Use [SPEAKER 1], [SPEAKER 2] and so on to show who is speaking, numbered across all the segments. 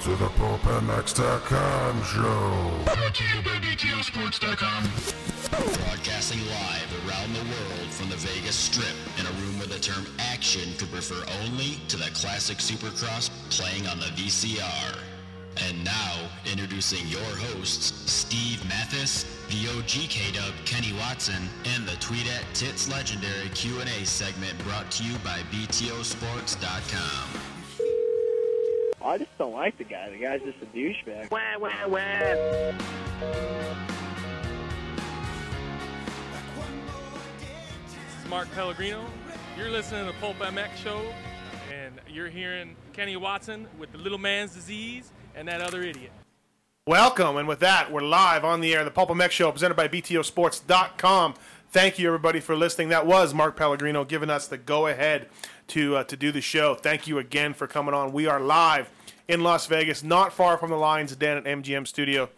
[SPEAKER 1] to the PulpMX.com show.
[SPEAKER 2] Brought to you by BTOsports.com. Broadcasting live around the world from the Vegas Strip in a room where the term action could refer only to the classic Supercross playing on the VCR. And now, introducing your hosts, Steve Mathis, the OG K-Dub Kenny Watson, and the Tweet at Tits Legendary Q&A segment brought to you by BTOsports.com.
[SPEAKER 3] I just don't like the guy. The guy's just a douchebag.
[SPEAKER 4] It's Mark Pellegrino. You're listening to the Pulp MX show, and you're hearing Kenny Watson with the little man's disease and that other idiot.
[SPEAKER 5] Welcome, and with that, we're live on the air. The Pulp Mech Show, presented by BTOsports.com. Thank you, everybody, for listening. That was Mark Pellegrino giving us the go ahead to uh, to do the show. Thank you again for coming on. We are live in Las Vegas, not far from the Lions Den at MGM Studio.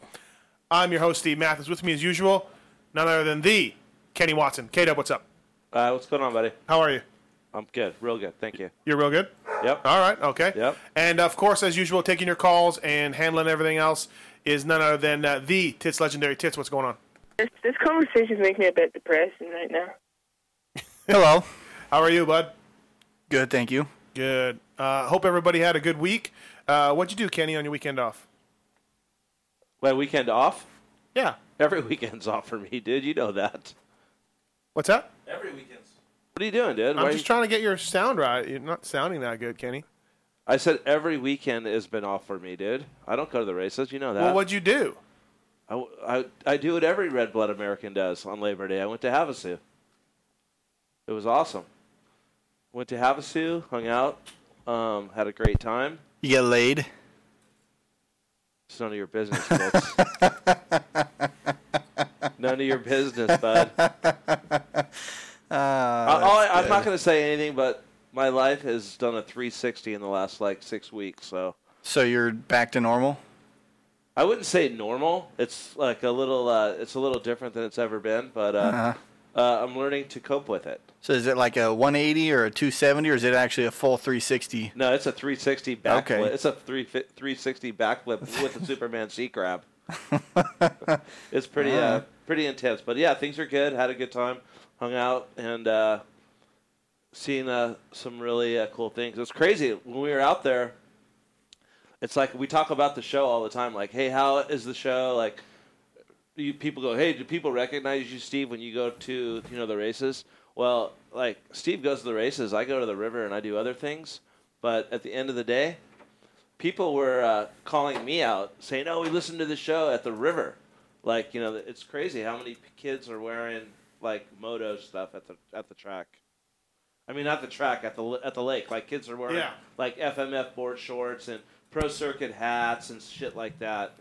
[SPEAKER 5] I'm your host, Steve Mathis. With me, as usual, none other than the Kenny Watson. K Dub, what's up?
[SPEAKER 6] Uh, what's going on, buddy?
[SPEAKER 5] How are you?
[SPEAKER 6] I'm good, real good. Thank you.
[SPEAKER 5] You're real good?
[SPEAKER 6] Yep.
[SPEAKER 5] All right. Okay.
[SPEAKER 6] Yep.
[SPEAKER 5] And of course, as usual, taking your calls and handling everything else is none other than uh, the Tits Legendary Tits. What's going on?
[SPEAKER 7] This this conversation's making me a bit depressing right now.
[SPEAKER 8] Hello.
[SPEAKER 5] How are you, bud?
[SPEAKER 8] Good, thank you.
[SPEAKER 5] Good. Uh, hope everybody had a good week. Uh, what'd you do, Kenny, on your weekend off?
[SPEAKER 6] Wait, weekend off?
[SPEAKER 5] Yeah.
[SPEAKER 6] Every weekend's off for me, dude. You know that.
[SPEAKER 5] What's that?
[SPEAKER 6] Every weekend's. What are you doing, dude? Why
[SPEAKER 5] I'm
[SPEAKER 6] are
[SPEAKER 5] just
[SPEAKER 6] you-
[SPEAKER 5] trying to get your sound right. You're not sounding that good, Kenny.
[SPEAKER 6] I said every weekend has been off for me, dude. I don't go to the races. You know that.
[SPEAKER 5] Well, what'd you do?
[SPEAKER 6] I, I, I do what every red blood American does on Labor Day. I went to Havasu. It was awesome. Went to Havasu, hung out, um, had a great time.
[SPEAKER 8] You get laid?
[SPEAKER 6] It's none of your business, Fitz. none of your business, bud.
[SPEAKER 8] Ah,
[SPEAKER 6] I, all I, I'm not going to say anything, but my life has done a 360 in the last like six weeks. So
[SPEAKER 8] So you're back to normal?
[SPEAKER 6] I wouldn't say normal. It's like a little, uh, it's a little different than it's ever been. But uh, uh I'm learning to cope with it.
[SPEAKER 8] So is it like a 180 or a 270 or is it actually a full 360?
[SPEAKER 6] No, it's a 360 backflip.
[SPEAKER 8] Okay.
[SPEAKER 6] It's a three fi- 360 backflip with a Superman sea crab. it's pretty uh, pretty intense, but yeah, things are good. Had a good time, hung out, and uh, seen uh, some really uh, cool things. It was crazy when we were out there. It's like we talk about the show all the time. Like, hey, how is the show? Like, you, people go, hey, do people recognize you, Steve, when you go to you know the races? Well, like Steve goes to the races, I go to the river and I do other things. But at the end of the day, people were uh, calling me out saying, "Oh, we listened to the show at the river." Like you know, it's crazy how many p- kids are wearing like moto stuff at the at the track. I mean, not the track at the l- at the lake. Like kids are wearing
[SPEAKER 5] Yeah.
[SPEAKER 6] like FMF board shorts and pro circuit hats and shit like that.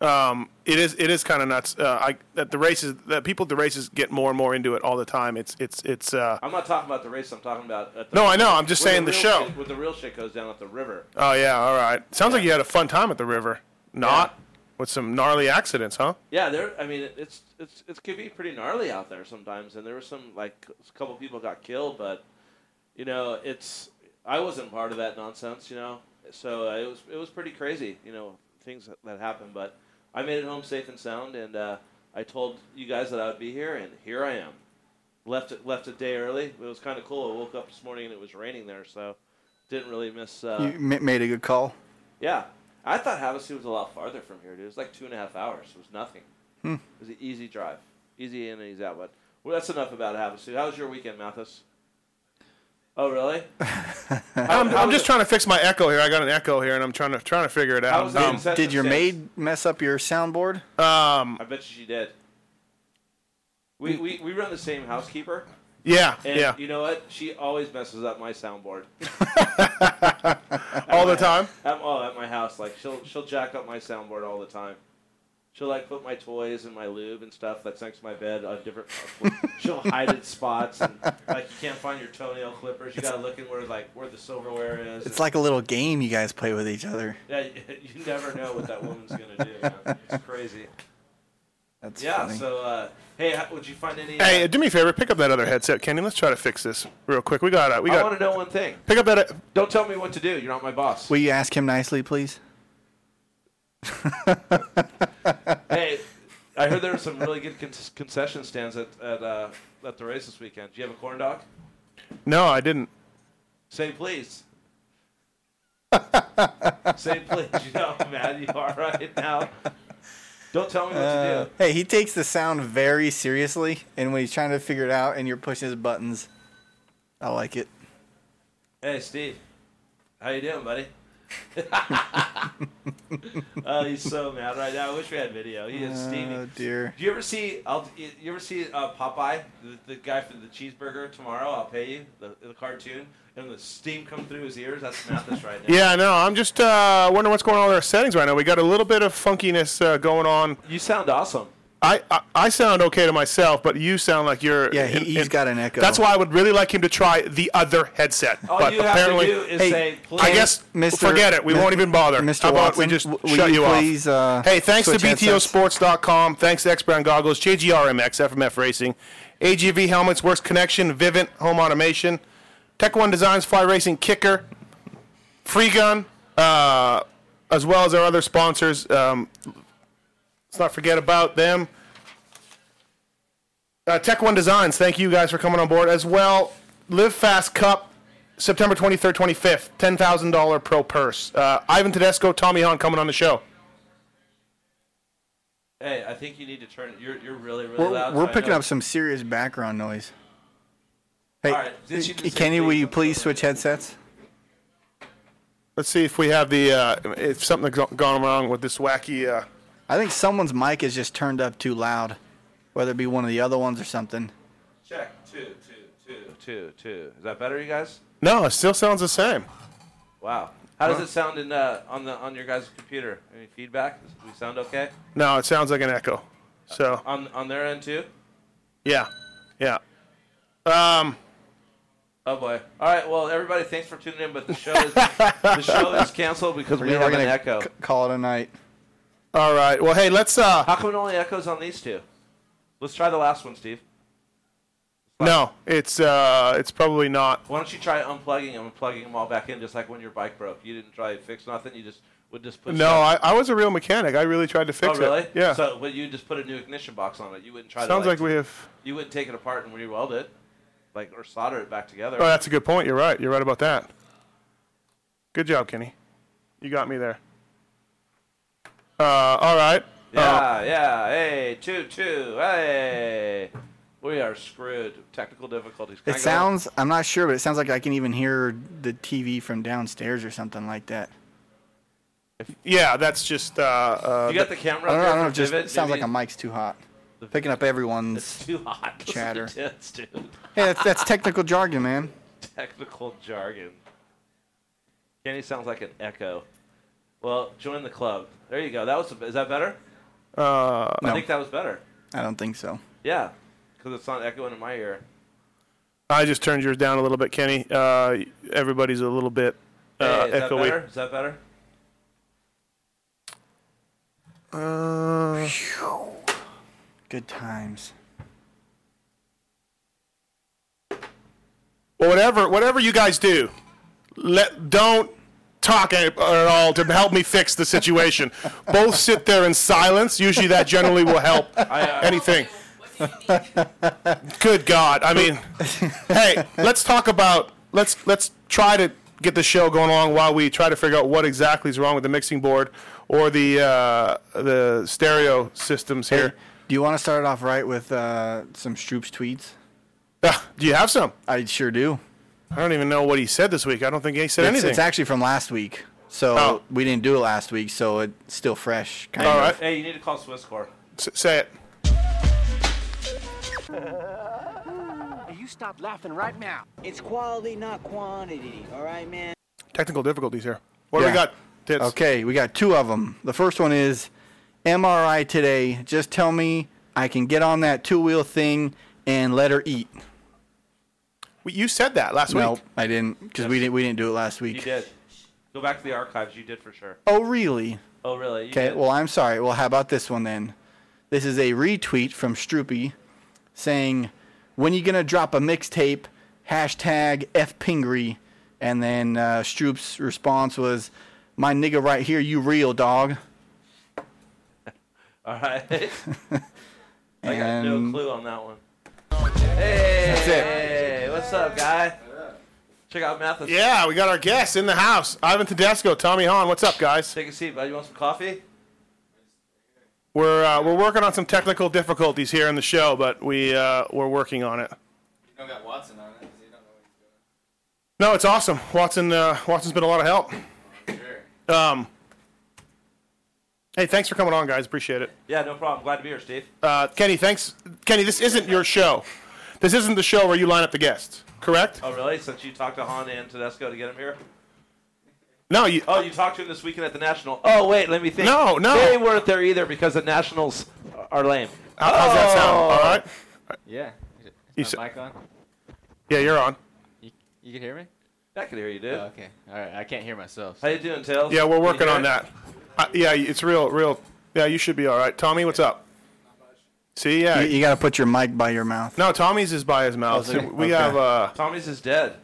[SPEAKER 5] um, it is it is kind of nuts. Uh, I that the races that people at the races get more and more into it all the time. It's it's it's. Uh,
[SPEAKER 6] I'm not talking about the race. I'm talking about at the
[SPEAKER 5] no, I know. I'm just
[SPEAKER 6] where
[SPEAKER 5] saying the,
[SPEAKER 6] real
[SPEAKER 5] show.
[SPEAKER 6] Shit, where the real shit goes down at the river.
[SPEAKER 5] Oh yeah, all right. Sounds like you had a fun time at the river. Not with some gnarly accidents, huh?
[SPEAKER 6] Yeah, there. I mean, it's it's it could be pretty gnarly out there sometimes, and there were some like a couple people got killed, but you know, it's I wasn't part of that nonsense, you know. So uh, it was it was pretty crazy, you know, things that, that happened. But I made it home safe and sound, and uh, I told you guys that I would be here, and here I am. Left it left a day early. It was kind of cool. I woke up this morning and it was raining there, so didn't really miss. Uh,
[SPEAKER 8] You ma- made a good call.
[SPEAKER 6] yeah. I thought Havasu was a lot farther from here, dude. It was like two and a half hours. It was nothing. It was an easy drive. Easy in and easy out. But well, that's enough about Havasu. How was your weekend, Mathis? Oh, really? How-
[SPEAKER 5] I'm,
[SPEAKER 6] how
[SPEAKER 5] I'm
[SPEAKER 6] was
[SPEAKER 5] just
[SPEAKER 6] it-
[SPEAKER 5] trying to fix my echo here. I got an echo here, and I'm trying to trying to figure it
[SPEAKER 6] How was
[SPEAKER 5] out.
[SPEAKER 6] the
[SPEAKER 5] Um,
[SPEAKER 6] concession
[SPEAKER 8] Did your
[SPEAKER 6] stands?
[SPEAKER 8] maid mess up your soundboard?
[SPEAKER 5] um,
[SPEAKER 6] I bet you she did. We, we, we run the same housekeeper.
[SPEAKER 5] yeah,
[SPEAKER 6] And
[SPEAKER 5] yeah,
[SPEAKER 6] you know what? She always messes up my soundboard.
[SPEAKER 5] all the time.
[SPEAKER 6] I'm all at my house. Like she'll she'll jack up my soundboard all the time. She'll like put my toys and my lube and stuff that's next to my bed on different. uh, she'll hide in spots and like you can't find your toenail clippers. You gotta look in where like where the silverware is.
[SPEAKER 8] It's like a little game you guys play with each other.
[SPEAKER 6] yeah, you, you never know what that woman's gonna do. Man. It's crazy.
[SPEAKER 8] That's
[SPEAKER 6] Yeah.
[SPEAKER 8] funny.
[SPEAKER 6] So uh, hey, how, would you find any? Uh,
[SPEAKER 5] Hey, do me a favor. Pick up that other headset, Kenny. Let's try to fix this real quick. We got it. We
[SPEAKER 6] I
[SPEAKER 5] got.
[SPEAKER 6] want to know one thing.
[SPEAKER 5] Pick up that.
[SPEAKER 6] Don't tell me what to do. You're not my boss.
[SPEAKER 8] Will you ask him nicely, please?
[SPEAKER 6] hey, I heard there were some really good con- concession stands at at, uh, at the race this weekend. Do you have a corn dog?
[SPEAKER 5] No, I didn't.
[SPEAKER 6] Say please. Say please. You know how mad you are right now. Don't tell me what to
[SPEAKER 8] Uh,
[SPEAKER 6] do.
[SPEAKER 8] hey, he takes the sound very seriously, and when he's trying to figure it out, and you're pushing his buttons, I like it.
[SPEAKER 6] Hey, Steve. How you doing, buddy? oh, he's so mad right now. I wish we had video. He is
[SPEAKER 8] Oh
[SPEAKER 6] Stevie.
[SPEAKER 8] dear.
[SPEAKER 6] Do you ever see? I'll, you you ever see uh, Popeye, the, the guy for the cheeseburger tomorrow? I'll pay you the, the cartoon, and the steam come through his ears. That's Mathis right now.
[SPEAKER 5] Yeah, no, I'm just uh, wondering what's going on with our settings right now. We got a little bit of funkiness uh, going on.
[SPEAKER 6] You sound awesome.
[SPEAKER 5] I, I I sound okay to myself, but you sound like you're.
[SPEAKER 8] Yeah, he,
[SPEAKER 5] in-
[SPEAKER 8] he's
[SPEAKER 5] in-
[SPEAKER 8] got an echo.
[SPEAKER 5] That's why I would really like him to try the other headset.
[SPEAKER 6] All
[SPEAKER 5] but
[SPEAKER 6] you have to
[SPEAKER 5] apparently,
[SPEAKER 6] do is
[SPEAKER 8] Hey,
[SPEAKER 6] say, please.
[SPEAKER 5] I guess
[SPEAKER 8] Mr.
[SPEAKER 5] forget it. We
[SPEAKER 8] Mi-
[SPEAKER 5] won't even bother.
[SPEAKER 8] Mr.
[SPEAKER 5] How about
[SPEAKER 8] Watson,
[SPEAKER 5] we just
[SPEAKER 8] w- will
[SPEAKER 5] shut
[SPEAKER 8] you
[SPEAKER 5] you, off?
[SPEAKER 8] please, uh,
[SPEAKER 5] hey, thanks to
[SPEAKER 8] switch headsets?
[SPEAKER 5] BTOsports.com. Thanks to X Brown Goggles, JGRMX, FMF Racing, AGV Helmets, Works Connection, Vivint Home Automation, Tech One Designs, Fly Racing, Kicker, Free Gun, uh, as well as our other sponsors. Um, let's not forget about them. Uh, Tech One Designs, thank you guys for coming on board as well. Live Fast Cup, September 23rd, 25th, $10,000 pro purse. Uh, Ivan Tedesco, Tommy Hahn coming on the show.
[SPEAKER 6] Hey, I think you need to turn. You're you're really really
[SPEAKER 8] We're,
[SPEAKER 6] loud.
[SPEAKER 8] we're
[SPEAKER 6] so I
[SPEAKER 8] picking
[SPEAKER 6] know-
[SPEAKER 8] up some serious background noise. Hey,
[SPEAKER 6] All right, did you just say
[SPEAKER 8] Kenny, will
[SPEAKER 6] please?
[SPEAKER 8] you please switch headsets?
[SPEAKER 5] Let's see if we have the, uh, if something's go- gone wrong with this wacky. Uh,
[SPEAKER 8] I think someone's mic is just turned up too loud, whether it be one of the other ones or something.
[SPEAKER 6] Check two two two two two. Is that better, you guys?
[SPEAKER 5] no, it still sounds the same.
[SPEAKER 6] Wow. How does it sound in uh, on the on your guys' computer? Any feedback? Does we sound okay
[SPEAKER 5] No, it sounds like an echo. So,
[SPEAKER 6] on on their end too?
[SPEAKER 5] yeah. Yeah. Um,
[SPEAKER 6] Oh boy! All right. Well, everybody, thanks for tuning in. But the show is the show is canceled because we
[SPEAKER 8] We're
[SPEAKER 6] have an
[SPEAKER 8] gonna
[SPEAKER 6] echo.
[SPEAKER 8] c- call it a night.
[SPEAKER 5] all right. Well, hey, let's. Uh,
[SPEAKER 6] How come it only echoes on these two? Let's try the last one, Steve.
[SPEAKER 5] no, it's uh, it's probably not.
[SPEAKER 6] Why don't you try unplugging them and plugging them all back in, just like when your bike broke? You didn't try to fix nothing. You just would just put.
[SPEAKER 5] No,
[SPEAKER 6] stuff-
[SPEAKER 5] I, I was a real mechanic. I really tried to
[SPEAKER 6] Oh
[SPEAKER 5] fix
[SPEAKER 6] really?
[SPEAKER 5] it. Yeah.
[SPEAKER 6] So, but you just put a new ignition box on it. You wouldn't try.
[SPEAKER 5] sounds
[SPEAKER 6] to, like,
[SPEAKER 5] like we have.
[SPEAKER 6] You wouldn't take it apart and re-weld it, like or solder it back together.
[SPEAKER 5] Oh, that's a good point. You're right. You're right about that. Good job, Kenny. You got me there. Uh, all right. Uh,
[SPEAKER 8] Oh.
[SPEAKER 6] Yeah, yeah. Hey, two, two. Hey, we are screwed. Technical difficulties. Can
[SPEAKER 8] It
[SPEAKER 6] I go-
[SPEAKER 8] sounds, I'm not sure, but it sounds like I can even hear the TV from downstairs or something like that.
[SPEAKER 5] yeah, that's just. Uh, uh,
[SPEAKER 6] You got the camera.
[SPEAKER 8] I don't know, I
[SPEAKER 6] up
[SPEAKER 8] don't know,
[SPEAKER 6] there
[SPEAKER 8] it just
[SPEAKER 6] for Vivid?
[SPEAKER 8] it sounds like
[SPEAKER 6] Maybe
[SPEAKER 8] a mic's too hot. Picking up everyone's.
[SPEAKER 6] It's too hot.
[SPEAKER 8] chatter.
[SPEAKER 6] This is intense, dude.
[SPEAKER 8] Hey, that's, that's technical jargon, man.
[SPEAKER 6] Technical jargon. Kenny sounds like an echo. Well, join the club. There you go. That was. Is that better?
[SPEAKER 5] uh,
[SPEAKER 6] I
[SPEAKER 8] No.
[SPEAKER 6] think that was better.
[SPEAKER 8] I don't think so.
[SPEAKER 6] Yeah, because it's not echoing in my ear.
[SPEAKER 5] I just turned yours down a little bit, Kenny. Uh, everybody's a little bit uh,
[SPEAKER 6] Hey, is that better?
[SPEAKER 5] echoey.
[SPEAKER 6] Is that better?
[SPEAKER 5] Uh,
[SPEAKER 8] Good times.
[SPEAKER 5] well, whatever, whatever you guys do, let don't talk a- at all to help me fix the situation. Both sit there in silence. Usually, that generally will help anything. Good God! I mean, hey, let's talk about let's let's try to get the show going along while we try to figure out what exactly is wrong with the mixing board or the uh, the stereo systems
[SPEAKER 8] Hey,
[SPEAKER 5] here.
[SPEAKER 8] do you want to start it off right with uh, some Stroop's tweets?
[SPEAKER 5] Ah, do you have some?
[SPEAKER 8] I sure do.
[SPEAKER 5] I don't even know what he said this week. I don't think he said
[SPEAKER 8] It's,
[SPEAKER 5] anything.
[SPEAKER 8] it's actually from last week. So
[SPEAKER 5] Oh.
[SPEAKER 8] we didn't do it last week, so it's still fresh. Kind
[SPEAKER 5] all
[SPEAKER 8] of.
[SPEAKER 5] right,
[SPEAKER 6] Hey, you need to call Swiss Corps.
[SPEAKER 5] S- say it.
[SPEAKER 9] You stop laughing right now. It's quality, not quantity. All right, man.
[SPEAKER 5] Technical difficulties here. What do
[SPEAKER 8] Yeah.
[SPEAKER 5] we got? Tits.
[SPEAKER 8] Okay, we got two of them. The first one is MRI today. Just tell me I can get on that two wheel thing and let her eat.
[SPEAKER 5] Well, You said that last
[SPEAKER 8] Nope,
[SPEAKER 5] week.
[SPEAKER 8] I didn't because we didn't we didn't do it last
[SPEAKER 6] You
[SPEAKER 8] week.
[SPEAKER 6] did. Go back to the archives. You did for sure.
[SPEAKER 8] Oh really?
[SPEAKER 6] Oh, really? You
[SPEAKER 8] Okay,
[SPEAKER 6] did.
[SPEAKER 8] well, I'm sorry. Well, how about this one then? This is a retweet from Stroopy saying, When you gonna drop a mixtape? Hashtag FPingry. And then uh, Stroop's response was, My nigga right here, you real dog.
[SPEAKER 6] All right. I got no
[SPEAKER 8] And-
[SPEAKER 6] clue on that one. Hey,
[SPEAKER 8] That's it.
[SPEAKER 6] hey, what's up, guy? Check out Mathis.
[SPEAKER 5] Yeah, we got our guests in the house. Ivan Tedesco, Tommy Hahn. What's up, guys?
[SPEAKER 6] Take a seat, bud. You want some coffee?
[SPEAKER 5] We're uh, we're working on some technical difficulties here in the show, but we uh, we're working on it.
[SPEAKER 10] You don't got Watson on it. 'cause You don't know what
[SPEAKER 5] No, it's awesome. Watson uh, Watson's been a lot of help. Um, hey, thanks for coming on, guys. Appreciate it.
[SPEAKER 6] Yeah, no problem. Glad to be here, Steve.
[SPEAKER 5] Uh, Kenny, thanks. Kenny, this isn't your show. This isn't the show where you line up the guests, correct?
[SPEAKER 6] Oh, really? Since you talked to Han and Tedesco to get him here?
[SPEAKER 5] No, you.
[SPEAKER 6] Oh, you talked to him this weekend at the National. Oh, wait, let me think.
[SPEAKER 5] No, no.
[SPEAKER 6] They weren't there either because the Nationals are lame. Oh.
[SPEAKER 5] How- How's that sound? All right.
[SPEAKER 10] Yeah. Is
[SPEAKER 5] You
[SPEAKER 10] my
[SPEAKER 5] s-
[SPEAKER 10] mic on?
[SPEAKER 5] Yeah, you're on.
[SPEAKER 10] You, you can hear me?
[SPEAKER 6] I can hear you, dude.
[SPEAKER 10] Oh, okay. All right. I can't hear myself.
[SPEAKER 6] How you doing, Tails?
[SPEAKER 5] Yeah, we're
[SPEAKER 6] Can you
[SPEAKER 5] working
[SPEAKER 6] hear
[SPEAKER 5] on
[SPEAKER 6] it?
[SPEAKER 5] that. Uh, yeah, it's real, real. Yeah, you should be all right. Tommy, what's up? See, yeah.
[SPEAKER 8] You, you got to put your mic by your mouth.
[SPEAKER 5] no, Tommy's is by his mouth.
[SPEAKER 8] Oh, is he?
[SPEAKER 5] We
[SPEAKER 8] Okay.
[SPEAKER 5] have. Uh,
[SPEAKER 6] Tommy's is dead.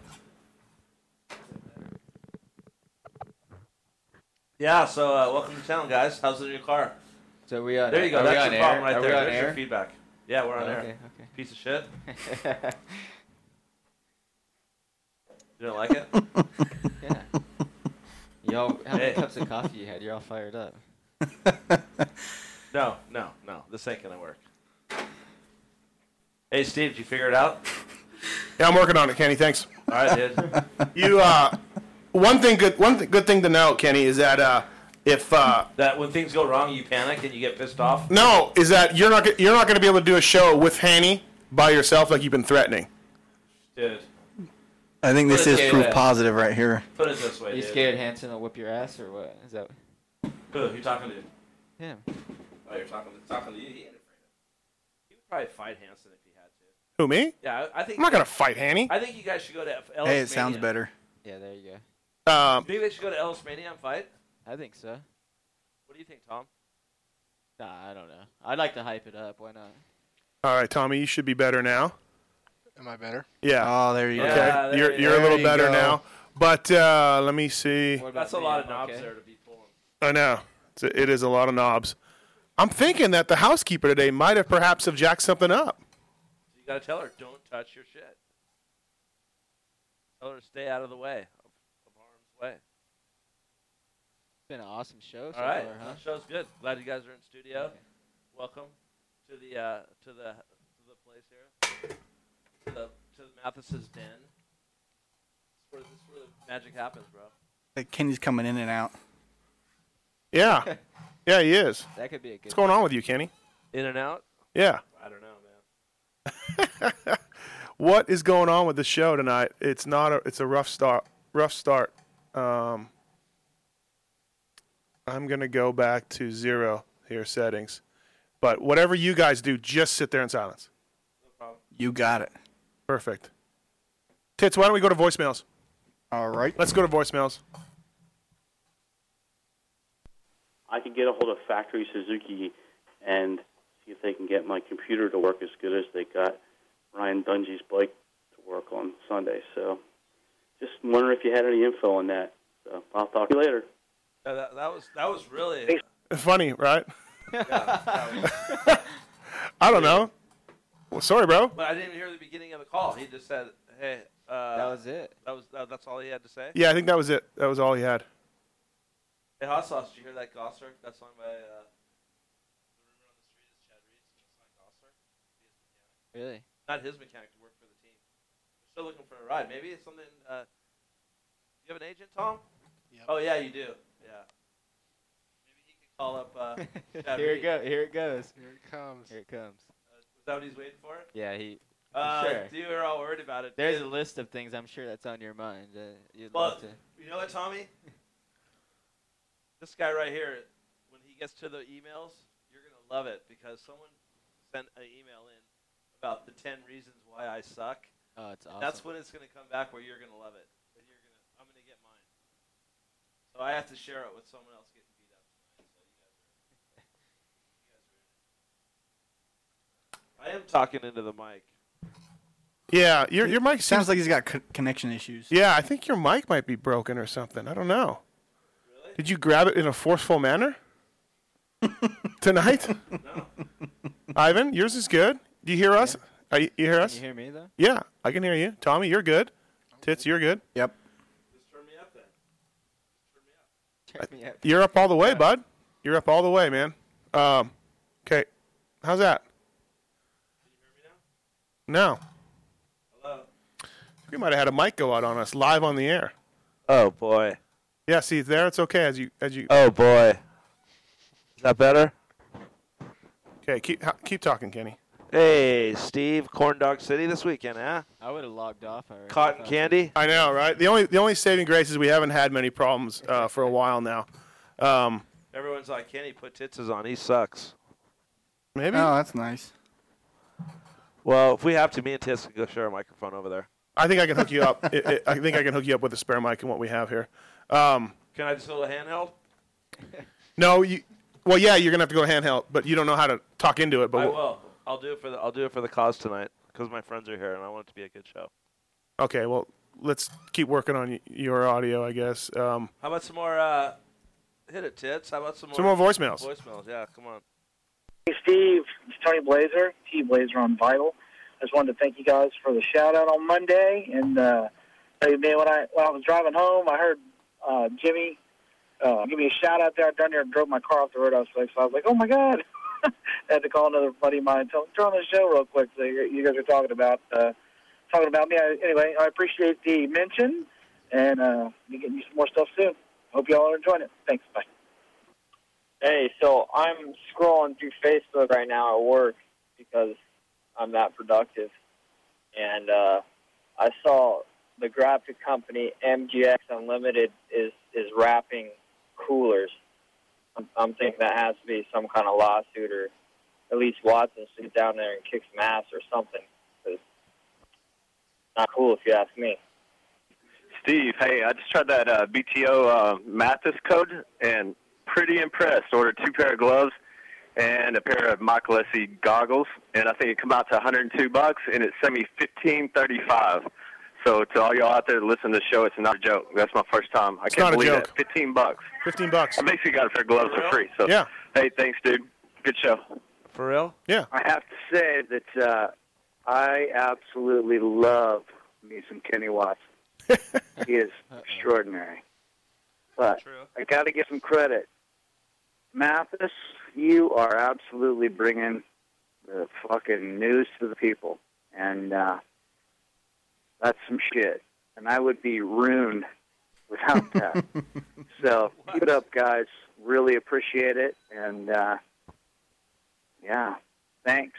[SPEAKER 6] Yeah, so uh, welcome to town, guys. How's the new car?
[SPEAKER 10] So we on?
[SPEAKER 6] There you go.
[SPEAKER 10] Are we
[SPEAKER 6] That's
[SPEAKER 10] on
[SPEAKER 6] your
[SPEAKER 10] air?
[SPEAKER 6] problem right
[SPEAKER 10] Are
[SPEAKER 6] there.
[SPEAKER 10] We on
[SPEAKER 6] There's your
[SPEAKER 10] air?
[SPEAKER 6] feedback. Yeah, we're on
[SPEAKER 10] Oh,
[SPEAKER 6] air.
[SPEAKER 10] okay, okay.
[SPEAKER 6] Piece of shit. You don't like it?
[SPEAKER 10] yeah. Y'all, how many
[SPEAKER 6] Hey.
[SPEAKER 10] cups of coffee you had? You're all fired up.
[SPEAKER 6] No, no, no. This ain't gonna work. Hey, Steve, did you figure it out?
[SPEAKER 5] uh, yeah, I'm working on it, Kenny. Thanks.
[SPEAKER 6] All right, dude.
[SPEAKER 5] You. Uh, one thing good. One th- good thing to know, Kenny, is that uh, if uh,
[SPEAKER 6] That when things go wrong, you panic and you get pissed off.
[SPEAKER 5] no, is that you're not g- you're not going to be able to do a show with Hanny by yourself like you've been threatening.
[SPEAKER 6] Dude,
[SPEAKER 8] I think this
[SPEAKER 6] Let's
[SPEAKER 8] is
[SPEAKER 6] do
[SPEAKER 8] proof
[SPEAKER 6] that.
[SPEAKER 8] positive right here.
[SPEAKER 6] put it this way,
[SPEAKER 10] you
[SPEAKER 6] dude.
[SPEAKER 10] scared Hanson will whip your ass or what? Is that
[SPEAKER 6] Who? Who you talking to?
[SPEAKER 10] him?
[SPEAKER 6] Oh, you're talking to talking to you. He ain't afraid of it. He would probably fight Hanson if he had to.
[SPEAKER 5] Who me?
[SPEAKER 6] Yeah, I, I think.
[SPEAKER 5] I'm not going to fight Hanny.
[SPEAKER 6] I think you guys should go to F- Ellis
[SPEAKER 8] Hey, it sounds
[SPEAKER 6] Mania.
[SPEAKER 8] better.
[SPEAKER 10] Yeah, there you go.
[SPEAKER 5] Um,
[SPEAKER 6] Maybe they should go to Ellis Mania and fight.
[SPEAKER 10] I think so.
[SPEAKER 6] What do you think, Tom?
[SPEAKER 10] Nah, I don't know. I'd like to hype it up. Why not?
[SPEAKER 5] all right, Tommy, you should be better now.
[SPEAKER 11] Am I better?
[SPEAKER 5] Yeah.
[SPEAKER 8] Oh, there you
[SPEAKER 5] Okay.
[SPEAKER 8] go.
[SPEAKER 6] Yeah, there
[SPEAKER 5] you're
[SPEAKER 6] you
[SPEAKER 5] you're a
[SPEAKER 8] go.
[SPEAKER 5] little
[SPEAKER 8] There you
[SPEAKER 5] better
[SPEAKER 8] go.
[SPEAKER 5] now. But uh, let me see.
[SPEAKER 10] What about
[SPEAKER 6] That's a
[SPEAKER 10] me?
[SPEAKER 6] lot
[SPEAKER 10] I'm
[SPEAKER 6] of knobs
[SPEAKER 10] okay.
[SPEAKER 6] there to be pulling.
[SPEAKER 5] I know. It's a, it is a lot of knobs. I'm thinking that the housekeeper today might have perhaps have jacked something up.
[SPEAKER 6] You gotta tell her, don't touch your shit. Tell her to stay out of the way, of, of harm's way.
[SPEAKER 10] It's been an awesome show so
[SPEAKER 6] All right,
[SPEAKER 10] far, huh?
[SPEAKER 6] the show's good. Glad you guys are in studio.
[SPEAKER 10] Okay.
[SPEAKER 6] Welcome to the uh, to the to the place here, to the to Mathis's den. This is where, this is where the magic happens, bro.
[SPEAKER 8] Like, Kenny's coming in and out.
[SPEAKER 5] Yeah. Yeah, he is.
[SPEAKER 10] That could be a good.
[SPEAKER 5] What's going on with you, Kenny?
[SPEAKER 6] In and out.
[SPEAKER 5] Yeah.
[SPEAKER 6] I don't know, man.
[SPEAKER 5] What is going on with the show tonight? It's not a it's a rough start rough start. Um I'm going to go back to zero here settings. But whatever you guys do, just sit there in silence.
[SPEAKER 8] You got it.
[SPEAKER 5] Perfect. Tits, why don't we go to voicemails?
[SPEAKER 8] All right.
[SPEAKER 5] Let's go to voicemails.
[SPEAKER 12] I could get a hold of Factory Suzuki and see if they can get my computer to work as good as they got Ryan Dungy's bike to work on Sunday. So just wondering if you had any info on that. So I'll talk to you later.
[SPEAKER 6] Yeah, that, that was that was really
[SPEAKER 5] Funny, right? I don't know. Well, sorry, bro.
[SPEAKER 6] But I didn't even hear the beginning of the call. He just said, "Hey, uh,
[SPEAKER 10] That was it.
[SPEAKER 6] that was that, that's all he had to say."
[SPEAKER 5] Yeah, I think that was it. That was all he had.
[SPEAKER 6] Hey, hot sauce! Did you hear that Gosser? That song by uh, the rumor on the street is Chad Reed's song Gosser.
[SPEAKER 10] Really?
[SPEAKER 6] Not his mechanic to work for the team. They're still looking for a ride. Maybe it's something. Uh, you have an agent, Tom?
[SPEAKER 11] Yep.
[SPEAKER 6] Oh yeah, you do. Yeah. Maybe he could call up. Uh, Chad
[SPEAKER 10] here
[SPEAKER 6] Reed.
[SPEAKER 10] it go. Here it goes.
[SPEAKER 11] Here it comes.
[SPEAKER 10] Here it comes.
[SPEAKER 6] Is that what he's waiting for?
[SPEAKER 10] Yeah, he.
[SPEAKER 6] Uh,
[SPEAKER 10] Sure.
[SPEAKER 6] You were all worried about it.
[SPEAKER 10] There's a
[SPEAKER 6] dude.
[SPEAKER 10] list of things I'm sure that's on your mind. Uh, you'd
[SPEAKER 6] Well,
[SPEAKER 10] love to.
[SPEAKER 6] you know what, Tommy? this guy right here, when he gets to the emails, you're gonna love it because someone sent an email in about the ten reasons why I suck.
[SPEAKER 10] Oh, it's awesome.
[SPEAKER 6] That's when it's gonna come back where you're gonna love it. And you're gonna, I'm gonna get mine. So I have to share it with someone else getting beat up. Tonight, so you guys are, you guys are in it. I am talking into the mic.
[SPEAKER 5] Yeah, your your mic
[SPEAKER 8] Sounds
[SPEAKER 5] sounds.
[SPEAKER 8] like he's got co- connection issues.
[SPEAKER 5] Yeah, I think your mic might be broken or something. I don't know.
[SPEAKER 6] Really?
[SPEAKER 5] Did you grab it in a forceful manner? Tonight? Ivan, yours is good. Do you hear us? Are you, you hear us?
[SPEAKER 10] you hear me, though?
[SPEAKER 5] Yeah, I can hear you. Tommy, you're good. Tits, you're good. Yep. You're up all the way, bud. You're up all the way, man. Um, okay. How's that? Can you hear me now? No. We might have had a mic go out on us live on the air.
[SPEAKER 6] Oh boy.
[SPEAKER 5] Yeah, see there it's okay as you as you
[SPEAKER 6] Oh boy. Is that better?
[SPEAKER 5] Okay, keep ha- keep talking, Kenny.
[SPEAKER 6] Hey, Steve, Corn Dog City this weekend, huh?
[SPEAKER 10] I would have logged off already.
[SPEAKER 6] Cotton candy.
[SPEAKER 5] I know, right? The only the only saving grace is we haven't had many problems uh, for a while now. Um,
[SPEAKER 6] Everyone's like, Kenny put titses on. He sucks.
[SPEAKER 5] maybe.
[SPEAKER 13] Oh, that's nice.
[SPEAKER 6] Well, if we have to, me and Tits can go share a microphone over there.
[SPEAKER 5] I think I can hook you up. I I- I think I can hook you up with a spare mic and what we have here. Um,
[SPEAKER 6] Can I just hold a handheld?
[SPEAKER 5] no, you. Well, yeah, you're gonna have to go handheld, but you don't know how to talk into it. But
[SPEAKER 6] I
[SPEAKER 5] we'll-
[SPEAKER 6] will. I'll do it for the I'll do it for the cause tonight because my friends are here and I want it to be a good show.
[SPEAKER 5] okay, well, let's keep working on y- your audio, I guess. Um,
[SPEAKER 6] How about some more? Uh, hit it, Tits. How about some more?
[SPEAKER 5] Some more voicemails.
[SPEAKER 6] Voicemails. Yeah, come on.
[SPEAKER 3] Hey, Steve. It's Tony Blazer, T Blazer on Vital. I just wanted to thank you guys for the shout out on Monday. And, uh, tell you, man, when I, when I was driving home, I heard uh, Jimmy uh, give me a shout out there. I done there and drove my car off the road. I was like, so I was like, oh my God. I had to call another buddy of mine and tell him, turn on the show real quick. So you you guys are talking about, uh, talking about me. I, anyway, I appreciate the mention and, uh, be getting you some more stuff soon. Hope y'all are enjoying it. Thanks. Bye.
[SPEAKER 14] Hey, so I'm scrolling through Facebook right now at work because I'm that productive. And uh, I saw the graphic company MGX Unlimited is, is wrapping coolers. I'm, I'm thinking that has to be some kind of lawsuit or at least Watson should get down there and kick some ass or something. 'cause not cool if you ask me.
[SPEAKER 12] Steve, hey, I just tried that uh, BTO uh, Mathis code and pretty impressed. Ordered two pair of gloves and a pair of Mike Lessie goggles, and I think it come out to 102 bucks, and it sent me 1535. So to all y'all out there that listen to the show, it's not a joke. That's my first time. I
[SPEAKER 5] It's
[SPEAKER 12] can't
[SPEAKER 5] not a
[SPEAKER 12] believe
[SPEAKER 5] joke.
[SPEAKER 12] that. 15 bucks.
[SPEAKER 5] 15 bucks.
[SPEAKER 12] I basically got a pair of gloves for free. So
[SPEAKER 5] yeah.
[SPEAKER 12] Hey, thanks, dude. Good show.
[SPEAKER 6] For real?
[SPEAKER 5] Yeah.
[SPEAKER 15] I have to say that uh, I absolutely love me some Kenny Watson. he is extraordinary. But I got to give him credit. Mathis, you are absolutely bringing the fucking news to the people. And uh, that's some shit. And I would be ruined without that. so keep it up, guys. Really appreciate it. And uh, yeah, thanks.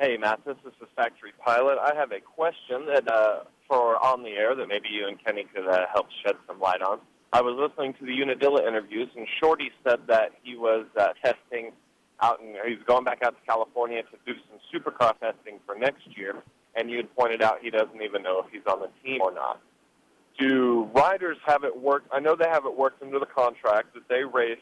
[SPEAKER 16] Hey, Matt, this is the factory pilot. I have a question that uh, for on the air that maybe you and Kenny could uh, help shed some light on. I was listening to the Unadilla interviews, and Shorty said that he was uh, testing out, and he was going back out to California to do some supercar testing for next year. And you had pointed out he doesn't even know if he's on the team or not. Do riders have it worked? I know they have it worked under the contract that they race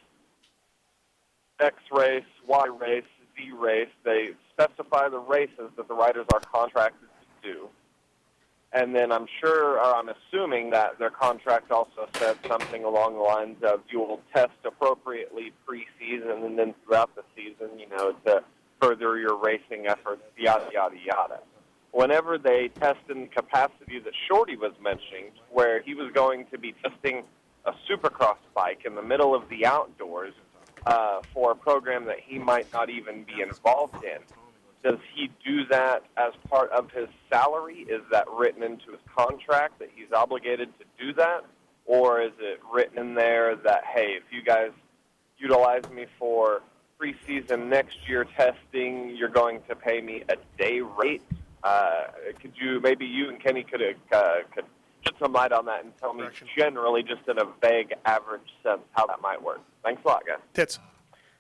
[SPEAKER 16] X race, Y race, Z race. They specify the races that the riders are contracted to do. And then I'm sure, or I'm assuming that their contract also says something along the lines of you will test appropriately preseason and then throughout the season, you know, to further your racing efforts, yada, yada, yada. Whenever they test in the capacity that Shorty was mentioning, where he was going to be testing a supercross bike in the middle of the outdoors, uh, for a program that he might not even be involved in. Does he do that as part of his salary? Is that written into his contract that he's obligated to do that? Or is it written in there that, hey, if you guys utilize me for preseason next year testing, you're going to pay me a day rate? Uh, could you, maybe you and Kenny could, uh, could shed some light on that and tell me generally, just in a vague average sense, how that might work? Thanks a lot, guys.
[SPEAKER 5] Tits.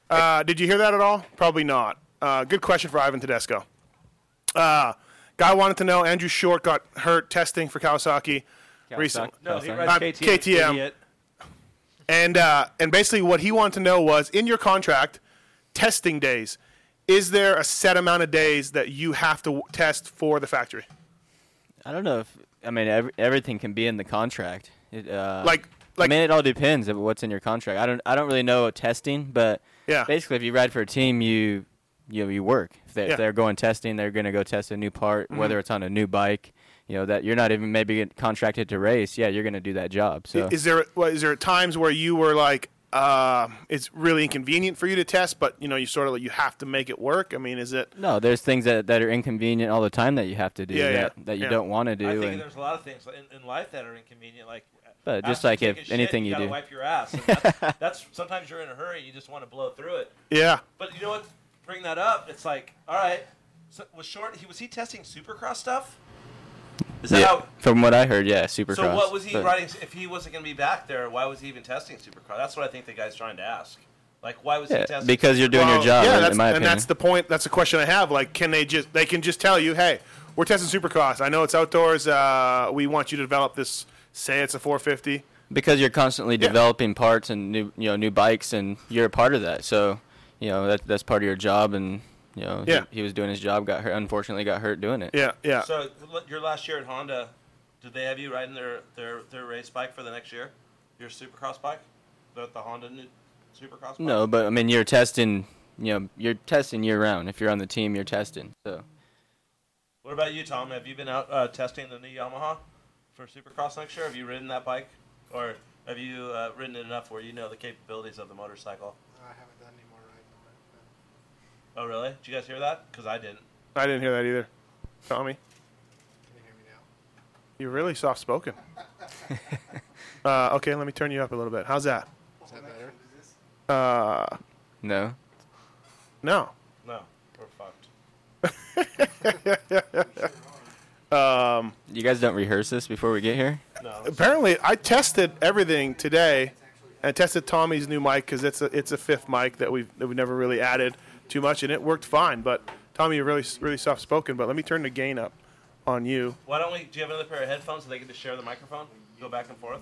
[SPEAKER 5] Uh, did you hear that at all? Probably not. Uh, good question for Ivan Tedesco. Uh, guy wanted to know Andrew Short got hurt testing for Kawasaki,
[SPEAKER 6] Kawasaki.
[SPEAKER 5] recently.
[SPEAKER 6] No, he
[SPEAKER 5] Uh,
[SPEAKER 6] rides KTM,
[SPEAKER 5] KTM.
[SPEAKER 6] idiot.
[SPEAKER 5] And uh, and basically, what he wanted to know was in your contract, testing days, is there a set amount of days that you have to w- test for the factory?
[SPEAKER 10] I don't know if I mean every, everything can be in the contract. It, uh,
[SPEAKER 5] like
[SPEAKER 10] I mean, it all depends of what's in your contract. I don't, I don't really know testing, but
[SPEAKER 5] yeah.
[SPEAKER 10] basically, if you ride for a team, you, you, you work. If, they,
[SPEAKER 5] Yeah.
[SPEAKER 10] if they're going testing, they're going to go test a new part,
[SPEAKER 5] Mhm.
[SPEAKER 10] whether it's on a new bike. You know that you're not even maybe get contracted to race. Yeah, you're going to do that job. So
[SPEAKER 5] Is there well, is there times where you were like, uh, it's really inconvenient for you to test, but you know you sort of like, you have to make it work? I mean, is it?
[SPEAKER 10] No, there's things that, that are inconvenient all the time that you have to do
[SPEAKER 5] Yeah,
[SPEAKER 10] that,
[SPEAKER 5] yeah,
[SPEAKER 10] that you
[SPEAKER 5] yeah.
[SPEAKER 10] don't want to do.
[SPEAKER 6] I think
[SPEAKER 10] and-
[SPEAKER 6] there's a lot of things in, in life that are inconvenient, like.
[SPEAKER 10] But just
[SPEAKER 6] after
[SPEAKER 10] like
[SPEAKER 6] you
[SPEAKER 10] if
[SPEAKER 6] take a shit,
[SPEAKER 10] anything
[SPEAKER 6] you,
[SPEAKER 10] you
[SPEAKER 6] gotta
[SPEAKER 10] do.
[SPEAKER 6] wipe your ass. And that's, that's sometimes you're in a hurry, you just want to blow through it.
[SPEAKER 5] Yeah.
[SPEAKER 6] But you know what? Bring that up. It's like, all right, so was short? He was he testing Supercross stuff? Is that
[SPEAKER 10] Yeah,
[SPEAKER 6] how?
[SPEAKER 10] from what I heard, yeah, Supercross.
[SPEAKER 6] So what was he
[SPEAKER 10] but-
[SPEAKER 6] riding? If he wasn't going to be back there, why was he even testing Supercross? That's what I think the guy's trying to ask. Like, why was he
[SPEAKER 10] Yeah,
[SPEAKER 6] testing?
[SPEAKER 10] because you're doing your
[SPEAKER 6] Supercross?
[SPEAKER 10] job,
[SPEAKER 5] Yeah,
[SPEAKER 10] in-
[SPEAKER 5] that's,
[SPEAKER 10] in my
[SPEAKER 5] and
[SPEAKER 10] opinion.
[SPEAKER 5] that's the point. That's the question I have. Like, can they just they can just tell you, hey, we're testing Supercross. I know it's outdoors. Uh, we want you to develop this. Say it's a 450.
[SPEAKER 10] because you're constantly developing parts and new you know new bikes and you're a part of that so you know that that's part of your job and you know he-
[SPEAKER 5] Yeah.
[SPEAKER 10] he, was doing his job got hurt unfortunately got hurt doing it
[SPEAKER 6] So l- your last year at Honda, did they have you riding their their, their race bike for the next year? Your Supercross bike, the, the Honda new Supercross. Bike?
[SPEAKER 10] no but i mean you're testing you know you're testing year round if you're on the team you're testing so
[SPEAKER 6] What about you, Tom? Have you been out uh, testing the new Yamaha for Supercross next year? Have you ridden that bike, or have you uh, ridden it enough where you know the capabilities of the motorcycle?
[SPEAKER 17] I haven't done any more uh, riding.
[SPEAKER 6] Oh, really? Did you guys hear that? Because I didn't.
[SPEAKER 5] I didn't hear that either, Tommy. You're really soft spoken. uh, okay, let me turn you up a little bit. How's that?
[SPEAKER 17] Is that better?
[SPEAKER 5] Uh,
[SPEAKER 10] no.
[SPEAKER 5] No.
[SPEAKER 6] No, we're fucked.
[SPEAKER 5] um,
[SPEAKER 10] you guys don't rehearse this before we get here
[SPEAKER 6] no
[SPEAKER 5] Apparently, I tested everything today. I tested Tommy's new mic because it's a it's a fifth mic that we've that we never really added too much, and it worked fine. But Tommy, you're really really soft spoken. But let me turn the gain up on you.
[SPEAKER 6] Why don't we? Do you have another pair of headphones so they can just share the microphone, go back and forth?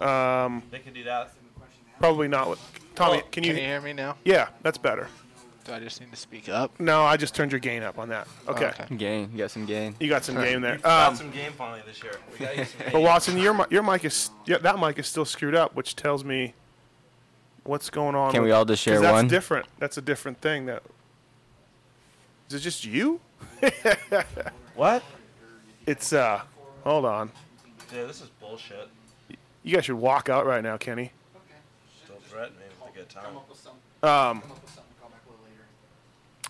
[SPEAKER 5] Um,
[SPEAKER 6] They can do that.
[SPEAKER 5] probably not. With, Tommy,
[SPEAKER 17] Oh,
[SPEAKER 5] can you
[SPEAKER 17] can you hear me now?
[SPEAKER 5] Yeah, that's better.
[SPEAKER 17] Do I just need to speak up?
[SPEAKER 5] No, I just turned your gain up on that. Okay.
[SPEAKER 10] gain you got some gain
[SPEAKER 5] You got some gain there.
[SPEAKER 6] We got
[SPEAKER 5] Um,
[SPEAKER 6] some game finally this year. We got you some
[SPEAKER 5] But
[SPEAKER 6] game.
[SPEAKER 5] Watson, your mi- your mic is yeah, that mic is still screwed up, which tells me what's going on.
[SPEAKER 10] Can
[SPEAKER 5] with-
[SPEAKER 10] we all just
[SPEAKER 5] 'cause
[SPEAKER 10] share
[SPEAKER 5] that's
[SPEAKER 10] one?
[SPEAKER 5] Different. That's a different thing. That is it. Just you?
[SPEAKER 6] what?
[SPEAKER 5] It's uh. Hold on.
[SPEAKER 6] Dude, this is bullshit.
[SPEAKER 5] You guys should walk out right now, Kenny.
[SPEAKER 6] Still threatening me with a good time.
[SPEAKER 5] Um.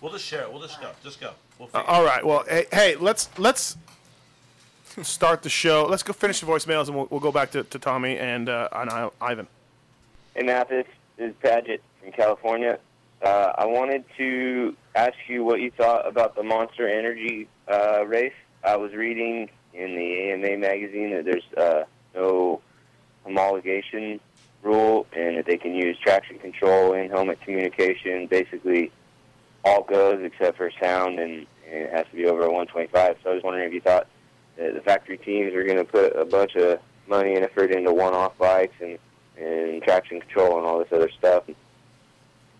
[SPEAKER 6] We'll just share it. We'll just go. Just go. We'll
[SPEAKER 5] Uh,
[SPEAKER 6] figure
[SPEAKER 5] all right. Well, hey, hey, let's let's start the show. Let's go finish the voicemails, and we'll, we'll go back to, to Tommy and uh, and I, Ivan.
[SPEAKER 18] Hey, Matt, this is Paget from California. Uh, I wanted to ask you what you thought about the Monster Energy uh, race. I was reading in the AMA magazine that there's uh, no homologation rule and that they can use traction control and helmet communication. Basically, all goes except for sound, and, and it has to be over 125. So I was wondering if you thought that the factory teams are going to put a bunch of money and effort into one-off bikes and and traction control and all this other stuff.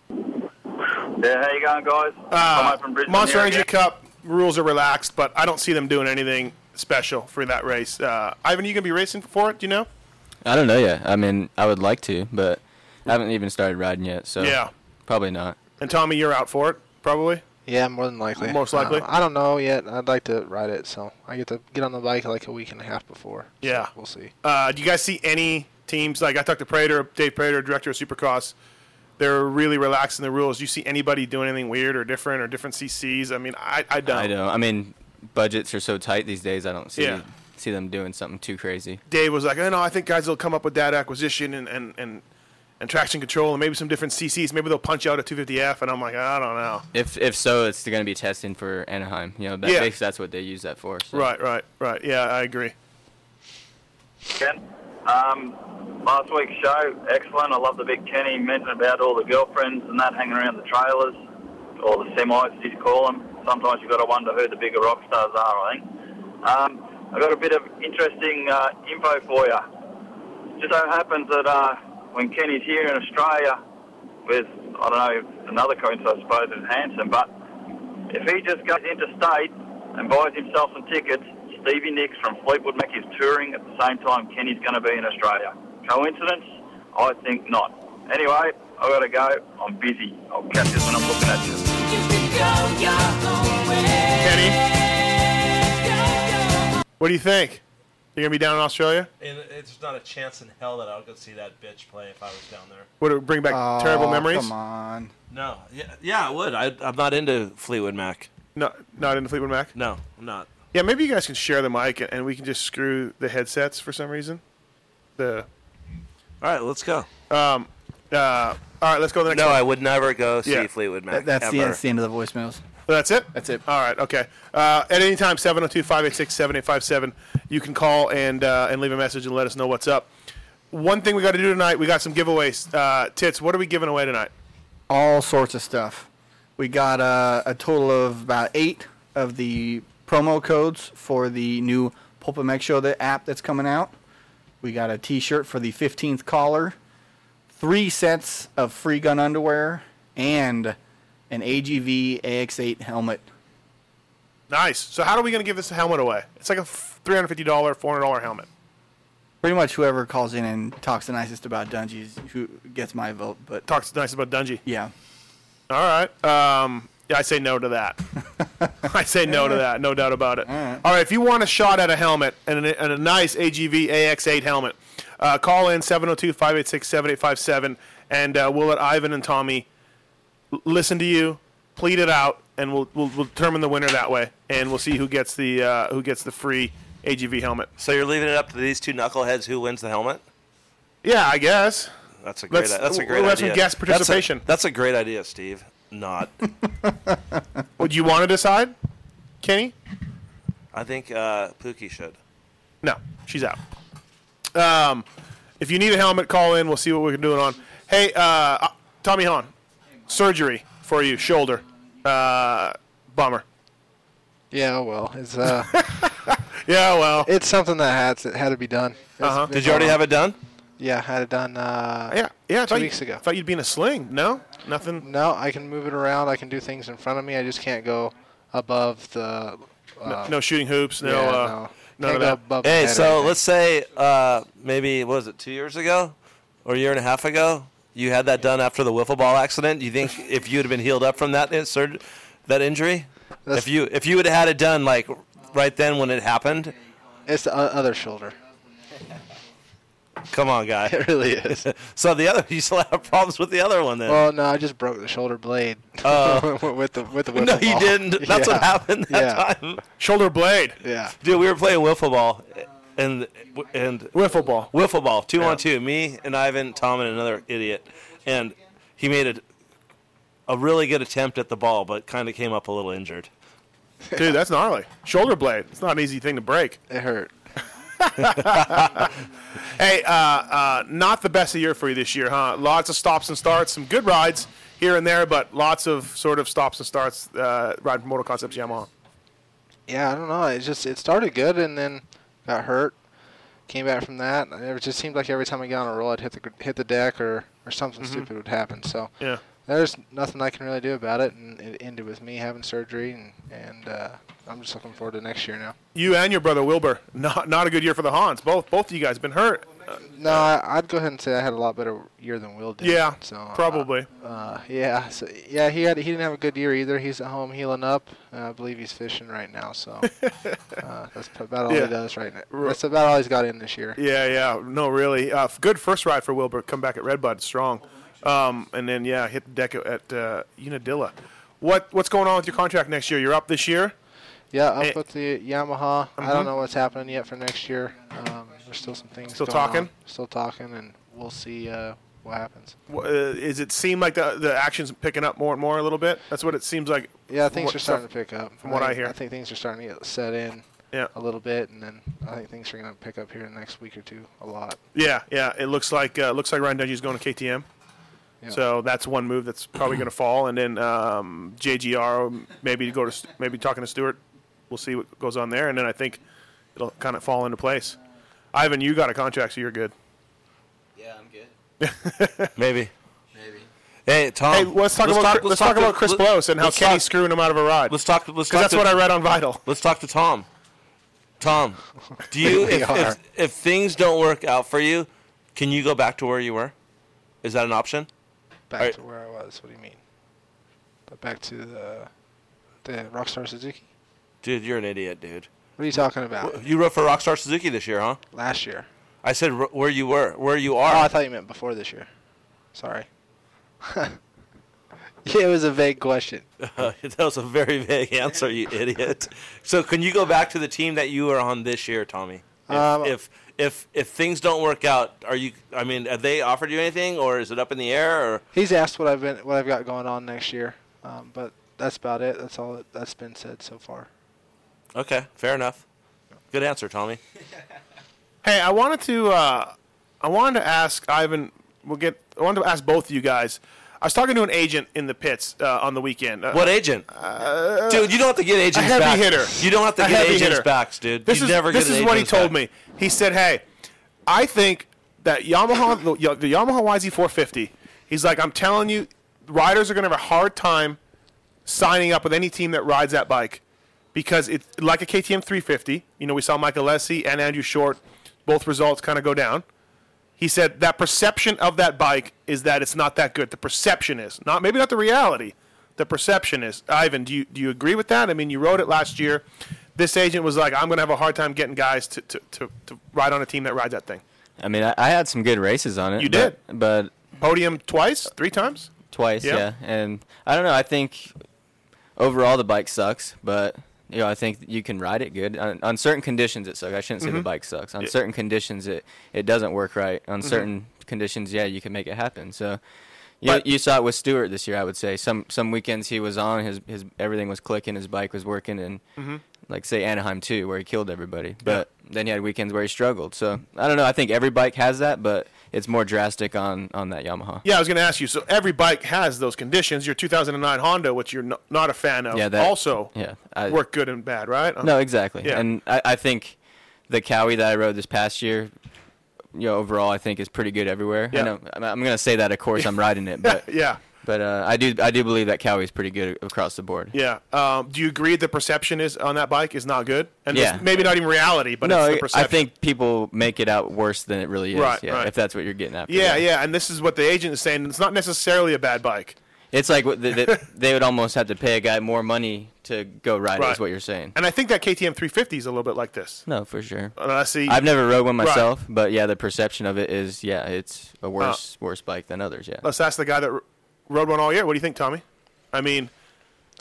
[SPEAKER 19] Yeah, how you going, guys?
[SPEAKER 5] Uh,
[SPEAKER 19] I'm from Brisbane
[SPEAKER 5] Monster
[SPEAKER 19] here
[SPEAKER 5] Energy
[SPEAKER 19] again.
[SPEAKER 5] Cup rules are relaxed, but I don't see them doing anything special for that race. Uh, Ivan, you gonna be racing for it? Do you know?
[SPEAKER 10] i don't know yet i mean i would like to but i haven't even started riding yet so
[SPEAKER 5] Yeah.
[SPEAKER 10] probably not
[SPEAKER 5] And Tommy, you're out for it, probably.
[SPEAKER 17] Yeah, more than likely.
[SPEAKER 5] Most likely.
[SPEAKER 17] Uh, I don't know yet. I'd like to ride it, so I get to get on the bike like a week and a half before.
[SPEAKER 5] Yeah.
[SPEAKER 17] We'll see.
[SPEAKER 5] Uh, do you guys see any teams? Like I talked to Prater, Dave Prater, director of Supercross. They're really relaxing the rules. Do you see anybody doing anything weird or different or different CCs? I mean, I, I don't.
[SPEAKER 10] i don't i mean budgets are so tight these days i don't see
[SPEAKER 5] Yeah.
[SPEAKER 10] see them doing something too crazy
[SPEAKER 5] Dave was like, oh, no, I think guys will come up with data acquisition and, and, and, and traction control and maybe some different CCs. Maybe they'll punch out a 250F. And I'm like, I don't know.
[SPEAKER 10] If if so, it's going to be testing for Anaheim. You know, that
[SPEAKER 5] Yeah.
[SPEAKER 10] makes, that's what they use that for. So.
[SPEAKER 5] Right, right, right. Yeah, I agree.
[SPEAKER 19] Um, last week's show, excellent. I love the big Kenny mention about all the girlfriends and that hanging around the trailers, or the semis, as you call them. Sometimes you've got to wonder who the bigger rock stars are, I think. Um, I've got a bit of interesting uh, info for you. just so happens that uh, when Kenny's here in Australia with, I don't know, another coincidence, I suppose, is Hanson, but if he just goes interstate and buys himself some tickets, Stevie Nicks from Fleetwood Mac is touring at the same time Kenny's going to be in Australia. Coincidence? I think not. Anyway, I gotta go. I'm busy. I'll catch you when I'm looking at you.
[SPEAKER 5] What do you think? You're gonna be down in Australia?
[SPEAKER 6] And it's not a chance in hell that I'll go see that bitch play if I was down there.
[SPEAKER 5] Would it bring back terrible memories?
[SPEAKER 6] Oh, come
[SPEAKER 8] on.
[SPEAKER 6] No. Yeah, yeah I would. I, I'm not into Fleetwood Mac.
[SPEAKER 5] No, not into Fleetwood Mac.
[SPEAKER 6] No, I'm not.
[SPEAKER 5] Yeah, maybe you guys can share the mic and- and we can just screw the headsets for some reason. The.
[SPEAKER 6] All right, let's go.
[SPEAKER 5] Um. Uh. All right, let's go to the next.
[SPEAKER 6] No,
[SPEAKER 5] one.
[SPEAKER 6] I would never go see
[SPEAKER 5] Yeah.
[SPEAKER 6] Fleetwood Mac.
[SPEAKER 5] That-
[SPEAKER 8] That's the,
[SPEAKER 5] Ever.
[SPEAKER 8] that's the end of the voicemails.
[SPEAKER 5] That's it? That's it. All right, okay. Uh, at any time, 702 586 7857, you can call and, uh, and leave a message and let us know what's up. One thing we got to do tonight, we got some giveaways. Uh, Tits, what are we giving away tonight?
[SPEAKER 8] all sorts of stuff. We got uh, a total of about eight of the promo codes for the new Pulp and Mech Show the app that's coming out. We got a T-shirt for the 15th caller, three sets of free gun underwear, and an AGV AX8 helmet.
[SPEAKER 5] Nice. So, how are we going to give this helmet away? It's like a f- $350, $400 helmet.
[SPEAKER 8] Pretty much whoever calls in and talks the nicest about Dungeons who gets my vote. But
[SPEAKER 5] talks the nicest about Dungy.
[SPEAKER 8] Yeah.
[SPEAKER 5] All right. Um, yeah, I say no to that. I say no to that. No doubt about it. All right. If you want a shot at a helmet and a, and a nice AGV AX8 helmet, uh, call in 702-586-7857, and uh, we'll let Ivan and Tommy l- listen to you, plead it out, and we'll, we'll, we'll determine the winner that way, and we'll see who gets the uh, who gets the free AGV helmet.
[SPEAKER 6] So you're leaving it up to these two knuckleheads who wins the helmet?
[SPEAKER 5] Yeah, I guess.
[SPEAKER 6] That's a great.
[SPEAKER 5] Let's-
[SPEAKER 6] that's a great
[SPEAKER 5] we'll have
[SPEAKER 6] idea.
[SPEAKER 5] some guest
[SPEAKER 6] That's a-
[SPEAKER 5] participation.
[SPEAKER 6] That's a, great idea, Steve. Not.
[SPEAKER 5] Would you want to decide, Kenny?
[SPEAKER 6] I think uh, Pookie should.
[SPEAKER 5] No, she's out. Um, if you need a helmet, call in. We'll see what we can do it on. Hey, uh, uh, Tommy Hahn, surgery for you, shoulder. Uh, bummer.
[SPEAKER 17] Yeah, well, it's uh.
[SPEAKER 5] yeah, well,
[SPEAKER 17] it's something that had to, had to be done.
[SPEAKER 5] Uh-huh. Did you already have it done?
[SPEAKER 17] Yeah, had it done. Uh,
[SPEAKER 5] yeah, yeah. I
[SPEAKER 17] Two
[SPEAKER 5] thought
[SPEAKER 17] weeks
[SPEAKER 5] you,
[SPEAKER 17] ago.
[SPEAKER 5] Thought you'd be in a sling. No, nothing.
[SPEAKER 17] No, I can move it around. I can do things in front of me. I just can't go above the. Uh,
[SPEAKER 5] No, no shooting hoops. No,
[SPEAKER 17] yeah,
[SPEAKER 5] uh,
[SPEAKER 17] no.
[SPEAKER 5] none
[SPEAKER 17] Can't
[SPEAKER 5] of
[SPEAKER 17] go
[SPEAKER 5] that.
[SPEAKER 17] above
[SPEAKER 6] Hey, so let's say uh, maybe what was it two years ago or a year and a half ago? You had that done after the wiffle ball accident. You think if you'd have been healed up from that in- surg- that injury, if you if you would have had it done like right then when it happened,
[SPEAKER 17] It's the o- other shoulder.
[SPEAKER 6] come on, guy, it
[SPEAKER 17] really is.
[SPEAKER 6] so the other you still have problems with the other one then.
[SPEAKER 17] Well, no, I just broke the shoulder blade
[SPEAKER 6] Oh.
[SPEAKER 17] with the with the
[SPEAKER 6] No,
[SPEAKER 17] wiffle
[SPEAKER 6] you
[SPEAKER 17] ball.
[SPEAKER 6] didn't. That's what
[SPEAKER 17] Yeah.
[SPEAKER 6] happened that
[SPEAKER 17] Yeah.
[SPEAKER 6] time.
[SPEAKER 5] Shoulder blade.
[SPEAKER 17] Yeah.
[SPEAKER 6] Dude, we were playing wiffle ball and and
[SPEAKER 5] wiffle ball.
[SPEAKER 6] Wiffle ball. Two on two. Me and Ivan, Tom, and another idiot. And he made a, a really good attempt at the ball, but kind of came up a little injured.
[SPEAKER 5] Dude, that's gnarly. Shoulder blade. It's not an easy thing to break.
[SPEAKER 17] It hurt.
[SPEAKER 5] hey, uh, uh, not the best of year for you this year, huh? Lots of stops and starts, some good rides here and there, but lots of sort of stops and starts uh, riding from Motor Concepts Yamaha.
[SPEAKER 17] Yeah, I don't know. It just it started good and then got hurt. Came back from that. And it just seemed like every time I got on a roll, I'd hit the gr- hit the deck or or something
[SPEAKER 5] Mhm.
[SPEAKER 6] Mm-hmm.
[SPEAKER 17] stupid would happen. So
[SPEAKER 5] Yeah.
[SPEAKER 17] there's nothing I can really do about it, and it ended with me having surgery, and and uh, I'm just looking forward to next year now.
[SPEAKER 5] You and your brother Wilbur, not not a good year for the Hans. Both both of you guys been hurt. Uh,
[SPEAKER 17] No, I, I'd go ahead and say I had a lot better year than Will did.
[SPEAKER 5] yeah,
[SPEAKER 17] So uh,
[SPEAKER 5] probably.
[SPEAKER 17] Uh, yeah, so, yeah. He had he didn't have a good year either. He's at home healing up. Uh, I believe he's fishing right now. So uh, that's about all
[SPEAKER 5] Yeah.
[SPEAKER 17] he does right now.
[SPEAKER 5] Ro-
[SPEAKER 17] That's about all he's got in this year.
[SPEAKER 5] Yeah, yeah. No, really. Uh, f- good first ride for Wilbur. Come back at Redbud strong, um, and then yeah, hit the deck at, at uh, Unadilla. What what's going on with your contract next year? You're up this year. Eh.
[SPEAKER 17] Yeah, up with the Yamaha. Uh, I
[SPEAKER 5] Mhm.
[SPEAKER 17] don't know what's happening yet for next year. Um, there's still some things.
[SPEAKER 5] Still
[SPEAKER 17] going on.
[SPEAKER 5] talking?
[SPEAKER 17] Still talking, and we'll see uh, what happens.
[SPEAKER 5] Wh- Uh, is it seem like the the action's picking up more and more a little bit? That's what it seems like.
[SPEAKER 17] Yeah,
[SPEAKER 5] from
[SPEAKER 17] things
[SPEAKER 5] what-
[SPEAKER 17] are starting to pick up.
[SPEAKER 5] From what I
[SPEAKER 17] think-
[SPEAKER 5] hear,
[SPEAKER 17] I think things are starting to get set in.
[SPEAKER 5] Yeah.
[SPEAKER 17] A little bit, and then I think things are going to pick up here in the next week or two a lot.
[SPEAKER 5] Yeah, yeah. It looks like uh, looks like Ryan Dungey's going to KTM.
[SPEAKER 17] Yeah.
[SPEAKER 5] So that's one move that's probably going to fall, and then um, JGR maybe go to St- maybe talking to Stewart. We'll see what goes on there, and then I think it'll kind of fall into place. Ivan, you got a contract, so you're good.
[SPEAKER 10] Yeah, I'm good.
[SPEAKER 6] Maybe. Maybe. Hey, Tom.
[SPEAKER 5] Hey, let's talk about Chris- let's talk about Chris Blose and how
[SPEAKER 6] let's
[SPEAKER 5] Kenny's screwing him out of a ride.
[SPEAKER 6] Let's talk.
[SPEAKER 5] 'Cause
[SPEAKER 6] Let's talk.
[SPEAKER 5] that's
[SPEAKER 6] to-
[SPEAKER 5] what I read on Vital.
[SPEAKER 6] Let's talk to Tom. Tom, do you
[SPEAKER 5] We
[SPEAKER 6] if,
[SPEAKER 5] are.
[SPEAKER 6] if if things don't work out for you, Can you go back to where you were? Is that an option?
[SPEAKER 17] Back
[SPEAKER 6] All right.
[SPEAKER 17] to where I was. What do you mean? But back to the the Rockstar Suzuki.
[SPEAKER 6] Dude, you're an idiot, dude.
[SPEAKER 17] What are you talking about?
[SPEAKER 6] You wrote for Rockstar Suzuki this year, huh?
[SPEAKER 17] Last year.
[SPEAKER 6] I said r- where you were, where you are.
[SPEAKER 17] Oh, I thought you meant before this year. Sorry. yeah, it was a vague question.
[SPEAKER 6] that was a very vague answer, you idiot. So, can you go back to the team that you were on this year, Tommy?
[SPEAKER 5] Uh,
[SPEAKER 17] Um,
[SPEAKER 6] If if, if if things don't work out, are you? I mean, have they offered you anything, or is it up in the air? Or
[SPEAKER 17] He's asked what I've been, what I've got going on next year, um, but that's about it. That's all that- that's been said so far.
[SPEAKER 6] okay, fair enough. Good answer, Tommy.
[SPEAKER 5] Hey, I wanted to uh, I wanted to ask Ivan. We'll get. I wanted to ask both of you guys. I was talking to an agent in the pits uh, on the weekend. Uh,
[SPEAKER 6] What agent?
[SPEAKER 5] Uh,
[SPEAKER 6] Dude, you don't have to get agents
[SPEAKER 5] a heavy
[SPEAKER 6] back.
[SPEAKER 5] hitter.
[SPEAKER 6] You don't have to
[SPEAKER 5] A
[SPEAKER 6] get
[SPEAKER 5] heavy
[SPEAKER 6] agents
[SPEAKER 5] hitter.
[SPEAKER 6] backs, dude.
[SPEAKER 5] This
[SPEAKER 6] You
[SPEAKER 5] is
[SPEAKER 6] never
[SPEAKER 5] this
[SPEAKER 6] get
[SPEAKER 5] is
[SPEAKER 6] an
[SPEAKER 5] what he
[SPEAKER 6] agent's
[SPEAKER 5] told me. He said, "Hey, I think that Yamaha the, the Yamaha YZ450. He's like, I'm telling you, riders are going to have a hard time signing up with any team that rides that bike because it's like a KTM 350. You know, we saw Michael Lessie and Andrew Short. Both results kind of go down." He said that perception of that bike is that it's not that good. The perception is not maybe not the reality. The perception is. Ivan, do you do you agree with that? I mean, you rode it last year. This agent was like, I'm going to have a hard time getting guys to, to, to, to ride on a team that rides that thing.
[SPEAKER 10] I mean, I, I had some good races on it.
[SPEAKER 5] You
[SPEAKER 10] but- but
[SPEAKER 5] podium twice, three times.
[SPEAKER 10] Twice,
[SPEAKER 5] Yeah.
[SPEAKER 10] yeah. And I don't know. I think overall the bike sucks, but you know I think that you can ride it good on, on certain conditions. It sucks. I shouldn't say the
[SPEAKER 5] Mm-hmm.
[SPEAKER 6] Mhm.
[SPEAKER 10] bike sucks. On
[SPEAKER 6] Yeah.
[SPEAKER 10] certain conditions, it it doesn't work right. On
[SPEAKER 5] Mm-hmm.
[SPEAKER 6] Mhm.
[SPEAKER 10] certain conditions, yeah, you can make it happen. So. You,
[SPEAKER 6] But-
[SPEAKER 10] you saw it with Stewart this year, I would say. Some some weekends he was on, his his everything was clicking, his bike was working, and
[SPEAKER 5] Mm-hmm.
[SPEAKER 6] Mhm.
[SPEAKER 10] like say Anaheim too, where he killed everybody. But then he had weekends where he struggled. So I don't know. I think every bike has that, but it's more drastic on on that Yamaha.
[SPEAKER 5] Yeah, I was going to ask you. So every bike has those conditions. Your 2009 Honda, which you're no, not a fan of,
[SPEAKER 10] Yeah, that-
[SPEAKER 5] also
[SPEAKER 10] yeah, I-
[SPEAKER 5] worked good and bad, right?
[SPEAKER 10] No, exactly.
[SPEAKER 5] Yeah.
[SPEAKER 10] And I, I think the Cowie that I rode this past year, you know, overall, I think is pretty good everywhere.
[SPEAKER 5] Yeah.
[SPEAKER 10] I know, I'm, I'm going to say that, of course, I'm riding it, but
[SPEAKER 5] yeah,
[SPEAKER 10] but uh, I do I do believe that Cowie is pretty good across the board.
[SPEAKER 5] yeah. Um, do you agree the perception is on that bike is not good? And
[SPEAKER 10] Yeah.
[SPEAKER 5] it's maybe not even reality, but
[SPEAKER 10] no,
[SPEAKER 5] it's the
[SPEAKER 10] I
[SPEAKER 5] perception.
[SPEAKER 10] think people make it out worse than it really is.
[SPEAKER 5] Right,
[SPEAKER 10] yeah,
[SPEAKER 5] right.
[SPEAKER 10] if that's what you're getting at.
[SPEAKER 5] Yeah, yeah, and this is what the agent is saying. It's not necessarily a bad bike,
[SPEAKER 10] It's like what the, the, they would almost have to pay a guy more money to go ride. it,
[SPEAKER 5] Right.
[SPEAKER 10] Is what you're saying?
[SPEAKER 5] and I think that KTM 350 is a little bit like this.
[SPEAKER 10] No, for sure.
[SPEAKER 5] And I see.
[SPEAKER 10] I've never rode one
[SPEAKER 5] Right.
[SPEAKER 10] myself, but yeah, the perception of it is yeah, it's a worse
[SPEAKER 5] Uh.
[SPEAKER 10] worse bike than others. Yeah.
[SPEAKER 5] Let's ask the guy that r- rode one all year. What do you think, Tommy? I mean,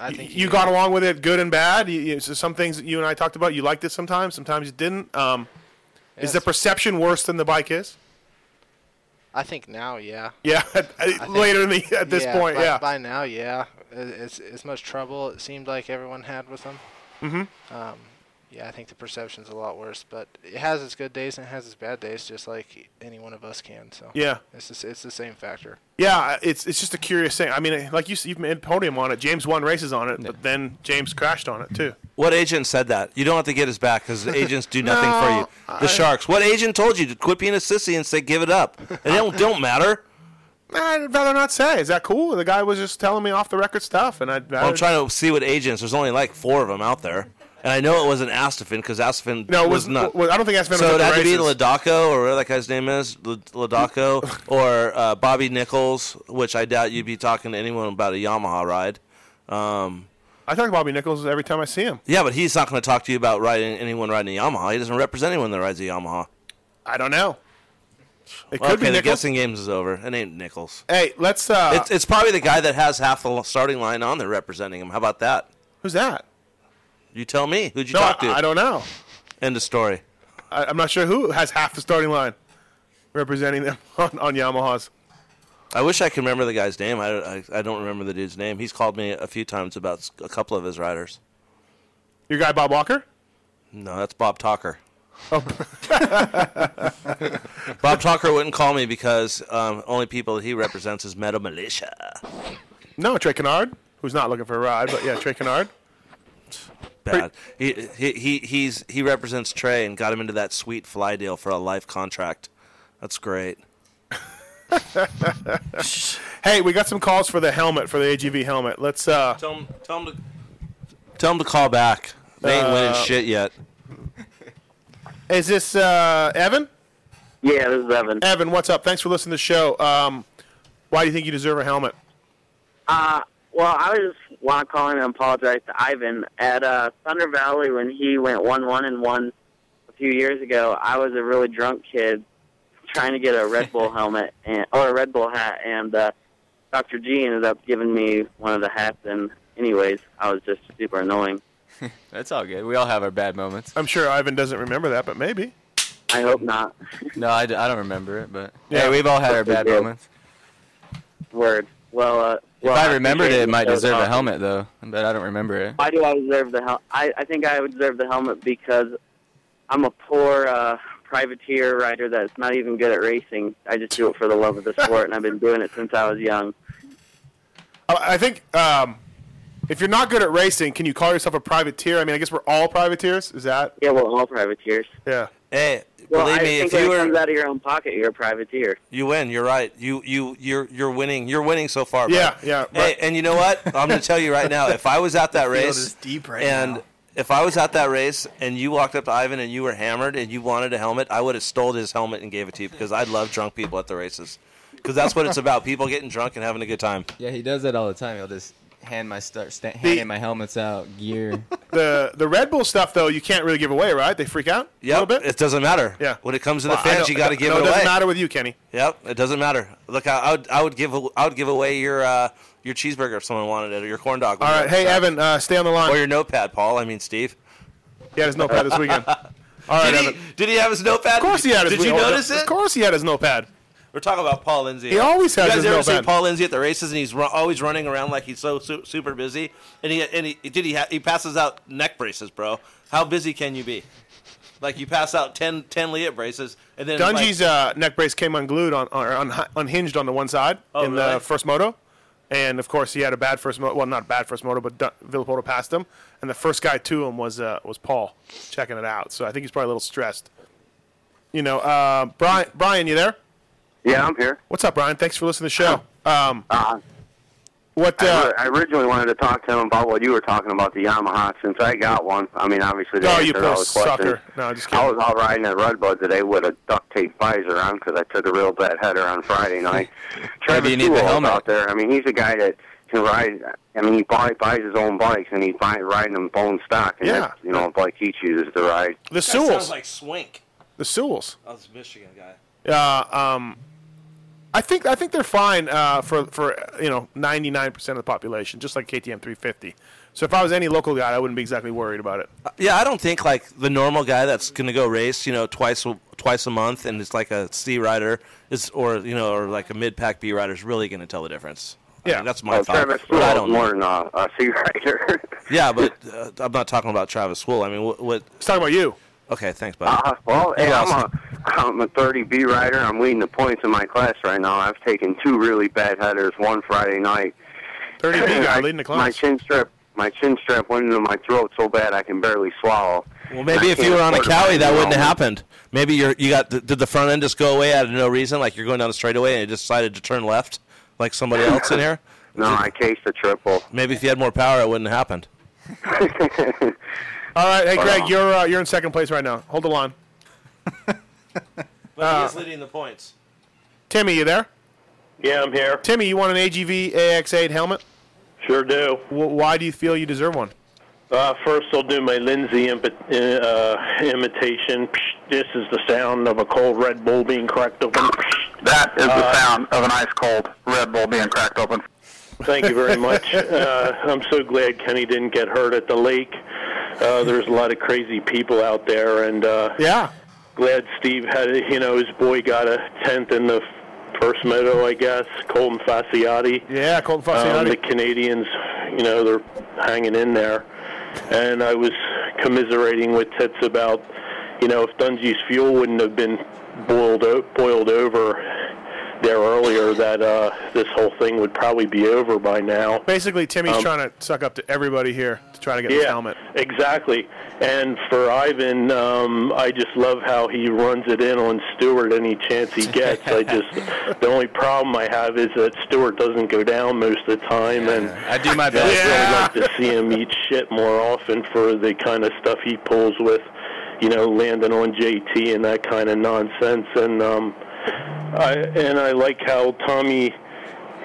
[SPEAKER 5] I think you got along with it, good and bad. You, you, so some things that you and I talked about, you liked it sometimes, sometimes you didn't. Um, Is the perception worse than the bike is?
[SPEAKER 17] I think now, yeah.
[SPEAKER 5] Yeah,
[SPEAKER 17] I think-
[SPEAKER 5] later in the, at this point,
[SPEAKER 17] by,
[SPEAKER 5] yeah.
[SPEAKER 17] By now, yeah. It- It's as much trouble it seemed like everyone had with them.
[SPEAKER 5] Mhm.
[SPEAKER 17] Um, yeah, I think the perception's a lot worse, but it has its good days and it has its bad days, just like any one of us can. So
[SPEAKER 5] Yeah.
[SPEAKER 17] it's just, it's the same factor.
[SPEAKER 5] Yeah, it's it's just a curious thing. I mean, like you, s- you've made podium on it. James won races on it, but then James crashed on it too.
[SPEAKER 6] What agent said that? You don't have to get his back because the agents do nothing for you. The Sharks. What agent told you to quit being a sissy and say give it up? It don't don't matter.
[SPEAKER 5] I'd rather not say. Is that cool? The guy was just telling me off the record stuff, and I'd rather.
[SPEAKER 6] I'm trying to see what agents. There's only like four of them out there, and I know it wasn't Astafin because Astafin
[SPEAKER 5] No, it
[SPEAKER 6] was,
[SPEAKER 5] was-
[SPEAKER 6] not.
[SPEAKER 5] well, I don't think Astafin was
[SPEAKER 6] So
[SPEAKER 5] at
[SPEAKER 6] it
[SPEAKER 5] the
[SPEAKER 6] had to be
[SPEAKER 5] races.
[SPEAKER 6] Ladaco or whatever that guy's name is, L- Ladaco or uh, Bobby Nichols, which I doubt you'd be talking to anyone about a Yamaha ride. Um,
[SPEAKER 5] I talk to Bobby Nichols every time I see him.
[SPEAKER 6] yeah, but he's not going to talk to you about riding anyone riding a Yamaha. He doesn't represent anyone that rides a Yamaha.
[SPEAKER 5] I don't know. It
[SPEAKER 6] Well,
[SPEAKER 5] could be
[SPEAKER 6] okay, the
[SPEAKER 5] Nichols.
[SPEAKER 6] guessing games is over. It ain't Nichols.
[SPEAKER 5] Hey, let's. Uh,
[SPEAKER 6] it's, it's probably the guy that has half the l- starting line on there representing him. How about that?
[SPEAKER 5] who's that?
[SPEAKER 6] You tell me. Who'd you
[SPEAKER 5] No,
[SPEAKER 6] talk to?
[SPEAKER 5] I- I don't know.
[SPEAKER 6] End of story.
[SPEAKER 5] I, I'm not sure who has half the starting line representing them on, on Yamahas.
[SPEAKER 6] I wish I could remember the guy's name. I, I, I don't remember the dude's name. He's called me a few times about s- a couple of his riders.
[SPEAKER 5] Your guy Bob Walker? Oh.
[SPEAKER 6] No, that's Bob Talker. Bob Talker wouldn't call me because um, only people he represents is Metal Militia.
[SPEAKER 5] No, Trey Kennard, who's not looking for a ride, but yeah, Trey Kennard.
[SPEAKER 6] Bad. He, he, he, he's, he represents Trey and got him into that sweet fly deal for a life contract. That's great.
[SPEAKER 5] Hey, we got some calls for the helmet for the AGV helmet. Let's uh,
[SPEAKER 6] Tell him, tell him to Tell him to call back. They ain't winning
[SPEAKER 5] Uh,
[SPEAKER 6] shit yet.
[SPEAKER 5] Is this uh, Evan? Yeah, this is Evan. Evan, what's up? Thanks for listening to the show. Um, why do you think you deserve a helmet?
[SPEAKER 14] Uh, well, I just want to call in and apologize to Ivan. At uh, Thunder Valley, when he went one one and one a few years ago, I was a really drunk kid trying to get a Red Bull helmet and or a Red Bull hat, and uh, Dr. G ended up giving me one of the hats. And anyways, I was just super annoying.
[SPEAKER 10] That's all good. We all have our bad moments.
[SPEAKER 5] I'm sure Ivan doesn't remember that, but maybe.
[SPEAKER 14] I hope not.
[SPEAKER 10] No, I, d- I don't remember it, but
[SPEAKER 14] Yeah.
[SPEAKER 10] yeah, we've all had our
[SPEAKER 14] Hopefully
[SPEAKER 10] bad
[SPEAKER 14] you do.
[SPEAKER 10] moments.
[SPEAKER 14] Word. Well, uh, well,
[SPEAKER 10] if I remembered
[SPEAKER 14] appreciate
[SPEAKER 10] it, it might
[SPEAKER 14] so
[SPEAKER 10] deserve a
[SPEAKER 14] much.
[SPEAKER 10] helmet though, but I don't remember it.
[SPEAKER 14] Why do I deserve the helmet? I, I think I deserve the helmet because I'm a poor uh, privateer rider that's not even good at racing. I just do it for the love of the sport, and I've been doing it since I was young.
[SPEAKER 5] I I think um, if you're not good at racing, can you call yourself a privateer? I mean, I guess we're all privateers. Is that?
[SPEAKER 14] Yeah, we're all privateers.
[SPEAKER 5] Yeah.
[SPEAKER 6] Hey,
[SPEAKER 14] Well,
[SPEAKER 6] believe
[SPEAKER 14] I
[SPEAKER 6] me,
[SPEAKER 14] think
[SPEAKER 6] if you
[SPEAKER 14] when it
[SPEAKER 6] were
[SPEAKER 14] comes out of your own pocket, you're a privateer.
[SPEAKER 6] You win. You're right. You you you're you're winning. You're winning so far. bud.
[SPEAKER 14] Yeah, yeah,
[SPEAKER 6] Hey,
[SPEAKER 14] right.
[SPEAKER 6] and you know what? I'm going to tell you right now. If I was at that
[SPEAKER 8] The field
[SPEAKER 6] race,
[SPEAKER 8] is deep right
[SPEAKER 6] and if I was at that race and you walked up to Ivan and you were hammered and you wanted a helmet, I would have stole his helmet and gave it to you because I love drunk people at the races. Because that's what it's about: people getting drunk and having a good time.
[SPEAKER 10] Yeah, he does that all the time. He'll just hand my start sta hand in my helmets out gear.
[SPEAKER 5] the the Red Bull stuff though, you can't really give away, right? They freak out a little bit.
[SPEAKER 6] It doesn't matter.
[SPEAKER 5] Yeah.
[SPEAKER 6] When it comes to the
[SPEAKER 5] Well, I
[SPEAKER 6] fans,
[SPEAKER 5] know-
[SPEAKER 6] you got
[SPEAKER 5] I
[SPEAKER 6] to give
[SPEAKER 5] know
[SPEAKER 6] it away.
[SPEAKER 5] doesn't matter with you, Kenny.
[SPEAKER 6] Yep, it doesn't matter. Look, I, I would I would give a- I would give away your uh, your cheeseburger if someone wanted it or your corn dog.
[SPEAKER 5] All right, hey Evan, uh, stay on the line.
[SPEAKER 6] Or your notepad, Paul. I mean, Steve.
[SPEAKER 5] He had his notepad this weekend. All right,
[SPEAKER 6] did
[SPEAKER 5] Evan.
[SPEAKER 6] He, did he have his notepad?
[SPEAKER 5] Of course he had his.
[SPEAKER 6] Did you
[SPEAKER 5] wheel-
[SPEAKER 6] notice it?
[SPEAKER 5] Of course he had his notepad.
[SPEAKER 6] We're talking about Paul Lindsay.
[SPEAKER 5] He always has
[SPEAKER 6] You guys
[SPEAKER 5] his
[SPEAKER 6] ever see
[SPEAKER 5] notepad.
[SPEAKER 6] Paul Lindsay at the races and he's ru- always running around like he's so su- super busy? And he and he did he ha- he passes out neck braces, bro. How busy can you be? Like you pass out 10, 10 Liat braces and then like-
[SPEAKER 5] Dungy's uh, neck brace came unglued on, or un- unhinged on the one side
[SPEAKER 6] Oh,
[SPEAKER 5] in
[SPEAKER 6] really?
[SPEAKER 5] the first moto, and of course he had a bad first moto. Well, not a bad first moto, but Dun- Villapoto passed him, and the first guy to him was uh, was Paul checking it out. So I think he's probably a little stressed. You know, uh, Brian, Brian, you there?
[SPEAKER 3] Yeah, I'm here.
[SPEAKER 5] What's up, Brian? Thanks for listening to the show. Um, what?
[SPEAKER 3] Uh, I originally wanted to talk to him about what you were talking about the Yamaha, since I got one. I mean, obviously they
[SPEAKER 5] Oh, you
[SPEAKER 3] answered
[SPEAKER 5] poor
[SPEAKER 3] all the questions.
[SPEAKER 5] sucker! No, just
[SPEAKER 3] I was out riding at Redbud today with a duct tape visor on because I took a real bad header on Friday night. Travis
[SPEAKER 10] you need the
[SPEAKER 3] Sewell's
[SPEAKER 10] helmet.
[SPEAKER 3] out there. I mean, he's a guy that can ride. I mean, he buy, buys his own bikes and he buy, riding them bone stock. And
[SPEAKER 5] Yeah.
[SPEAKER 3] that's, you know, a bike he chooses to ride.
[SPEAKER 5] The Sewells.
[SPEAKER 6] like Swink.
[SPEAKER 5] The Sewells.
[SPEAKER 6] I was a Michigan guy.
[SPEAKER 5] Uh, um, I think I think they're fine uh, for for uh, you know ninety nine percent of the population, just like KTM three fifty. So if I was any local guy, I wouldn't be exactly worried about it.
[SPEAKER 6] Yeah, I don't think like the normal guy that's going to go race, you know, twice twice a month, and it's like a C rider is, or you know, or like a mid pack B rider is really going to tell the difference. I mean, that's my
[SPEAKER 3] Well,
[SPEAKER 6] thought.
[SPEAKER 3] Travis
[SPEAKER 6] but I
[SPEAKER 3] Sewell's
[SPEAKER 6] don't know.
[SPEAKER 3] more than a, a sea rider.
[SPEAKER 6] Yeah, but uh, I'm not talking about Travis Sewell. I mean, what? what
[SPEAKER 5] He's talking about you.
[SPEAKER 6] Okay, thanks, buddy.
[SPEAKER 3] Uh, well,
[SPEAKER 6] You
[SPEAKER 3] hey, I'm
[SPEAKER 6] lost.
[SPEAKER 3] a, I'm a 30B rider. I'm leading the points in my class right now. I've taken two really bad headers, one Friday night.
[SPEAKER 5] 30B
[SPEAKER 3] I,
[SPEAKER 5] leading the class.
[SPEAKER 3] My chin strap, my chin strap went into my throat so bad I can barely swallow.
[SPEAKER 6] Well, maybe if you were on a cowie, that wouldn't have happened. Maybe you're you got did the front end just go away out of no reason? Like you're going down the straightaway and it decided to turn left, like somebody else in here.
[SPEAKER 3] No, I cased a triple.
[SPEAKER 6] Maybe if you had more power, it wouldn't have happened.
[SPEAKER 5] All right, hey
[SPEAKER 6] Wow.
[SPEAKER 5] Greg, you're uh, you're in second place right now. Hold the line.
[SPEAKER 6] But
[SPEAKER 5] Uh,
[SPEAKER 6] he is leading the points.
[SPEAKER 5] Timmy, you there?
[SPEAKER 20] Yeah, I'm here.
[SPEAKER 5] Timmy, you want an AGV AX8 helmet?
[SPEAKER 20] Sure do.
[SPEAKER 5] W- why do you feel you deserve one?
[SPEAKER 20] Uh, first, I'll do my Lindsay impi- uh, imitation. Psh, this is the sound of a cold Red Bull being cracked open. Uh,
[SPEAKER 12] That is the sound of an ice cold Red Bull being cracked open.
[SPEAKER 20] Thank you very much. Uh, I'm so glad Kenny didn't get hurt at the lake. Uh, there's a lot of crazy people out there, and uh,
[SPEAKER 5] yeah,
[SPEAKER 20] glad Steve had it. You know, his boy got a tenth in the f- first moto, I guess. Colton Fasciati.
[SPEAKER 5] Yeah, Colton Fasciati.
[SPEAKER 20] Um, the Canadians, you know, they're hanging in there. And I was commiserating with Tits about, you know, if Dungy's fuel wouldn't have been boiled o- boiled over there earlier, that uh, this whole thing would probably be over by now.
[SPEAKER 5] Basically, Timmy's
[SPEAKER 20] Um,
[SPEAKER 5] trying to suck up to everybody here to try to get this helmet.
[SPEAKER 20] Exactly. And for Ivan, um, I just love how he runs it in on Stewart any chance he gets. I just the only problem I have is that Stewart doesn't go down most of the time, and
[SPEAKER 10] I do my
[SPEAKER 20] best. I'd
[SPEAKER 10] best.
[SPEAKER 20] really like to see him eat shit more often for the kind of stuff he pulls with. you know, landing on JT and that kind of nonsense. And um, I and I like how Tommy,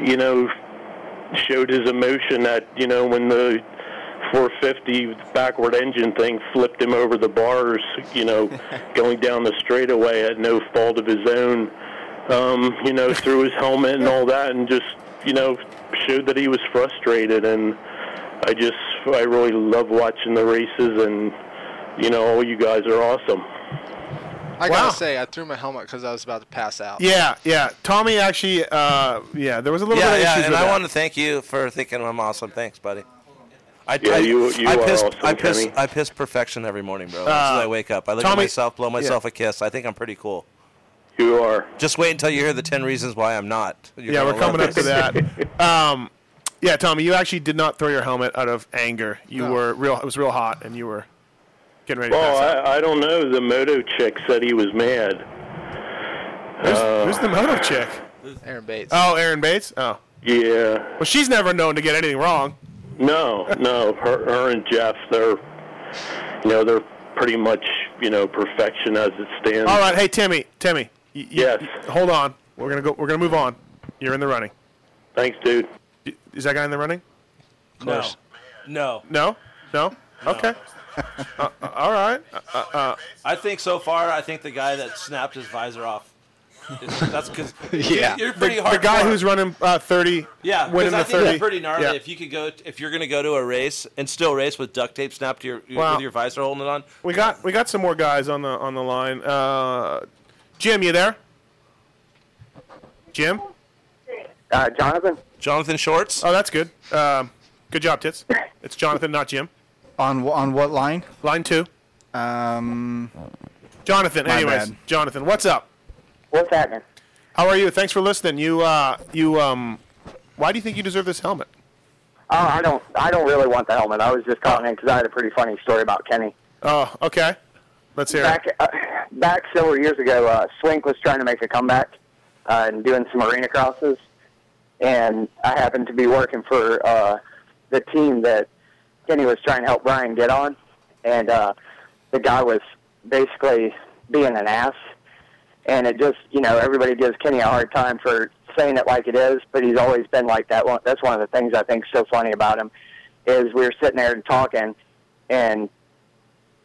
[SPEAKER 20] you know, showed his emotion that you know when the 450 backward engine thing flipped him over the bars, you know, going down the straightaway at no fault of his own. Um, you know, threw his helmet and all that, and just you know showed that he was frustrated. And I just I really love watching the races, and you know, all you guys are awesome.
[SPEAKER 17] I gotta say, I threw my helmet because I was about to pass out.
[SPEAKER 5] Yeah, yeah. Tommy actually, uh, yeah, there was a little
[SPEAKER 6] yeah,
[SPEAKER 5] bit of
[SPEAKER 6] yeah,
[SPEAKER 5] issues
[SPEAKER 6] and
[SPEAKER 5] with
[SPEAKER 6] I
[SPEAKER 5] that.
[SPEAKER 6] want to thank you for thinking I'm awesome. Thanks, buddy. I,
[SPEAKER 20] Yeah,
[SPEAKER 6] I,
[SPEAKER 20] you- you
[SPEAKER 6] I
[SPEAKER 20] are
[SPEAKER 6] piss,
[SPEAKER 20] awesome,
[SPEAKER 6] I piss,
[SPEAKER 20] Kenny.
[SPEAKER 6] I piss perfection every morning, bro. As
[SPEAKER 20] Uh,
[SPEAKER 6] I wake up, I look at
[SPEAKER 20] Tommy-
[SPEAKER 6] myself, blow
[SPEAKER 20] yeah.
[SPEAKER 6] myself a kiss. I think I'm pretty cool.
[SPEAKER 20] You are.
[SPEAKER 6] Just wait until you hear the ten reasons why I'm not. You're
[SPEAKER 5] yeah,
[SPEAKER 6] gonna
[SPEAKER 5] we're coming
[SPEAKER 6] love
[SPEAKER 5] up to
[SPEAKER 6] this.
[SPEAKER 5] that. Um, yeah, Tommy, you actually did not throw your helmet out of anger. You
[SPEAKER 20] No.
[SPEAKER 5] were real. It was real hot, and you were getting ready. to
[SPEAKER 20] Well,
[SPEAKER 5] pass out.
[SPEAKER 20] I, I don't know. The moto chick said he was mad.
[SPEAKER 5] Who's,
[SPEAKER 20] uh,
[SPEAKER 5] who's the moto chick?
[SPEAKER 17] Aaron Bates.
[SPEAKER 5] Oh, Aaron Bates. Oh,
[SPEAKER 20] Yeah.
[SPEAKER 5] well, she's never known to get anything wrong.
[SPEAKER 20] No, no. Her, her and Jeff, they're, you know, they're pretty much, you know, perfection as it stands.
[SPEAKER 5] All right, hey Timmy, Timmy. y- y-
[SPEAKER 20] Yes.
[SPEAKER 5] y- hold on. We're gonna go. We're gonna move on. You're in the running.
[SPEAKER 20] Thanks, dude.
[SPEAKER 5] Is that guy in the running?
[SPEAKER 6] No. No.
[SPEAKER 5] No. No. Okay. uh, uh, all right. Uh, uh,
[SPEAKER 6] I think so far, I think the guy that snapped his visor off. is- That's because
[SPEAKER 5] The-
[SPEAKER 6] you're pretty hard.
[SPEAKER 5] The guy who's running uh, 30.
[SPEAKER 6] Yeah,
[SPEAKER 5] Winning
[SPEAKER 6] because
[SPEAKER 5] the
[SPEAKER 6] I think
[SPEAKER 5] 30.
[SPEAKER 6] it's pretty gnarly
[SPEAKER 5] Yeah.
[SPEAKER 6] if you could go if you're going to go to a race and still race with duct tape snapped to your
[SPEAKER 5] Wow.
[SPEAKER 6] with your visor holding it on.
[SPEAKER 5] We got we got some more guys on the on the line. Uh, Jim, you there? Jim?
[SPEAKER 3] Uh, Jonathan.
[SPEAKER 6] Jonathan Shorts.
[SPEAKER 5] Oh, that's good. Um, good job, tits. It's Jonathan, not Jim.
[SPEAKER 8] On wh- on what line?
[SPEAKER 5] Line two.
[SPEAKER 8] Um.
[SPEAKER 5] Jonathan.
[SPEAKER 8] My
[SPEAKER 5] anyways,
[SPEAKER 8] bad.
[SPEAKER 5] Jonathan, what's up?
[SPEAKER 3] What's happening?
[SPEAKER 5] How are you? Thanks for listening. You uh you um, why do you think you deserve this helmet?
[SPEAKER 3] Oh, I don't. I don't really want the helmet. I was just calling in because I had a pretty funny story about Kenny.
[SPEAKER 5] Oh, okay. Let's hear
[SPEAKER 3] back,
[SPEAKER 5] it.
[SPEAKER 3] Uh, back several years ago, uh, Swink was trying to make a comeback uh, and doing some arena crosses, and I happened to be working for uh, the team that Kenny was trying to help Brian get on, and uh, the guy was basically being an ass, and it just you know everybody gives Kenny a hard time for saying it like it is, but he's always been like that. One, that's one of the things I think's so funny about him is we were sitting there and talking, and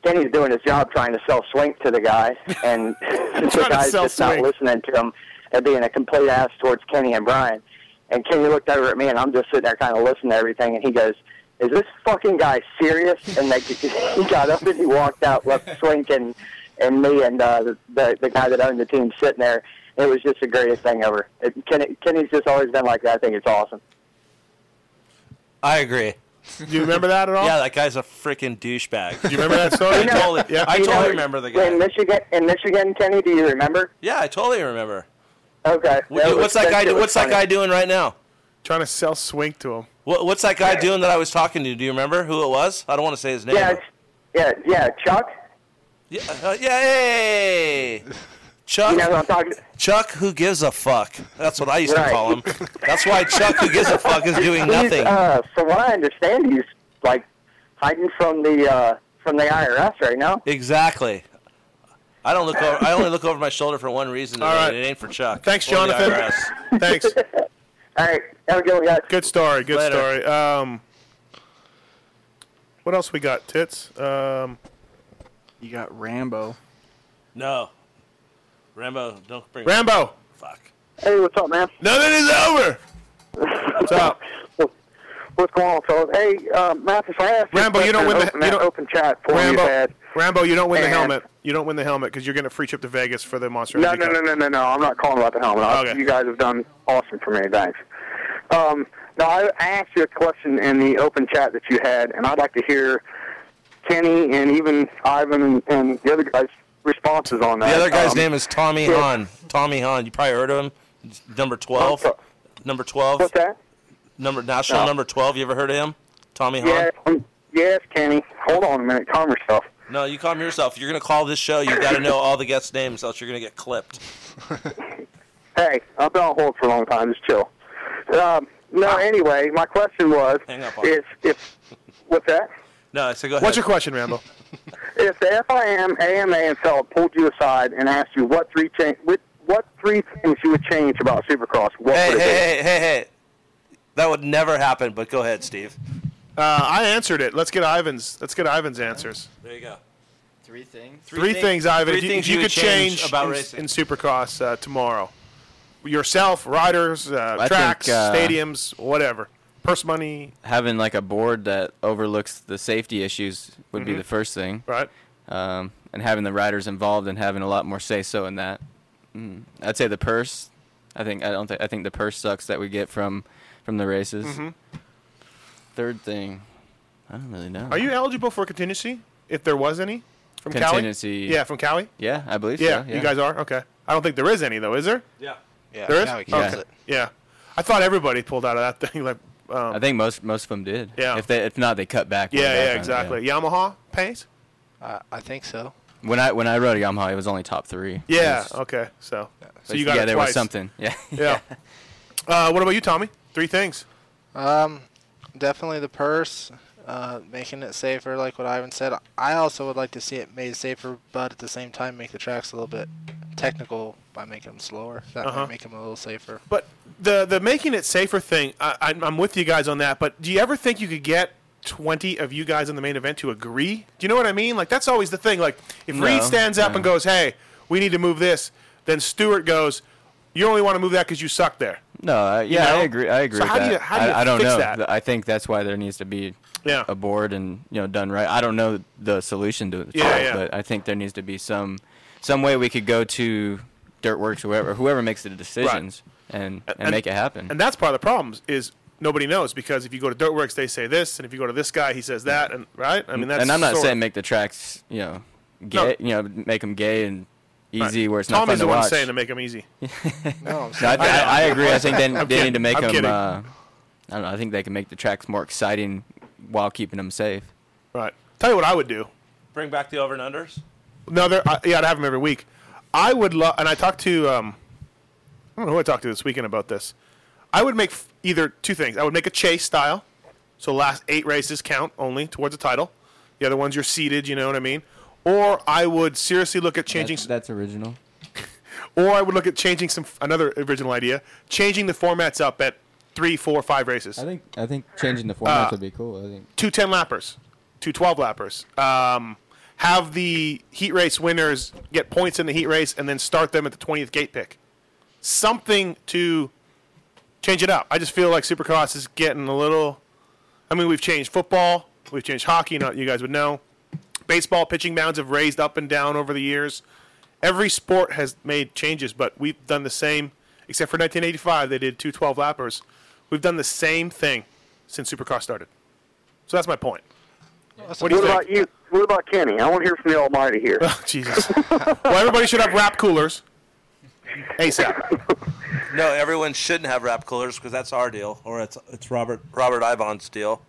[SPEAKER 3] Kenny's doing his job trying to sell swink to the guy, and the
[SPEAKER 5] to
[SPEAKER 3] guy's
[SPEAKER 5] sell
[SPEAKER 3] just
[SPEAKER 5] swink.
[SPEAKER 3] not listening to him and being a complete ass towards Kenny and Brian. And Kenny looked over at me, and I'm just sitting there kind of listening to everything, and he goes, "Is this fucking guy serious?" And they, he got up and he walked out, left swink and and me and uh, the- the the guy that owned the team sitting there. It was just the greatest thing ever. It, Kenny, Kenny's just always been like that. I think it's awesome.
[SPEAKER 6] I agree.
[SPEAKER 5] Do you remember that at all?
[SPEAKER 6] Yeah, that guy's a freaking douchebag. Do
[SPEAKER 5] you remember that story?
[SPEAKER 6] I totally, I
[SPEAKER 3] You know,
[SPEAKER 6] totally remember the guy.
[SPEAKER 3] In Michigan, in Michigan, Kenny, do you remember?
[SPEAKER 6] Yeah, I totally remember.
[SPEAKER 3] Okay.
[SPEAKER 6] What- what's that guy? do- What's that guy doing right now?
[SPEAKER 5] Trying to sell swink to him.
[SPEAKER 6] What, what's that guy doing that I was talking to? Do you remember who it was? I don't want to say his name.
[SPEAKER 3] Yeah, it's- yeah, yeah, Chuck.
[SPEAKER 6] Yeah, uh, yeah, hey, Chuck.
[SPEAKER 3] You know who I'm talking.
[SPEAKER 6] Chuck, who gives a fuck? That's what I used
[SPEAKER 3] Right.
[SPEAKER 6] to call him. That's why Chuck, who gives a fuck, is doing
[SPEAKER 3] He's,
[SPEAKER 6] nothing.
[SPEAKER 3] Uh, from what I understand, he's like hiding from the uh, from the IRS right now.
[SPEAKER 6] Exactly. I don't look over. I only look over my shoulder for one reason, today, and it ain't for Chuck.
[SPEAKER 5] Thanks,
[SPEAKER 6] or the
[SPEAKER 5] Jonathan.
[SPEAKER 6] IRS.
[SPEAKER 5] Thanks.
[SPEAKER 3] All right, have a good one, guys.
[SPEAKER 5] Good story. Good
[SPEAKER 6] Later.
[SPEAKER 5] story. Um, what else we got? Tits. Um,
[SPEAKER 8] you got Rambo.
[SPEAKER 6] No, Rambo, don't bring
[SPEAKER 5] Rambo.
[SPEAKER 6] Fuck.
[SPEAKER 3] Hey, what's up, man?
[SPEAKER 5] Nothing is over. What's up?
[SPEAKER 3] What's going on, fellas? Hey, uh, Mathis, I asked
[SPEAKER 5] Rambo, you don't win the-
[SPEAKER 3] open,
[SPEAKER 5] you
[SPEAKER 3] that
[SPEAKER 5] don't-
[SPEAKER 3] open chat for
[SPEAKER 5] Rambo.
[SPEAKER 3] you had.
[SPEAKER 5] Rambo, you don't win
[SPEAKER 3] And-
[SPEAKER 5] the helmet. You don't win the helmet because you're getting a free trip to Vegas for the Monster
[SPEAKER 3] No,
[SPEAKER 5] Energy
[SPEAKER 3] no,
[SPEAKER 5] Cup.
[SPEAKER 3] no, no, no, no. I'm not calling about the helmet. I-
[SPEAKER 5] Okay.
[SPEAKER 3] You guys have done awesome for me. Thanks. Um, now, I, I asked you a question in the open chat that you had, and I'd like to hear Kenny and even Ivan and, and the other guys' responses on
[SPEAKER 6] The
[SPEAKER 3] that.
[SPEAKER 6] other guy's
[SPEAKER 3] Um,
[SPEAKER 6] name is Tommy
[SPEAKER 3] yeah.
[SPEAKER 6] Hahn. Tommy Hahn. You probably heard of him. He's Number twelve. Number twelve. What's
[SPEAKER 3] that?
[SPEAKER 6] Number national
[SPEAKER 3] No.
[SPEAKER 6] number twelve. You ever heard of him? Tommy Hahn.
[SPEAKER 3] Yes, um, yes, Kenny. Hold on a minute. Calm yourself.
[SPEAKER 6] No, you calm yourself. You're gonna call this show. You got to know all the guest names, else you're gonna get clipped.
[SPEAKER 3] Hey, I've been on hold for a long time. Just chill. Um, no, anyway, my question was,
[SPEAKER 6] Ah. Hang up on
[SPEAKER 3] is if what's that?
[SPEAKER 6] No, I said go ahead.
[SPEAKER 5] What's your question, Rambo?
[SPEAKER 3] if the FIM, AMA, and Feld pulled you aside and asked you what three change, what, what three things you would change about Supercross, what
[SPEAKER 6] Hey,
[SPEAKER 3] would
[SPEAKER 6] hey, hey,
[SPEAKER 3] it be?
[SPEAKER 6] hey, hey. That would never happen, but go ahead, Steve.
[SPEAKER 5] Uh, I answered it. Let's get Ivan's. Let's get Ivan's answers.
[SPEAKER 6] There you go.
[SPEAKER 10] Three things.
[SPEAKER 5] Three, things, Ivan.
[SPEAKER 6] Three
[SPEAKER 5] if you,
[SPEAKER 6] things
[SPEAKER 5] if you
[SPEAKER 6] would
[SPEAKER 5] could change,
[SPEAKER 6] about
[SPEAKER 5] in,
[SPEAKER 6] racing.
[SPEAKER 5] in Supercross uh, tomorrow, yourself, riders, uh,
[SPEAKER 10] I
[SPEAKER 5] tracks,
[SPEAKER 10] think, uh,
[SPEAKER 5] stadiums, whatever, purse money.
[SPEAKER 10] having like a board that overlooks the safety issues would be
[SPEAKER 5] Mhm.
[SPEAKER 10] the first thing.
[SPEAKER 5] Right.
[SPEAKER 10] Um, and having the riders involved and having a lot more say so in that. Mm. I'd say the purse. I think I don't think I think the purse sucks that we get from from the races.
[SPEAKER 5] Mhm.
[SPEAKER 10] Third thing, I don't really know.
[SPEAKER 5] Are you eligible for contingency if there was any from
[SPEAKER 10] Contingency-
[SPEAKER 5] Cali? Yeah, from Cali.
[SPEAKER 10] Yeah, I believe
[SPEAKER 5] Yeah,
[SPEAKER 10] so.
[SPEAKER 5] you guys are okay. I don't think there is any though. Is there?
[SPEAKER 6] Yeah.
[SPEAKER 17] Yeah,
[SPEAKER 5] There is.
[SPEAKER 10] Cali cancels
[SPEAKER 5] Okay.
[SPEAKER 10] it.
[SPEAKER 5] Yeah. I thought everybody pulled out of that thing. Like, um,
[SPEAKER 10] I think most most of them did.
[SPEAKER 5] Yeah.
[SPEAKER 10] If they if not, they cut back. way
[SPEAKER 5] Yeah,
[SPEAKER 10] back
[SPEAKER 5] yeah,
[SPEAKER 10] on it,
[SPEAKER 5] exactly. Yamaha pays.
[SPEAKER 17] Uh, I think so.
[SPEAKER 10] When I when I rode a Yamaha, it was only top three.
[SPEAKER 5] Yeah.
[SPEAKER 10] It was-
[SPEAKER 5] Okay. So, so
[SPEAKER 10] But
[SPEAKER 5] you got
[SPEAKER 10] yeah,
[SPEAKER 5] it
[SPEAKER 10] there
[SPEAKER 5] twice.
[SPEAKER 10] was something. Yeah.
[SPEAKER 5] Yeah. uh, what about you, Tommy? Three things.
[SPEAKER 17] Um, definitely the purse, uh, making it safer, like what Ivan said. I also would like to see it made safer, but at the same time, make the tracks a little bit technical by making them slower. That
[SPEAKER 5] Uh-huh.
[SPEAKER 17] might make them a little safer.
[SPEAKER 5] But the the making it safer thing, I, I'm, I'm with you guys on that. But do you ever think you could get 20 of you guys in the main event to agree? Do you know what I mean? Like that's always the thing. Like if
[SPEAKER 6] No,
[SPEAKER 5] Reed stands up
[SPEAKER 6] no.
[SPEAKER 5] and goes, "Hey, we need to move this," then Stewart goes, "You only want to move that because you suck there."
[SPEAKER 10] No, I,
[SPEAKER 5] You
[SPEAKER 10] yeah, I
[SPEAKER 5] know?
[SPEAKER 10] agree. I agree.
[SPEAKER 5] So
[SPEAKER 10] with
[SPEAKER 5] how do
[SPEAKER 10] that.
[SPEAKER 5] you- how do you
[SPEAKER 10] I, I don't
[SPEAKER 5] fix
[SPEAKER 10] know.
[SPEAKER 5] that?
[SPEAKER 10] I think that's why there needs to be
[SPEAKER 5] Yeah.
[SPEAKER 10] a board and you know done right. I don't know the solution to it,
[SPEAKER 5] Yeah, yeah.
[SPEAKER 10] but I think there needs to be some some way we could go to Dirtworks, whoever whoever makes the decisions, and, and make it happen.
[SPEAKER 5] And that's part of the problem is nobody knows because if you go to Dirtworks, they say this, and if you go to this guy, he says that, and right. I mean, that's
[SPEAKER 10] and I'm not
[SPEAKER 5] sort of-
[SPEAKER 10] saying make the tracks you know
[SPEAKER 5] No.
[SPEAKER 10] gay, you know make them gay and easy
[SPEAKER 5] Right.
[SPEAKER 10] where it's not
[SPEAKER 5] Tommy's
[SPEAKER 10] fun to
[SPEAKER 5] the one
[SPEAKER 10] watch.
[SPEAKER 5] saying to make them easy. no,
[SPEAKER 10] No, I, I, I agree. I think they,
[SPEAKER 5] I'm
[SPEAKER 10] they
[SPEAKER 5] kidding.
[SPEAKER 10] need to make
[SPEAKER 5] I'm
[SPEAKER 10] them.
[SPEAKER 5] kidding.
[SPEAKER 10] Uh, I don't know. I think they can make the tracks more exciting while keeping them safe.
[SPEAKER 5] Right. Tell you what I would do.
[SPEAKER 6] Bring back the over and unders.
[SPEAKER 5] No, they're, I, yeah, I'd have them every week. I would love, and I talked to, um, I don't know who I talked to this weekend about this. I would make f- either two things. I would make a chase style, so last eight races count only towards a title. The other ones you're seated, you know what I mean. Or I would seriously look at changing.
[SPEAKER 10] That's, that's original.
[SPEAKER 5] Or I would look at changing some another original idea, changing the formats up at three, four, five races.
[SPEAKER 10] I think I think changing the
[SPEAKER 5] formats
[SPEAKER 10] formats
[SPEAKER 5] Uh, would
[SPEAKER 10] would be cool. I think
[SPEAKER 5] two 10 lappers, two 12 lappers. Um, have the heat race winners get points in the heat race and then start them at the 20th gate pick. Something to change it up. I just feel like Supercross is getting a little. I mean, we've changed football, we've changed hockey, not you guys would know. Baseball pitching mounds have raised up and down over the years. Every sport has made changes, but we've done the same, except for 1985, they did two 12 lappers. We've done the same thing since Supercross started. So that's my point. What do you
[SPEAKER 3] about
[SPEAKER 5] think?
[SPEAKER 3] you? What about Kenny? I want to hear from the Almighty here.
[SPEAKER 6] Oh,
[SPEAKER 5] Jesus. well, everybody should have wrap coolers ASAP.
[SPEAKER 6] No, everyone shouldn't have wrap coolers because that's our deal, or it's it's Robert Robert Ivon's deal.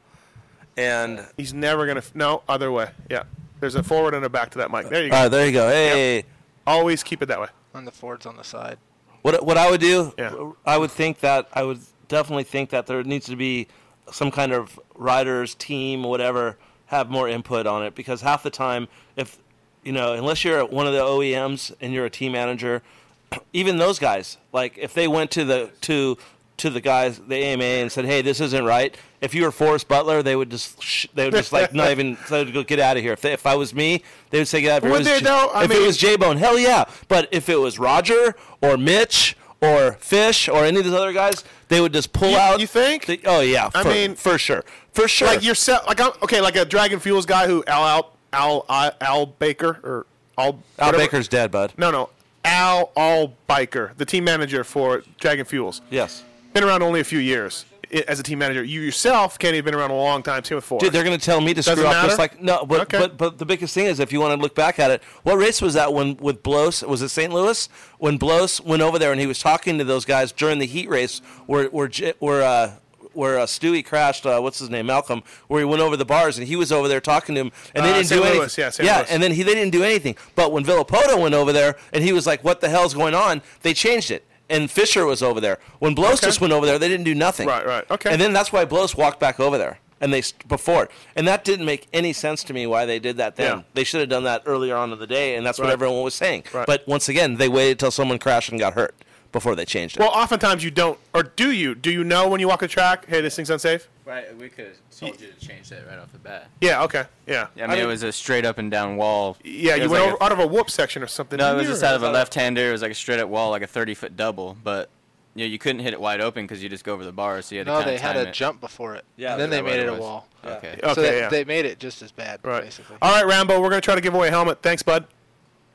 [SPEAKER 6] And
[SPEAKER 5] He's never going to. No, other way. Yeah. There's a forward and a back to that mic. There you go.
[SPEAKER 6] Uh, there you go. Hey.
[SPEAKER 5] Always keep it that way.
[SPEAKER 17] And the Ford's on the side.
[SPEAKER 6] What what I would do?
[SPEAKER 5] Yeah.
[SPEAKER 6] I would think that I would definitely think that there needs to be some kind of riders team, whatever, have more input on it because half the time, if you know, unless you're at one of the OEMs and you're a team manager, even those guys, like if they went to the to to the guys, the AMA, and said, "Hey, this isn't right." If you were Forrest Butler, they would just sh- they would just like not even they would go get out of here. If, they, if I was me, they would say get out of here.
[SPEAKER 5] Would
[SPEAKER 6] If
[SPEAKER 5] they
[SPEAKER 6] it was J-
[SPEAKER 5] though? I
[SPEAKER 6] if
[SPEAKER 5] mean-
[SPEAKER 6] it was J Bone, hell yeah. But if it was Roger or Mitch or Fish or any of these other guys, they would just pull out. You
[SPEAKER 5] think?
[SPEAKER 6] oh yeah.
[SPEAKER 5] I
[SPEAKER 6] for-
[SPEAKER 5] mean-
[SPEAKER 6] for sure, for sure.
[SPEAKER 5] Like yourself. Like, I'm, okay, like a Dragon Fuels guy who Al Al, Al, Al, Al Baker or Al.
[SPEAKER 6] Al
[SPEAKER 5] whatever-
[SPEAKER 6] Baker's dead, bud.
[SPEAKER 5] No, no. Al Al Biker, the team manager for Dragon Fuels.
[SPEAKER 6] Yes.
[SPEAKER 5] Been around only a few years i- as a team manager. You yourself, Kenny, have been around a long time. Same with Forrest.
[SPEAKER 6] Dude, they're going to tell me to
[SPEAKER 5] Doesn't
[SPEAKER 6] screw up just
[SPEAKER 5] matter?
[SPEAKER 6] like no. But,
[SPEAKER 5] Okay.
[SPEAKER 6] but but the biggest thing is if you want to look back at it, what race was that when with Blos? Was it St. Louis when Blos went over there and he was talking to those guys during the heat race where where J- where uh, where uh, Stewie crashed? Uh, what's his name? Malcolm. Where he went over the bars and he was over there talking to him and they
[SPEAKER 5] Uh,
[SPEAKER 6] didn't
[SPEAKER 5] St.
[SPEAKER 6] do
[SPEAKER 5] Louis,
[SPEAKER 6] anything.
[SPEAKER 5] yeah, St. Louis.
[SPEAKER 6] and then he they didn't do anything. But when Villapoto went over there and he was like, "What the hell's going on?" They changed it. And Fisher was over there. When Blos
[SPEAKER 5] Okay.
[SPEAKER 6] just went over there, they didn't do nothing.
[SPEAKER 5] Right, right. Okay.
[SPEAKER 6] And then that's why Blos walked back over there. and they st- before, and that didn't make any sense to me why they did that then.
[SPEAKER 11] Yeah.
[SPEAKER 6] They should have done that earlier on in the day, and that's
[SPEAKER 5] Right.
[SPEAKER 6] what everyone was saying.
[SPEAKER 5] Right.
[SPEAKER 6] But once again, they waited till someone crashed and got hurt before they changed it.
[SPEAKER 5] Well, oftentimes you don't, or do you? Do you know when you walk the track? Hey, this thing's unsafe.
[SPEAKER 10] Right, we could have told you to change that right off the bat.
[SPEAKER 5] Yeah. Okay. Yeah.
[SPEAKER 10] Yeah, I mean, it was a straight up and down wall.
[SPEAKER 5] Yeah, you
[SPEAKER 10] It
[SPEAKER 5] went
[SPEAKER 10] was like a-
[SPEAKER 5] over, out of a whoop section or something.
[SPEAKER 10] No, it
[SPEAKER 5] didn't
[SPEAKER 10] was
[SPEAKER 5] you,
[SPEAKER 10] just
[SPEAKER 5] or-
[SPEAKER 10] out of a left-hander. It was like a straight-up wall, like a thirty-foot double. But you know, you couldn't hit it wide open because you just go over the bar. So you had to
[SPEAKER 17] No,
[SPEAKER 10] kinda
[SPEAKER 17] they had
[SPEAKER 10] time
[SPEAKER 17] a
[SPEAKER 10] it.
[SPEAKER 17] jump before it.
[SPEAKER 10] Yeah,
[SPEAKER 17] and then
[SPEAKER 10] is
[SPEAKER 17] they
[SPEAKER 10] that what
[SPEAKER 17] made
[SPEAKER 10] it
[SPEAKER 17] it a
[SPEAKER 10] was?
[SPEAKER 17] wall.
[SPEAKER 10] Okay.
[SPEAKER 17] So
[SPEAKER 5] Okay,
[SPEAKER 17] they,
[SPEAKER 5] yeah.
[SPEAKER 17] they made it just as bad, basically.
[SPEAKER 5] All right, Rambo, we're gonna try to give away a helmet. Thanks, bud.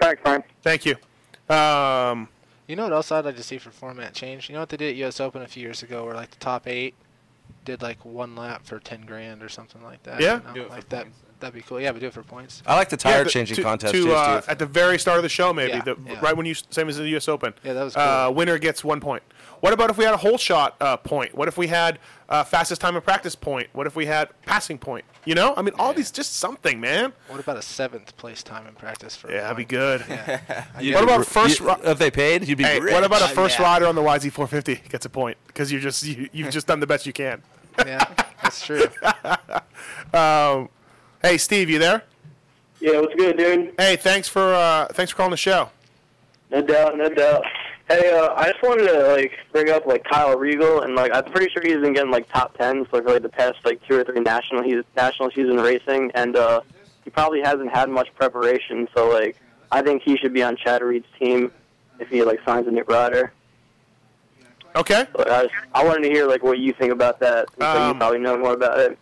[SPEAKER 3] Thanks, man.
[SPEAKER 5] Thank you. Um,
[SPEAKER 17] You know what else I'd like to see for format change? You know what they did at U.S. Open a few years ago, where like the top eight did like one lap for ten grand or something like that.
[SPEAKER 5] Yeah.
[SPEAKER 17] you know? like that. That'd be cool. Yeah, but do it for points.
[SPEAKER 6] I like the
[SPEAKER 5] yeah,
[SPEAKER 6] tire
[SPEAKER 5] the-
[SPEAKER 6] changing
[SPEAKER 5] to-
[SPEAKER 6] contest
[SPEAKER 5] to,
[SPEAKER 6] too,
[SPEAKER 5] uh,
[SPEAKER 6] Steve.
[SPEAKER 5] at the very start of the show, maybe
[SPEAKER 17] Yeah,
[SPEAKER 5] the,
[SPEAKER 17] yeah.
[SPEAKER 5] right when you same as the U.S. Open.
[SPEAKER 17] Yeah, that was
[SPEAKER 5] Uh, winner gets one point. What about if we had a whole shot uh, point? What if we had uh, fastest time of practice point? What if we had passing point? You know, I mean, all these just something, man.
[SPEAKER 17] What about a seventh place time in practice for?
[SPEAKER 5] Yeah, that'd be good.
[SPEAKER 17] You'd
[SPEAKER 5] what
[SPEAKER 17] be
[SPEAKER 5] about
[SPEAKER 17] ri-
[SPEAKER 5] first?
[SPEAKER 17] you-
[SPEAKER 5] ri-
[SPEAKER 6] if they paid, you'd be
[SPEAKER 5] Hey,
[SPEAKER 6] rich.
[SPEAKER 5] what about
[SPEAKER 17] Uh,
[SPEAKER 5] a
[SPEAKER 6] Oh,
[SPEAKER 5] first
[SPEAKER 6] yeah.
[SPEAKER 5] rider on the YZ450 gets a point because you just you, you've just done the best you can.
[SPEAKER 17] yeah, that's true.
[SPEAKER 5] Um, hey, Steve, you there?
[SPEAKER 3] Yeah, what's good, dude?
[SPEAKER 5] Hey, thanks for uh, thanks for calling the show.
[SPEAKER 3] No doubt, no doubt. Hey, uh, I just wanted to like bring up like Kyle Regal, and like I'm pretty sure he's been getting like top tens for like the past like two or three national he's national season racing, and uh, he probably hasn't had much preparation. So like I think he should be on Chad Reed's team if he like signs a new rider.
[SPEAKER 5] Okay.
[SPEAKER 3] But I, just, I wanted to hear like what you think about that. since, like, you
[SPEAKER 5] Um,
[SPEAKER 3] probably know more about it.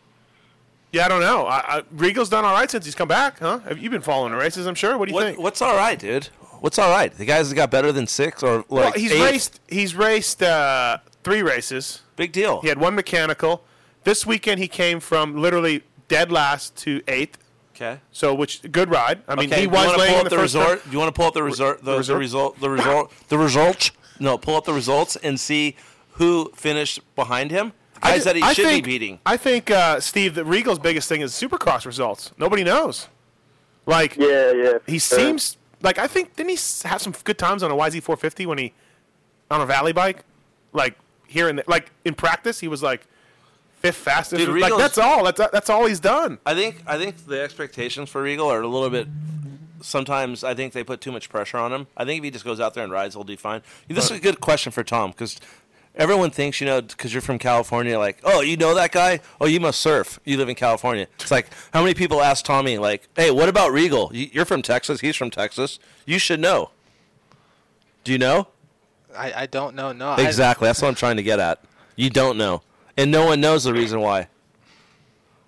[SPEAKER 5] Yeah, I don't know. I, I, Regal's done all right since he's come back, huh? Have you been following the races? I'm sure. What do you think?
[SPEAKER 6] What's all right, dude? What's all right? The guys that got better than six or like
[SPEAKER 5] well, he's
[SPEAKER 6] eighth?
[SPEAKER 5] raced. He's raced uh, three races.
[SPEAKER 6] Big deal.
[SPEAKER 5] He had one mechanical. This weekend he came from literally dead last to eighth.
[SPEAKER 6] Okay.
[SPEAKER 5] So which good ride. I mean,
[SPEAKER 6] okay,
[SPEAKER 5] he
[SPEAKER 6] you
[SPEAKER 5] was
[SPEAKER 6] wanna
[SPEAKER 5] laying
[SPEAKER 6] pull
[SPEAKER 5] in
[SPEAKER 6] up
[SPEAKER 5] the,
[SPEAKER 6] the
[SPEAKER 5] first
[SPEAKER 6] resort.
[SPEAKER 5] turn.
[SPEAKER 6] You want to pull up the resort, the,
[SPEAKER 5] resort?
[SPEAKER 6] the result, the result, the results. No, pull up the results and see who finished behind him. The guys that he
[SPEAKER 5] I
[SPEAKER 6] should
[SPEAKER 5] think-
[SPEAKER 6] be beating.
[SPEAKER 5] I think uh, Steve, that Regal's biggest thing is Supercross results. Nobody knows. Like
[SPEAKER 3] yeah, yeah.
[SPEAKER 5] He
[SPEAKER 3] sure.
[SPEAKER 5] seems like I think didn't he s- have some good times on a YZ450 when he on a valley bike, like here and there, like in practice he was like fifth fastest.
[SPEAKER 6] Dude,
[SPEAKER 5] like
[SPEAKER 6] Regal's-
[SPEAKER 5] that's all. That's uh, that's all he's done.
[SPEAKER 6] I think I think the expectations for Regal are a little bit. Sometimes I think they put too much pressure on him. I think if he just goes out there and rides, he'll do fine. This is a good question for Tom because everyone thinks you know because you're from California, like oh you know that guy, oh you must surf. You live in California. It's like how many people ask Tommy like, hey, what about Regal? You- You're from Texas. He's from Texas. You should know. Do you know?
[SPEAKER 17] I, I don't know. No, Uh, I-
[SPEAKER 6] Exactly. That's what I'm trying to get at. You don't know, and no one knows the reason why.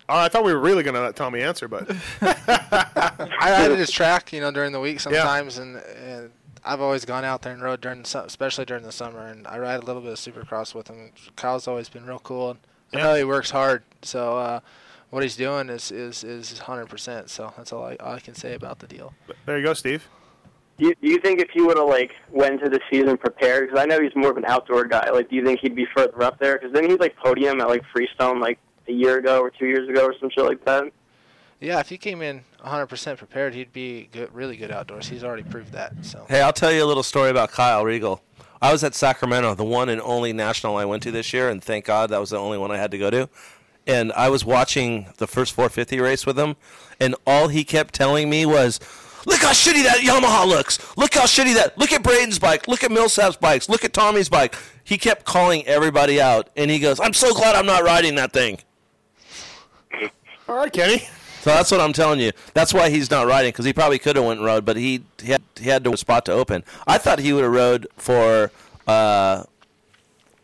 [SPEAKER 5] All right, Uh, I thought we were really gonna let Tommy answer, but
[SPEAKER 17] I ride this track, you know, during the week sometimes, and, and I've always gone out there and rode during, the, su- especially during the summer, and I ride a little bit of Supercross with him. Kyle's always been real cool, and I know he works hard, so uh, what he's doing is is is 100%. So that's all I, all I can say about the deal.
[SPEAKER 5] there you go, Steve.
[SPEAKER 3] You, do you think if he would have like went to the season prepared? Because I know he's more of an outdoor guy. Like, do you think he'd be further up there? Because then he like podium at like Freestone like a year ago or two years ago or some shit like that.
[SPEAKER 17] Yeah, if he came in 100% prepared, he'd be good, really good outdoors. He's already proved that. So
[SPEAKER 6] Hey, I'll tell you a little story about Kyle Regal. I was at Sacramento, the one and only national I went to this year, and thank God that was the only one I had to go to. And I was watching the first 450 race with him, and all he kept telling me was, "Look how shitty that Yamaha looks. Look how shitty that. Look at Braden's bike. Look at Millsap's bikes. Look at Tommy's bike." He kept calling everybody out, and he goes, "I'm so glad I'm not riding that thing."
[SPEAKER 5] All right, Kenny.
[SPEAKER 6] So that's what I'm telling you. That's why he's not riding because he probably could have went and rode, but he he had, he had to a spot to open. I thought he would have rode for uh,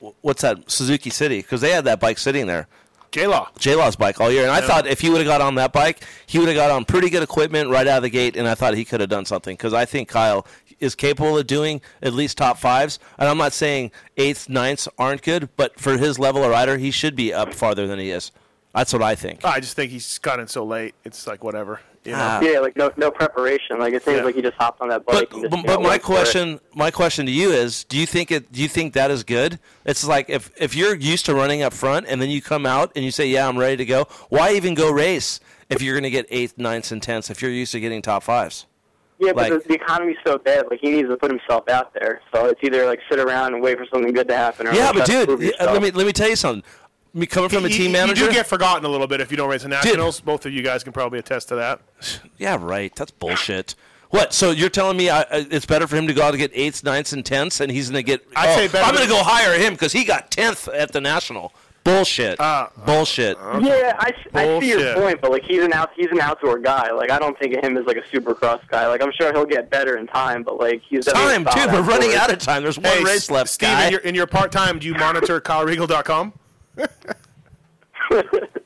[SPEAKER 6] wh- what's that Suzuki City because they had that bike sitting there.
[SPEAKER 5] J Law.
[SPEAKER 6] J Law's bike all year, and I
[SPEAKER 5] Yeah.
[SPEAKER 6] thought if he would have got on that bike, he would have got on pretty good equipment right out of the gate, and I thought he could have done something because I think Kyle is capable of doing at least top fives. And I'm not saying eighths, ninths aren't good, but for his level of rider, he should be up farther than he is. That's what I think.
[SPEAKER 5] I just think he's got in so late. It's like whatever. You know?
[SPEAKER 6] Ah.
[SPEAKER 3] Yeah, like no no preparation. Like it seems
[SPEAKER 5] Yeah.
[SPEAKER 3] like he just hopped on that bike. and just,
[SPEAKER 6] But,
[SPEAKER 3] you know,
[SPEAKER 6] but my
[SPEAKER 3] went for it.
[SPEAKER 6] question, my question to you is: Do you think it? Do you think that is good? It's like if if you're used to running up front and then you come out and you say, "Yeah, I'm ready to go." Why even go race if you're going to get eighth, ninths, and tenths? If you're used to getting top fives,
[SPEAKER 3] Yeah, but
[SPEAKER 6] like-
[SPEAKER 3] the, the economy's so bad. Like he needs to put himself out there. So it's either like sit around and wait for something good to happen. Or
[SPEAKER 6] yeah.
[SPEAKER 3] like,
[SPEAKER 6] But
[SPEAKER 3] try to
[SPEAKER 6] dude,
[SPEAKER 3] prove
[SPEAKER 6] yeah,
[SPEAKER 3] yourself.
[SPEAKER 6] let me let me tell you something. me coming from a team manager.
[SPEAKER 5] You do get forgotten a little bit if you don't race the nationals. Both of you guys can probably attest to that.
[SPEAKER 6] Yeah, right. That's bullshit. What? So you're telling me I, I- it's better for him to go out and get eighths, ninths, and tenths, and he's going to get? oh,
[SPEAKER 5] I'd say better
[SPEAKER 6] I'm going to
[SPEAKER 5] than-
[SPEAKER 6] go hire him because he got tenth at the national. Bullshit.
[SPEAKER 5] Uh,
[SPEAKER 6] bullshit.
[SPEAKER 21] Yeah, I, s- I see your
[SPEAKER 6] Bullshit.
[SPEAKER 21] point, but like he's an out he's an outdoor guy. Like I don't think of him as like a supercross guy. Like I'm sure he'll get better in time, but like he's definitely
[SPEAKER 6] Time, dude.
[SPEAKER 21] solid
[SPEAKER 6] We're running
[SPEAKER 21] outdoors.
[SPEAKER 6] out of time. There's one
[SPEAKER 5] Hey,
[SPEAKER 6] race left,
[SPEAKER 5] Steve,
[SPEAKER 6] guy.
[SPEAKER 5] in your, in your part time, do you monitor CyleRegal.com?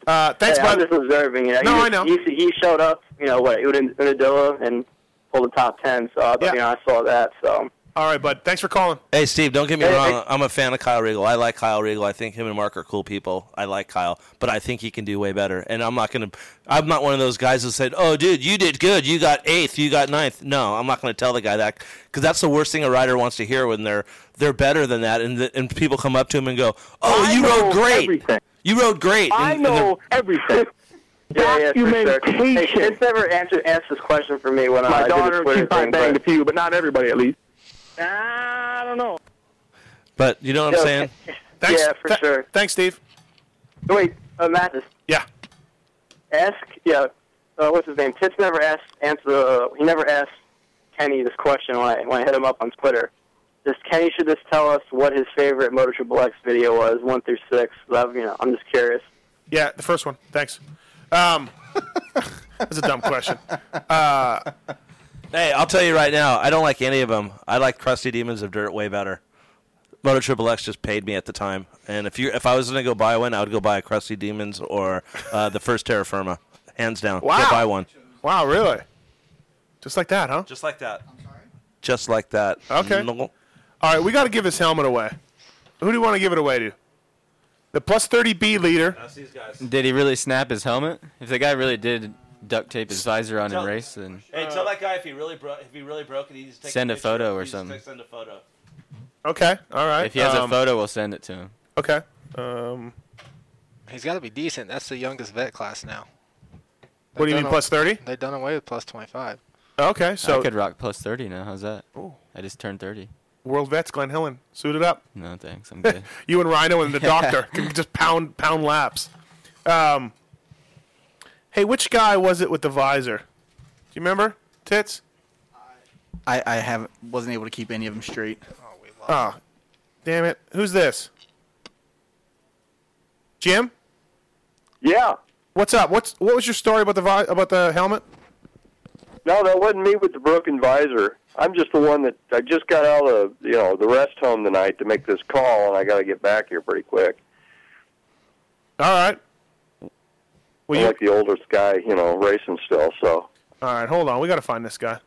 [SPEAKER 5] uh, thanks,
[SPEAKER 21] hey,
[SPEAKER 5] bud.
[SPEAKER 21] I'm just observing. You know,
[SPEAKER 5] No,
[SPEAKER 21] he,
[SPEAKER 5] I know.
[SPEAKER 21] He, he showed up, you know, what in Unadilla and pulled the top ten. So I, thought, you know, I saw that. So
[SPEAKER 5] All right, bud. Thanks for calling.
[SPEAKER 6] Hey, Steve, don't get me
[SPEAKER 21] Hey,
[SPEAKER 6] wrong.
[SPEAKER 21] hey.
[SPEAKER 6] I'm a fan of Kyle Riegel. I like Kyle Riegel. I think him and Mark are cool people. I like Kyle, but I think he can do way better. And I'm not going to, I'm not one of those guys that said, oh, dude, you did good. You got eighth. You got ninth. No, I'm not going to tell the guy that because that's the worst thing a rider wants to hear when they're, they're better than that. And, the, and people come up to him and go, oh, you rode great. You rode great. I know everything.
[SPEAKER 21] yeah, yeah, for sure. Hey,
[SPEAKER 6] Documentation.
[SPEAKER 21] Vince never answered asked this question for me when I
[SPEAKER 3] My
[SPEAKER 21] did
[SPEAKER 3] daughter,
[SPEAKER 21] the Twitter
[SPEAKER 3] she probably
[SPEAKER 21] thing, but-
[SPEAKER 3] banged a few, but not everybody at least.
[SPEAKER 21] I don't know.
[SPEAKER 6] But you know what I'm
[SPEAKER 21] Yeah,
[SPEAKER 6] saying?
[SPEAKER 5] Thanks.
[SPEAKER 21] Yeah, for sure.
[SPEAKER 5] Thanks, Steve.
[SPEAKER 21] Wait, uh, Mathis.
[SPEAKER 5] Yeah.
[SPEAKER 21] Ask, yeah, uh, what's his name? Tits never asked, answer, uh, he never asked Kenny this question when I, when I hit him up on Twitter. Does Kenny should just tell us what his favorite Motor Triple X video was, one through six? Love, you know, I'm just curious.
[SPEAKER 5] Yeah, the first one. Thanks. Um, that's a dumb question. Uh,
[SPEAKER 6] Hey, I'll tell you right now, I don't like any of them. I like Crusty Demons of Dirt way better. Moto Triple X just paid me at the time, and if you if I was going to go buy one, I would go buy a Crusty Demons or uh, the first Terra Firma, hands down.
[SPEAKER 5] Wow.
[SPEAKER 6] Go buy one,
[SPEAKER 5] wow, really? Just like that, huh?
[SPEAKER 6] just like that. Just like that.
[SPEAKER 5] Okay.
[SPEAKER 6] Mm,
[SPEAKER 5] All right, we got to give this helmet away. Who do you want to give it away to? The plus 30B leader.
[SPEAKER 10] Did he really snap his helmet? If the guy really did duct tape his visor on and race, then
[SPEAKER 6] Hey, tell that guy if he really broke if he really broke it, he just
[SPEAKER 10] take a Send a picture. photo or He just something. take-
[SPEAKER 6] send a photo.
[SPEAKER 5] Okay, all right.
[SPEAKER 10] if he has
[SPEAKER 5] um,
[SPEAKER 10] a photo, we'll send it to him.
[SPEAKER 5] Okay. Um,
[SPEAKER 17] He's got to be decent. That's the youngest vet class now.
[SPEAKER 5] What do you
[SPEAKER 17] They've
[SPEAKER 5] mean,
[SPEAKER 17] done
[SPEAKER 5] plus 30?
[SPEAKER 17] They've done away with plus 25.
[SPEAKER 5] okay, so
[SPEAKER 10] I could rock plus thirty now. How's that? I just turned thirty.
[SPEAKER 5] World Vets, Glenn Hillen, suited up.
[SPEAKER 10] No thanks, I'm good.
[SPEAKER 5] you and Rhino and the doctor can just pound pound laps. Um, hey, which guy was it with the visor? Do you remember? Tits?
[SPEAKER 8] I, I haven't wasn't able to keep any of them straight.
[SPEAKER 5] Oh, damn it. Who's this? Jim?
[SPEAKER 12] Yeah.
[SPEAKER 5] What's up? What's what was your story about the vi- about the helmet?
[SPEAKER 12] No, that wasn't me with the broken visor. I'm just the one that I just got out of you know the rest home tonight to make this call, and I got to get back here pretty quick.
[SPEAKER 5] All right.
[SPEAKER 12] I'm like the oldest guy, you know, racing still. So
[SPEAKER 5] All right, hold on. We got to find this guy.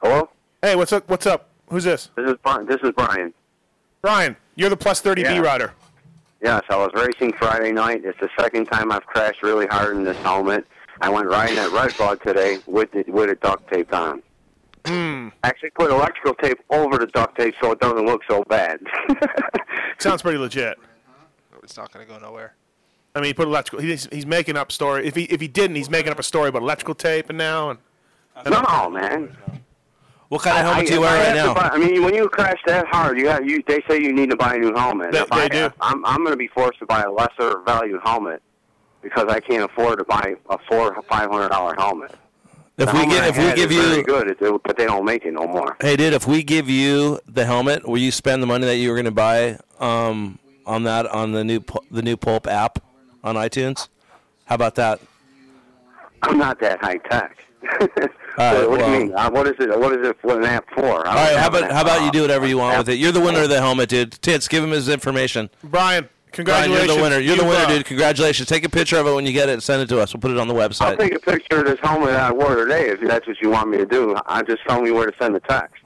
[SPEAKER 12] Hello?
[SPEAKER 5] Hey, what's up? What's up? Who's this?
[SPEAKER 12] This is Brian. This is Brian.
[SPEAKER 5] Brian, you're the plus 30B
[SPEAKER 15] Yeah.
[SPEAKER 5] rider.
[SPEAKER 15] Yes, I was racing Friday night. It's the second time I've crashed really hard in this helmet. I went riding that red bug today with it with it duct taped on.
[SPEAKER 5] Hmm.
[SPEAKER 15] Actually, put electrical tape over the duct tape so it doesn't look so bad.
[SPEAKER 5] Sounds pretty legit.
[SPEAKER 17] It's not going to go nowhere.
[SPEAKER 5] I mean, he put electrical. He's, he's making up story. If he if he didn't, he's making up a story about electrical tape and now and.
[SPEAKER 15] no, man.
[SPEAKER 6] What kind of
[SPEAKER 15] I,
[SPEAKER 6] helmet do you
[SPEAKER 15] if
[SPEAKER 6] wear
[SPEAKER 15] I
[SPEAKER 6] right
[SPEAKER 15] have
[SPEAKER 6] now?
[SPEAKER 15] to buy- I mean, when you crash that hard, you got you. They say you need to buy a new helmet.
[SPEAKER 6] They-
[SPEAKER 15] if I,
[SPEAKER 6] they do.
[SPEAKER 15] I'm I'm going to be forced to buy a lesser value helmet because I can't afford to buy a four five hundred dollar helmet.
[SPEAKER 6] If
[SPEAKER 15] The
[SPEAKER 6] we
[SPEAKER 15] helmet
[SPEAKER 6] get-
[SPEAKER 15] I
[SPEAKER 6] if we
[SPEAKER 15] had
[SPEAKER 6] give
[SPEAKER 15] is
[SPEAKER 6] you-
[SPEAKER 15] really good, it's, it, but they don't make it no more.
[SPEAKER 6] Hey, dude, if we give you the helmet, will you spend the money that you were going to buy um, on that on the new Pul- the new Pulp app on iTunes? How about that?
[SPEAKER 15] I'm not that high tech.
[SPEAKER 6] right,
[SPEAKER 15] what do
[SPEAKER 6] well-
[SPEAKER 15] you mean? Uh, what is it? What is it? What an app for? I
[SPEAKER 6] All
[SPEAKER 15] don't
[SPEAKER 6] right, how
[SPEAKER 15] have an
[SPEAKER 6] about
[SPEAKER 15] app.
[SPEAKER 6] how about you do whatever you want with it? You're the winner of the helmet, dude. Tits, give him his information.
[SPEAKER 5] Brian,
[SPEAKER 6] Brian,
[SPEAKER 5] congratulations.
[SPEAKER 6] you're the winner. You're the
[SPEAKER 15] You've,
[SPEAKER 6] winner,
[SPEAKER 15] uh,
[SPEAKER 6] dude. Congratulations. Take a picture of it when you get it and send it to us. We'll put it on the
[SPEAKER 15] I'll
[SPEAKER 6] website.
[SPEAKER 15] take a picture of this helmet that I wore today if that's what you want me to do. I just tell me where to send the text.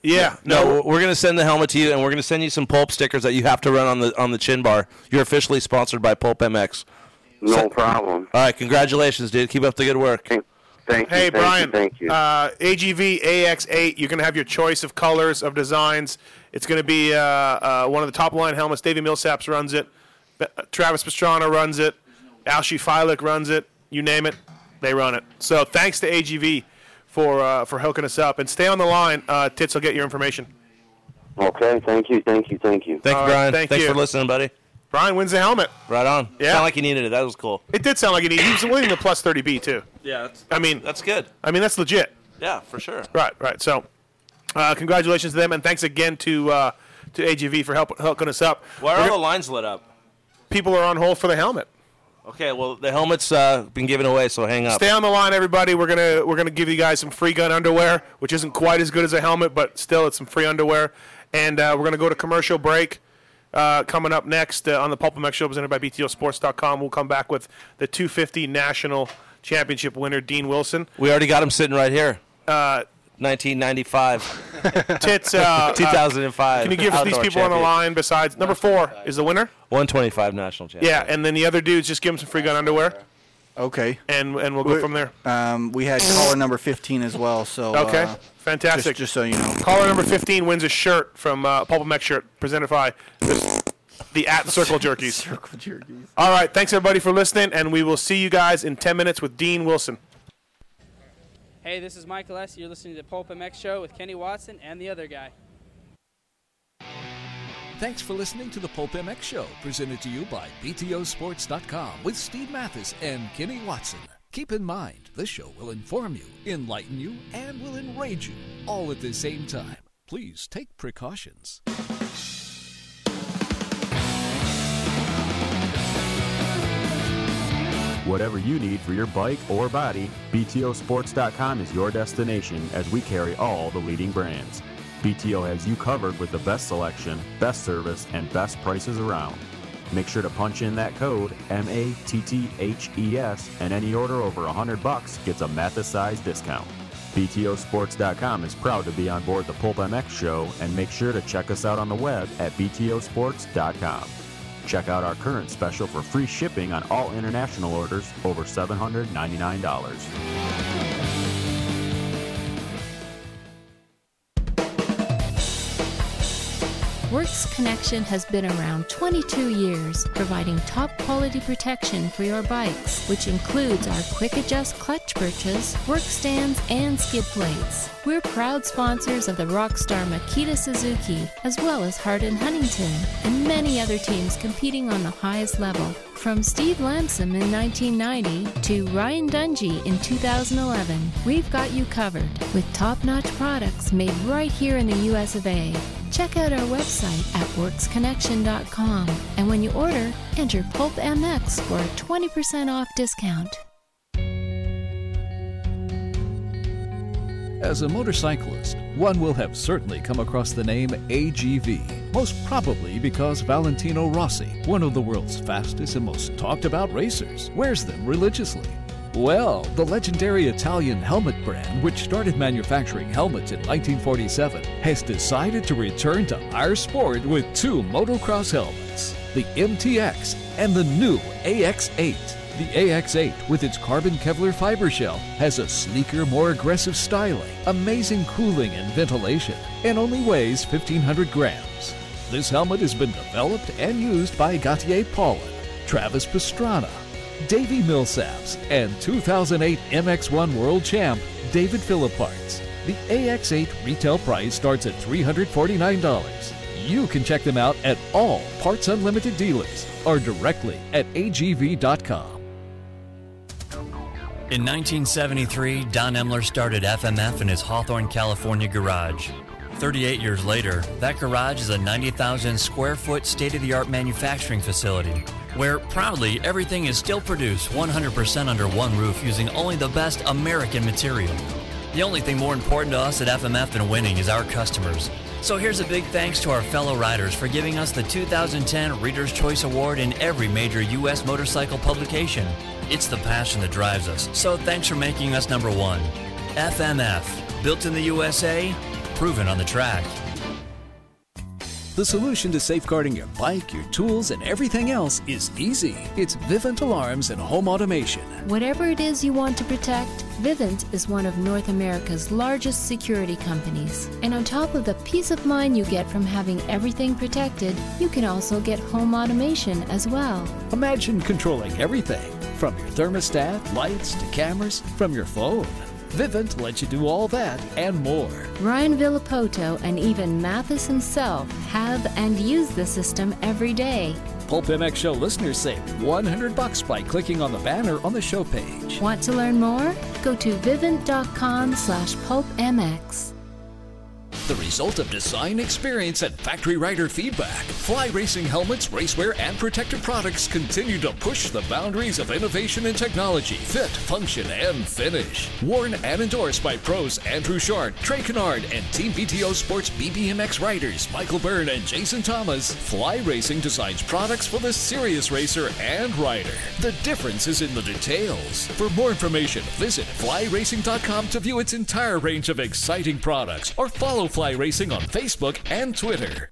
[SPEAKER 5] Yeah.
[SPEAKER 6] No, we're- we're going to send the helmet to you, and we're going to send you some Pulp stickers that you have to run on the on the chin bar. You're officially sponsored by Pulp MX.
[SPEAKER 15] No
[SPEAKER 6] Send-
[SPEAKER 15] problem.
[SPEAKER 6] All right, congratulations, dude. Keep up the good work.
[SPEAKER 15] Thank
[SPEAKER 5] Hey,
[SPEAKER 15] you. thank
[SPEAKER 5] Brian.
[SPEAKER 15] You, thank you.
[SPEAKER 5] Uh, AGV AX8. You're gonna have your choice of colors of designs. It's gonna be uh, uh, one of the top line helmets. Davey Millsaps runs it. Be- uh, Travis Pastrana runs it. Al Filik runs it. You name it, they run it. So thanks to AGV for uh, for hooking us up. And stay on the line. Uh, Tits will get your information.
[SPEAKER 15] okay. Thank you. Thank you. Thank you.
[SPEAKER 6] Thank
[SPEAKER 5] All
[SPEAKER 6] you,
[SPEAKER 5] right,
[SPEAKER 6] Brian.
[SPEAKER 5] thank
[SPEAKER 6] Thanks
[SPEAKER 5] you.
[SPEAKER 6] for listening, buddy.
[SPEAKER 5] Brian wins the helmet.
[SPEAKER 6] Right on.
[SPEAKER 5] Yeah.
[SPEAKER 6] Sound like he needed it. That was cool.
[SPEAKER 5] It did sound like he needed. He was winning the plus thirty B too.
[SPEAKER 6] Yeah. That's,
[SPEAKER 5] I mean,
[SPEAKER 6] that's good.
[SPEAKER 5] I mean, that's legit.
[SPEAKER 6] Yeah, for sure.
[SPEAKER 5] Right, right. So, uh, congratulations to them, and thanks again to uh, to AGV for help, hooking us up.
[SPEAKER 6] Why
[SPEAKER 5] We're
[SPEAKER 6] are all
[SPEAKER 5] go-
[SPEAKER 6] the lines lit up?
[SPEAKER 5] people are on hold for the helmet.
[SPEAKER 6] Okay, well the helmet's uh, been given away, so hang up.
[SPEAKER 5] Stay on the line, everybody. We're gonna we're gonna give you guys some free gun underwear, which isn't quite as good as a helmet, but still it's some free underwear. And uh, we're gonna go to commercial break. Uh, coming up next uh, on the Pulp MX Show, presented by BTOsports.com, we'll come back with the 250 National Championship winner Dean Wilson.
[SPEAKER 6] We already got him sitting right here.
[SPEAKER 5] Uh,
[SPEAKER 6] 1995.
[SPEAKER 5] Tits. Uh,
[SPEAKER 6] 2005.
[SPEAKER 5] Can you give these
[SPEAKER 6] outdoor
[SPEAKER 5] people on the
[SPEAKER 6] champion.
[SPEAKER 5] line? Besides number four is the winner.
[SPEAKER 6] 125 national champion.
[SPEAKER 5] Yeah, and then the other dudes just give them some free gun underwear,
[SPEAKER 8] Okay.
[SPEAKER 5] and and we'll go
[SPEAKER 8] We're-
[SPEAKER 5] from there.
[SPEAKER 8] Um, we had caller number 15 as well, so.
[SPEAKER 5] Okay,
[SPEAKER 8] uh,
[SPEAKER 5] fantastic.
[SPEAKER 8] Just, just so you know.
[SPEAKER 5] Caller number 15 wins a shirt from uh, Pulp Mech shirt presented by the, the at Circle Jerkies.
[SPEAKER 8] Circle Jerkies.
[SPEAKER 5] All right, thanks everybody for listening, and we will see you guys in 10 minutes with Dean Wilson.
[SPEAKER 22] Hey, this is Michael S. You're listening to the Pulp MX Show with Kenny Watson and the other guy.
[SPEAKER 23] Thanks for listening to the Pulp MX Show, presented to you by BTOsports.com with Steve Mathis and Kenny Watson. Keep in mind, this show will inform you, enlighten you, and will enrage you all at the same time. Please take precautions.
[SPEAKER 2] Whatever you need for your bike or body, BTOsports.com is your destination as we carry all the leading brands. BTO has you covered with the best selection, best service, and best prices around. Make sure to punch in that code M-A-T-T-H-E-S E and any order over 100 bucks gets a Mathis size discount. BTOsports.com is proud to be on board the Pulp MX show and make sure to check us out on the web at BTOsports.com. Check out our current special for free shipping on all international orders over $799.
[SPEAKER 24] Works Connection has been around 22 years, providing top quality protection for your bikes, which includes our quick adjust clutch perches, work stands, and skid plates. We're proud sponsors of the rockstar Makita Suzuki, as well as Hardin Huntington, and many other teams competing on the highest level. From Steve Lamson in 1990 to Ryan Dungey in 2011, we've got you covered with top notch products made right here in the US of A. Check out our website at worksconnection.com and when you order, enter PulpMX for a 20% off discount.
[SPEAKER 23] As a motorcyclist, one will have certainly come across the name AGV, most probably because Valentino Rossi, one of the world's fastest and most talked about racers, wears them religiously. Well, the legendary Italian helmet brand, which started manufacturing helmets in 1947, has decided to return to our sport with two motocross helmets the MTX and the new AX8. The AX8, with its carbon Kevlar fiber shell, has a sleeker, more aggressive styling, amazing cooling and ventilation, and only weighs 1,500 grams. This helmet has been developed and used by Gautier Paulin, Travis Pastrana, Davey Millsaps, and 2008 MX1 World Champ David Philipparts. The AX8 retail price starts at $349. You can check them out at all Parts Unlimited dealers or directly at agv.com.
[SPEAKER 25] In 1973, Don Emler started FMF in his Hawthorne, California garage. 38 years later, that garage is a 90,000 square foot state of the art manufacturing facility where proudly everything is still produced 100% under one roof using only the best American material. The only thing more important to us at FMF than winning is our customers. So here's a big thanks to our fellow riders for giving us the 2010 Reader's Choice Award in every major U.S. motorcycle publication. It's the passion that drives us, so thanks for making us number one. FMF, built in the USA, proven on the track.
[SPEAKER 23] The solution to safeguarding your bike, your tools, and everything else is easy. It's Vivint Alarms and Home Automation.
[SPEAKER 24] Whatever it is you want to protect, Vivint is one of North America's largest security companies. And on top of the peace of mind you get from having everything protected, you can also get home automation as well.
[SPEAKER 23] Imagine controlling everything from your thermostat, lights, to cameras, from your phone. Vivint lets you do all that and more.
[SPEAKER 24] Ryan Villapoto and even Mathis himself have and use the system every day.
[SPEAKER 23] Pulp MX Show listeners save 100 bucks by clicking on the banner on the show page.
[SPEAKER 24] Want to learn more? Go to vivint.com slash pulpmx.
[SPEAKER 23] The result of design experience and factory rider feedback, Fly Racing helmets, racewear, and protective products continue to push the boundaries of innovation and technology, fit, function, and finish. Worn and endorsed by pros Andrew Short, Trey Kennard, and Team BTO Sports BBMX riders Michael Byrne and Jason Thomas, Fly Racing designs products for the serious racer and rider. The difference is in the details. For more information, visit flyracing.com to view its entire range of exciting products or follow Fly Racing on Facebook and Twitter.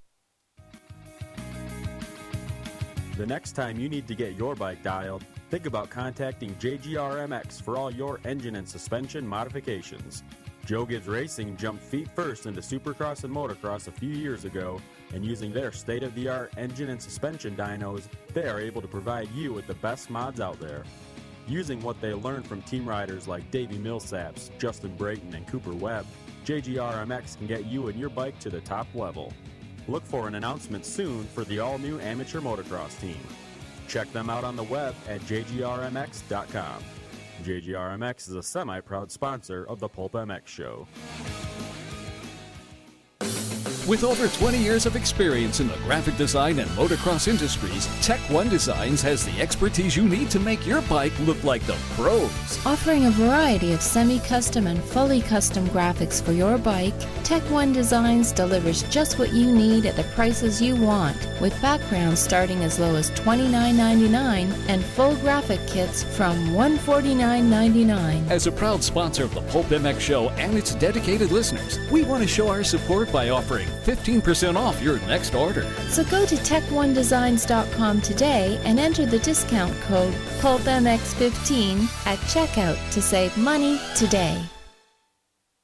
[SPEAKER 2] The next time you need to get your bike dialed, think about contacting JGRMX for all your engine and suspension modifications. Joe Gibbs Racing jumped feet first into supercross and motocross a few years ago, and using their state of the art engine and suspension dynos, they are able to provide you with the best mods out there. Using what they learned from team riders like Davey Millsaps, Justin Brayton, and Cooper Webb, JGRMX can get you and your bike to the top level. Look for an announcement soon for the all new amateur motocross team. Check them out on the web at jgrmx.com. JGRMX is a semi proud sponsor of the Pulp MX show.
[SPEAKER 23] With over 20 years of experience in the graphic design and motocross industries, Tech One Designs has the expertise you need to make your bike look like the pros.
[SPEAKER 24] Offering a variety of semi custom and fully custom graphics for your bike, Tech One Designs delivers just what you need at the prices you want, with backgrounds starting as low as $29.99 and full graphic kits from $149.99.
[SPEAKER 23] As a proud sponsor of the Pulp MX Show and its dedicated listeners, we want to show our support by offering 15% off your next order.
[SPEAKER 24] So go to tech1designs.com today and enter the discount code PulpMX15 at checkout to save money today.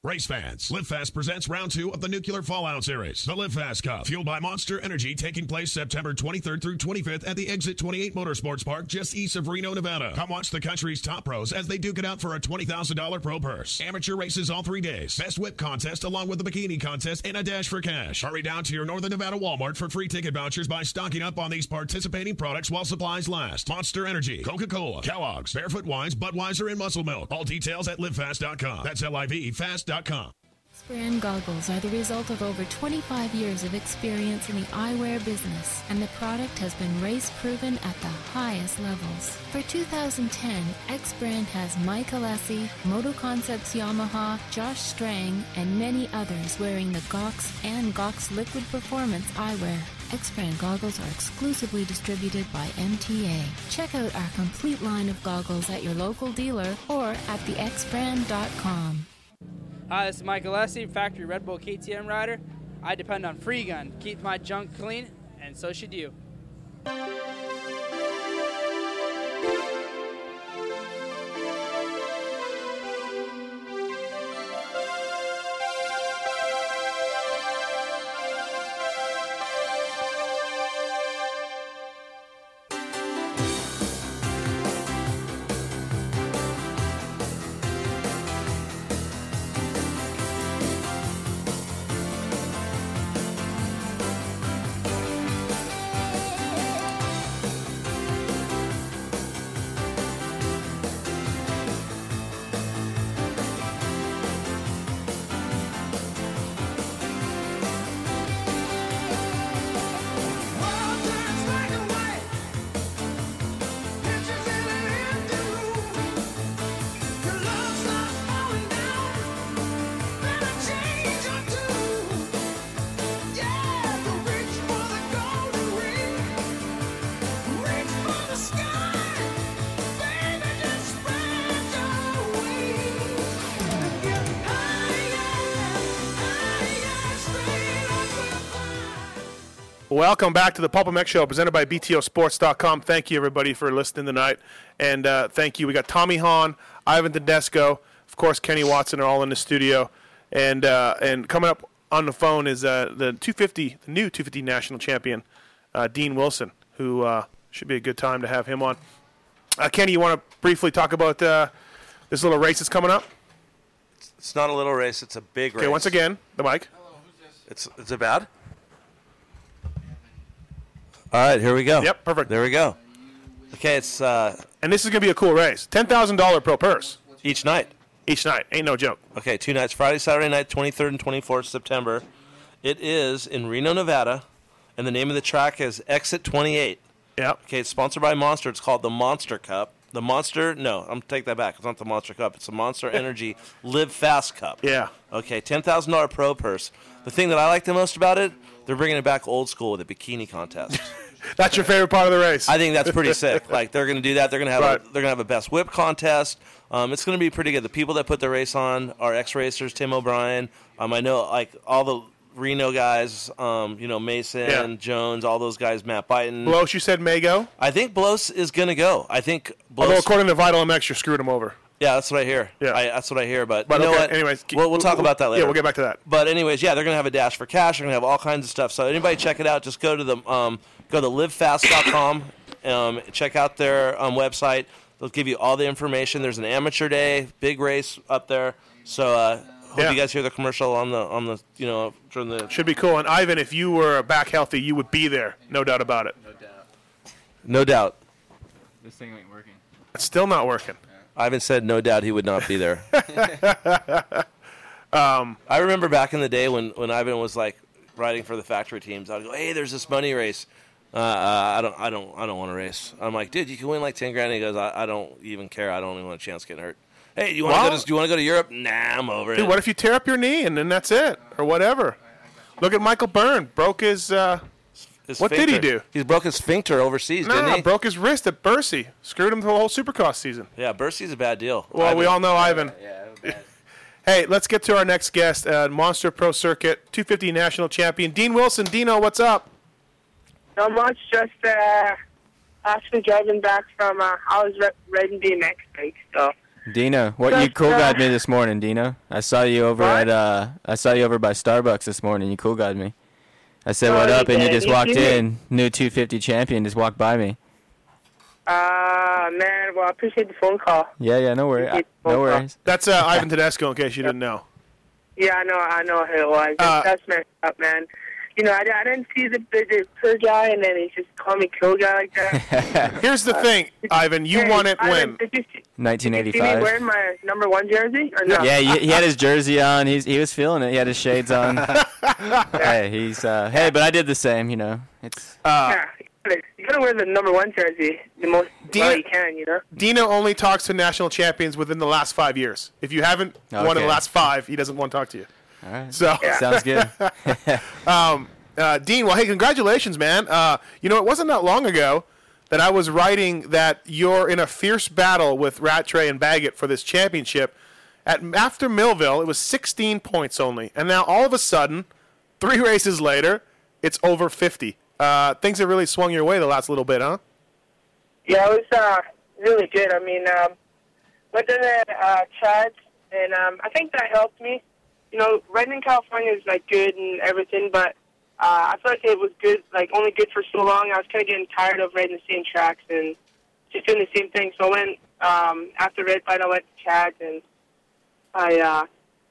[SPEAKER 1] Race fans, Live Fast presents round two of the Nuclear Fallout Series, the Live Fast Cup, fueled by Monster Energy, taking place September 23rd through 25th at the Exit 28 Motorsports Park just east of Reno, Nevada. Come watch the country's top pros as they duke it out for a $20,000 pro purse. Amateur races all three days, best whip contest along with the bikini contest and a dash for cash. Hurry down to your Northern Nevada Walmart for free ticket vouchers by stocking up on these participating products while supplies last. Monster Energy, Coca-Cola, Kellogg's, Barefoot Wines, Budweiser, and Muscle Milk. All details at livefast.com. That's L-I-V, fast.com.
[SPEAKER 24] Brand goggles are the result of over 25 years of experience in the eyewear business, and the product has been race proven at the highest levels. For 2010, X Brand has Mike Alessi, Moto Concepts Yamaha, Josh Strang, and many others wearing the Gox and Gox Liquid Performance eyewear. X Brand goggles are exclusively distributed by MTA. Check out our complete line of goggles at your local dealer or at thexbrand.com.
[SPEAKER 22] Hi, this is Michael Lessie, factory Red Bull KTM rider. I depend on Free Gun to keep my junk clean, and so should you.
[SPEAKER 5] Welcome back to the Pulp MX Show, presented by BTOsports.com. Thank you, everybody, for listening tonight. And uh, thank you. We got Tommy Hahn, Ivan Tedesco, of course, Kenny Watson are all in the studio. And uh, and coming up on the phone is uh, the 250, the new 250 national champion, uh, Dean Wilson, who uh, should be a good time to have him on. Uh, Kenny, you want to briefly talk about uh, this little race that's coming up?
[SPEAKER 6] It's not a little race. It's a big race.
[SPEAKER 5] Okay, once again, the mic.
[SPEAKER 6] It's, is it bad? All right, here we go.
[SPEAKER 5] Yep, perfect.
[SPEAKER 6] There we go. Okay, it's uh,
[SPEAKER 5] and this is gonna be a cool race. Ten thousand dollar pro purse
[SPEAKER 6] each night.
[SPEAKER 5] Each night, ain't no joke.
[SPEAKER 6] Okay, two nights: Friday, Saturday night, 23rd and 24th September. It is in Reno, Nevada, and the name of the track is Exit 28.
[SPEAKER 5] Yeah.
[SPEAKER 6] Okay, it's sponsored by Monster. It's called the Monster Cup. The Monster, no, I'm take that back. It's not the Monster Cup. It's the Monster Energy Live Fast Cup.
[SPEAKER 5] Yeah.
[SPEAKER 6] Okay, ten thousand dollar pro purse. The thing that I like the most about it, they're bringing it back old school with a bikini contest.
[SPEAKER 5] That's your favorite part of the race.
[SPEAKER 6] I think that's pretty sick. Like they're going to do that. They're going to have a, they're going to have a best whip contest. Um, it's going to be pretty good. The people that put the race on are ex racers, Tim O'Brien. Um, I know like all the Reno guys. Um, you know Mason,
[SPEAKER 5] Yeah.
[SPEAKER 6] Jones, all those guys. Matt Byton.
[SPEAKER 5] Mm-hmm. Blows, you said may go.
[SPEAKER 6] I think Blos is going to go. I think Blos.
[SPEAKER 5] Although according to Vital MX, you screwed him over.
[SPEAKER 6] yeah, that's what I hear. Yeah, I, that's what I hear. But,
[SPEAKER 5] But
[SPEAKER 6] you know
[SPEAKER 5] okay,
[SPEAKER 6] what?
[SPEAKER 5] anyways, keep-
[SPEAKER 6] we'll, we'll talk
[SPEAKER 5] we'll-
[SPEAKER 6] about that
[SPEAKER 5] yeah,
[SPEAKER 6] later.
[SPEAKER 5] we'll get back to that.
[SPEAKER 6] But anyways, yeah, they're gonna have a dash for cash. They're gonna have all kinds of stuff. So anybody check it out, just go to the um, go to livefast.com. um, check out their um, website. They'll give you all the information. There's an amateur day, big race up there. So uh, hope you guys hear the commercial on the on the you know during the
[SPEAKER 5] Should be cool. And Ivan, if you were back healthy, you would be there, no doubt about it.
[SPEAKER 6] no doubt.
[SPEAKER 10] This thing ain't working.
[SPEAKER 5] It's still not working.
[SPEAKER 6] Ivan said no doubt he would not be there.
[SPEAKER 5] um,
[SPEAKER 6] I remember back in the day when, when Ivan was like riding for the factory teams, I'd go, "Hey, there's this money race. Uh, uh, I don't, I don't, I don't want to race." I'm like, "Dude, you can win like ten grand." And he goes, "I, I don't even care. I don't even want a chance getting hurt." Hey, you want to
[SPEAKER 5] Well-
[SPEAKER 6] go to, do you want to go to Europe? Nah, I'm over
[SPEAKER 5] Dude,
[SPEAKER 6] it.
[SPEAKER 5] what if you tear up your knee and then that's it, or whatever? Look at Michael Byrne. Broke his. Uh,
[SPEAKER 6] His
[SPEAKER 5] what did he do?
[SPEAKER 6] sphincter. He broke his sphincter overseas,
[SPEAKER 5] Nah,
[SPEAKER 6] didn't he?
[SPEAKER 5] broke his wrist at Bercy. Screwed him the whole Supercross season.
[SPEAKER 6] yeah, Bercy's a bad deal.
[SPEAKER 5] Well, we
[SPEAKER 6] Ivan-
[SPEAKER 5] all know Ivan. hey, let's get to our next guest, uh, Monster Pro Circuit 250 national champion, Dean Wilson. Dino, what's up?
[SPEAKER 7] Not much, just uh, actually driving back from. Uh, I was re- riding BMX bike, so
[SPEAKER 10] Dino, what you
[SPEAKER 7] Just,
[SPEAKER 10] cool
[SPEAKER 7] uh,
[SPEAKER 10] guyed me this morning, Dino? I saw you over at uh, I saw you over by Starbucks this morning. You cool guyed me. I said
[SPEAKER 7] Oh,
[SPEAKER 10] what
[SPEAKER 7] you
[SPEAKER 10] up, and you
[SPEAKER 7] did.
[SPEAKER 10] just
[SPEAKER 7] You
[SPEAKER 10] walked
[SPEAKER 7] did.
[SPEAKER 10] in, new 250 champion, just walked by me.
[SPEAKER 7] uh, man, well, I appreciate the phone call.
[SPEAKER 10] Yeah, yeah, no worries, no worries.
[SPEAKER 5] That's uh, Ivan Tedesco, in case you didn't know.
[SPEAKER 7] Yeah, I know, I know who it was. That's messed up, man. You know, I, I didn't see the, the, the poor guy, and then he just called me cool guy like that.
[SPEAKER 5] Here's the thing, Ivan. You
[SPEAKER 7] Hey,
[SPEAKER 5] won it
[SPEAKER 7] Ivan,
[SPEAKER 5] when?
[SPEAKER 7] Did you see, did you see me
[SPEAKER 10] 1985.
[SPEAKER 7] wearing my number one jersey or no?
[SPEAKER 10] Yeah, he, he had his jersey on. He's he was feeling it. He had his shades on. hey, he's uh, hey, but I did the same. You know, it's
[SPEAKER 7] yeah, you gotta- you gotta wear the number one jersey the most well you can, you know.
[SPEAKER 5] Dino only talks to national champions within the last five years. If you haven't won in
[SPEAKER 10] Okay.
[SPEAKER 5] the last five, he doesn't want to talk to you.
[SPEAKER 10] all right.
[SPEAKER 5] So
[SPEAKER 10] sounds good.
[SPEAKER 5] um, uh, Dean, well, hey, congratulations, man. Uh, you know, it wasn't that long ago that I was writing that you're in a fierce battle with Rattray and Baggett for this championship. At after Millville, it was 16 points only, and now all of a sudden, three races later, it's over 50. Uh, things have really swung your way the last little bit, huh?
[SPEAKER 7] Yeah, it was uh, really good. I mean, um, went to the uh, track, and um, I think that helped me. You know, riding in California is like good and everything, but uh, I feel like it was good, like only good for so long. I was kind of getting tired of riding the same tracks and just doing the same thing. So I went um, after Red Bite, I went to Chad, and I uh,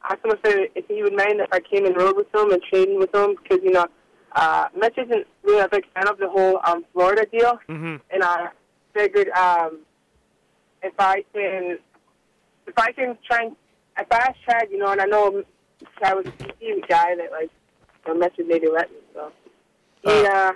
[SPEAKER 7] asked him if, if he would mind if I came and rode with him and traded with him because you know, uh, Mitch isn't really a big fan of the whole um, Florida deal
[SPEAKER 5] Mm-hmm.
[SPEAKER 7] and I figured um, if I can, if I can try, and, if I asked Chad, you know, and I know Chad was a PC guy that like the message maybe let me, so he uh,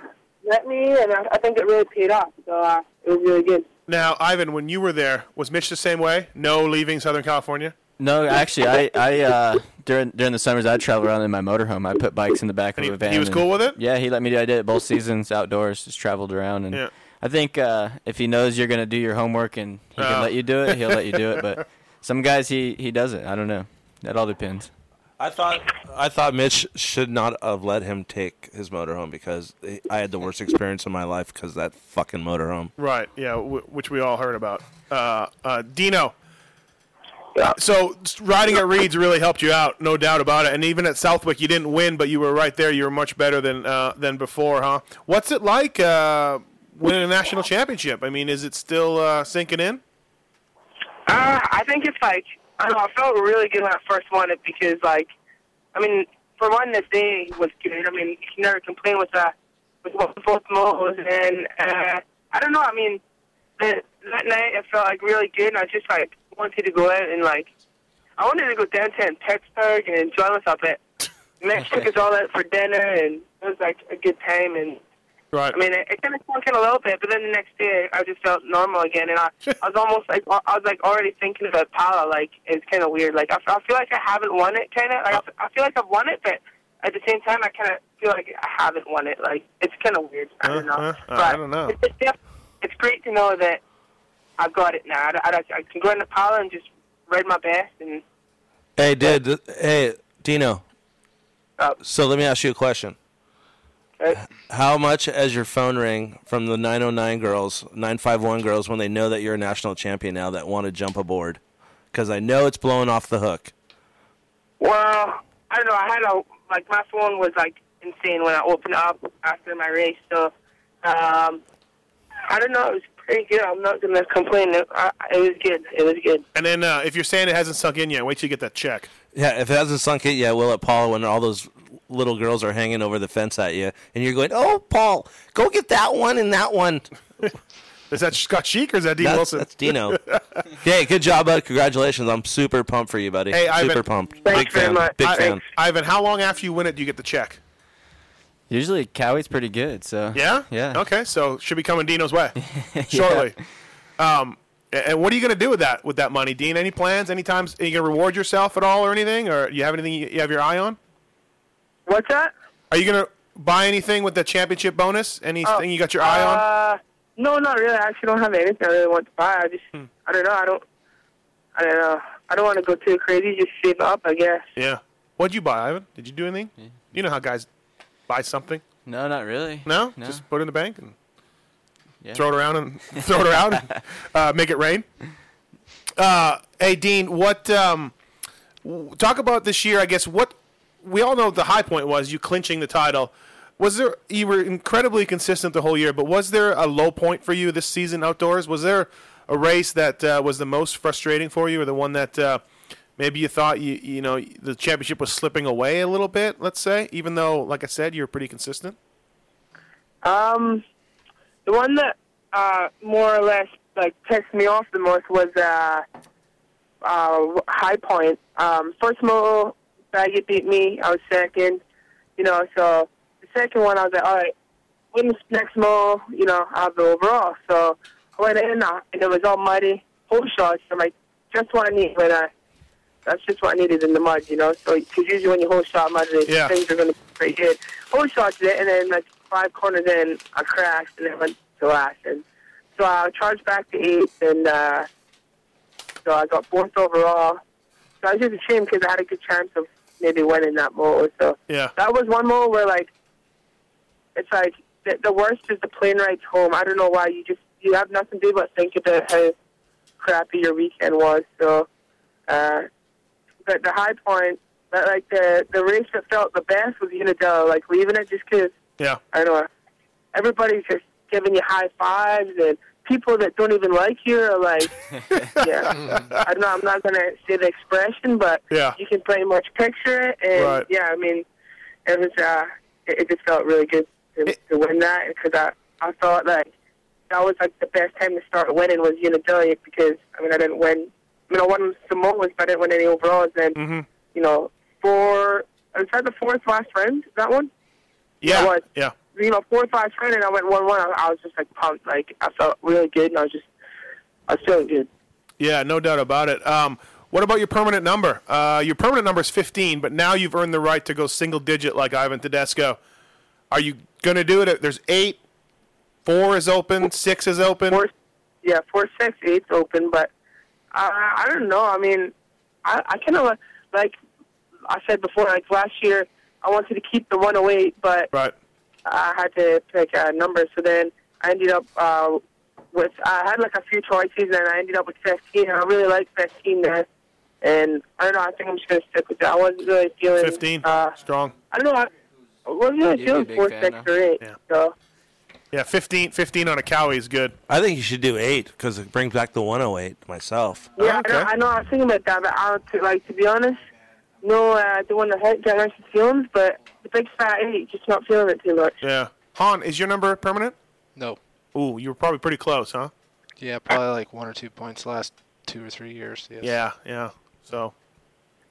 [SPEAKER 7] let me, and I, I think it really paid off. So uh, it was really good.
[SPEAKER 5] Now, Ivan, when you were there, was Mitch the same way? No leaving Southern California?
[SPEAKER 10] No, actually, I I uh, during during the summers I travel around in my motorhome. I put bikes in the back of a van.
[SPEAKER 5] he was
[SPEAKER 10] and-
[SPEAKER 5] cool with it?
[SPEAKER 10] Yeah, he let me do. I did it both seasons outdoors. Just traveled around and.
[SPEAKER 5] Yeah.
[SPEAKER 10] I think uh, if he knows you're gonna do your homework and he
[SPEAKER 5] Oh.
[SPEAKER 10] can let you do it, he'll let you do it. But some guys he he doesn't. I don't know. That all depends.
[SPEAKER 6] I thought I thought Mitch should not have let him take his motorhome because I had the worst experience in my life because that fucking motorhome.
[SPEAKER 5] Right. Yeah, w- which we all heard about. Uh, uh, Dino. So s- riding at Reeds really helped you out, no doubt about it. And even at Southwick, you didn't win, but you were right there. You were much better than uh, than before, huh? What's it like uh, winning a national championship? I mean, is it still uh, sinking in?
[SPEAKER 7] Uh, I think it's like I don't know. I felt really good when I first won it because, like, I mean, for one, this day was good. I mean, he never complained with the with both moles, and uh, I don't know. I mean, that, that night it felt like really good, and I just like wanted to go out and like I wanted to go downtown Pittsburgh and enjoy myself. At Max took us all out for dinner, and it was like a good time. And
[SPEAKER 5] Right.
[SPEAKER 7] I mean, it, it kind of sunk in a little bit, but then the next day I just felt normal again, and I, I was almost like I was like already thinking about Pala. Like it's kind of weird. Like I, f- I feel like I haven't won it, kind of. Like I f- I feel like I've won it, but at the same time I kind of feel like I haven't won it. Like it's kind of weird. I don't know.
[SPEAKER 5] Uh, uh, I don't know.
[SPEAKER 7] It's, def- it's great to know that I've got it now. I, I, I can go into Pala and just read my best and.
[SPEAKER 6] Hey, dude. th- Hey, Dino.
[SPEAKER 5] Uh,
[SPEAKER 6] So let me ask you a question. How much has your phone ring from the 909 girls, 951 girls, when they know that you're a national champion now that want to jump aboard? Because I know it's blowing off the hook.
[SPEAKER 7] Well, I don't know. I had a like my phone was like insane when I opened up after my race, so um, I don't know. It was pretty good. I'm not gonna complain. It, I, it was good. It was good.
[SPEAKER 5] And then uh, if you're saying it hasn't sunk in yet, wait till you get that check.
[SPEAKER 6] Yeah, if it hasn't sunk in yet, will it, Paul, when all those little girls are hanging over the fence at you and you're going, oh, Paul, go get that one and that one?
[SPEAKER 5] Is that Scott Sheik or is that Dean
[SPEAKER 6] That's-
[SPEAKER 5] Wilson?
[SPEAKER 6] that's Dino. hey, good job, bud. Congratulations. I'm super pumped for you, buddy.
[SPEAKER 5] hey, Ivan.
[SPEAKER 6] super pumped. Big fan. Big
[SPEAKER 5] I-
[SPEAKER 6] fan.
[SPEAKER 5] Ivan, how long after you win it do you get the check?
[SPEAKER 10] Usually Cowie's pretty good, so
[SPEAKER 5] Yeah?
[SPEAKER 10] yeah.
[SPEAKER 5] Okay, so should be coming Dino's way shortly. Um, a- and what are you going to do with that with that money, Dean? Any plans? Any times are you going to reward yourself at all or anything? Or you have anything you you have your eye on?
[SPEAKER 7] What's that?
[SPEAKER 5] Are you going to buy anything with the championship bonus? Anything
[SPEAKER 7] Oh,
[SPEAKER 5] you got your eye on?
[SPEAKER 7] Uh, no, not really. I actually don't have anything I really want to buy. I just,
[SPEAKER 5] Hmm.
[SPEAKER 7] I don't know. I don't, I don't know. I don't want to go too crazy. Just save up, I guess.
[SPEAKER 5] Yeah. What'd you buy, Ivan? Did you do anything? You know how guys buy something.
[SPEAKER 10] No, not really.
[SPEAKER 5] No,
[SPEAKER 10] No.
[SPEAKER 5] just put it in the bank and
[SPEAKER 10] Yeah.
[SPEAKER 5] throw it around and throw it around, and, uh, make it rain. Uh, hey, Dean, what? Um, w- talk about this year. I guess what we all know what the high point was you clinching the title. Was there you were incredibly consistent the whole year, but was there a low point for you this season outdoors? Was there a race that uh, was the most frustrating for you, or the one that uh, maybe you thought you you know the championship was slipping away a little bit? Let's say, even though, like I said, you're pretty consistent.
[SPEAKER 7] Um, the one that uh, more or less like pissed me off the most was uh, uh, High Point. Um, first moto, Baggett beat me. I was second. You know, so the second one, I was like, all right, win this next moto. You know, I'll have the overall. So I went in uh, and it was all muddy, whole shots. I'm like, just what I need when I. That's just what I needed in the mud, you know. So, because usually when you whole shot mud, they-
[SPEAKER 26] Yeah.
[SPEAKER 7] things are going to be pretty good. Whole shots it, and then like five corners in, I crashed and it went to last. And so I charged back to eighth, and uh, so I got fourth overall. So I was just ashamed because I had a good chance of maybe winning that mole. So
[SPEAKER 5] Yeah.
[SPEAKER 7] that was one mole where like it's like the, the worst is the plane rides home. I don't know why you just you have nothing to do but think about how crappy your weekend was. So, uh, but the high point, but like the the race that felt the best was Unadilla. Like leaving it just 'cause
[SPEAKER 5] Yeah.
[SPEAKER 7] I don't know everybody's just giving you high fives and people that don't even like you are like, yeah. I know I'm not gonna say the expression, but
[SPEAKER 5] Mm. Yeah.
[SPEAKER 7] you can pretty much picture it. And
[SPEAKER 5] Right.
[SPEAKER 7] yeah, I mean, it was uh, it, it just felt really good to, to win that because I I thought like that was like the best time to start winning was Unadilla because I mean I didn't win, I mean I won some moments but I didn't win any overalls and
[SPEAKER 5] Mm-hmm.
[SPEAKER 7] you know four. Is that the fourth last round? That one?
[SPEAKER 5] Yeah.
[SPEAKER 7] That was
[SPEAKER 5] Yeah.
[SPEAKER 7] you know, fourth last round, and I went one one. I, I was just like pumped, like I felt really good, and I was just, I was feeling good.
[SPEAKER 5] Yeah, no doubt about it. Um, what about your permanent number? Uh, your permanent number is 15, but now you've earned the right to go single digit like Ivan Tedesco. Are you going to do it? There's eight, four is open, six is open.
[SPEAKER 7] Yeah, four six eight's open, but uh, I, I don't know. I mean, I, I kind of like I said before, like last year, I wanted to keep the one oh eight, but
[SPEAKER 5] right.
[SPEAKER 7] I had to pick a number. So then I ended up uh, with I had like a few choices, and I ended up with fifteen. And I really like fifteen there, and I don't know. I think I'm just gonna stick with that. I wasn't really feeling
[SPEAKER 5] 15,
[SPEAKER 7] Uh,
[SPEAKER 5] strong.
[SPEAKER 7] I don't know. I, I wasn't really
[SPEAKER 5] You'd be a
[SPEAKER 7] feeling
[SPEAKER 5] big
[SPEAKER 7] four,
[SPEAKER 5] fan,
[SPEAKER 7] six,
[SPEAKER 5] though.
[SPEAKER 7] or eight. So
[SPEAKER 5] Yeah, 15, 15 on a cowie is good.
[SPEAKER 6] I think you should do eight because it brings back the 108 myself.
[SPEAKER 7] yeah,
[SPEAKER 5] Oh,
[SPEAKER 7] I, know, I know. I was thinking about that, but I don't, like to be honest, no, uh, I don't want to hurt Generation feelings, but the big fat eight, just not feeling it too much.
[SPEAKER 5] Yeah. Han, is your number permanent?
[SPEAKER 17] No.
[SPEAKER 5] Ooh, you were probably pretty close, huh?
[SPEAKER 17] Yeah, probably like one or two points the last two or three years. Yes.
[SPEAKER 5] Yeah, yeah. So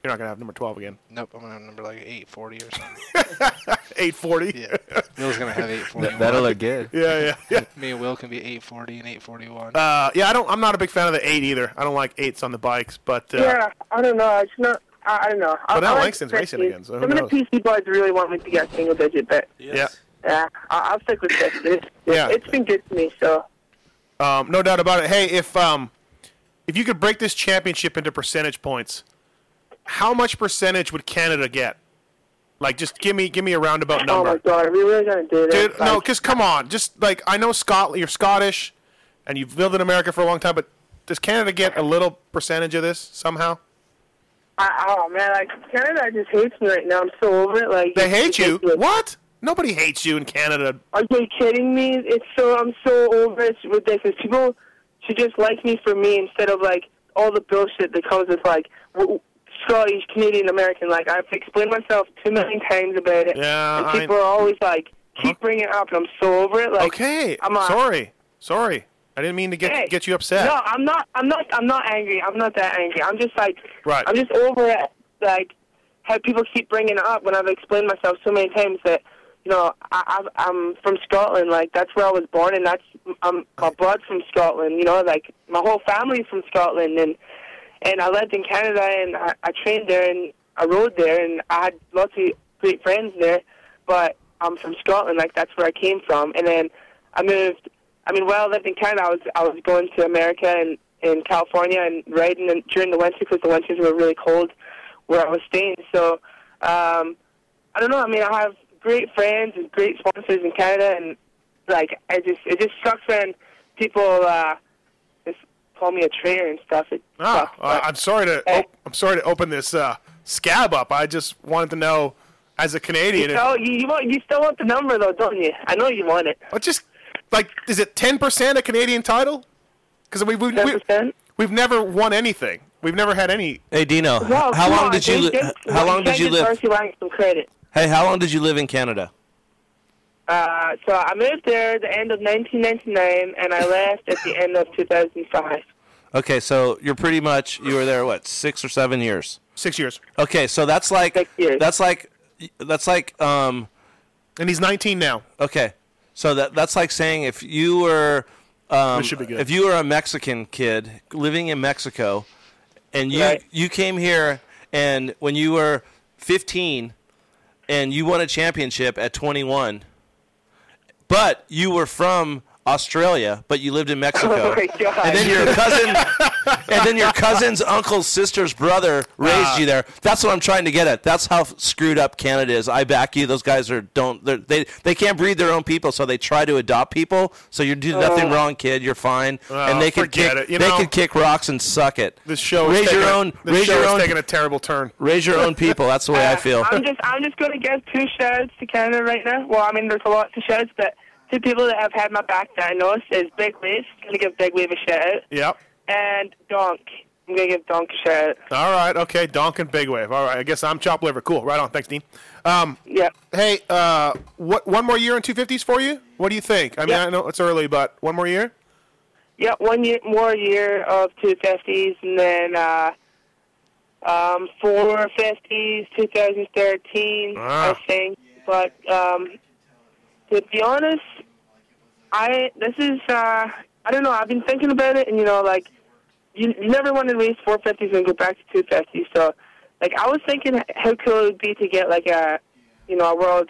[SPEAKER 5] you're not gonna have number twelve again.
[SPEAKER 17] Nope, I'm gonna have number like 840 or something.
[SPEAKER 5] Eight forty.
[SPEAKER 17] Yeah, Will's gonna have 841.
[SPEAKER 5] Yeah, yeah, yeah.
[SPEAKER 17] Me and Will can be 840 and 841.
[SPEAKER 5] Uh, yeah, I don't. I'm not a big fan of the eight either. I don't like eights on the bikes, but uh,
[SPEAKER 7] yeah, I don't know. It's not. I, I don't know. I,
[SPEAKER 5] But now
[SPEAKER 7] I like
[SPEAKER 5] Langston's racing
[SPEAKER 7] 50s.
[SPEAKER 5] again, so who
[SPEAKER 7] some
[SPEAKER 5] knows?
[SPEAKER 7] of the PC boys really want me to get single digit, but
[SPEAKER 5] yeah.
[SPEAKER 7] yeah, I, I'll stick with fifty. It's,
[SPEAKER 5] Yeah.
[SPEAKER 7] it's been good to me. So
[SPEAKER 5] Um, no doubt about it. Hey, if um, if you could break this championship into percentage points, how much percentage would Canada get? Like, just give me give me a roundabout
[SPEAKER 7] oh
[SPEAKER 5] number.
[SPEAKER 7] my god, are we really gonna do this?
[SPEAKER 5] Dude, no, because come on, just like I know Scotland, you're Scottish, and you've lived in America for a long time, but does Canada get a little percentage of this somehow?
[SPEAKER 7] I, oh man, like Canada just hates me right now. I'm so over it. Like
[SPEAKER 5] They hate you. What? Nobody hates you in Canada.
[SPEAKER 7] Are you kidding me? It's so I'm so over it. It's ridiculous. People should just like me for me instead of like all the bullshit that comes with like w- Scottish Canadian American. Like I've explained myself two million times about it,
[SPEAKER 5] Yeah,
[SPEAKER 7] and
[SPEAKER 5] I- Uh-huh.
[SPEAKER 7] people are always like keep bringing it up, and I'm so over it. Like
[SPEAKER 5] okay,
[SPEAKER 7] I'm uh,
[SPEAKER 5] sorry, sorry, I didn't mean to get
[SPEAKER 7] Hey.
[SPEAKER 5] get you upset.
[SPEAKER 7] No, I'm not. I'm not. I'm not angry. I'm not that angry. I'm just like
[SPEAKER 5] Right.
[SPEAKER 7] I'm just over it. Like how people keep bringing it up when I've explained myself so many times that you know I, I, I'm from Scotland. Like that's where I was born, and that's I'm my blood's from Scotland. You know, like my whole family's from Scotland, and and I lived in Canada, and I, I trained there, and I rode there, and I had lots of great friends there. But I'm from Scotland. Like that's where I came from, and then I moved I mean, while I lived in Canada, I was I was going to America and in California and riding in, during the winter because the winters were really cold where I was staying. So um, I don't know. I mean, I have great friends and great sponsors in Canada, and like I just it just sucks when people uh, just call me a traitor and stuff. It
[SPEAKER 5] Ah, uh, I'm sorry to op- I'm sorry to open this uh, scab up. I just wanted to know, as a Canadian,
[SPEAKER 7] you,
[SPEAKER 5] if-
[SPEAKER 7] know, you, you want you still want the number though, don't you? I know you want it.
[SPEAKER 5] Well, just like is it ten percent a Canadian title? Because we we, we we've never won anything. We've never had any.
[SPEAKER 6] Hey Dino, h-
[SPEAKER 5] No,
[SPEAKER 6] Uh, how
[SPEAKER 5] come
[SPEAKER 6] long
[SPEAKER 5] on,
[SPEAKER 6] did you
[SPEAKER 5] dude,
[SPEAKER 6] li-
[SPEAKER 5] just-
[SPEAKER 6] how long did
[SPEAKER 7] Can't
[SPEAKER 6] you
[SPEAKER 7] give
[SPEAKER 6] live?
[SPEAKER 7] Darcy Lang some credit.
[SPEAKER 6] Hey, how long did you live in Canada?
[SPEAKER 7] Uh, so I moved there at the end of 1999, and I left at the end of 2005.
[SPEAKER 6] Okay, so you're pretty much you were there what six or seven years?
[SPEAKER 5] Six years.
[SPEAKER 6] Okay, so that's like that's like that's like um,
[SPEAKER 5] and he's 19 now.
[SPEAKER 6] Okay, so that that's like saying if you were um,
[SPEAKER 5] This should be good.
[SPEAKER 6] if you were a Mexican kid living in Mexico, and you
[SPEAKER 5] Right.
[SPEAKER 6] you came here and when you were 15 and you won a championship at 21, but you were from Australia, but you lived in Mexico.
[SPEAKER 7] Oh my God.
[SPEAKER 6] And then your cousin, and then your cousin's uncle's sister's brother raised
[SPEAKER 7] Ah.
[SPEAKER 6] you there. That's what I'm trying to get at. That's how screwed up Canada is. I back you. Those guys are don't they're- they they can't breed their own people, so they try to adopt people. So you do nothing
[SPEAKER 5] Oh.
[SPEAKER 6] wrong, kid. You're fine,
[SPEAKER 5] Oh,
[SPEAKER 6] and they can
[SPEAKER 5] forget
[SPEAKER 6] kick,
[SPEAKER 5] it, you
[SPEAKER 6] they
[SPEAKER 5] know.
[SPEAKER 6] can kick rocks and suck it.
[SPEAKER 5] This show
[SPEAKER 6] raise
[SPEAKER 5] is taking
[SPEAKER 6] your
[SPEAKER 5] a-
[SPEAKER 6] own
[SPEAKER 5] This
[SPEAKER 6] raise
[SPEAKER 5] show
[SPEAKER 6] your
[SPEAKER 5] is
[SPEAKER 6] own
[SPEAKER 5] taking a terrible turn.
[SPEAKER 6] raise your own people. That's the way I feel.
[SPEAKER 7] I'm just I'm just going to give two shout outs to Canada right now. Well, I mean, there's a lot to shout outs, but two people that have had my back that I know is Big Wave. going to give Big Wave a shout out.
[SPEAKER 5] Yep.
[SPEAKER 7] And Donk. I'm going to give Donk a shout out.
[SPEAKER 5] All right. Okay. Donk and Big Wave. All right. I guess I'm chopped liver. Cool. Right on. Thanks, Dean. Um,
[SPEAKER 7] yeah.
[SPEAKER 5] Hey, uh, what one more year in 250s for you? What do you think? I mean,
[SPEAKER 7] Yeah.
[SPEAKER 5] I know it's early, but one more year.
[SPEAKER 7] Yeah, one year, more year of 250s, and then uh, um, four 50s, 2013,
[SPEAKER 5] Ah.
[SPEAKER 7] I think. But um, to be honest, I this is uh, I don't know. I've been thinking about it, and you know, like you, you never want to race 450s and go back to 250s. So, like, I was thinking how cool it would be to get like a you know a world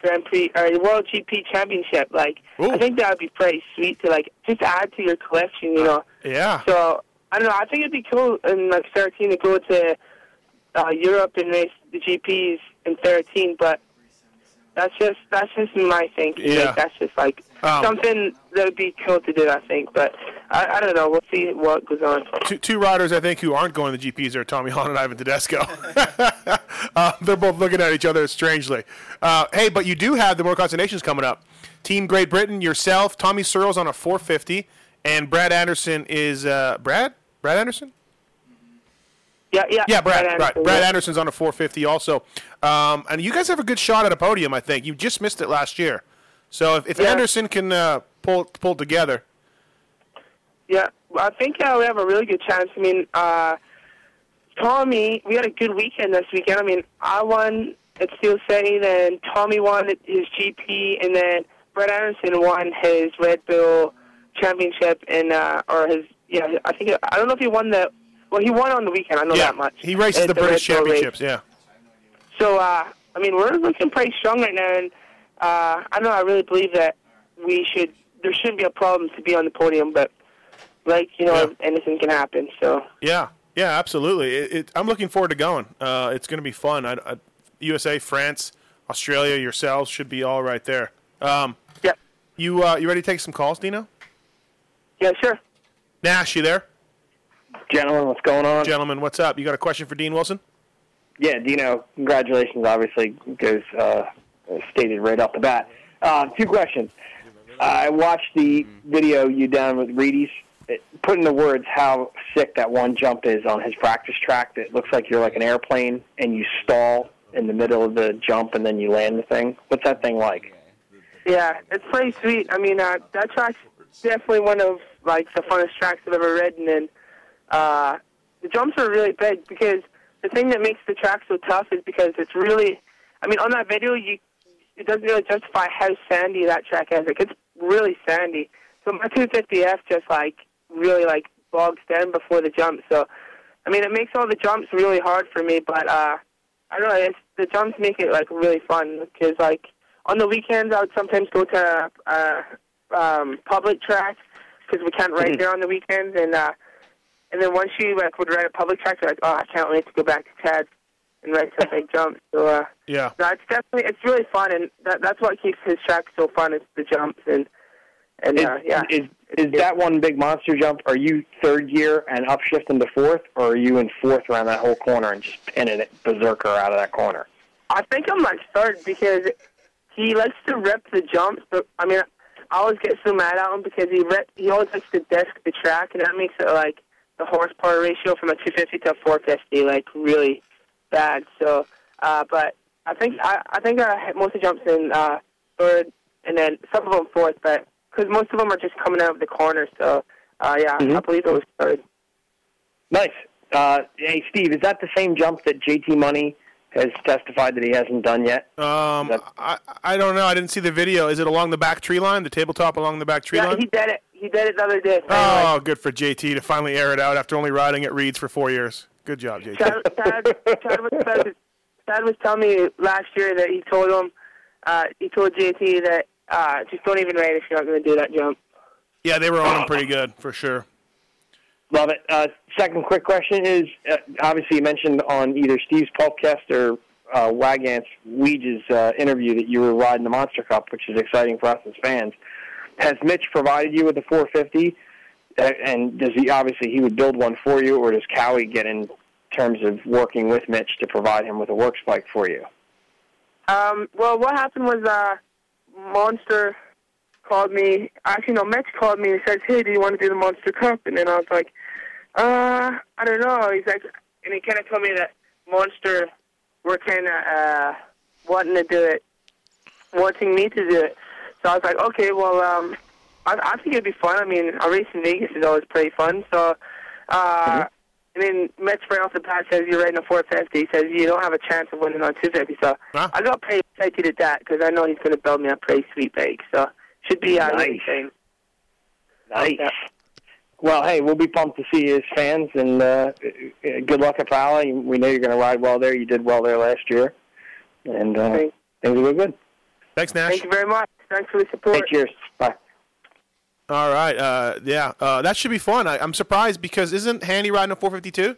[SPEAKER 7] Grand Prix or a World GP Championship. Like, I think that would be pretty sweet to like just add to your collection. You know.
[SPEAKER 5] Yeah.
[SPEAKER 7] So I don't know. I think it'd be cool in like 13 to go to uh, Europe and race the GPs in 13, but that's just that's just my thinking.
[SPEAKER 5] Yeah.
[SPEAKER 7] Like, that's just like
[SPEAKER 5] Um,
[SPEAKER 7] something that would be cool to do. I think, but I, I don't know. We'll see what goes on.
[SPEAKER 5] Two, two riders, I think, who aren't going to the GPs are Tommy Hahn and Ivan Tedesco. uh, they're both looking at each other strangely. Uh, hey, but you do have the World Cups of Nations coming up. Team Great Britain, yourself, Tommy Searles on a 450, and Brad Anderson is uh, Brad. Brad Anderson.
[SPEAKER 7] Yeah, yeah.
[SPEAKER 5] Yeah, Brad.
[SPEAKER 7] Brad
[SPEAKER 5] right.
[SPEAKER 7] Anderson,
[SPEAKER 5] Brad
[SPEAKER 7] yeah.
[SPEAKER 5] Anderson's on a 450 also, um, and you guys have a good shot at a podium. I think you just missed it last year. So if, if
[SPEAKER 7] Yeah.
[SPEAKER 5] Anderson can uh, pull pull together,
[SPEAKER 7] Yeah, well, I think uh, we have a really good chance. I mean, uh, Tommy, we had a good weekend this weekend. I mean, I won at Steel City, then Tommy won at his GP, and then Brett Anderson won his Red Bull Championship, and uh, or his yeah, I think I don't know if he won the well, he won on the weekend. I know
[SPEAKER 5] yeah,
[SPEAKER 7] that much.
[SPEAKER 5] he races
[SPEAKER 7] At
[SPEAKER 5] the British
[SPEAKER 7] Red Bull race.
[SPEAKER 5] Championships. Yeah.
[SPEAKER 7] So, uh, I mean, we're looking pretty strong right now, and uh, I know I really believe that we should. There shouldn't be a problem to be on the podium, but like you know, anything can happen. So,
[SPEAKER 5] Yeah, yeah, absolutely. It, it, I'm looking forward to going. Uh, it's going to be fun. I, I, USA, France, Australia, yourselves should be all right there. Um,
[SPEAKER 7] yeah.
[SPEAKER 5] You uh, you ready to take some calls, Dino?
[SPEAKER 7] Yeah, sure.
[SPEAKER 5] Nash, you there?
[SPEAKER 3] Gentlemen, what's going on?
[SPEAKER 5] Gentlemen, what's up? You got a question for Dean Wilson?
[SPEAKER 3] Yeah, Dino, congratulations. Obviously, goes uh, stated right off the bat. Uh, two questions. I watched the video you done with Reedy's. It- Put into words how sick that one jump is on his practice track. That looks like you're like an airplane and you stall in the middle of the jump and then you land the thing. What's that thing like?
[SPEAKER 7] yeah, it's pretty sweet. I mean, uh, that track's definitely one of like the funnest tracks I've ever ridden, and uh, the jumps are really big because the thing that makes the track so tough is because it's really. I mean, on that video, you it doesn't really justify how sandy that track is. Like it's really sandy. So my 250F just like really like bogs down before the jump. So I mean, it makes all the jumps really hard for me. But uh, I don't know. It's, the jumps make it like really fun because like on the weekends I would sometimes go to uh, um, public tracks because we can't ride there on the weekends and. uh and then once you like would ride a public track, you're like, oh, I can't wait to go back to Chad and ride some big jump. So uh,
[SPEAKER 5] Yeah.
[SPEAKER 7] no, it's definitely it's really fun, and that, that's what keeps his track so fun is the jumps and and
[SPEAKER 3] is,
[SPEAKER 7] uh, yeah.
[SPEAKER 3] is is that one big monster jump? Are you third gear and upshifting to fourth, or are you in fourth around that whole corner and just pinning it berserker out of that corner?
[SPEAKER 7] I think I'm like third because he likes to rip the jumps, but I mean, I always get so mad at him because he rip, he always likes to desk the track, and that makes it like the horsepower ratio from a 250 to a 450 like really bad. So, uh, but I think I, I think I hit most of the jumps in uh, third, and then some of them fourth, but because most of them are just coming out of the corner. So, uh, yeah,
[SPEAKER 3] Mm-hmm.
[SPEAKER 7] I believe it was third.
[SPEAKER 3] Nice. Uh, hey, Steve, is that the same jump that JT Money has testified that he hasn't done yet?
[SPEAKER 5] Um, I, I don't know. I didn't see the video. Is it along the back tree line, the tabletop along the back tree
[SPEAKER 7] yeah,
[SPEAKER 5] line?
[SPEAKER 7] he did it. He did it the other day.
[SPEAKER 5] oh, good for JT to finally air it out after only riding at Reed's for four years. Good job, JT.
[SPEAKER 7] Chad, Chad, Chad, was, Chad, was telling me last year that he told him, uh, he told JT that uh, just don't even ride if you're not going to do that jump.
[SPEAKER 5] Yeah, they were on him pretty good for sure.
[SPEAKER 3] Love it. Uh, second quick question is uh, obviously you mentioned on either Steve's podcast or uh, Wagant's Weege's uh, interview that you were riding the Monster Cup, which is exciting for us as fans. Has Mitch provided you with the 450? Uh, and does he obviously he would build one for you, or does Cowie get in terms of working with Mitch to provide him with a work spike for you?
[SPEAKER 7] Um, well, what happened was uh, Monster called me. Actually, no, Mitch called me and says, "Hey, do you want to do the Monster Cup?" And then I was like, "Uh, I don't know." He's like, and he kind of told me that Monster were kind of uh, wanting to do it, wanting me to do it. So I was like, "Okay, well, um, I, I think it'd be fun. I mean, a race in Vegas is always pretty fun." So. Uh, and then Mitch right off the bat says you're riding a 450. He says you don't have a chance of winning on 250. So I got pretty excited at that because I know he's going to build me a pretty sweet bike. So should be uh,
[SPEAKER 3] Nice.
[SPEAKER 7] really exciting.
[SPEAKER 3] Nice. Well, hey, we'll be pumped to see you as fans, and uh, uh, good luck at Fowler. You- We know you're going to ride well there. You did well there last year, and uh, things will go good.
[SPEAKER 5] Thanks, Nash.
[SPEAKER 7] Thank you very much. Thanks for the support.
[SPEAKER 3] cheers. Bye.
[SPEAKER 5] All right. Uh, yeah, uh, that should be fun. I, I'm surprised because isn't Handy riding a 452?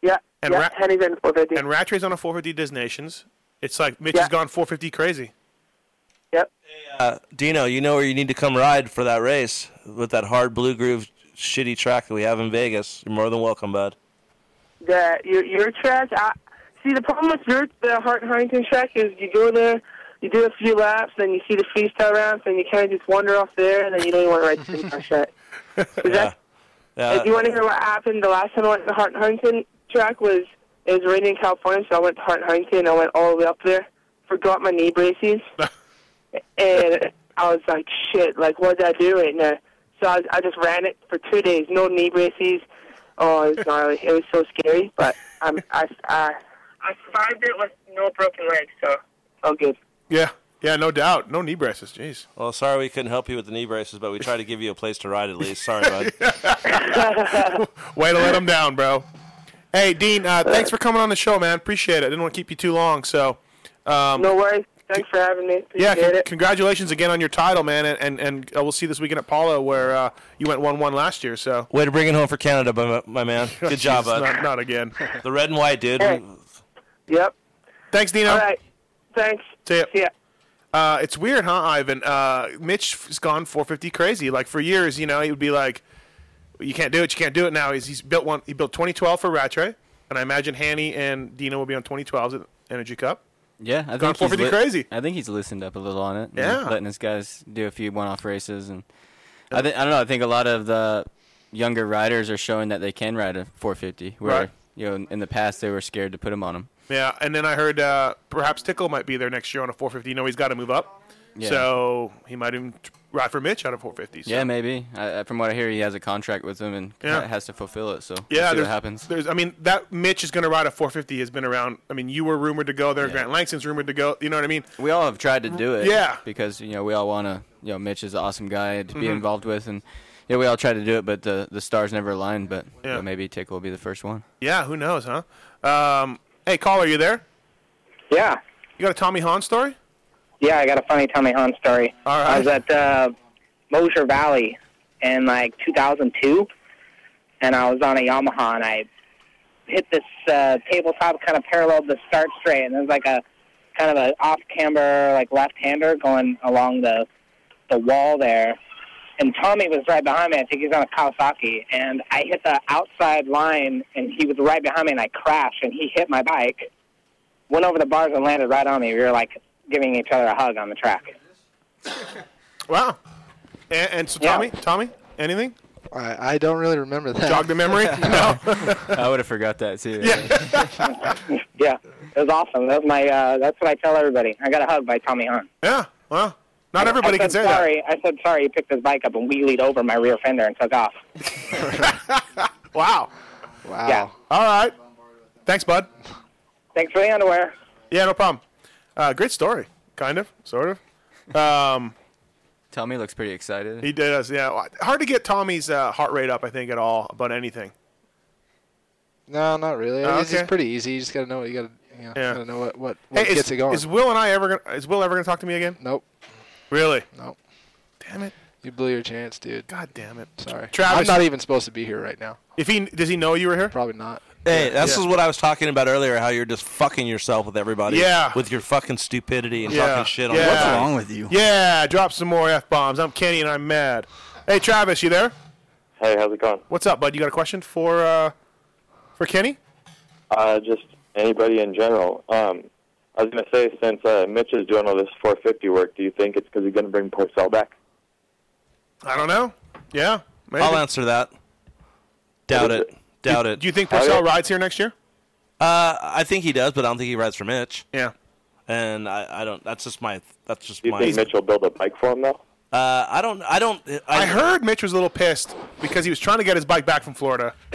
[SPEAKER 7] Yeah.
[SPEAKER 5] And
[SPEAKER 7] yeah,
[SPEAKER 5] Ra-
[SPEAKER 7] Henny's in 450.
[SPEAKER 5] And Rattray's on a 450 Dis Nations. It's like Mitch has gone 450 crazy.
[SPEAKER 6] Uh, Dino, you know where you need to come ride for that race with that hard blue groove shitty track that we have in Vegas. You're more than welcome, bud.
[SPEAKER 7] The your your track. I, see, the problem with your the Hart Huntington track is you go there, you do a few laps, then you see the freestyle rounds, and you kind of just wander off there, and then you don't even want to ride the freestyle track.
[SPEAKER 5] Uh,
[SPEAKER 6] Yeah.
[SPEAKER 7] if you want to hear what happened, the last time I went to Hart Huntington track was it was raining in California, so I went to Hart Huntington. I went all the way up there, forgot my knee braces, and I was like, shit, like, what did I do right now? So I, I just ran it for two days, no knee braces. Oh, it was gnarly. It was so scary, but um, I, I, I survived it with no broken legs, so all Oh, good.
[SPEAKER 5] Yeah, yeah, no doubt. No knee braces. Jeez.
[SPEAKER 6] Well, sorry we couldn't help you with the knee braces, but we tried to give you a place to ride at least. Sorry, bud.
[SPEAKER 5] Way to let him down, bro. Hey, Dean, uh, thanks for coming on the show, man. Appreciate it. I didn't want to keep you too long, so. Um,
[SPEAKER 7] no worries. Thanks for having me.
[SPEAKER 5] yeah,
[SPEAKER 7] Appreciate
[SPEAKER 5] con-
[SPEAKER 7] it.
[SPEAKER 5] congratulations again on your title, man, and and, and uh, we'll see this weekend at Paula where uh, you went one-one last year. So
[SPEAKER 6] Way to bring it home for Canada, my, my man. Good job,
[SPEAKER 5] Jesus,
[SPEAKER 6] bud.
[SPEAKER 5] not- not again.
[SPEAKER 6] the red and white, dude.
[SPEAKER 5] Hey.
[SPEAKER 7] Yep.
[SPEAKER 5] Thanks, Dino.
[SPEAKER 7] All right. Thanks.
[SPEAKER 5] See ya.
[SPEAKER 7] Yeah.
[SPEAKER 5] Uh, it's weird, huh, Ivan? Uh, Mitch has gone 450 crazy. Like for years, you know, he would be like, "You can't do it. You can't do it now." He's, he's built one. He built 2012 for Rattray, and I imagine Hanny and Dino will be on 2012s at Energy Cup.
[SPEAKER 10] Yeah, I
[SPEAKER 5] Gone
[SPEAKER 10] think he's
[SPEAKER 5] 450
[SPEAKER 10] lit-
[SPEAKER 5] crazy.
[SPEAKER 10] I think he's loosened up a little on it. and
[SPEAKER 5] Yeah.
[SPEAKER 10] letting his guys do a few one-off races, and I think I don't know. I think a lot of the younger riders are showing that they can ride a 450. Where
[SPEAKER 5] Right.
[SPEAKER 10] you know in, in the past they were scared to put him on them.
[SPEAKER 5] Yeah, and then I heard uh, perhaps Tickle might be there next year on a 450. You know, he's got to move up,
[SPEAKER 10] Yeah.
[SPEAKER 5] so he might even t- ride for Mitch out of 450. So.
[SPEAKER 10] Yeah, maybe. I, I- from what I hear, he has a contract with them and
[SPEAKER 5] Yeah.
[SPEAKER 10] ha- has to fulfill it. So we'll
[SPEAKER 5] Yeah,
[SPEAKER 10] see what
[SPEAKER 5] there's,
[SPEAKER 10] happens.
[SPEAKER 5] there's. I mean, that Mitch is going to ride a 450 has been around. I mean, you were rumored to go there. Grant Langston's rumored to go. You know what I mean?
[SPEAKER 10] We all have tried to do it.
[SPEAKER 5] Yeah.
[SPEAKER 10] Because, you know, we all want to, you know, Mitch is an awesome guy to be
[SPEAKER 5] Mhm.
[SPEAKER 10] involved with. And, yeah, we all try to do it, but the, the stars never align. But
[SPEAKER 5] Yeah.
[SPEAKER 10] but maybe Tick will be the first one.
[SPEAKER 5] Yeah, who knows, huh? Um, hey, caller, you there?
[SPEAKER 26] Yeah.
[SPEAKER 5] You got a Tommy Hahn story?
[SPEAKER 26] Yeah, I got a funny Tommy Hahn story.
[SPEAKER 5] All right.
[SPEAKER 26] I was at uh, Mosher Valley in like 2002, and I was on a Yamaha, and I hit this uh, tabletop, kind of paralleled the start straight, and there was like a kind of a off camber, like left hander going along the the wall there. And Tommy was right behind me. I think he's on a Kawasaki, and I hit the outside line, and he was right behind me, and I crashed, and he hit my bike, went over the bars, and landed right on me. We were like giving each other a hug on the track.
[SPEAKER 5] Wow. And, and so, Tommy, Tommy, anything?
[SPEAKER 17] I, I don't really remember that.
[SPEAKER 5] Jog the memory? no.
[SPEAKER 10] I would have forgot that, too.
[SPEAKER 26] Yeah, it was awesome. That was my. Uh, that's what I tell everybody. I got a hug by Tommy Hunt.
[SPEAKER 5] Yeah, well, not everybody
[SPEAKER 26] I said,
[SPEAKER 5] can say that.
[SPEAKER 26] sorry. I said sorry. He picked his bike up and wheelied over my rear fender and took off.
[SPEAKER 5] wow.
[SPEAKER 17] Wow.
[SPEAKER 26] Yeah.
[SPEAKER 5] All right. Thanks, bud.
[SPEAKER 26] Thanks for the underwear.
[SPEAKER 5] Yeah, no problem. Uh, great story, kind of, sort of. Um,
[SPEAKER 10] Tommy looks pretty excited.
[SPEAKER 5] he does, yeah. Hard to get Tommy's uh, heart rate up, I think, at all about anything.
[SPEAKER 17] No, not really.
[SPEAKER 5] Oh,
[SPEAKER 17] It's just
[SPEAKER 5] okay.
[SPEAKER 17] pretty easy. You just gotta know what you gotta. You know, Gotta know what what, what
[SPEAKER 5] Hey,
[SPEAKER 17] gets
[SPEAKER 5] is,
[SPEAKER 17] it going.
[SPEAKER 5] is Will and I ever gonna, is Will ever gonna talk to me again?
[SPEAKER 17] Nope.
[SPEAKER 5] Really?
[SPEAKER 17] Nope.
[SPEAKER 5] Damn it.
[SPEAKER 17] You blew your chance, dude.
[SPEAKER 5] God damn it.
[SPEAKER 17] Sorry.
[SPEAKER 5] Travis-
[SPEAKER 17] I'm not even supposed to be here right now.
[SPEAKER 5] If he does he know you were here?
[SPEAKER 17] Probably not.
[SPEAKER 6] Hey, this is what I was talking about earlier. How you're just fucking yourself with everybody.
[SPEAKER 5] Yeah.
[SPEAKER 6] With your fucking stupidity and talking shit. on
[SPEAKER 5] yeah.
[SPEAKER 6] everybody.
[SPEAKER 5] Yeah, drop some more f bombs. I'm Kenny and I'm mad. Hey Travis, you there?
[SPEAKER 12] Hey, how's it going?
[SPEAKER 5] What's up, bud? You got a question for uh, for Kenny?
[SPEAKER 12] Uh, just anybody in general. Um, I was going to say, since uh, Mitch is doing all this 450 work, do you think it's because he's going to bring Porcel back?
[SPEAKER 5] I don't know. Yeah, maybe.
[SPEAKER 6] I'll answer that. Doubt it. Doubt it.
[SPEAKER 5] Do you think Purcell rides here next year?
[SPEAKER 6] Uh, I think he does, but I don't think he rides for Mitch.
[SPEAKER 5] Yeah.
[SPEAKER 6] And I, I don't. That's just my. That's just
[SPEAKER 12] Do you
[SPEAKER 6] my.
[SPEAKER 12] think Mitch will build a bike for him, though?
[SPEAKER 6] Uh, I don't. I don't. I,
[SPEAKER 5] I heard Mitch was a little pissed because he was trying to get his bike back from Florida.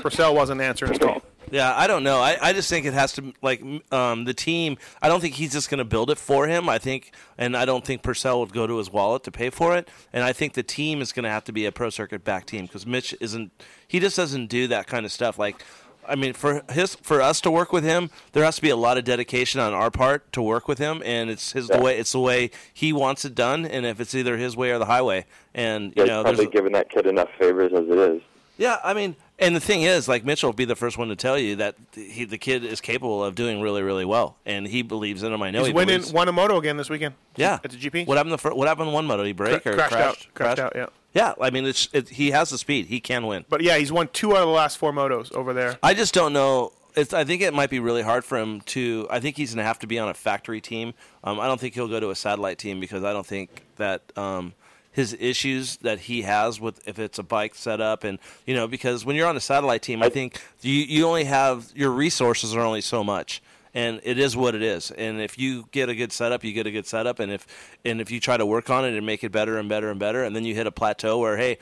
[SPEAKER 5] Purcell wasn't answering his call.
[SPEAKER 6] Yeah, I don't know. I, I just think it has to like m- um, the team. I don't think he's just going to build it for him. I think, and I don't think Purcell would go to his wallet to pay for it. And I think the team is going to have to be a pro circuit back team because Mitch isn't. He just doesn't do that kind of stuff. Like, I mean, for his for us to work with him, there has to be a lot of dedication on our part to work with him. And it's his the way. It's the way he wants it done. And if it's either his way or the highway, and you
[SPEAKER 12] He's
[SPEAKER 6] know, there's
[SPEAKER 12] probably giving that kid enough favors as it is.
[SPEAKER 6] yeah, I mean, and the thing is, like Mitchell will be the first one to tell you that he, the kid is capable of doing really, really well, and he believes in him. I know
[SPEAKER 5] He's
[SPEAKER 6] he
[SPEAKER 5] winning
[SPEAKER 6] believes.
[SPEAKER 5] won a moto again this weekend.
[SPEAKER 6] Yeah,
[SPEAKER 5] at the GP.
[SPEAKER 6] What happened? The fir- what happened? One moto, he break
[SPEAKER 5] Cra-
[SPEAKER 6] or
[SPEAKER 5] crashed out.
[SPEAKER 6] crashed,
[SPEAKER 5] Crashed out, yeah.
[SPEAKER 6] yeah. I mean, it's it, he has the speed. He can win.
[SPEAKER 5] But yeah, he's won two out of the last four motos over there.
[SPEAKER 6] I just don't know. It's, I think it might be really hard for him to. I think he's going to have to be on a factory team. Um, I don't think he'll go to a satellite team because I don't think that um, his issues that he has with if it's a bike setup and you know because when you're on a satellite team, I think you you only have your resources are only so much, and it is what it is. And if you get a good setup, you get a good setup. And if and if you try to work on it and make it better and better and better, and then you hit a plateau where hey,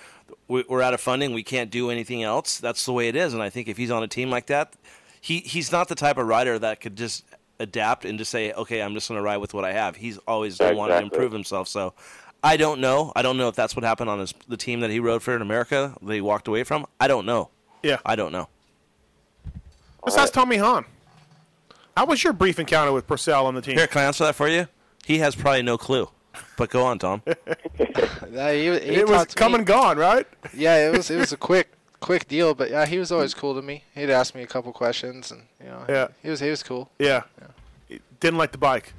[SPEAKER 6] we- we're out of funding, we can't do anything else. That's the way it is. And I think if he's on a team like that, he he's not the type of rider that could just adapt and just say, okay, I'm just going to ride with what I have. He's always
[SPEAKER 20] Yeah,
[SPEAKER 6] wanted to
[SPEAKER 20] exactly.
[SPEAKER 6] improve himself. So I don't know. I don't know if that's what happened on his the team that he rode for in America. They walked away from. I don't know.
[SPEAKER 5] Yeah,
[SPEAKER 6] I don't know.
[SPEAKER 5] Let's ask Tommy Hahn. How was your brief encounter with Purcell on the team?
[SPEAKER 6] Here, can I answer that for you? He has probably no clue. But go on, Tom.
[SPEAKER 17] Yeah, he, he
[SPEAKER 5] it was
[SPEAKER 17] talked to me-
[SPEAKER 5] come and gone, right?
[SPEAKER 17] Yeah, it was it was a quick quick deal, but yeah, he was always cool to me. He'd ask me a couple questions, and you know,
[SPEAKER 5] Yeah.
[SPEAKER 17] he was he was cool.
[SPEAKER 5] Yeah. Didn't like the bike.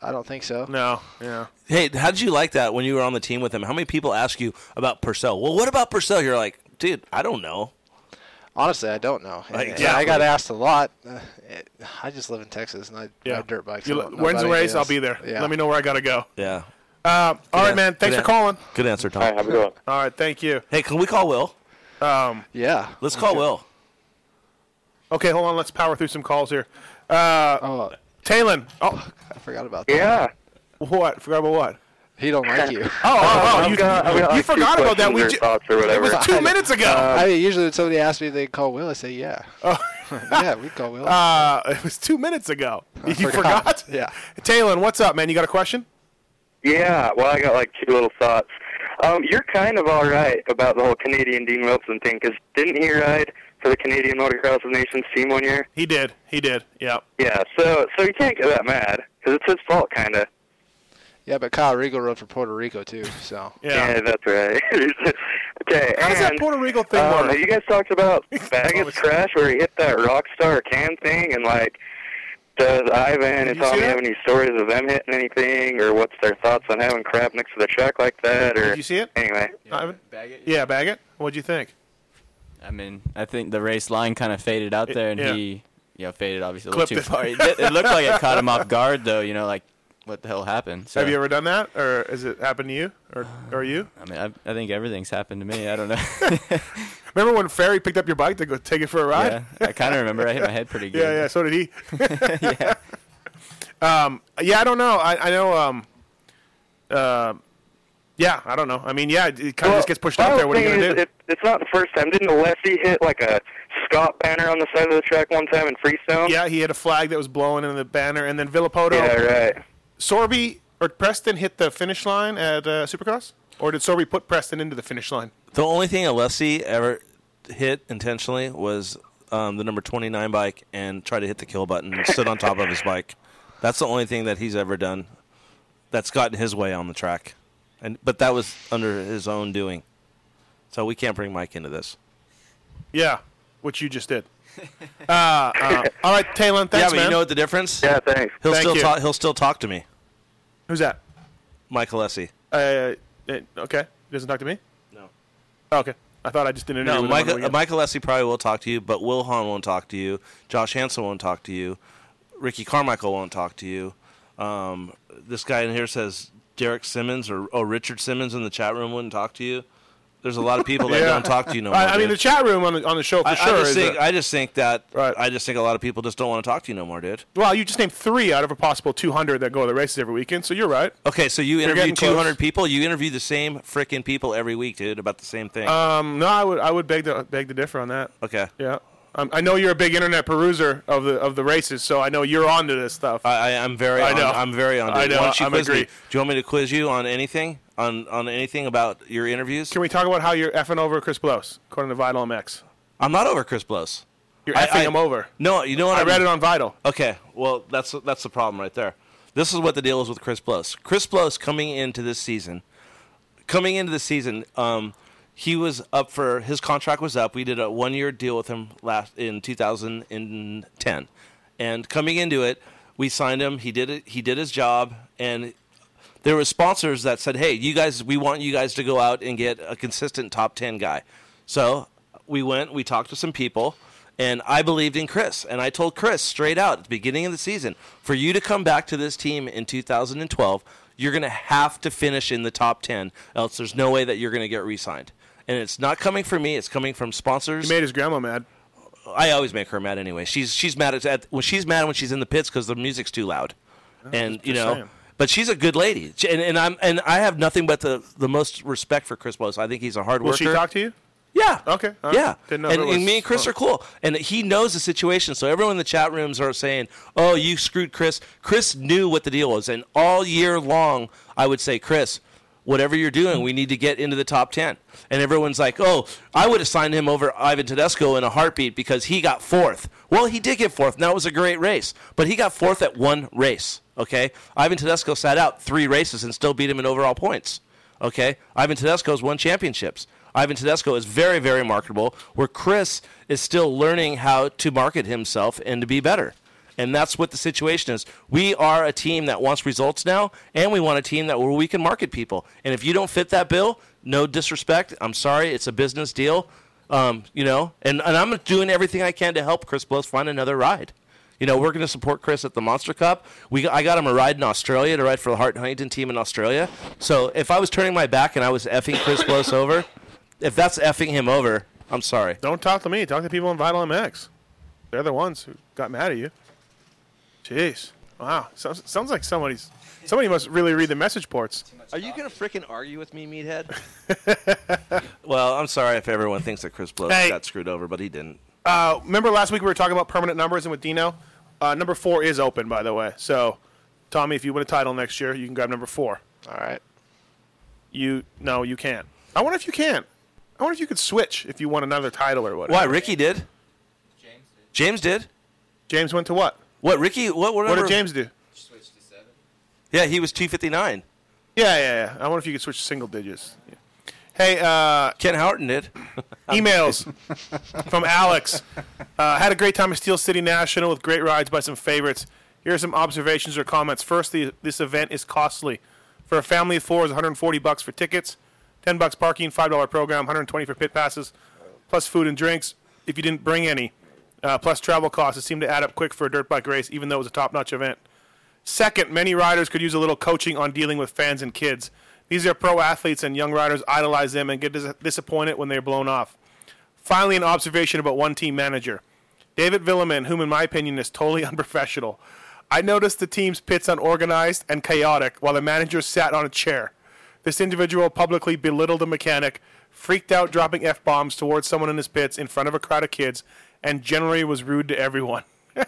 [SPEAKER 17] I don't think so.
[SPEAKER 5] No. Yeah.
[SPEAKER 6] Hey, how did you like that when you were on the team with him? How many people ask you about Purcell? Well, what about Purcell? You're like, dude, I don't know.
[SPEAKER 17] Honestly, I don't know.
[SPEAKER 6] Like,
[SPEAKER 17] Yeah,
[SPEAKER 6] exactly.
[SPEAKER 17] uh, I got asked a lot. Uh, it, I just live in Texas, and I
[SPEAKER 5] Yeah.
[SPEAKER 17] ride dirt bikes.
[SPEAKER 5] You
[SPEAKER 17] I
[SPEAKER 5] li-
[SPEAKER 17] don't know
[SPEAKER 5] when's the
[SPEAKER 17] about
[SPEAKER 5] race?
[SPEAKER 17] anything
[SPEAKER 5] I'll be there.
[SPEAKER 17] else. Yeah.
[SPEAKER 5] Let me know where I gotta go.
[SPEAKER 6] Yeah.
[SPEAKER 5] Uh, all right, man. Thanks for calling.
[SPEAKER 6] Good answer, Tom.
[SPEAKER 5] All right, have a good one. All right, thank you.
[SPEAKER 6] Hey, can we call Will?
[SPEAKER 5] Um,
[SPEAKER 17] yeah.
[SPEAKER 6] Let's call Will.
[SPEAKER 5] Okay, hold on. Let's power through some calls here. Uh,
[SPEAKER 17] oh.
[SPEAKER 5] Talon. Oh,
[SPEAKER 17] I forgot about
[SPEAKER 5] that. Yeah. What? Forgot about what?
[SPEAKER 17] He don't like you.
[SPEAKER 5] Oh, oh, oh, you, you forgot about that. We ju- It was two minutes ago.
[SPEAKER 17] I mean, usually when somebody asks me if they can call Will, I say yeah.
[SPEAKER 5] Oh.
[SPEAKER 17] yeah, we call Will.
[SPEAKER 5] Uh, it was two minutes ago. you forgot?
[SPEAKER 17] Oh. forgot. Yeah.
[SPEAKER 5] Talon, what's up, man? You got a question?
[SPEAKER 15] Yeah, Uh, well, I got like two little thoughts. Um, you're kind of all right about the whole Canadian Dean Wilson thing, because didn't he ride for the Canadian Motocross of Nations team one year?
[SPEAKER 5] He did. He did. Yeah.
[SPEAKER 15] Yeah, so so you can't get that mad, because it's his fault, kind of.
[SPEAKER 17] Yeah, but Kyle Regal rode for Puerto Rico too, so.
[SPEAKER 15] yeah, that's right. okay,
[SPEAKER 5] How does that
[SPEAKER 15] and,
[SPEAKER 5] Puerto Rico thing
[SPEAKER 15] um,
[SPEAKER 5] work?
[SPEAKER 15] You guys talked about Baggett's crash where he hit that rock star can thing, and like, does Ivan and Tommy have any stories of them hitting anything, or what's their thoughts on having crap next to the track like that? Or
[SPEAKER 5] Did you see it?
[SPEAKER 15] Anyway,
[SPEAKER 5] Ivan? Yeah, Baggett. What'd you think?
[SPEAKER 10] I mean, I think the race line kind of faded out there, and
[SPEAKER 5] yeah.
[SPEAKER 10] he, you know, faded obviously a little too
[SPEAKER 5] Clipped it.
[SPEAKER 10] far. It, did- it looked like it caught him off guard, though. You know, like what the hell happened? So,
[SPEAKER 5] Have you ever done that, or has it happened to you, or or you?
[SPEAKER 10] I mean, I, I think everything's happened to me. I don't know.
[SPEAKER 5] Remember when Ferry picked up your bike to go take it for a ride?
[SPEAKER 10] yeah, I kind of remember I hit my head pretty good.
[SPEAKER 5] Yeah, yeah. So did he. yeah. Um, yeah, I don't know. I, I know. Um, uh, yeah, I don't know. I mean, yeah, it kind of just gets pushed out there. What are you
[SPEAKER 15] thing
[SPEAKER 5] gonna
[SPEAKER 15] is,
[SPEAKER 5] do?
[SPEAKER 15] It, it's not the first time. Didn't Alessi hit like a Scott banner on the side of the track one time in Freestone?
[SPEAKER 5] Yeah, he had a flag that was blowing in the banner, and then Villapoto.
[SPEAKER 15] Yeah, right.
[SPEAKER 5] Sorby or Preston hit the finish line at uh, Supercross, or did Sorby put Preston into the finish line?
[SPEAKER 6] The only thing Alessi ever hit intentionally was um, the number 29 bike and tried to hit the kill button and stood on top of his bike. That's the only thing that he's ever done that's gotten his way on the track. And but that was under his own doing. So we can't bring Mike into this.
[SPEAKER 5] Yeah, which you just did. Uh, uh, all right, Talon. Thanks,
[SPEAKER 6] yeah, but
[SPEAKER 5] man.
[SPEAKER 6] you know what the difference?
[SPEAKER 15] Yeah, thanks.
[SPEAKER 6] He'll
[SPEAKER 5] Thank
[SPEAKER 6] still
[SPEAKER 5] you.
[SPEAKER 6] talk he'll still talk to me.
[SPEAKER 5] Who's that?
[SPEAKER 6] Mike Alessi.
[SPEAKER 5] Uh, uh, okay, he doesn't talk to me. Oh,
[SPEAKER 6] No.
[SPEAKER 5] okay, I thought I just didn't.
[SPEAKER 6] No,
[SPEAKER 5] interview with him on the
[SPEAKER 6] Michael,
[SPEAKER 5] weekend.
[SPEAKER 6] Michael Essie probably will talk to you, but Will Hahn won't talk to you. Josh Hansen won't talk to you. Ricky Carmichael won't talk to you. Um, this guy in here says Derek Simmons or oh Richard Simmons in the chat room wouldn't talk to you. There's a lot of people that
[SPEAKER 5] Yeah.
[SPEAKER 6] don't talk to you no more.
[SPEAKER 5] I, I mean,
[SPEAKER 6] dude.
[SPEAKER 5] the chat room on the, on the show for
[SPEAKER 6] I,
[SPEAKER 5] sure.
[SPEAKER 6] I just
[SPEAKER 5] is
[SPEAKER 6] think
[SPEAKER 5] a-
[SPEAKER 6] I just think that I just think a lot of people just don't want to talk to you no more, dude.
[SPEAKER 5] well, you just named three out of a possible 200 that go to the races every weekend, so you're right.
[SPEAKER 6] Okay, so you
[SPEAKER 5] We're
[SPEAKER 6] interview
[SPEAKER 5] getting close.
[SPEAKER 6] 200 people. You interview the same freaking people every week, dude, about the same thing.
[SPEAKER 5] Um, no, I would I would beg to beg to differ on that.
[SPEAKER 6] okay.
[SPEAKER 5] Yeah, um, I know you're a big internet peruser of the of the races, so I know you're onto this stuff.
[SPEAKER 6] I, I am very.
[SPEAKER 5] I know.
[SPEAKER 6] On, I'm very on.
[SPEAKER 5] I
[SPEAKER 6] dude.
[SPEAKER 5] know.
[SPEAKER 6] Why don't you
[SPEAKER 5] I'm
[SPEAKER 6] quiz me?
[SPEAKER 5] agree.
[SPEAKER 6] Do you want me to quiz you on anything? On on anything about your interviews?
[SPEAKER 5] Can we talk about how you're effing over Chris Blos, according to Vital MX?
[SPEAKER 6] I'm not over Chris Blos.
[SPEAKER 5] You're
[SPEAKER 6] I-
[SPEAKER 5] effing
[SPEAKER 6] I-
[SPEAKER 5] him over.
[SPEAKER 6] No, you know what?
[SPEAKER 5] I read
[SPEAKER 6] mean?
[SPEAKER 5] it on Vital.
[SPEAKER 6] Okay, well that's that's the problem right there. This is what the deal is with Chris Blos. Chris Blos coming into this season, coming into the season, um, he was up for his contract was up. We did a one year deal with him last in 2010, and coming into it, we signed him. He did it. He did his job, and there were sponsors that said, "Hey, you guys, we want you guys to go out and get a consistent top ten guy." So we went. We talked to some people, and I believed in Chris, and I told Chris straight out at the beginning of the season, for you to come back to this team in 2012, you're going to have to finish in the top ten, else there's no way that you're going to get re-signed. And it's not coming from me; it's coming from sponsors.
[SPEAKER 5] He made his grandma mad.
[SPEAKER 6] I always make her mad anyway. She's she's mad at, at when she's mad when she's in the pits because the music's too loud, and you
[SPEAKER 11] Oh, just
[SPEAKER 6] know.
[SPEAKER 11] saying.
[SPEAKER 6] But she's a good lady, She- and, and I'm and I have nothing but the, the most respect for Chris Bosa. I think he's a hard
[SPEAKER 5] Will
[SPEAKER 6] worker.
[SPEAKER 5] she talk to you?
[SPEAKER 6] Yeah.
[SPEAKER 5] Okay. all right.
[SPEAKER 6] Yeah,
[SPEAKER 5] Didn't know
[SPEAKER 6] and,
[SPEAKER 5] if it
[SPEAKER 6] and
[SPEAKER 5] was-
[SPEAKER 6] me and Chris
[SPEAKER 5] oh.
[SPEAKER 6] are cool, and he knows the situation. So everyone in the chat rooms are saying, "Oh, you screwed Chris." Chris knew what the deal was, and all year long, I would say, "Chris, whatever you're doing, we need to get into the top ten. And everyone's like, "Oh, I would have signed him over Ivan Tedesco in a heartbeat because he got fourth. Well, he did get fourth. Now it was a great race, but he got fourth at one race. Okay, Ivan Tedesco sat out three races and still beat him in overall points. Okay, Ivan Tedesco's won championships. Ivan Tedesco is very, very marketable, where Chris is still learning how to market himself and to be better. And that's what the situation is. We are a team that wants results now, and we want a team that where we can market people. And if you don't fit that bill, no disrespect. I'm sorry, it's a business deal. Um, you know, and, and I'm doing everything I can to help Chris Blows find another ride. You know, we're going to support Chris at the Monster Cup. We, I got him a ride in Australia to ride for the Hart Huntington team in Australia. So if I was turning my back and I was effing Chris Blows over, if that's effing him over, I'm sorry.
[SPEAKER 5] Don't talk to me. Talk to people on Vital MX. They're the ones who got mad at you. Jeez. Wow. Sounds, sounds like somebody's. Somebody must really read the message boards.
[SPEAKER 11] Are you gonna freaking argue with me, meathead?
[SPEAKER 6] Well, I'm sorry if everyone thinks that Chris Blows
[SPEAKER 5] Hey.
[SPEAKER 6] got screwed over, but he didn't.
[SPEAKER 5] Uh, remember last week we were talking about permanent numbers and with Dino? Uh, number four is open, by the way. So, Tommy, if you win a title next year, you can grab number four.
[SPEAKER 17] All right.
[SPEAKER 5] You no, you can't. I wonder if you can't. I wonder if you could switch if you won another title or whatever.
[SPEAKER 6] Why? Ricky did. James did.
[SPEAKER 5] James went to what?
[SPEAKER 6] What Ricky? What?
[SPEAKER 5] What did James do?
[SPEAKER 6] Yeah, he was 259.
[SPEAKER 5] Yeah, yeah, yeah. I wonder if you could switch to single digits. Yeah. Hey, uh,
[SPEAKER 6] Ken Houghton did.
[SPEAKER 5] emails from Alex. Uh, had a great time at Steel City National with great rides by some favorites. Here are some observations or comments. First, the, this event is costly. For a family of four, is 140 bucks for tickets, 10 bucks parking, five dollar program, 120 for pit passes, plus food and drinks if you didn't bring any, uh, plus travel costs. It seemed to add up quick for a dirt bike race, even though it was a top notch event. Second, many riders could use a little coaching on dealing with fans and kids. These are pro athletes, and young riders idolize them and get dis- disappointed when they're blown off. Finally, an observation about one team manager David Villeman, whom, in my opinion, is totally unprofessional. I noticed the team's pits unorganized and chaotic while the manager sat on a chair. This individual publicly belittled a mechanic, freaked out dropping F bombs towards someone in his pits in front of a crowd of kids, and generally was rude to everyone.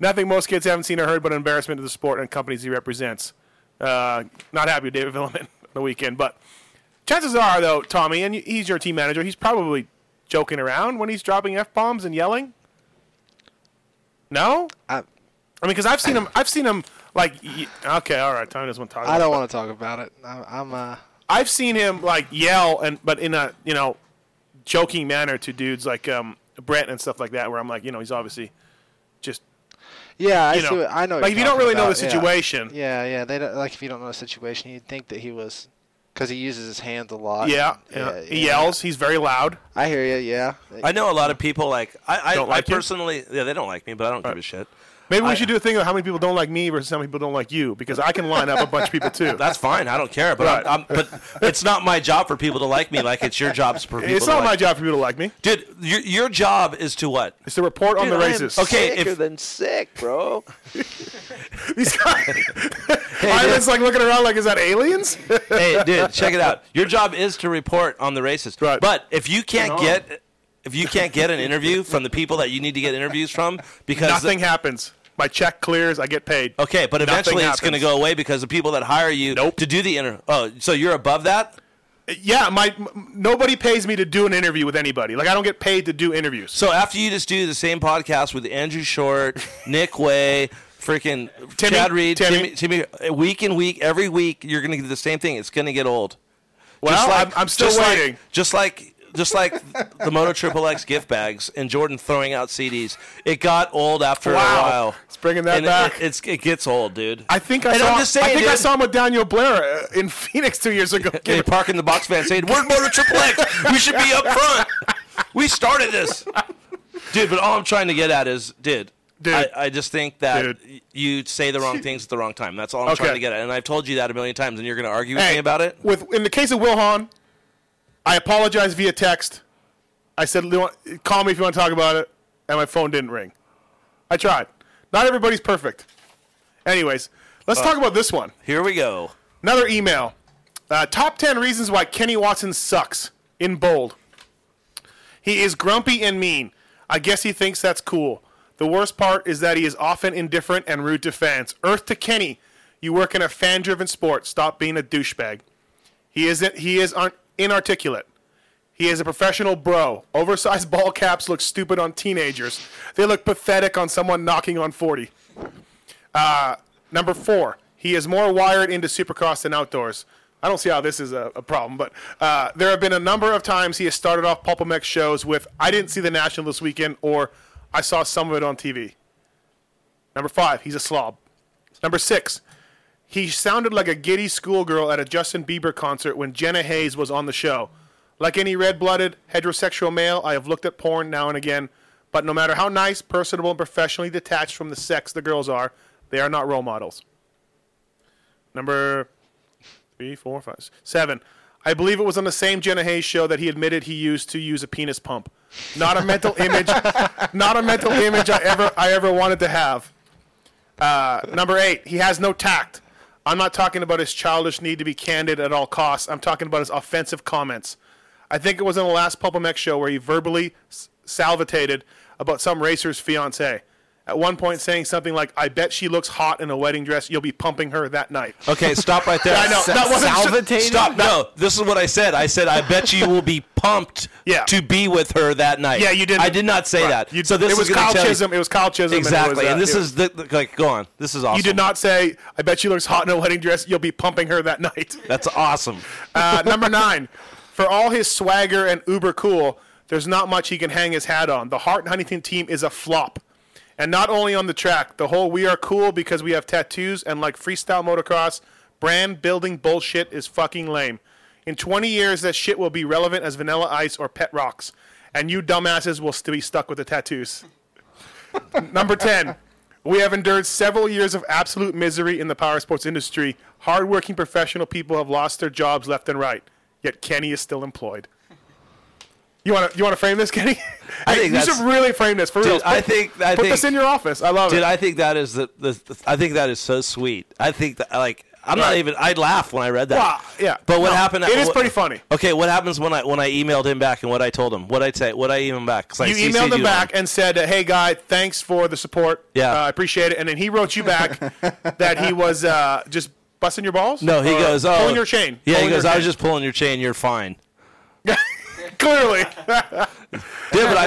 [SPEAKER 5] Nothing most kids haven't seen or heard but embarrassment to the sport and companies he represents. Uh, not happy with David Villeman on the weekend, but chances are, though, Tommy, and he's your team manager, he's probably joking around when he's dropping f bombs and yelling. No,
[SPEAKER 17] I,
[SPEAKER 5] mean, because I've seen him. I've seen him like. y- Okay, all right. Tommy doesn't want to talk.
[SPEAKER 17] I don't
[SPEAKER 5] about
[SPEAKER 17] want to talk about it. I'm, I'm uh,
[SPEAKER 5] I've seen him like yell and but in a you know joking manner to dudes like um Brent and stuff like that, where I'm like, you know, he's obviously just
[SPEAKER 17] yeah. I
[SPEAKER 5] you
[SPEAKER 17] see
[SPEAKER 5] know,
[SPEAKER 17] what- I know. what
[SPEAKER 5] Like if
[SPEAKER 17] you're
[SPEAKER 5] you don't
[SPEAKER 17] talking
[SPEAKER 5] really know the
[SPEAKER 17] about, yeah.
[SPEAKER 5] situation,
[SPEAKER 17] Yeah, yeah. They don't, like if you don't know the situation, you'd think that he was because he uses his hands a lot.
[SPEAKER 5] yeah, yeah, he yells, he's very loud.
[SPEAKER 17] I hear you. Yeah.
[SPEAKER 6] I know a lot of people like I. I,
[SPEAKER 5] Don't like
[SPEAKER 6] I
[SPEAKER 5] you?
[SPEAKER 6] personally, yeah, they don't like me, but I don't give a shit.
[SPEAKER 5] Maybe we
[SPEAKER 6] I-
[SPEAKER 5] should do a thing of how many people don't like me versus how many people don't like you, because I can line up a bunch of people too.
[SPEAKER 6] That's fine. I don't care. But I'm, I'm, but it's not my job for people to like me. Like it's your job for people.
[SPEAKER 5] It's
[SPEAKER 6] to
[SPEAKER 5] not my
[SPEAKER 6] like.
[SPEAKER 5] job for people to like me.
[SPEAKER 6] Dude, your, your job is to what?
[SPEAKER 5] It's to report on the races.
[SPEAKER 6] Okay, if
[SPEAKER 11] than sick, bro.
[SPEAKER 5] These guys. Ivan's like looking around like, is that aliens?
[SPEAKER 6] hey, dude, check it out. Your job is to report on the races. Right. But if you can't
[SPEAKER 5] Right on.
[SPEAKER 6] get if you can't get an interview from the people that you need to get interviews from because
[SPEAKER 5] Nothing happens. My check clears. I get paid.
[SPEAKER 6] Okay, but
[SPEAKER 5] Nothing
[SPEAKER 6] eventually
[SPEAKER 5] happens.
[SPEAKER 6] it's going to go away because the people that hire you to do the inter. Oh, so you're above that?
[SPEAKER 5] Yeah, my m- nobody pays me to do an interview with anybody. Like I don't get paid to do interviews.
[SPEAKER 6] So after you just do the same podcast with Andrew Short, Nick Way, freaking
[SPEAKER 5] Timmy,
[SPEAKER 6] Chad Reed,
[SPEAKER 5] Timmy.
[SPEAKER 6] Timmy, Timmy, week in week, every week, you're going to do the same thing. It's going to get old.
[SPEAKER 5] Well, I'm- I'm still
[SPEAKER 6] just like-
[SPEAKER 5] waiting.
[SPEAKER 6] just like just like the Moto Triple X gift bags and Jordan throwing out CDs. It got old after
[SPEAKER 5] Wow.
[SPEAKER 6] a while.
[SPEAKER 5] It's bringing that
[SPEAKER 6] And it-
[SPEAKER 5] back.
[SPEAKER 6] It, it's it gets old, dude.
[SPEAKER 5] I think I
[SPEAKER 6] And
[SPEAKER 5] saw.
[SPEAKER 6] I'm just saying,
[SPEAKER 5] I think I
[SPEAKER 6] dude.
[SPEAKER 5] saw him with Daniel Blair uh, in Phoenix two years ago.
[SPEAKER 6] They park in the box van saying, "We're Moto Triple X. We should be up front. We started this, dude." But all I'm trying to get at is, dude.
[SPEAKER 5] Dude.
[SPEAKER 6] I, I just think that y- you say the wrong things at the wrong time. That's all I'm
[SPEAKER 5] Okay.
[SPEAKER 6] trying to get at, and I've told you that a million times, and you're going to argue with
[SPEAKER 5] Hey,
[SPEAKER 6] me about it.
[SPEAKER 5] With in the case of Will Hahn, I apologize via text. I said, "Lu- "Call me if you want to talk about it." and my phone didn't ring. I tried. Not everybody's perfect. Anyways, let's
[SPEAKER 11] Uh,
[SPEAKER 5] talk about this one.
[SPEAKER 11] Here we go.
[SPEAKER 5] Another email. Uh, top 10 reasons why Kenny Watson sucks in bold. He is grumpy and mean. I guess he thinks that's cool. The worst part is that he is often indifferent and rude to fans. Earth to Kenny. You work in a fan driven sport. Stop being a douchebag. He isn't he is un- inarticulate. He is a professional bro. Oversized ball caps look stupid on teenagers. They look pathetic on someone knocking on 40. Uh, number four, he is more wired into supercross than outdoors. I don't see how this is a, a problem, but uh, there have been a number of times he has started off Pulpamex shows with, I didn't see the National this weekend, or I saw some of it on TV. Number five, he's a slob. Number six, he sounded like a giddy schoolgirl at a Justin Bieber concert when Jenna Hayes was on the show. Like any red blooded, heterosexual male, I have looked at porn now and again, but no matter how nice, personable, and professionally detached from the sex the girls are, they are not role models. Number three, four, five, s- seven. I believe it was on the same Jenna Hayes show that he admitted he used to use a penis pump. Not a mental image, not a mental image I ever I ever wanted to have. Uh, number eight, he has no tact. I'm not talking about his childish need to be candid at all costs. I'm talking about his offensive comments. I think it was in the last Pulpamex show where he verbally s- salvitated about some racer's fiance. At one point, saying something like, "I bet she looks hot in a wedding dress. You'll be pumping her that night."
[SPEAKER 6] Okay, stop right there.
[SPEAKER 5] I know that wasn't
[SPEAKER 6] Salvitated? Stop. No, this is what I said. I said I bet you will be pumped
[SPEAKER 5] Yeah.
[SPEAKER 6] to be with her that night.
[SPEAKER 5] Yeah, you didn't-
[SPEAKER 6] I did not say
[SPEAKER 5] Right.
[SPEAKER 6] that.
[SPEAKER 5] You-
[SPEAKER 6] so this
[SPEAKER 5] it was
[SPEAKER 6] is gonna
[SPEAKER 5] Kyle
[SPEAKER 6] tell you-
[SPEAKER 5] Chisholm- it was Kyle Chisholm and it
[SPEAKER 6] Exactly.
[SPEAKER 5] was, uh,
[SPEAKER 6] and this
[SPEAKER 5] it-
[SPEAKER 6] is the, the- like go on. This is awesome.
[SPEAKER 5] You did not say, "I bet she looks hot in a wedding dress. You'll be pumping her that night."
[SPEAKER 6] That's awesome.
[SPEAKER 5] Uh, number nine, for all his swagger and uber cool, there's not much he can hang his hat on. The Hart and Huntington team is a flop. And not only on the track, the whole we are cool because we have tattoos and like freestyle motocross, brand building bullshit is fucking lame. In 20 years, that shit will be relevant as Vanilla Ice or Pet Rocks. And you dumbasses will still be stuck with the tattoos. Number 10. We have endured several years of absolute misery in the power sports industry. Hardworking professional people have lost their jobs left and right, yet Kenny is still employed. You want to you want to frame this, Kenny?
[SPEAKER 6] I think
[SPEAKER 5] you
[SPEAKER 6] that's-
[SPEAKER 5] should really frame this for real.
[SPEAKER 6] Dude, I think I
[SPEAKER 5] put
[SPEAKER 6] think,
[SPEAKER 5] this in your office. I love
[SPEAKER 6] dude,
[SPEAKER 5] it.
[SPEAKER 6] I think that is the, the, the- I think that is so sweet. I think that like I'm not
[SPEAKER 5] Right.
[SPEAKER 6] even I'd laugh when I read that.
[SPEAKER 5] Wow, yeah.
[SPEAKER 6] But what
[SPEAKER 5] No,
[SPEAKER 6] happened?
[SPEAKER 5] it is
[SPEAKER 6] what-
[SPEAKER 5] pretty funny.
[SPEAKER 6] Okay, what happens when I when I emailed him back and what I told him? What I say? What I emailed him back? 'Cause I
[SPEAKER 5] you
[SPEAKER 6] CC'd
[SPEAKER 5] emailed
[SPEAKER 6] you
[SPEAKER 5] him
[SPEAKER 6] on
[SPEAKER 5] back and said, uh, "Hey, guy, thanks for the support.
[SPEAKER 6] Yeah.
[SPEAKER 5] uh, I appreciate it." And then he wrote you back that he was uh, just busting your balls.
[SPEAKER 6] No, he
[SPEAKER 5] Or
[SPEAKER 6] goes, oh,
[SPEAKER 5] uh, pulling your chain.
[SPEAKER 6] Yeah,
[SPEAKER 5] Pulling
[SPEAKER 6] he goes,
[SPEAKER 5] your
[SPEAKER 6] I was
[SPEAKER 5] chain."
[SPEAKER 6] just pulling your chain. You're fine.
[SPEAKER 5] clearly.
[SPEAKER 6] Yeah, but I-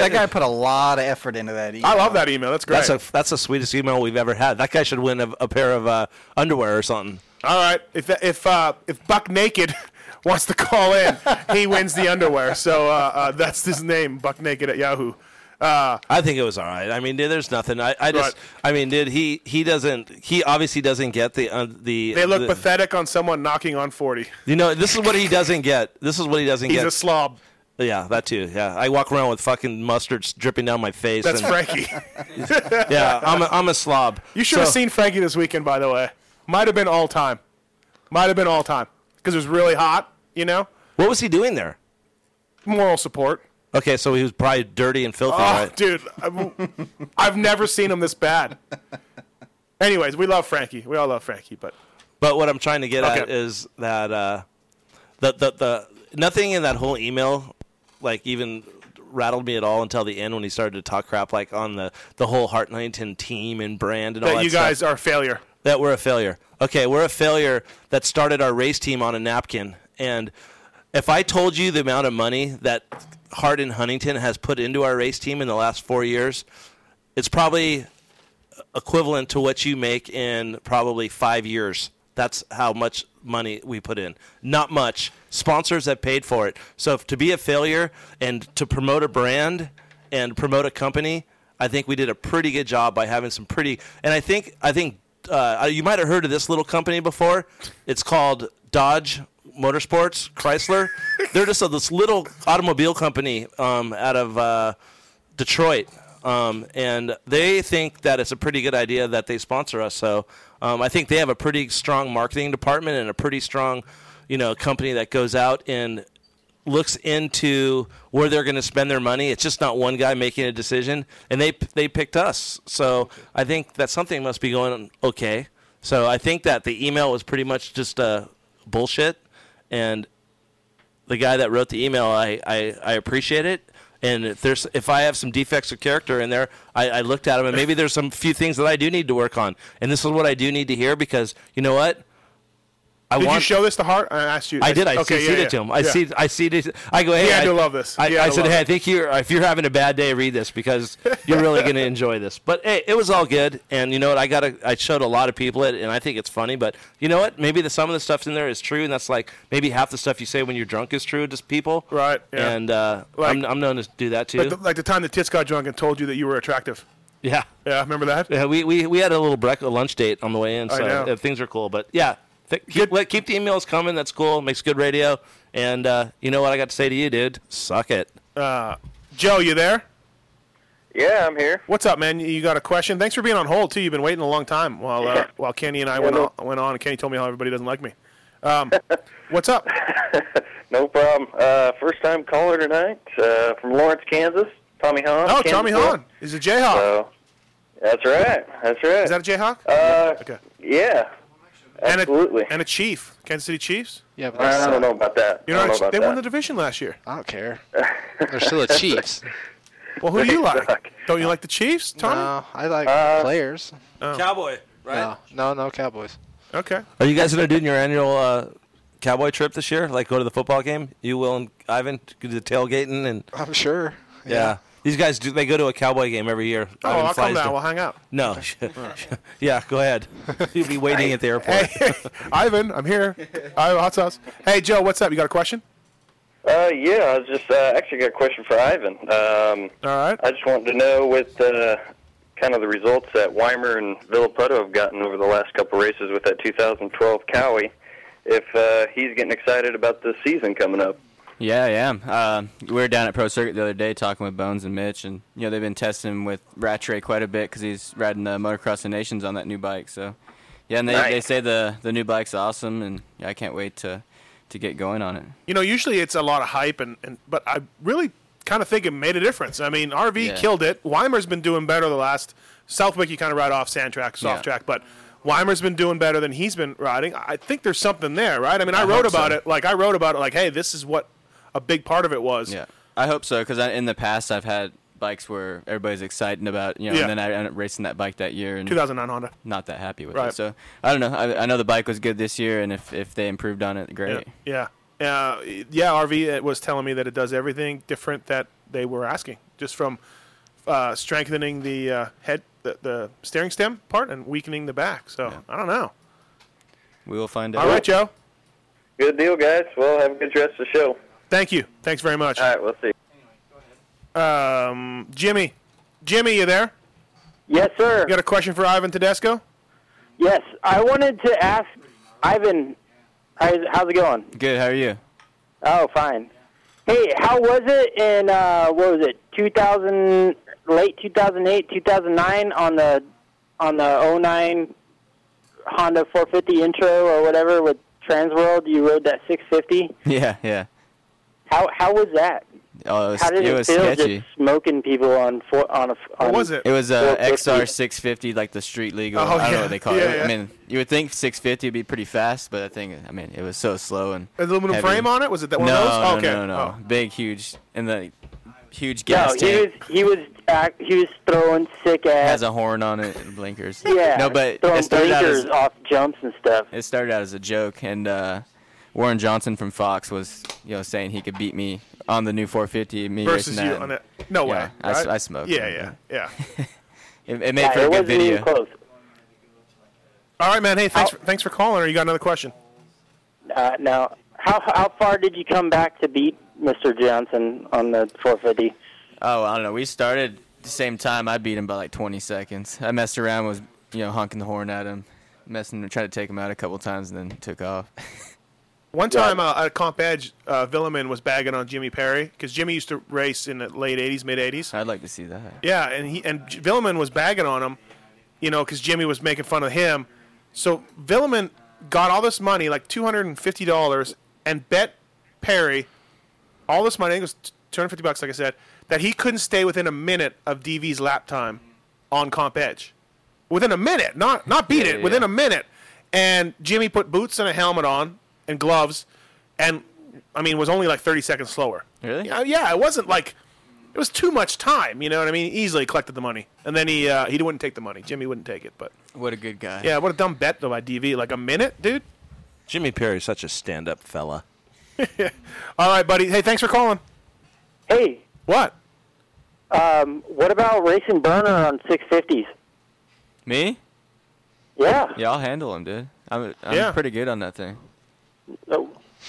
[SPEAKER 8] that guy put a lot of effort into that. Email.
[SPEAKER 5] I love that email. That's great.
[SPEAKER 6] That's a that's the sweetest email we've ever had. That guy should win a, a pair of uh, underwear or something.
[SPEAKER 5] All right. If if uh, if Buck Naked wants to call in, he wins the underwear. So uh, uh, that's his name, Buck Naked at Yahoo. Uh,
[SPEAKER 6] I think it was all right. I mean, dude, there's nothing. I, I just,
[SPEAKER 5] Right.
[SPEAKER 6] I mean, dude, he he doesn't. He obviously doesn't get the uh, the.
[SPEAKER 5] they look
[SPEAKER 6] the-
[SPEAKER 5] pathetic on someone knocking on forty.
[SPEAKER 6] You know, this is what he doesn't get. This is what he doesn't
[SPEAKER 5] He's
[SPEAKER 6] get.
[SPEAKER 5] a slob.
[SPEAKER 6] Yeah, that too. Yeah, I walk around with fucking mustard dripping down my face.
[SPEAKER 5] That's
[SPEAKER 6] and-
[SPEAKER 5] Frankie.
[SPEAKER 6] Yeah, I'm a, I'm a slob.
[SPEAKER 5] You should have
[SPEAKER 6] So-
[SPEAKER 5] seen Frankie this weekend, by the way. Might have been all time. Might have been all time because it was really hot. You know,
[SPEAKER 6] What was he doing there?
[SPEAKER 5] moral support.
[SPEAKER 6] Okay, so he was probably dirty and
[SPEAKER 5] oh,
[SPEAKER 6] filthy, right?
[SPEAKER 5] dude, I've, I've never seen him this bad. Anyways, we love Frankie. We all love Frankie, but
[SPEAKER 6] But what I'm trying to get
[SPEAKER 5] Okay.
[SPEAKER 6] at is that uh, the, the the nothing in that whole email, like even rattled me at all until the end when he started to talk crap like on the the whole Hart Huntington team and brand and all
[SPEAKER 5] that
[SPEAKER 6] that
[SPEAKER 5] you
[SPEAKER 6] stuff.
[SPEAKER 5] guys are a failure.
[SPEAKER 6] that we're a failure. Okay, we're a failure that started our race team on a napkin. And if I told you the amount of money that Hardin Huntington has put into our race team in the last four years, it's probably equivalent to what you make in probably five years. That's how much money we put in. Not much. Sponsors have paid for it. So if, to be a failure and to promote a brand and promote a company, I think we did a pretty good job by having some pretty. And I think I think uh, you might have heard of this little company before. It's called Dodge Motorsports Chrysler. They're just a, this little automobile company um, out of. Uh, Detroit, um, and they think that it's a pretty good idea that they sponsor us. So um, I think they have a pretty strong marketing department and a pretty strong, you know, company that goes out and looks into where they're going to spend their money. It's just not one guy making a decision, and they they picked us. So I think that something must be going okay. So I think that the email was pretty much just uh, bullshit, and the guy that wrote the email, I, I, I appreciate it. And if there's if I have some defects of character in there, I, I looked at him and maybe there's some few things that I do need to work on. And this is what I do need to hear because you know what? I
[SPEAKER 5] did
[SPEAKER 6] want
[SPEAKER 5] you show this to Hart? I asked you.
[SPEAKER 6] I did. I
[SPEAKER 5] yeah,
[SPEAKER 6] CC'd
[SPEAKER 5] yeah.
[SPEAKER 6] it to him. I
[SPEAKER 5] Yeah.
[SPEAKER 6] see. I see it. I go. Hey,
[SPEAKER 5] Yeah, I
[SPEAKER 6] I
[SPEAKER 5] do love this.
[SPEAKER 6] I,
[SPEAKER 5] Yeah, I
[SPEAKER 6] I said,
[SPEAKER 5] love
[SPEAKER 6] hey, I
[SPEAKER 5] it."
[SPEAKER 6] think you're if you're having a bad day, read this because you're really going to enjoy this. But hey, it was all good, and you know what? I got. a- I showed a lot of people it, and I think it's funny. But you know what? Maybe the some of the stuff in there is true, and that's like maybe half the stuff you say when you're drunk is true to people. Right.
[SPEAKER 5] yeah.
[SPEAKER 6] And uh, I'm I'm known to do that too.
[SPEAKER 5] Like the, like the time the tits got drunk and told you that you were attractive.
[SPEAKER 6] yeah.
[SPEAKER 5] Yeah, remember that?
[SPEAKER 6] Yeah. We we, we had a little break, a lunch date on the way in,
[SPEAKER 5] I
[SPEAKER 6] so
[SPEAKER 5] know.
[SPEAKER 6] uh, things are cool. But yeah. Th- keep, let, keep the emails coming. That's cool. Makes good radio. And uh, you know what I got to say to you, dude? Suck it.
[SPEAKER 5] Uh, Joe, you there?
[SPEAKER 12] Yeah, I'm here.
[SPEAKER 5] What's up, man? You got a question? Thanks for being on hold too. You've been waiting a long time while uh, while Kenny and I went on, went on. Kenny told me how everybody doesn't like me. Um, what's up?
[SPEAKER 12] No problem. Uh, first time caller tonight uh, from Lawrence, Kansas. Tommy Hahn.
[SPEAKER 5] Oh,
[SPEAKER 12] Kansas
[SPEAKER 5] Tommy
[SPEAKER 12] City.
[SPEAKER 5] Hahn. He's a Jayhawk.
[SPEAKER 12] So, that's right. That's right.
[SPEAKER 5] Is that a Jayhawk?
[SPEAKER 12] Uh,
[SPEAKER 5] okay.
[SPEAKER 12] Yeah. Absolutely.
[SPEAKER 5] And a Chief, Kansas City Chiefs.
[SPEAKER 12] Yeah, but I, I don't know about that.
[SPEAKER 5] You know,
[SPEAKER 12] I don't
[SPEAKER 5] it's-
[SPEAKER 12] know about
[SPEAKER 5] they
[SPEAKER 12] that.
[SPEAKER 5] won the division last year. I don't care.
[SPEAKER 17] They're still the Chiefs.
[SPEAKER 5] well, who do you like? Don't you like the Chiefs, Tommy? Oh.
[SPEAKER 17] No, I like
[SPEAKER 15] Uh,
[SPEAKER 17] players.
[SPEAKER 6] Cowboy,
[SPEAKER 17] right? No, no, no Cowboys.
[SPEAKER 5] Okay.
[SPEAKER 6] Are you guys going to do your annual uh, cowboy trip this year? Like go to the football game? You will and Ivan do the tailgating and
[SPEAKER 17] I'm sure.
[SPEAKER 6] Yeah.
[SPEAKER 17] Yeah.
[SPEAKER 6] These guys do they go to a cowboy game every year.
[SPEAKER 5] Oh,
[SPEAKER 6] Ivan
[SPEAKER 5] I'll
[SPEAKER 6] flies
[SPEAKER 5] come down.
[SPEAKER 6] to-
[SPEAKER 5] We'll hang out.
[SPEAKER 6] No. yeah, go ahead. You'll be waiting at the airport.
[SPEAKER 5] Ivan, I'm here. Ivan, hot sauce. Hey, Joe, what's up? You got a question?
[SPEAKER 12] Uh, yeah, I was just uh, actually got a question for Ivan. Um,
[SPEAKER 5] All right.
[SPEAKER 12] I just wanted to know with uh, kind of the results that Weimer and Villapoto have gotten over the last couple races with that 2012 Cowie, if uh, he's getting excited about the season coming up.
[SPEAKER 10] Yeah, I am. Uh, we were down at Pro Circuit the other day talking with Bones and Mitch, and you know they've been testing him with Rattray quite a bit because he's riding the Motocross of Nations on that new bike. So, yeah, and they,
[SPEAKER 5] Nice.
[SPEAKER 10] they say the the new bike's awesome, and yeah, I can't wait to to get going on it.
[SPEAKER 5] You know, usually it's a lot of hype, and, and but I really kind of think it made a difference. I mean, RV
[SPEAKER 10] Yeah.
[SPEAKER 5] killed it. Weimer's been doing better the last Southwick. You kind of ride off sand track, soft
[SPEAKER 10] Yeah.
[SPEAKER 5] track, but Weimer's been doing better than he's been riding. I think there's something there, right? I mean, I,
[SPEAKER 10] I
[SPEAKER 5] wrote
[SPEAKER 10] hope so.
[SPEAKER 5] about it. Like I wrote about it. Like, hey, this is what a big part of it was.
[SPEAKER 10] Yeah, I hope so because in the past I've had bikes where everybody's excited about you know,
[SPEAKER 5] Yeah.
[SPEAKER 10] and then I ended up racing that bike that year and
[SPEAKER 5] 2009 Honda.
[SPEAKER 10] Not that happy with
[SPEAKER 5] Right.
[SPEAKER 10] it. So I don't know. I, I know the bike was good this year, and if if they improved on it, great.
[SPEAKER 5] Yeah. Uh, yeah, RV was telling me that it does everything different that they were asking, just from uh, strengthening the uh, head, the, the steering stem part, and weakening the back. So I don't know.
[SPEAKER 10] We will find out.
[SPEAKER 5] All right, Joe.
[SPEAKER 12] Good deal, guys. Well, have a good rest of the show.
[SPEAKER 5] Thank you. Thanks very much. All
[SPEAKER 12] right, we'll see.
[SPEAKER 5] Um, Jimmy, Jimmy, you there?
[SPEAKER 3] Yes, sir.
[SPEAKER 5] You got a question for Ivan Tedesco?
[SPEAKER 3] Yes, I wanted to ask Ivan, how's, how's it going?
[SPEAKER 10] Good. How are you?
[SPEAKER 3] Oh, fine. Hey, how was it in uh, what was it? 2000, late 2008, 2009 on the on the 09 Honda 450 Intro or whatever with Transworld. You rode that 650.
[SPEAKER 10] Yeah, yeah.
[SPEAKER 3] How how was that?
[SPEAKER 10] Oh, it was,
[SPEAKER 3] how did
[SPEAKER 10] it
[SPEAKER 3] it,
[SPEAKER 10] was
[SPEAKER 3] feel
[SPEAKER 10] sketchy.
[SPEAKER 3] just smoking people on four, on a? On
[SPEAKER 10] It was uh,
[SPEAKER 3] 450?
[SPEAKER 10] XR 650, like the street legal.
[SPEAKER 3] Oh,
[SPEAKER 10] I don't
[SPEAKER 3] yeah.
[SPEAKER 10] know what they call
[SPEAKER 3] Yeah,
[SPEAKER 10] it.
[SPEAKER 3] yeah.
[SPEAKER 10] I mean, you would think 650 would be pretty fast, but I think, I mean, it was so slow and.
[SPEAKER 5] Aluminum
[SPEAKER 10] heavy.
[SPEAKER 5] frame on it? Was it that one
[SPEAKER 10] no,
[SPEAKER 5] of those? Oh,
[SPEAKER 10] No,
[SPEAKER 5] Okay.
[SPEAKER 10] no, no, no. Big, huge, and the huge
[SPEAKER 3] No,
[SPEAKER 10] gas
[SPEAKER 3] he was
[SPEAKER 10] tank
[SPEAKER 3] he was uh, he was throwing sick ass.
[SPEAKER 10] has a horn on it, and blinkers.
[SPEAKER 3] Yeah.
[SPEAKER 10] No, but
[SPEAKER 3] throwing
[SPEAKER 10] it started out
[SPEAKER 3] blinkers
[SPEAKER 10] as
[SPEAKER 3] off jumps and stuff.
[SPEAKER 10] It started out as a joke, and uh, Warren Johnson from Fox was, you know, saying he could beat me on the new 450. Me
[SPEAKER 5] Versus
[SPEAKER 10] racing
[SPEAKER 5] you
[SPEAKER 10] that.
[SPEAKER 5] on it. No
[SPEAKER 10] Yeah,
[SPEAKER 5] way.
[SPEAKER 10] I, s-
[SPEAKER 5] right?
[SPEAKER 10] I smoked.
[SPEAKER 5] Yeah,
[SPEAKER 10] him,
[SPEAKER 5] yeah, yeah.
[SPEAKER 10] It, it made for a good video.
[SPEAKER 5] All right, man. Hey, thanks. For, thanks for calling. Or you got another question?
[SPEAKER 3] Uh, now, how how far did you come back to beat Mr. Johnson on the 450?
[SPEAKER 10] Oh, I don't know. We started the same time. I beat him by like 20 seconds. I messed around, was you know honking the horn at him, messing, trying to take him out a couple times, and then took off.
[SPEAKER 5] One time uh, at Comp Edge, uh, Villeman was bagging on Jimmy Perry because Jimmy used to race in the late '80s, mid '80s.
[SPEAKER 10] I'd like to see that.
[SPEAKER 5] Yeah, and he and J- Villeman was bagging on him, you know, because Jimmy was making fun of him. So Villeman got all this money, like two hundred and fifty dollars, and bet Perry all this money, I think it was t- 250 bucks, like I said, that he couldn't stay within a minute of DV's lap time on Comp Edge. Within a minute, not not beat
[SPEAKER 11] Yeah,
[SPEAKER 5] it,
[SPEAKER 11] yeah,
[SPEAKER 5] within
[SPEAKER 11] yeah.
[SPEAKER 5] a minute. And Jimmy put boots and a helmet on and gloves, and I mean was only like 30 seconds slower.
[SPEAKER 10] Really?
[SPEAKER 5] Yeah, yeah, it wasn't like it was too much time. You know what I mean? He easily collected the money, and then he uh, he wouldn't take the money. Jimmy wouldn't take it, but
[SPEAKER 10] What a good guy.
[SPEAKER 5] yeah, what a dumb bet though by DV. Like a minute, dude.
[SPEAKER 6] Jimmy Perry's such a stand-up fella.
[SPEAKER 5] All right, buddy. Hey, thanks for calling.
[SPEAKER 3] Hey.
[SPEAKER 5] What?
[SPEAKER 3] Um, what about racing burner on 650s?
[SPEAKER 10] Me?
[SPEAKER 3] Yeah.
[SPEAKER 10] Yeah, I'll handle him, dude. I'm, I'm
[SPEAKER 3] Yeah.
[SPEAKER 10] pretty good on that thing.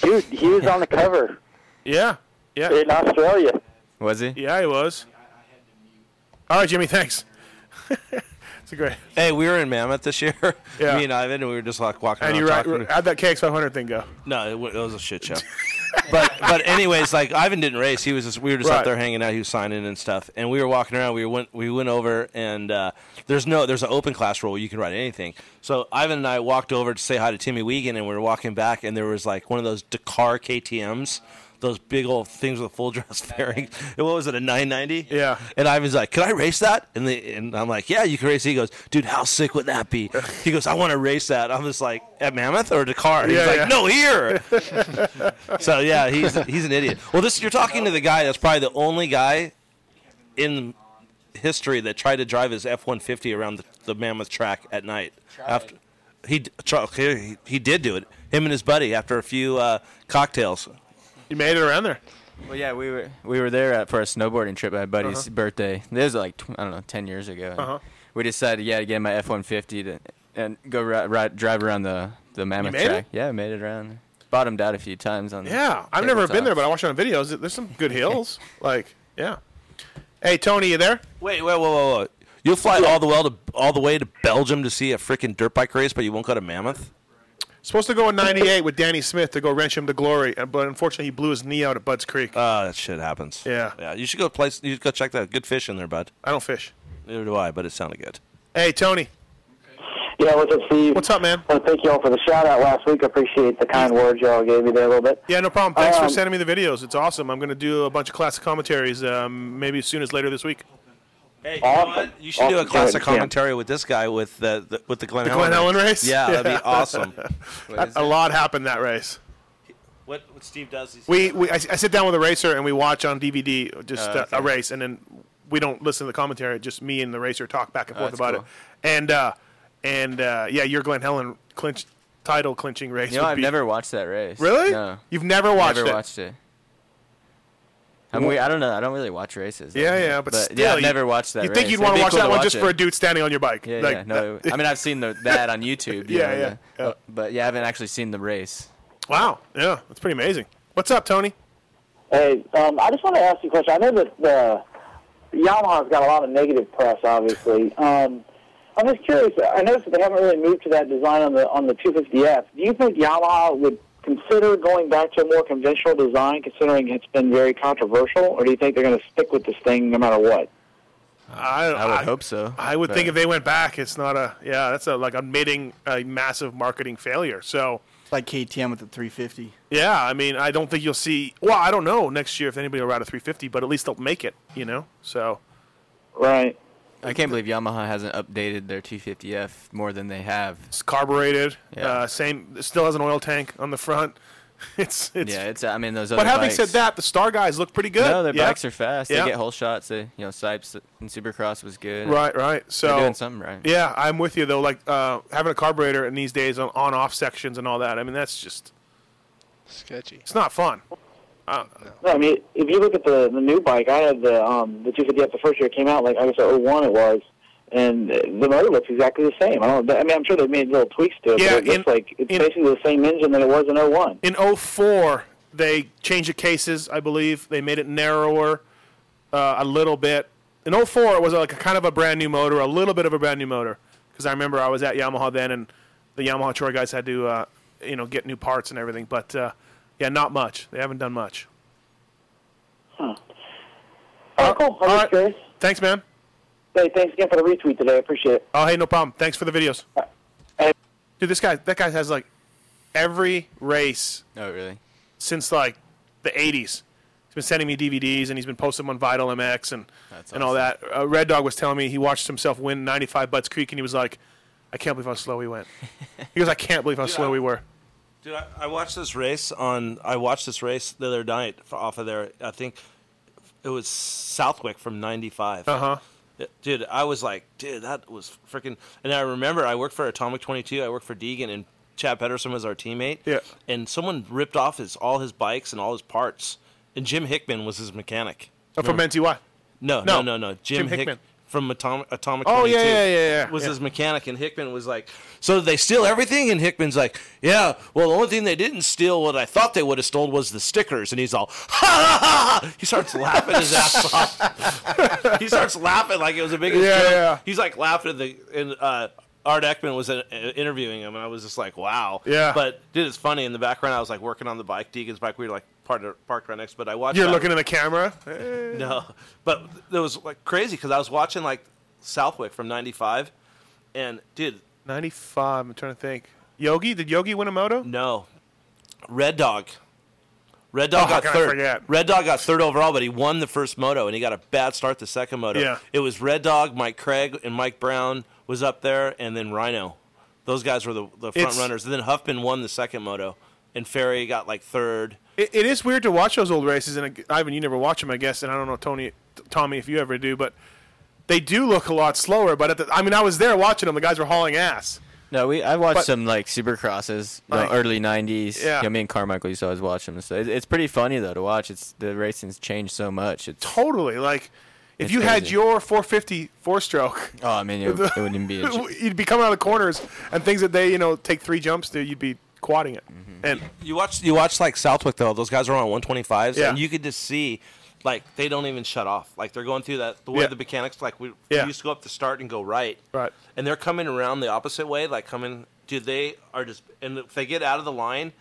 [SPEAKER 3] Dude, he was on the cover.
[SPEAKER 5] Yeah. Yeah.
[SPEAKER 3] In Australia.
[SPEAKER 10] Was he?
[SPEAKER 5] Yeah, he was. All right, Jimmy. Thanks. it's a great.
[SPEAKER 6] Hey, we were in Mammoth this year.
[SPEAKER 5] Yeah.
[SPEAKER 6] Me and Ivan, and we were just like walking
[SPEAKER 5] And
[SPEAKER 6] around
[SPEAKER 5] you're right.
[SPEAKER 6] talking.
[SPEAKER 5] How'd that KX500 thing go?
[SPEAKER 6] No, it, wa- it was a shit show. but but anyways, like Ivan didn't race. He was just we were just
[SPEAKER 5] Right.
[SPEAKER 6] out there hanging out. He was signing and stuff. And we were walking around. We went we went over and uh, there's no there's an open class rule. You can ride anything. So Ivan and I walked over to say hi to Timmy Wiegand, and we were walking back, and there was like one of those Dakar KTM's. Those big old things with full dress fairing. What was it, a 990?
[SPEAKER 5] Yeah.
[SPEAKER 6] And Ivan's like, "Can I race that?" And the, and I'm like, "Yeah, you can race." it." He goes, "Dude, how sick would that be?" He goes, "I want to race that." I'm just like, "At Mammoth or Dakar?" And
[SPEAKER 5] Yeah,
[SPEAKER 6] he's like,
[SPEAKER 5] yeah.
[SPEAKER 6] "No, here." So yeah, he's he's an idiot. Well, this you're talking to the guy that's probably the only guy in history that tried to drive his F-150 around the, the Mammoth track at night. After he d- tr- he he did do it. Him and his buddy after a few uh, cocktails.
[SPEAKER 5] You made it around there.
[SPEAKER 10] Well, yeah, we were we were there uh, for a snowboarding trip at my buddy's
[SPEAKER 5] Uh-huh.
[SPEAKER 10] birthday. This was like tw- I don't know, ten years ago. and
[SPEAKER 5] Uh-huh.
[SPEAKER 10] We decided, yeah, to get my F one fifty to and go ri- ride, drive around the the mammoth
[SPEAKER 5] made
[SPEAKER 10] track.
[SPEAKER 5] it?
[SPEAKER 10] Yeah, I made it around. Bottomed out a few times on. the
[SPEAKER 5] Yeah, I've never been there, but I watched it on videos. There's some good hills. like, yeah. Hey, Tony, you there?
[SPEAKER 6] Wait, wait, whoa, whoa, whoa! You'll fly all the way to all the way to Belgium to see a freaking dirt bike race, but you won't go to Mammoth.
[SPEAKER 5] Supposed to go in '98 with Danny Smith to go wrench him to glory, and- but unfortunately he blew his knee out at Bud's Creek.
[SPEAKER 6] Ah, that shit happens.
[SPEAKER 5] Yeah.
[SPEAKER 6] Yeah, you should go place. You should go check that. Good fish in there, bud.
[SPEAKER 5] I don't fish.
[SPEAKER 6] Neither do I, but it sounded good.
[SPEAKER 5] Hey, Tony.
[SPEAKER 3] Yeah, what's up, Steve?
[SPEAKER 5] What's up, man?
[SPEAKER 3] I want to thank you all for the shout out last week. I appreciate the kind words y'all gave me there a little bit.
[SPEAKER 5] Yeah, no problem. Thanks for
[SPEAKER 3] Um,
[SPEAKER 5] sending me the videos. It's awesome. I'm going to do a bunch of classic commentaries, um, maybe as soon as later this week.
[SPEAKER 6] Hey,
[SPEAKER 3] Awesome.
[SPEAKER 6] You should do a classic commentary with this guy with the, the with the Glen
[SPEAKER 5] The
[SPEAKER 6] Helen
[SPEAKER 5] Glen Helen race?
[SPEAKER 6] Yeah, that'd
[SPEAKER 5] Yeah.
[SPEAKER 6] be awesome.
[SPEAKER 5] A- a lot happened that race.
[SPEAKER 6] What what Steve does? Is
[SPEAKER 5] We, we I, s- I sit down with a racer and we watch on DVD just
[SPEAKER 6] Oh,
[SPEAKER 5] uh, a
[SPEAKER 6] okay.
[SPEAKER 5] race, and then we don't listen to the commentary. Just me and the racer talk back and
[SPEAKER 6] Oh,
[SPEAKER 5] forth
[SPEAKER 6] that's
[SPEAKER 5] about
[SPEAKER 6] cool.
[SPEAKER 5] it. And uh, and uh, yeah, your Glenn Helen clinch title clinching race.
[SPEAKER 10] You know,
[SPEAKER 5] would
[SPEAKER 10] I've
[SPEAKER 5] be-
[SPEAKER 10] never watched that race.
[SPEAKER 5] Really?
[SPEAKER 10] No.
[SPEAKER 5] You've never watched
[SPEAKER 10] never
[SPEAKER 5] it?
[SPEAKER 10] watched it. I'm we- I don't know. I don't really watch races.
[SPEAKER 5] Yeah, yeah, but, still,
[SPEAKER 10] yeah, I've
[SPEAKER 5] you-
[SPEAKER 10] never watched that.
[SPEAKER 5] You think
[SPEAKER 10] race.
[SPEAKER 5] you'd
[SPEAKER 10] It'd
[SPEAKER 5] want
[SPEAKER 10] be
[SPEAKER 5] to watch
[SPEAKER 10] cool
[SPEAKER 5] that one
[SPEAKER 10] watch
[SPEAKER 5] just
[SPEAKER 10] it.
[SPEAKER 5] for a dude standing on your bike?
[SPEAKER 10] Yeah,
[SPEAKER 5] like,
[SPEAKER 10] yeah. No, I mean, I've seen the, that on YouTube. you
[SPEAKER 5] Yeah,
[SPEAKER 10] know,
[SPEAKER 5] yeah,
[SPEAKER 10] the- But yeah, I haven't actually seen the race.
[SPEAKER 5] Wow, yeah, that's pretty amazing. What's up, Tony?
[SPEAKER 3] Hey, um, I just want to ask you a question. I know that the Yamaha's got a lot of negative press, obviously. Um, I'm just curious. I noticed that they haven't really moved to that design on the on the 250F. Do you think Yamaha would consider going back to a more conventional design, considering it's been very controversial, or do you think they're going to stick with this thing no matter what?
[SPEAKER 5] I, I
[SPEAKER 10] would hope so.
[SPEAKER 5] I would think
[SPEAKER 10] But-
[SPEAKER 5] if they went back, it's not a yeah. That's a, like admitting a massive marketing failure. So
[SPEAKER 8] It's like KTM with the 350.
[SPEAKER 5] yeah, I mean, I don't think you'll see. Well, I don't know next year if anybody will ride a 350, but at least they'll make it. You know, so
[SPEAKER 3] Right.
[SPEAKER 10] I can't believe Yamaha hasn't updated their 250F more than they have.
[SPEAKER 5] it's carbureted. Uh, same, it still has an oil tank on the front. It's it's.
[SPEAKER 10] yeah, it's. I mean, those.
[SPEAKER 5] but
[SPEAKER 10] other
[SPEAKER 5] having
[SPEAKER 10] bikes,
[SPEAKER 5] said that, the Star guys look pretty good.
[SPEAKER 10] no, their
[SPEAKER 5] Yeah.
[SPEAKER 10] bikes are fast.
[SPEAKER 5] Yeah.
[SPEAKER 10] They get whole shots. They, you know, Sipes and Supercross was good.
[SPEAKER 5] Right, right. So
[SPEAKER 10] they're doing something right.
[SPEAKER 5] Yeah, I'm with you though. Like uh, having a carburetor in these days on on-off sections and all that. I mean, that's just
[SPEAKER 17] sketchy.
[SPEAKER 5] It's not fun. Uh,
[SPEAKER 3] No, I mean, if you look at the the new bike, I had the um the 250F the first year it came out, like I guess the 01 it was, and the motor looks exactly the same. I don't. I mean, I'm sure they made little tweaks to it,
[SPEAKER 5] Yeah,
[SPEAKER 3] but it looks
[SPEAKER 5] in-
[SPEAKER 3] like it's
[SPEAKER 5] in-
[SPEAKER 3] basically the same engine that it was in 01.
[SPEAKER 5] In 04, they changed the cases, I believe. They made it narrower uh, a little bit. In 04, it was like a kind of a brand new motor, a little bit of a brand new motor. Because I remember I was at Yamaha then, and the Yamaha Troy guys had to, uh, you know, get new parts and everything. But uh, yeah, not much. They haven't done much. Uh,
[SPEAKER 3] All right, cool. I'm just curious.
[SPEAKER 5] Thanks, man.
[SPEAKER 3] Hey, thanks again for the retweet today. I appreciate it.
[SPEAKER 5] Oh, hey, no problem. Thanks for the videos. Dude, this guy, that guy has like every race
[SPEAKER 10] Oh, really?
[SPEAKER 5] since like the 80s. He's been sending me DVDs and he's been posting them on Vital MX and and all that. Uh, Red Dog was telling me he watched himself win 95 Butts Creek and he was like, I can't believe how slow he went. he goes, I can't believe how slow we were.
[SPEAKER 6] Dude, I, I watched this race on. I watched this race the other night f- off of there. I think it was Southwick from '95.
[SPEAKER 5] Uh-huh.
[SPEAKER 6] Dude, I was like, dude, that was freaking. And I remember I worked for Atomic 22. I worked for Deegan, and Chad Pedersen was our teammate.
[SPEAKER 5] Yeah.
[SPEAKER 6] And someone ripped off his all his bikes and all his parts, and Jim Hickman was his mechanic.
[SPEAKER 5] Oh, from NTY. No.
[SPEAKER 6] No, no, no, no.
[SPEAKER 5] Jim
[SPEAKER 6] Jim, Hick-
[SPEAKER 5] Hickman.
[SPEAKER 6] from Atom- Atomic.
[SPEAKER 5] Oh,
[SPEAKER 6] 22
[SPEAKER 5] yeah, yeah, yeah, yeah,
[SPEAKER 6] Was
[SPEAKER 5] yeah.
[SPEAKER 6] his mechanic, and Hickman was like, "So they steal everything?" And Hickman's like, "Yeah. Well, the only thing they didn't steal, what I thought they would have stolen, was the stickers." And he's all, "Ha ha
[SPEAKER 5] Ah,
[SPEAKER 6] ha!" He starts laughing his ass off. he starts laughing like it was the biggest
[SPEAKER 5] Yeah,
[SPEAKER 6] joke.
[SPEAKER 5] yeah.
[SPEAKER 6] He's like laughing at the and uh, Art Ekman was uh, interviewing him, and I was just like, "Wow."
[SPEAKER 5] Yeah.
[SPEAKER 6] But dude, it's funny in the background. I was like working on the bike, Deegan's bike. We were like parked parked right next, but I watched.
[SPEAKER 5] You're
[SPEAKER 6] that-
[SPEAKER 5] looking at the camera. Eh.
[SPEAKER 6] no, but it was like crazy because I was watching like Southwick from '95, and dude,
[SPEAKER 5] 95. I'm trying to think. Yogi? Did Yogi win a moto?
[SPEAKER 6] No. Red Dog. Red Dog
[SPEAKER 5] Oh,
[SPEAKER 6] got
[SPEAKER 5] how can I
[SPEAKER 6] third.
[SPEAKER 5] forget?
[SPEAKER 6] Red Dog got third overall, but he won the first moto and he got a bad start the second moto.
[SPEAKER 5] Yeah.
[SPEAKER 6] It was Red Dog, Mike Craig, and Mike Brown was up there, and then Rhino. Those guys were the, the front
[SPEAKER 5] It's-
[SPEAKER 6] runners. And then Huffman won the second moto, and Ferry got like third.
[SPEAKER 5] It, it is weird to watch those old races, and uh, Ivan, you never watch them, I guess, and I don't know Tony, t- Tommy, if you ever do, but they do look a lot slower. But at the, I mean, I was there watching them; the guys were hauling ass.
[SPEAKER 10] No, we I watched
[SPEAKER 5] But-
[SPEAKER 10] some like supercrosses, the
[SPEAKER 5] Like-
[SPEAKER 10] early '90s.
[SPEAKER 5] Yeah.
[SPEAKER 10] I mean Carmichael used to always watch them. So it- it's pretty funny though to watch. It's the racing's changed so much. It's
[SPEAKER 5] Totally, like if
[SPEAKER 10] It's
[SPEAKER 5] you had
[SPEAKER 10] crazy.
[SPEAKER 5] your 450 four-stroke,
[SPEAKER 10] oh, I mean it, it wouldn't be. A ch-
[SPEAKER 5] you'd be coming out of the corners and things that they, you know, take three jumps to, you'd be quadding it.
[SPEAKER 10] Mm-hmm.
[SPEAKER 5] And
[SPEAKER 6] You watch you watch like Southwick though; those guys are on 125s,
[SPEAKER 5] Yeah.
[SPEAKER 6] and you could just see like they don't even shut off. Like they're going through that the way
[SPEAKER 5] Yeah.
[SPEAKER 6] the mechanics like we,
[SPEAKER 5] Yeah.
[SPEAKER 6] we used to go up the start and go right,
[SPEAKER 5] right,
[SPEAKER 6] and they're coming around the opposite way, like coming. Dude, they are just and if they get out of the line,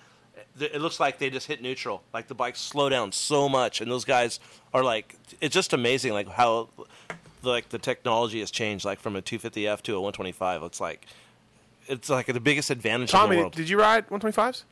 [SPEAKER 6] th- it looks like they just hit neutral. Like the bikes slow down so much, and those guys are like, it's just amazing, like how like the technology has changed, like from a 250F to a 125. It's like it's like the biggest advantage in the
[SPEAKER 5] Tommy,
[SPEAKER 6] world.
[SPEAKER 5] did you ride 125s?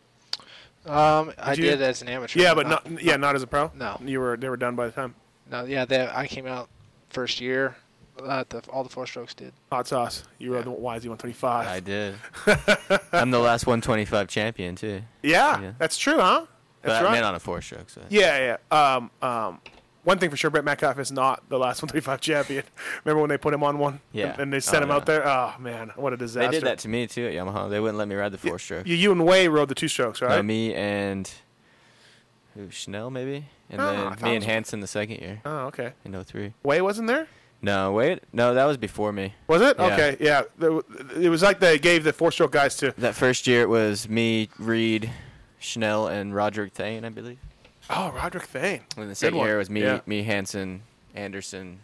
[SPEAKER 17] Um, I
[SPEAKER 5] you-
[SPEAKER 17] did as an amateur.
[SPEAKER 5] Yeah, but
[SPEAKER 17] not-
[SPEAKER 5] not, yeah, not as a pro.
[SPEAKER 17] No.
[SPEAKER 5] you were they were done by the time.
[SPEAKER 17] No, yeah, they, I came out first year. Uh, the, all the four strokes did.
[SPEAKER 5] Hot sauce. You rode the YZ 125.
[SPEAKER 10] I did. I'm the last 125 champion too.
[SPEAKER 5] Yeah, that's true, huh?
[SPEAKER 10] But
[SPEAKER 5] That's
[SPEAKER 10] I
[SPEAKER 5] right.
[SPEAKER 10] meant on a four stroke. So.
[SPEAKER 5] Yeah, yeah. Um, um, one thing for sure, Brett Metcalf is not the last 135 champion. Remember when they put him on one?
[SPEAKER 10] Yeah.
[SPEAKER 5] And, and they sent
[SPEAKER 10] Oh,
[SPEAKER 5] him
[SPEAKER 10] yeah.
[SPEAKER 5] out there? Oh, man. What a disaster.
[SPEAKER 10] They did that to me too at Yamaha. They wouldn't let me ride the four stroke.
[SPEAKER 5] You, you and Way rode the two strokes, right?
[SPEAKER 10] No, me and who, Schnell maybe, and
[SPEAKER 5] Oh, I
[SPEAKER 10] then
[SPEAKER 5] thought it
[SPEAKER 10] me and
[SPEAKER 5] was-
[SPEAKER 10] Hanson the second year
[SPEAKER 5] oh, okay.
[SPEAKER 10] in 03.
[SPEAKER 5] Way wasn't there?
[SPEAKER 10] No, wait, no, that was before me.
[SPEAKER 5] Was it?
[SPEAKER 10] Yeah.
[SPEAKER 5] Okay, yeah. There- It was like they gave the four stroke guys to.
[SPEAKER 10] That first year it was me, Reed, Schnell, and Roderick Thane, I believe.
[SPEAKER 5] Oh, Roderick Thane.
[SPEAKER 10] And the
[SPEAKER 5] Good
[SPEAKER 10] second
[SPEAKER 5] one.
[SPEAKER 10] year it was me,
[SPEAKER 5] Yeah.
[SPEAKER 10] me Hanson, Anderson,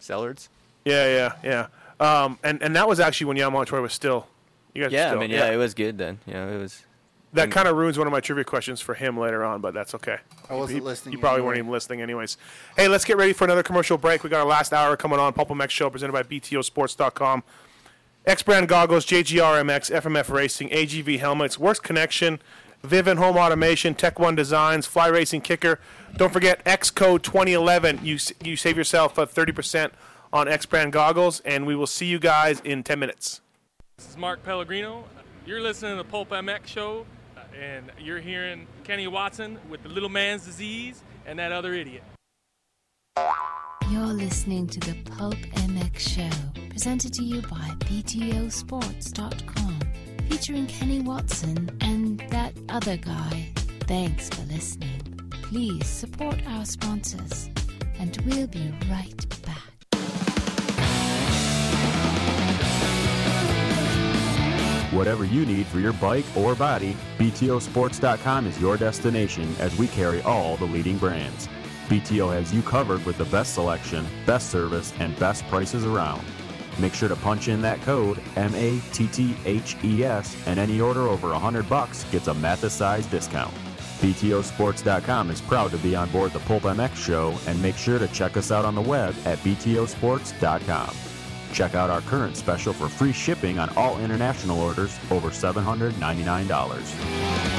[SPEAKER 10] Sellards.
[SPEAKER 5] Yeah, yeah, yeah. Um, and, and that was actually when Yamaha Tour was still. You guys were
[SPEAKER 10] Yeah,
[SPEAKER 5] still,
[SPEAKER 10] I mean, yeah, it was good then. Yeah, it was.
[SPEAKER 5] That kind of ruins one of my trivia questions for him later on, but that's okay.
[SPEAKER 8] I wasn't
[SPEAKER 5] You- you-
[SPEAKER 8] listening
[SPEAKER 5] You probably weren't
[SPEAKER 8] anyway.
[SPEAKER 5] even listening, anyways. Hey, let's get ready for another commercial break. We got our last hour coming on. Pulp MX Show presented by BTOsports.com. X Brand Goggles, JGRMX, FMF Racing, AGV Helmets, Works Connection, Vivin Home Automation, Tech One Designs, Fly Racing Kicker. Don't forget Xcode 2011. You, s- you save yourself uh, 30% on X Brand Goggles, and we will see you guys in 10 minutes.
[SPEAKER 27] This is Mark Pellegrino. You're listening to Pulp MX Show, and you're hearing Kenny Watson with the little man's disease and that other idiot.
[SPEAKER 24] You're listening to the Pulp MX Show, presented to you by BTOsports.com, featuring Kenny Watson and that other guy. Thanks for listening. Please support our sponsors, and we'll be right back.
[SPEAKER 2] Whatever you need for your bike or body, BTOsports.com is your destination as we carry all the leading brands. BTO has you covered with the best selection, best service, and best prices around. Make sure to punch in that code MATTHES E and any order over 100 bucks gets a Mathis size discount. BTOsports.com is proud to be on board the Pulp MX show and make sure to check us out on the web at BTOsports.com. Check out our current special for free shipping on all international orders over $799.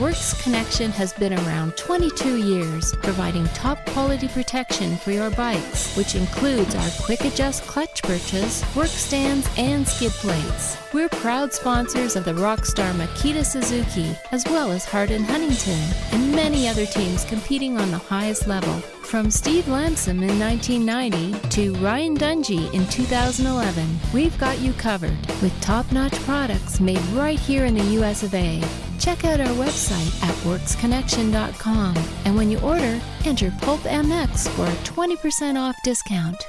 [SPEAKER 24] Works Connection has been around 22 years, providing top quality protection for your bikes, which includes our quick adjust clutch perches, work stands, and skid plates. We're proud sponsors of the Rockstar Makita Suzuki, as well as Hardin Huntington, and many other teams competing on the highest level. From Steve Lamson in 1990 to Ryan Dungey in 2011, we've got you covered with top notch products made right here in the US of A. Check out our website at worksconnection.com and when you order, enter Pulp MX for a 20% off discount.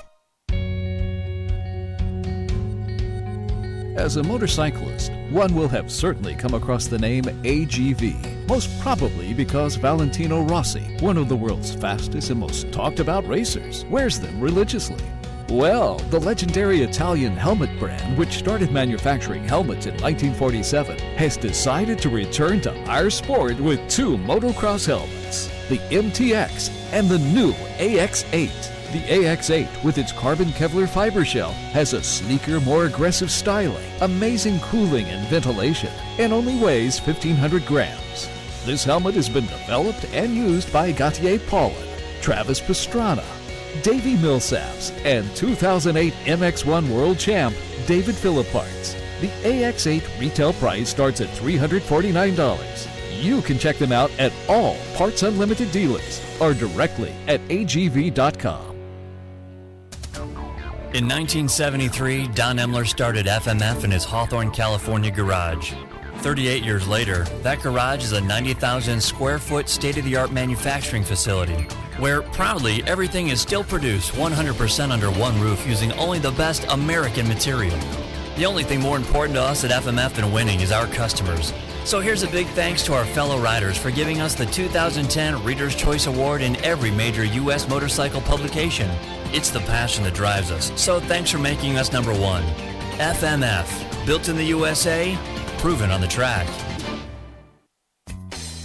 [SPEAKER 23] As a motorcyclist, one will have certainly come across the name AGV, most probably because Valentino Rossi, one of the world's fastest and most talked about racers, wears them religiously. Well, the legendary Italian helmet brand, which started manufacturing helmets in 1947, has decided to return to our sport with two motocross helmets the MTX and the new AX8. The AX8, with its carbon Kevlar fiber shell, has a sleeker, more aggressive styling, amazing cooling and ventilation, and only weighs 1,500 grams. This helmet has been developed and used by Gautier Paulin, Travis Pastrana, Davey Millsaps, and 2008 MX1 World Champ David Philipparts. The AX8 retail price starts at $349. You can check them out at all Parts Unlimited dealers or directly at agv.com.
[SPEAKER 25] In 1973, Don Emler started FMF in his Hawthorne, California garage. 38 years later, that garage is a 90,000 square foot state of the art manufacturing facility where proudly everything is still produced 100% under one roof using only the best American material. The only thing more important to us at FMF than winning is our customers. So here's a big thanks to our fellow riders for giving us the 2010 Reader's Choice Award in every major U.S. motorcycle publication. It's the passion that drives us, so thanks for making us number one. FMF, built in the USA, proven on the track.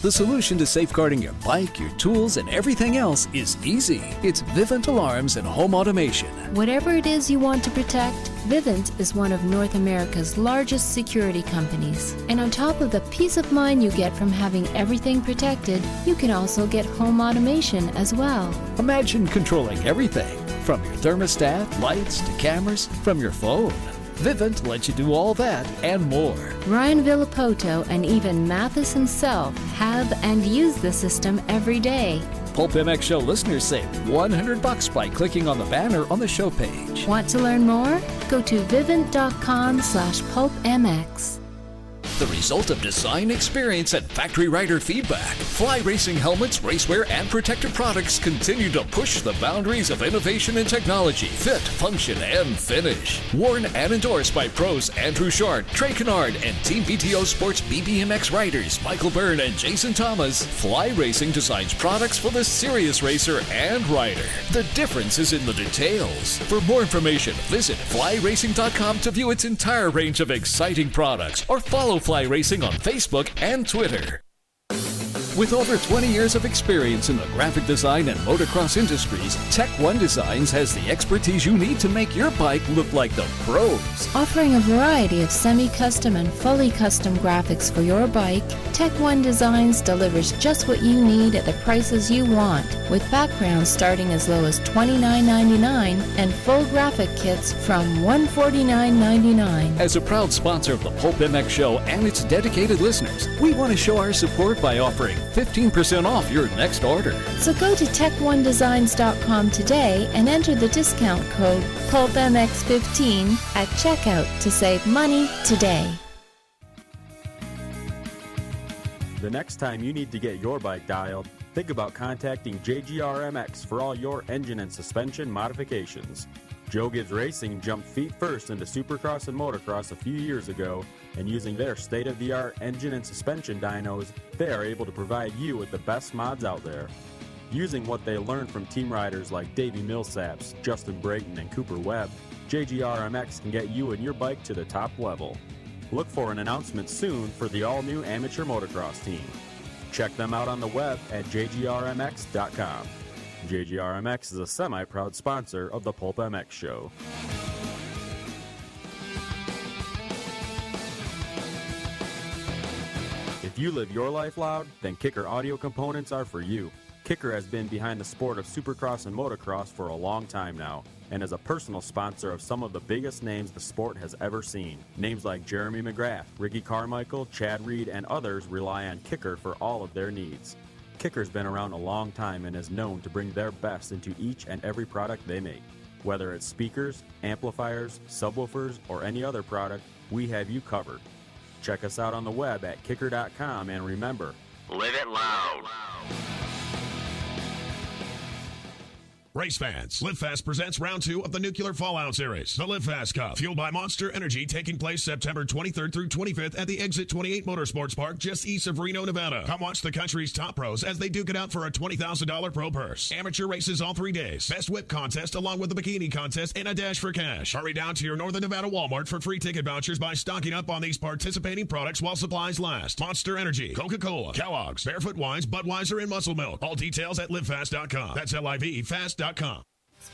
[SPEAKER 28] The solution to safeguarding your bike, your tools, and everything else is easy. It's Vivint Alarms and Home Automation.
[SPEAKER 24] Whatever it is you want to protect, Vivint is one of North America's largest security companies. And on top of the peace of mind you get from having everything protected, you can also get home automation as well.
[SPEAKER 28] Imagine controlling everything from your thermostat, lights, to cameras, from your phone. Vivint lets you do all that and more.
[SPEAKER 24] Ryan Villapoto and even Mathis himself have and use the system every day.
[SPEAKER 28] Pulp MX Show listeners save 100 bucks by clicking on the banner on the show page.
[SPEAKER 24] Want to learn more? Go to vivint.com slash pulpmx.
[SPEAKER 28] The result of design experience and factory rider feedback, Fly Racing helmets, racewear, and protective products continue to push the boundaries of innovation and technology, fit, function, and finish. Worn and endorsed by pros Andrew Short, Trey Kennard, and Team BTO Sports BBMX riders Michael Byrne and Jason Thomas, Fly Racing designs products for the serious racer and rider. The difference is in the details. For more information, visit flyracing.com to view its entire range of exciting products or follow Fly Racing on Facebook and Twitter.
[SPEAKER 23] With over 20 years of experience in the graphic design and motocross industries, Tech One Designs has the expertise you need to make your bike look like the pros.
[SPEAKER 24] Offering a variety of semi custom and fully custom graphics for your bike, Tech One Designs delivers just what you need at the prices you want, with backgrounds starting as low as $29.99 and full graphic kits from $149.99.
[SPEAKER 23] As a proud sponsor of the Pulp MX Show and its dedicated listeners, we want to show our support by offering 15% off your next order.
[SPEAKER 24] So go to tech1designs.com today and enter the discount code PulpMX15 at checkout to save money today.
[SPEAKER 2] The next time you need to get your bike dialed, think about contacting JGRMX for all your engine and suspension modifications. Joe Gibbs Racing jumped feet first into supercross and motocross a few years ago, and using their state of the art engine and suspension dynos, they are able to provide you with the best mods out there. Using what they learned from team riders like Davey Millsaps, Justin Brayton, and Cooper Webb, JGRMX can get you and your bike to the top level. Look for an announcement soon for the all new amateur motocross team. Check them out on the web at jgrmx.com. JGRMX is a semi proud sponsor of the Pulp MX show. If you live your life loud, then Kicker audio components are for you. Kicker has been behind the sport of supercross and motocross for a long time now, and is a personal sponsor of some of the biggest names the sport has ever seen. Names like Jeremy McGrath, Ricky Carmichael, Chad Reed, and others rely on Kicker for all of their needs. Kicker's been around a long time and is known to bring their best into each and every product they make. Whether it's speakers, amplifiers, subwoofers, or any other product, we have you covered. Check us out on the web at kicker.com and remember,
[SPEAKER 1] Live it loud.
[SPEAKER 16] Race fans, Live Fast presents round two of the Nuclear Fallout Series, the Live Fast Cup, fueled by Monster Energy, taking place September 23rd through 25th at the Exit 28 Motorsports Park just east of Reno, Nevada. Come watch the country's top pros as they duke it out for a $20,000 pro purse. Amateur races all three days, best whip contest along with the bikini contest and a dash for cash. Hurry down to your Northern Nevada Walmart for free ticket vouchers by stocking up on these participating products while supplies last. Monster Energy, Coca-Cola, Kellogg's, Barefoot Wines, Budweiser, and Muscle Milk. All details at livefast.com. That's L-I-V, fast.com.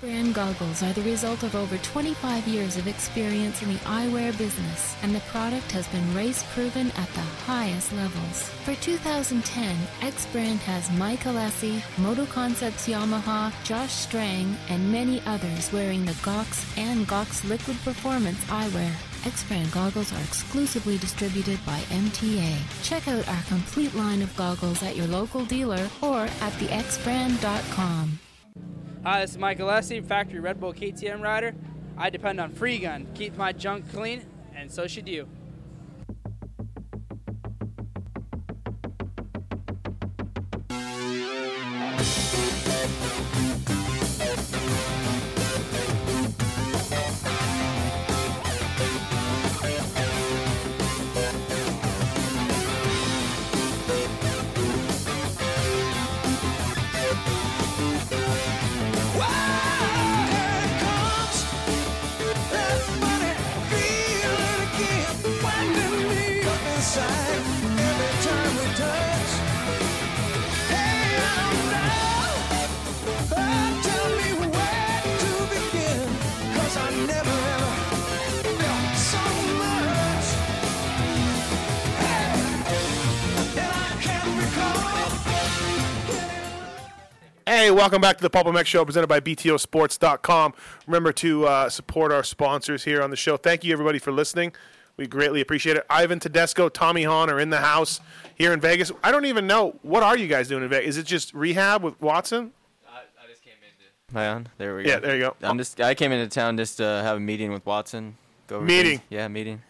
[SPEAKER 24] Brand goggles are the result of over 25 years of experience in the eyewear business, and the product has been race proven at the highest levels. For 2010, X Brand has Mike Alessi, Moto Concepts Yamaha, Josh Strang, and many others wearing the Gox and Gox Liquid Performance eyewear. X Brand goggles are exclusively distributed by MTA. Check out our complete line of goggles at your local dealer or at thexbrand.com.
[SPEAKER 22] Hi, this is Mike Alessi, factory Red Bull KTM rider. I depend on Free Gun, keep my junk clean, and so should you.
[SPEAKER 5] Hey, welcome back to the Pulp MX Show presented by BTOsports.com. Remember to uh, support our sponsors here on the show. Thank you, everybody, for listening. We greatly appreciate it. Ivan Tedesco, Tommy Hahn are in the house here in Vegas. I don't even know. What are you guys doing in Vegas? Is it just rehab with Watson?
[SPEAKER 10] Hi on. There we go.
[SPEAKER 5] Yeah, there you go.
[SPEAKER 10] I'm just. I came into town just to have a meeting with Watson. Go over
[SPEAKER 5] Meeting.
[SPEAKER 10] things. Yeah, meeting.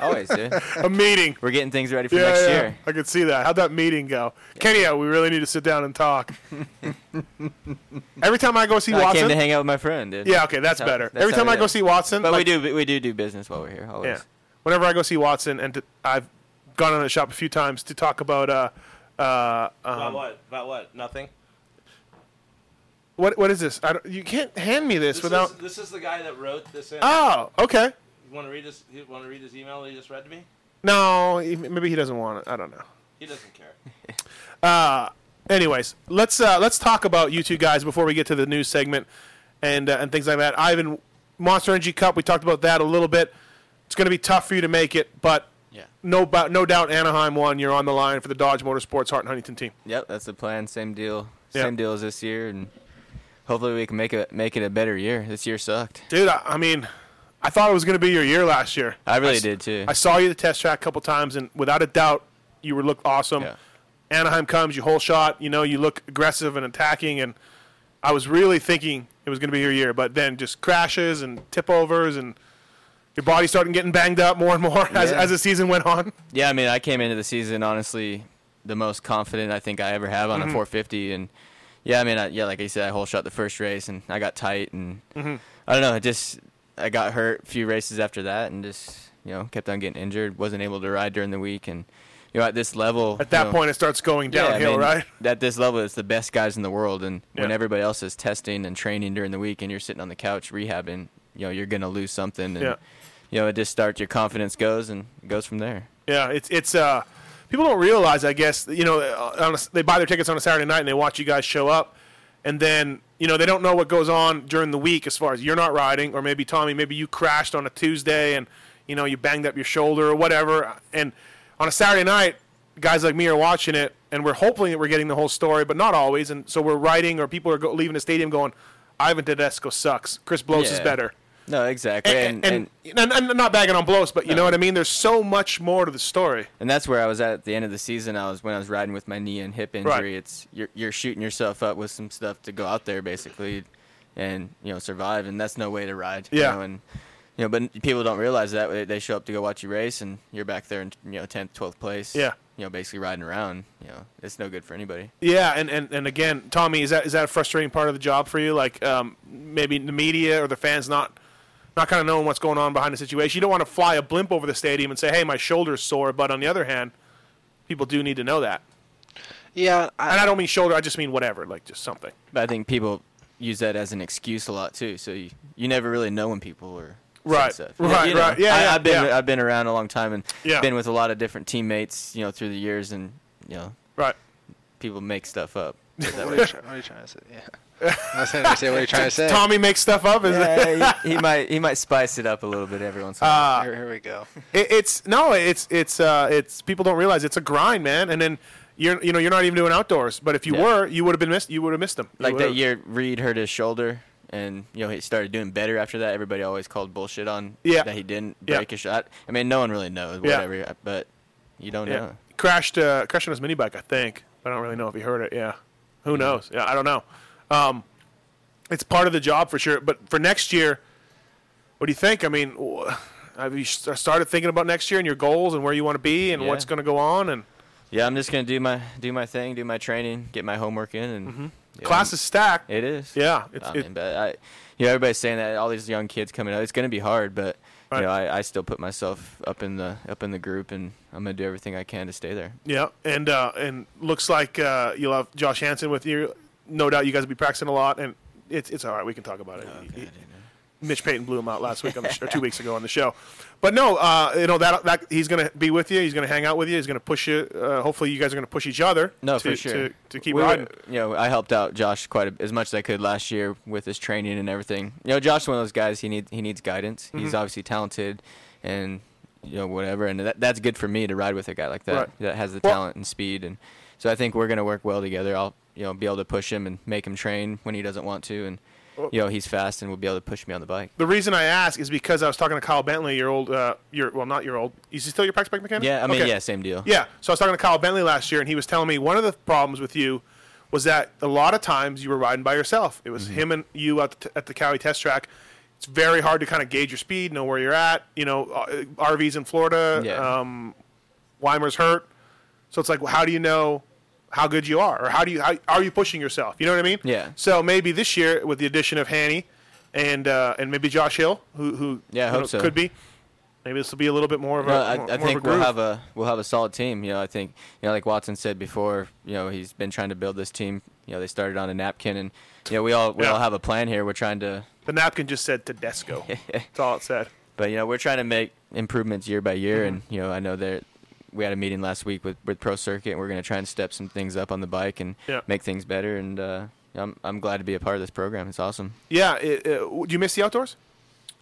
[SPEAKER 10] Always, dude.
[SPEAKER 5] A meeting.
[SPEAKER 10] We're getting things ready for next year.
[SPEAKER 5] I could see that. How'd that meeting go? Kenya, we really need to sit down and talk. Every time I go see
[SPEAKER 10] No, I
[SPEAKER 5] Watson.
[SPEAKER 10] came to hang out with my friend, dude.
[SPEAKER 5] Yeah, okay, that's better. Every
[SPEAKER 10] how
[SPEAKER 5] time
[SPEAKER 10] we
[SPEAKER 5] I go
[SPEAKER 10] do.
[SPEAKER 5] see Watson,
[SPEAKER 10] but we
[SPEAKER 5] like-
[SPEAKER 10] do we do do business while we're here. Always.
[SPEAKER 5] Yeah. Whenever I go see Watson, and t- I've gone on the shop a few times to talk about uh, uh,
[SPEAKER 11] about
[SPEAKER 5] um,
[SPEAKER 11] what? About what? Nothing.
[SPEAKER 5] what what is this? I don't, you can't hand me this,
[SPEAKER 11] This
[SPEAKER 5] without.
[SPEAKER 11] is, this is the guy that wrote this. In.
[SPEAKER 5] Oh, okay.
[SPEAKER 11] You want to read his? You want to read his email that he just read to me?
[SPEAKER 5] No, he- maybe he doesn't want it. I don't know.
[SPEAKER 11] He doesn't care.
[SPEAKER 5] Uh, anyways, let's uh, let's talk about you two guys before we get to the news segment and uh, and things like that. Ivan, Monster Energy Cup. We talked about that a little bit. It's going to be tough for you to make it, but
[SPEAKER 10] Yeah.
[SPEAKER 5] no, bou- no doubt Anaheim won. You're on the line for the Dodge Motorsports Hart and Huntington team.
[SPEAKER 10] Yep, that's the plan. Same deal.
[SPEAKER 5] Yeah.
[SPEAKER 10] Same deal as this year, and hopefully we can make it make it a better year. This year sucked.
[SPEAKER 5] Dude, I, I mean, I thought it was going to be your year last year.
[SPEAKER 10] I really
[SPEAKER 5] s-
[SPEAKER 10] did, too.
[SPEAKER 5] I saw you at the test track a couple times, and without a doubt, you were looked awesome. Anaheim comes, you whole shot. You know, you look aggressive and attacking, and I was really thinking it was going to be your year, but then just crashes and tip overs, and your body starting getting banged up more and more as,
[SPEAKER 10] Yeah.
[SPEAKER 5] as the season went on.
[SPEAKER 10] Yeah, I mean, I came into the season honestly the most confident I think I ever have on
[SPEAKER 5] Mhm.
[SPEAKER 10] a 450, and yeah, I mean, I, yeah, like I said, I whole shot the first race, and I got tight, and
[SPEAKER 5] Mhm.
[SPEAKER 10] I don't know, it just I got hurt a few races after that, and just you know kept on getting injured, wasn't able to ride during the week, and you know at this level,
[SPEAKER 5] At that
[SPEAKER 10] you know-
[SPEAKER 5] point, it starts going
[SPEAKER 10] Yeah, I
[SPEAKER 5] downhill,
[SPEAKER 10] mean,
[SPEAKER 5] right?
[SPEAKER 10] At this level, it's the best guys in the world, and when
[SPEAKER 5] Yeah.
[SPEAKER 10] everybody else is testing and training during the week, and you're sitting on the couch rehabbing, you know, you're gonna lose something, and
[SPEAKER 5] Yeah.
[SPEAKER 10] you know, it just starts your confidence goes and it goes from there.
[SPEAKER 5] Yeah, it's it's uh, people don't realize, I guess, you know, uh, on a, they buy their tickets on a Saturday night and they watch you guys show up, and then you know they don't know what goes on during the week as far as you're not riding, or maybe Tommy, maybe you crashed on a Tuesday and you know you banged up your shoulder or whatever, and on a Saturday night guys like me are watching it, and we're hoping that we're getting the whole story, but not always. And so we're writing, or people are go- leaving the stadium going, "Ivan Tedesco sucks. Chris Blos is
[SPEAKER 10] Yeah.
[SPEAKER 5] better."
[SPEAKER 10] No, exactly.
[SPEAKER 5] And, and, and I'm not bagging on Blos, but you know what I mean. There's so much more to the story.
[SPEAKER 10] And that's where I was at, at the end of the season. I was when I was riding with my knee and hip injury.
[SPEAKER 5] Right.
[SPEAKER 10] It's you're you're shooting yourself up with some stuff to go out there basically, and you know survive. And that's no way to ride. you
[SPEAKER 5] Yeah.
[SPEAKER 10] know, and you know, but people don't realize that They- they show up to go watch you race, and you're back there in you know tenth, twelfth place.
[SPEAKER 5] Yeah.
[SPEAKER 10] You know, basically riding around. You know, it's no good for anybody.
[SPEAKER 5] Yeah, and, and, and again, Tommy, is that is that a frustrating part of the job for you? Like um, maybe the media or the fans not not kind of knowing what's going on behind the situation. You don't want to fly a blimp over the stadium and say, "Hey, my shoulder's sore," but on the other hand, people do need to know that.
[SPEAKER 17] Yeah,
[SPEAKER 5] and I don't mean shoulder; I just mean whatever, like just something.
[SPEAKER 10] But I think people use that as an excuse a lot too. So you, you never really know when people are saying
[SPEAKER 5] Right,
[SPEAKER 10] Stuff.
[SPEAKER 5] right,
[SPEAKER 10] you know,
[SPEAKER 5] right. Yeah,
[SPEAKER 10] I,
[SPEAKER 5] yeah,
[SPEAKER 10] I've been
[SPEAKER 5] yeah.
[SPEAKER 10] I've been around a long time and
[SPEAKER 5] Yeah.
[SPEAKER 10] been with a lot of different teammates, you know, through the years, and you know,
[SPEAKER 5] right.
[SPEAKER 10] People make stuff up.
[SPEAKER 17] What are you, try- what are you trying to say? Yeah. I was trying to say what are you trying to say.
[SPEAKER 5] Tommy makes stuff up. Is
[SPEAKER 10] yeah,
[SPEAKER 5] it?
[SPEAKER 10] he, he might he might spice it up a little bit every once in a while.
[SPEAKER 5] Uh,
[SPEAKER 17] Here we go.
[SPEAKER 5] It, it's no, it's it's uh, it's people don't realize it's a grind, man. And then you're you know you're not even doing outdoors. But if you
[SPEAKER 10] Yeah.
[SPEAKER 5] were, you would have been missed. You would have missed them. You
[SPEAKER 10] like that
[SPEAKER 5] would've-
[SPEAKER 10] year, Reed hurt his shoulder, and you know he started doing better after that. Everybody always called bullshit on
[SPEAKER 5] Yeah.
[SPEAKER 10] that he didn't
[SPEAKER 5] Yeah.
[SPEAKER 10] break a shot. I mean, no one really knows
[SPEAKER 5] Yeah.
[SPEAKER 10] whatever, uh, but you don't
[SPEAKER 5] Yeah.
[SPEAKER 10] know.
[SPEAKER 5] Crashed uh, crashed on his mini bike, I think. I don't really know if he heard it. Yeah. Who knows? Yeah, I don't know. Um, it's part of the job for sure. But for next year, what do you think? I mean, wh- have you s- started thinking about next year and your goals and where you want to be and
[SPEAKER 10] Yeah.
[SPEAKER 5] what's going to go on and
[SPEAKER 10] Yeah, I'm just gonna do my do my thing, do my training, get my homework in, and
[SPEAKER 5] Mhm.
[SPEAKER 10] yeah,
[SPEAKER 5] class is stacked.
[SPEAKER 10] It is.
[SPEAKER 5] Yeah,
[SPEAKER 10] it's,
[SPEAKER 5] it's-
[SPEAKER 10] I
[SPEAKER 5] it-
[SPEAKER 10] mean, but I, you know, everybody's saying that all these young kids coming out, it's gonna be hard, but
[SPEAKER 5] Right.
[SPEAKER 10] you know, I, I still put myself up in the up in the group, and I'm gonna do everything I can to stay there.
[SPEAKER 5] Yeah, and uh, and looks like uh, you'll have Josh Hansen with you. No doubt, you guys will be practicing a lot, and it's it's all right. We can talk about it. He- Mitch Payton blew him out last week on the sh- or two weeks ago on the show, but no, uh, you know that that he's going to be with you. He's going to hang out with you. He's going to push you. Uh, hopefully, you guys are going to push each other.
[SPEAKER 10] No,
[SPEAKER 5] to,
[SPEAKER 10] for sure.
[SPEAKER 5] To, to keep
[SPEAKER 10] We were-
[SPEAKER 5] riding.
[SPEAKER 10] you know, I helped out Josh quite a, as much as I could last year with his training and everything. You know, Josh's one of those guys. He needs he needs guidance. He's
[SPEAKER 5] Mm-hmm.
[SPEAKER 11] Mhm.
[SPEAKER 10] obviously talented, and you know whatever. And that, that's good for me to ride with a guy like that
[SPEAKER 11] Right.
[SPEAKER 10] that has the
[SPEAKER 11] Well-
[SPEAKER 10] talent and speed. And so I think we're gonna work well together. I'll you know be able to push him and make him train when he doesn't want to, and
[SPEAKER 5] Well-
[SPEAKER 10] you know he's fast and will be able to push me on the bike.
[SPEAKER 5] The reason I ask is because I was talking to Kyle Bentley, your old, uh, your well, not your old. Is he still your practice bike mechanic?
[SPEAKER 10] Yeah, I mean,
[SPEAKER 5] Okay.
[SPEAKER 10] yeah, same deal.
[SPEAKER 5] Yeah. So I was talking to Kyle Bentley last year, and he was telling me one of the problems with you was that a lot of times you were riding by yourself. It was
[SPEAKER 10] Mm-hmm.
[SPEAKER 5] him and you at the, at the Cowie test track. It's very hard to kind of gauge your speed, know where you're at. You know, uh, RVs in Florida.
[SPEAKER 10] Yeah.
[SPEAKER 5] Um, Weimer's hurt, so it's like, well, how do you know how good you are, or how do you how, are you pushing yourself? You know what I mean?
[SPEAKER 10] Yeah.
[SPEAKER 5] So maybe this year, with the addition of Hanny and uh, and maybe Josh Hill, who who
[SPEAKER 10] Yeah, I
[SPEAKER 5] you
[SPEAKER 10] hope
[SPEAKER 5] know,
[SPEAKER 10] so.
[SPEAKER 5] could be, maybe this will be a little bit more of a.
[SPEAKER 10] No, I,
[SPEAKER 5] more-
[SPEAKER 10] I
[SPEAKER 5] more
[SPEAKER 10] think
[SPEAKER 5] of a
[SPEAKER 10] we'll
[SPEAKER 5] groove.
[SPEAKER 10] have a we'll have a solid team. You know, I think you know, like Watson said before, you know, he's been trying to build this team. You know, they started on a napkin, and you know, we all we
[SPEAKER 5] Yeah.
[SPEAKER 10] all have a plan here. We're trying to,
[SPEAKER 5] The napkin just said Tedesco. That's all it said. Mm-hmm.
[SPEAKER 10] but you know, we're trying to make improvements year by year. And you know, I know that we had a meeting last week with with Pro Circuit, and we're going to try and step some things up on the bike and
[SPEAKER 5] Yeah.
[SPEAKER 10] make things better. And uh, I'm I'm glad to be a part of this program. It's awesome.
[SPEAKER 5] Yeah. It, it, do you miss the outdoors?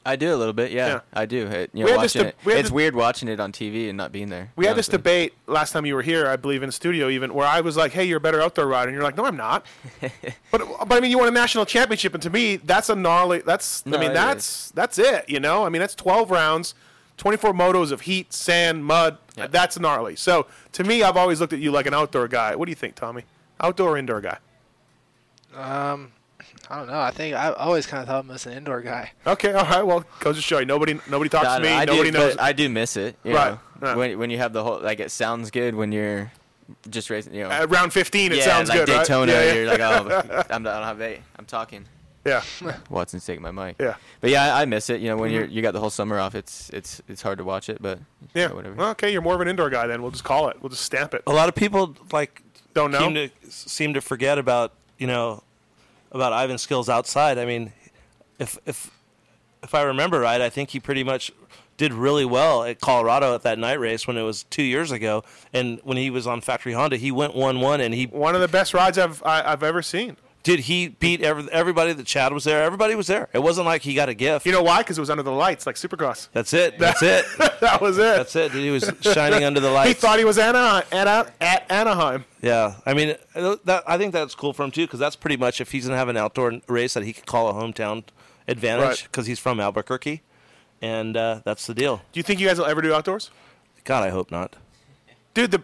[SPEAKER 10] I do a little bit, yeah.
[SPEAKER 5] Yeah.
[SPEAKER 10] I do. It- you
[SPEAKER 5] We
[SPEAKER 10] know,
[SPEAKER 5] had this
[SPEAKER 10] watching
[SPEAKER 5] deb-
[SPEAKER 10] it,
[SPEAKER 5] we had
[SPEAKER 10] it's
[SPEAKER 5] this-
[SPEAKER 10] weird watching it on TV and not being there.
[SPEAKER 5] We
[SPEAKER 10] to be
[SPEAKER 5] had this
[SPEAKER 10] honest with you.
[SPEAKER 5] debate last time you were here, I believe, in the studio, even where I was like, "Hey, you're a better outdoor rider," and you're like, "No, I'm not." but but I mean, you won a national championship, and to me, that's a gnarly. That's
[SPEAKER 10] No,
[SPEAKER 5] I mean,
[SPEAKER 10] it
[SPEAKER 5] that's that's it. You know, I mean, that's 12 rounds, 24 motos of heat, sand, mud. That's gnarly. So to me, I've always looked at you like an outdoor guy. What do you think, Tommy? Outdoor, or indoor guy?
[SPEAKER 17] Um, I don't know. I think I always kind of thought him as an indoor guy.
[SPEAKER 5] Okay, all right. Well, goes to show you, nobody nobody talks
[SPEAKER 10] I
[SPEAKER 5] to me.
[SPEAKER 10] don't know, I do,
[SPEAKER 5] nobody
[SPEAKER 10] but
[SPEAKER 5] knows.
[SPEAKER 10] I do miss it. You
[SPEAKER 5] Right,
[SPEAKER 10] know? When when you have the whole like it sounds good when you're just racing. You know,
[SPEAKER 5] At round 15, it
[SPEAKER 10] yeah,
[SPEAKER 5] sounds
[SPEAKER 10] like
[SPEAKER 5] good, right?
[SPEAKER 10] Daytona,
[SPEAKER 5] Yeah, yeah.
[SPEAKER 10] you're like, oh, I'm not, I don't have eight. I'm talking.
[SPEAKER 5] Yeah.
[SPEAKER 10] Watson's taking my mic.
[SPEAKER 5] Yeah.
[SPEAKER 10] But yeah, I, I miss it. You know, when
[SPEAKER 5] Mhm.
[SPEAKER 10] you're you got the whole summer off, it's it's it's hard to watch it, but
[SPEAKER 5] yeah.
[SPEAKER 10] whatever.
[SPEAKER 5] Well, okay, you're more of an indoor guy then. We'll just call it. We'll just stamp it.
[SPEAKER 6] A lot of people like
[SPEAKER 5] don't
[SPEAKER 6] Seem to, seem to forget about you know about Ivan's skills outside. I mean, if if if I remember right, I think he pretty much did really well at Colorado at that night race when it was two years ago, and when he was on Factory Honda, he went one one and he
[SPEAKER 5] one of the best rides I've I, I've ever seen.
[SPEAKER 6] Dude, he beat every, everybody that Chad was there. Everybody was there. It wasn't like he got a gift. You
[SPEAKER 5] know why? Because it was under the lights, like Supercross.
[SPEAKER 6] That's it. That's it.
[SPEAKER 5] that was it. That's
[SPEAKER 6] it. Dude, he was shining under the
[SPEAKER 5] He
[SPEAKER 6] lights.
[SPEAKER 5] thought he was Anaheim, at, at Anaheim.
[SPEAKER 6] Yeah, I mean, that, I think that's cool for him too, because that's pretty much if he's gonna have an outdoor race that he can call a hometown advantage,
[SPEAKER 5] Right.
[SPEAKER 6] because he's from Albuquerque, and uh, that's the deal.
[SPEAKER 5] Do you think you guys will ever do outdoors?
[SPEAKER 6] God, I hope not.
[SPEAKER 5] Dude, the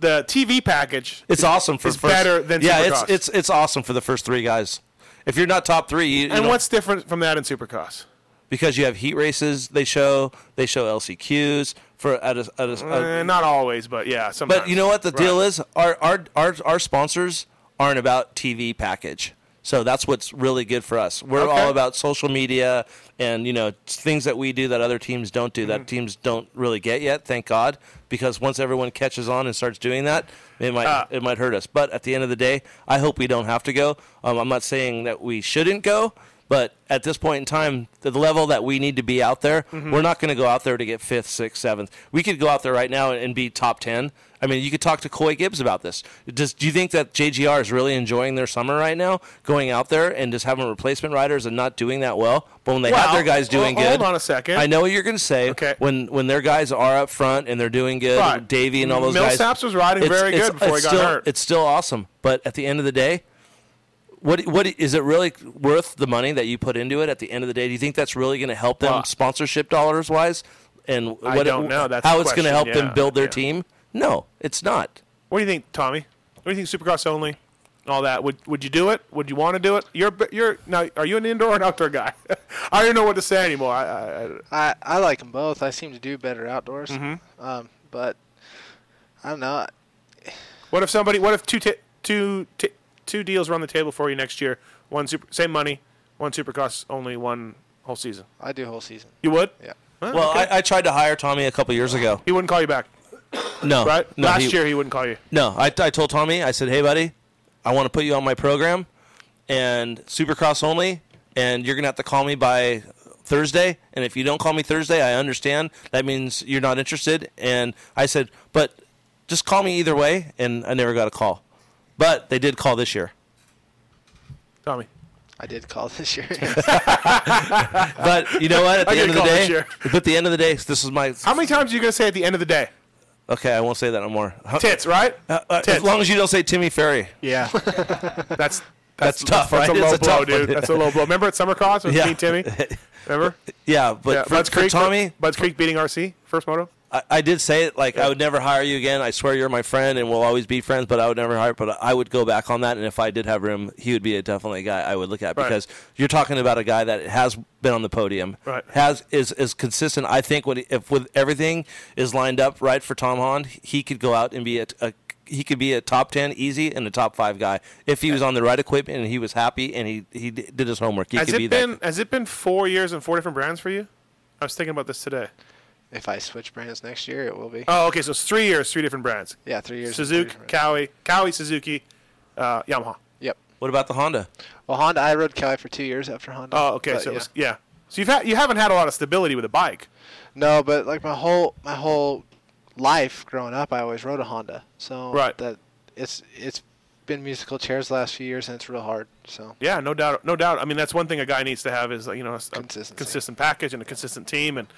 [SPEAKER 5] the TV package.
[SPEAKER 6] It's awesome for
[SPEAKER 5] It's
[SPEAKER 6] first,
[SPEAKER 5] better than
[SPEAKER 6] yeah.
[SPEAKER 5] Supercross.
[SPEAKER 6] It's it's it's awesome for the first three guys. If you're not top three, you, you
[SPEAKER 5] and
[SPEAKER 6] know,
[SPEAKER 5] what's different from that in Supercross?
[SPEAKER 6] because you have heat races. They show they show LCQs for at a, at a,
[SPEAKER 5] Eh, not always, but yeah, sometimes.
[SPEAKER 6] But you know what the
[SPEAKER 5] Right.
[SPEAKER 6] deal is? Our, our our our sponsors aren't about TV package. So that's what's really good for us. We're
[SPEAKER 5] Okay.
[SPEAKER 6] all about social media and you know things that we do that other teams don't do
[SPEAKER 5] Mm-hmm.
[SPEAKER 6] that teams don't really get yet. Thank God, because once everyone catches on and starts doing that, it might
[SPEAKER 5] Ah.
[SPEAKER 6] it might hurt us. But at the end of the day, I hope we don't have to go. Um, I'm not saying that we shouldn't go, but at this point in time, the the level that we need to be out there,
[SPEAKER 5] Mhm.
[SPEAKER 6] we're not going to go out there to get fifth, sixth, seventh. We could go out there right now and be top ten. I mean, you could talk to Coy Gibbs about this. Does do you think that JGR is really enjoying their summer right now, going out there and just having replacement riders and not doing that well? But when they have
[SPEAKER 5] Well,
[SPEAKER 6] their guys doing
[SPEAKER 5] hold-
[SPEAKER 6] good,
[SPEAKER 5] Hold on a second.
[SPEAKER 6] I know what you're going to say. Okay. When when their guys are up front and they're doing good,
[SPEAKER 5] Right.
[SPEAKER 6] Davey and all those guys.
[SPEAKER 5] Millsaps was riding very good before he got
[SPEAKER 6] still-
[SPEAKER 5] hurt.
[SPEAKER 6] It's still awesome, but at the end of the day, what what is it really worth the money that you put into it? At the end of the day, do you think that's really going to help them
[SPEAKER 5] Well,
[SPEAKER 6] sponsorship dollars wise? And
[SPEAKER 5] I
[SPEAKER 6] what it-
[SPEAKER 5] don't know. That's
[SPEAKER 6] how
[SPEAKER 5] the
[SPEAKER 6] it's going to
[SPEAKER 5] question.
[SPEAKER 6] help
[SPEAKER 5] Yeah,
[SPEAKER 6] them build their team. No, it's not.
[SPEAKER 5] What do you think, Tommy? What do you think? Supercross only, all that. Would Would you do it? Would you want to do it? You're you're now. Are you an indoor or an outdoor guy? I don't know what to say anymore. I, I, I,
[SPEAKER 17] I, I like them both. I seem to do better outdoors.
[SPEAKER 5] Mhm.
[SPEAKER 17] Um, but I don't know.
[SPEAKER 5] what if somebody? What if two ta- two ta- two deals were on the table for you next year? One super same money, one Supercross only, one whole season.
[SPEAKER 17] I do whole season.
[SPEAKER 5] You would?
[SPEAKER 17] Yeah.
[SPEAKER 6] Well, I, I tried to hire Tommy a couple years ago.
[SPEAKER 5] He wouldn't call you back.
[SPEAKER 6] No,
[SPEAKER 5] right?
[SPEAKER 6] No,
[SPEAKER 5] Last
[SPEAKER 6] he-
[SPEAKER 5] year he wouldn't call you.
[SPEAKER 6] No, I, I told Tommy, I said, hey, buddy, I want to put you on my program and supercross only, and you're going to have to call me by Thursday. And if you don't call me Thursday, I understand. That means you're not interested. And I said, but just call me either way. And I never got a call. But they did call this year.
[SPEAKER 5] Tommy.
[SPEAKER 17] I did call this year.
[SPEAKER 6] But you know what? At
[SPEAKER 5] I
[SPEAKER 6] the
[SPEAKER 5] get
[SPEAKER 6] end of the
[SPEAKER 5] called this
[SPEAKER 6] day,
[SPEAKER 5] year.
[SPEAKER 6] but at the end of the day, this is my.
[SPEAKER 5] How many times are you gonna say at the end of the day?
[SPEAKER 6] Okay, I won't say that no more. How-
[SPEAKER 5] Tits, right?
[SPEAKER 6] Uh, uh,
[SPEAKER 5] Tits.
[SPEAKER 6] As long as you don't say Timmy Ferry.
[SPEAKER 5] Yeah. that's, that's
[SPEAKER 6] That's tough,
[SPEAKER 5] That's
[SPEAKER 6] right?
[SPEAKER 5] a low
[SPEAKER 6] It's a
[SPEAKER 5] blow,
[SPEAKER 6] tough one.
[SPEAKER 5] dude. That's a low blow. Remember at Summer Cross with
[SPEAKER 6] Yeah.
[SPEAKER 5] me and Timmy? Remember?
[SPEAKER 6] Yeah, but
[SPEAKER 5] Yeah,
[SPEAKER 6] for,
[SPEAKER 5] Bud's
[SPEAKER 6] for
[SPEAKER 5] Creek,
[SPEAKER 6] Tommy,
[SPEAKER 5] Bud's Creek beating RC first moto.
[SPEAKER 6] I, I did say it like I would never hire you again. I swear you're my friend and we'll always be friends, but I would never hire. But I would go back on that, and if I did have room, he would be a definitely a guy I would look at
[SPEAKER 5] Right.
[SPEAKER 6] because you're talking about a guy that has been on the podium,
[SPEAKER 5] Right.
[SPEAKER 6] has is is consistent. I think when he- if with everything is lined up right for Tom Hond, he could go out and be a, a he could be a top ten easy and a top five guy if he was on the right equipment and he was happy and he he d- did his homework. He
[SPEAKER 5] has
[SPEAKER 6] could be
[SPEAKER 5] it
[SPEAKER 6] that.
[SPEAKER 5] been has it been four years and four different brands for you? I was thinking about this today.
[SPEAKER 17] if I switch brands next year, it will be.
[SPEAKER 5] Oh, okay, so it's three years, three different brands.
[SPEAKER 17] Yeah, three years and three
[SPEAKER 5] Suzuki, Cowie, Cowie, Suzuki, uh, Yamaha.
[SPEAKER 17] Yep.
[SPEAKER 6] What about the Honda?
[SPEAKER 17] Well, Honda, I rode Cali for two years after Honda.
[SPEAKER 5] Oh, okay,
[SPEAKER 17] but
[SPEAKER 5] so it
[SPEAKER 17] yeah.
[SPEAKER 5] was, yeah. So you've had you haven't had a lot of stability with a bike.
[SPEAKER 17] No, but like my whole my whole life growing up, I always rode a Honda. So
[SPEAKER 5] Right.
[SPEAKER 17] that it's it's been musical chairs the last few years, and it's real hard. So
[SPEAKER 5] Yeah, no doubt, no doubt. I mean, that's one thing a guy needs to have is you know a, s- a consistent package and a consistent team, and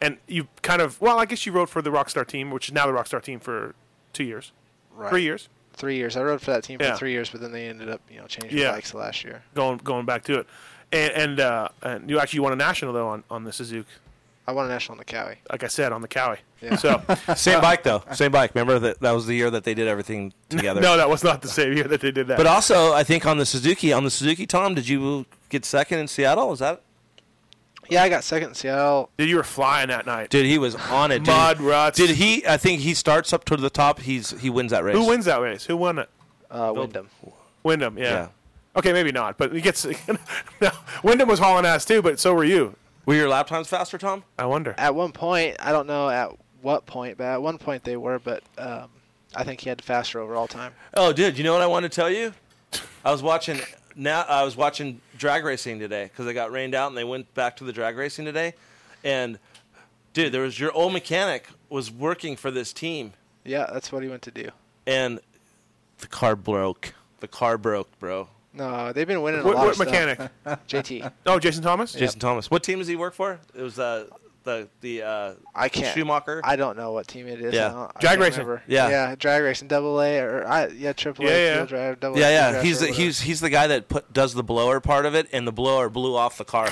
[SPEAKER 5] and you kind of well, I guess you rode for the Rockstar team, which is now the Rockstar team for two years, three years,
[SPEAKER 17] three years. I rode for that team
[SPEAKER 5] Yeah.
[SPEAKER 17] for three years, but then they ended up you know changing
[SPEAKER 5] Yeah.
[SPEAKER 17] bikes last year.
[SPEAKER 5] going going back to it, and and, uh, and you actually won a national though on on the Suzuki,
[SPEAKER 17] I won a national on the Cowie.
[SPEAKER 5] like I said on the Cowie.
[SPEAKER 17] Yeah.
[SPEAKER 5] So
[SPEAKER 6] Same bike though, same bike. Remember that that was the year that they did everything together.
[SPEAKER 5] No, that was not the same year that they did that.
[SPEAKER 6] But also, I think on the Suzuki, on the Suzuki, Tom, did you get second in Seattle? Is that?
[SPEAKER 17] Yeah, I got second in Seattle.
[SPEAKER 5] Dude, you were flying that night.
[SPEAKER 6] Dude, he was on it. Dude.
[SPEAKER 5] Mud ruts.
[SPEAKER 6] Did he? I think he starts up to the top. He's he wins that race.
[SPEAKER 5] who wins that race? Who won it?
[SPEAKER 17] Uh, Wyndham.
[SPEAKER 5] Wyndham, yeah.
[SPEAKER 6] Yeah.
[SPEAKER 5] Okay, maybe not, but he gets. no, Wyndham was hauling ass too, but so were you.
[SPEAKER 6] Were your lap times faster, Tom?
[SPEAKER 5] I wonder.
[SPEAKER 17] At one point, I don't know at what point, but at one point they were. But um, I think he had the faster overall time.
[SPEAKER 6] Oh, dude, you know what I want to tell you? I was watching now. I was watching drag racing today because it got rained out and they went back to the drag racing today. And dude, there was your old mechanic was working for this team,
[SPEAKER 17] Yeah, that's what he went to do.
[SPEAKER 6] and the car broke. The car broke, bro.
[SPEAKER 17] No, they've been winning
[SPEAKER 5] What-
[SPEAKER 17] a lot
[SPEAKER 5] what
[SPEAKER 17] of stuff.
[SPEAKER 5] mechanic?
[SPEAKER 17] JT.
[SPEAKER 5] Oh, Jason Thomas.
[SPEAKER 6] Jason Thomas. What team does he work for? It was uh, the the uh,
[SPEAKER 17] I can't.
[SPEAKER 6] Schumacher.
[SPEAKER 17] I don't know what team it is.
[SPEAKER 6] Yeah.
[SPEAKER 17] I don't- uh, I
[SPEAKER 6] Drag
[SPEAKER 17] can't
[SPEAKER 6] racing.
[SPEAKER 17] remember.
[SPEAKER 6] Yeah.
[SPEAKER 17] Yeah. Drag racing. Double A or I. Yeah. Triple A.
[SPEAKER 6] Yeah,
[SPEAKER 17] Field
[SPEAKER 6] yeah.
[SPEAKER 17] drive. Double A.
[SPEAKER 6] yeah,
[SPEAKER 17] field
[SPEAKER 6] yeah.
[SPEAKER 17] drive,
[SPEAKER 6] He's
[SPEAKER 17] or
[SPEAKER 6] the, he's he's the guy that put does the blower part of it, and the blower blew off the car.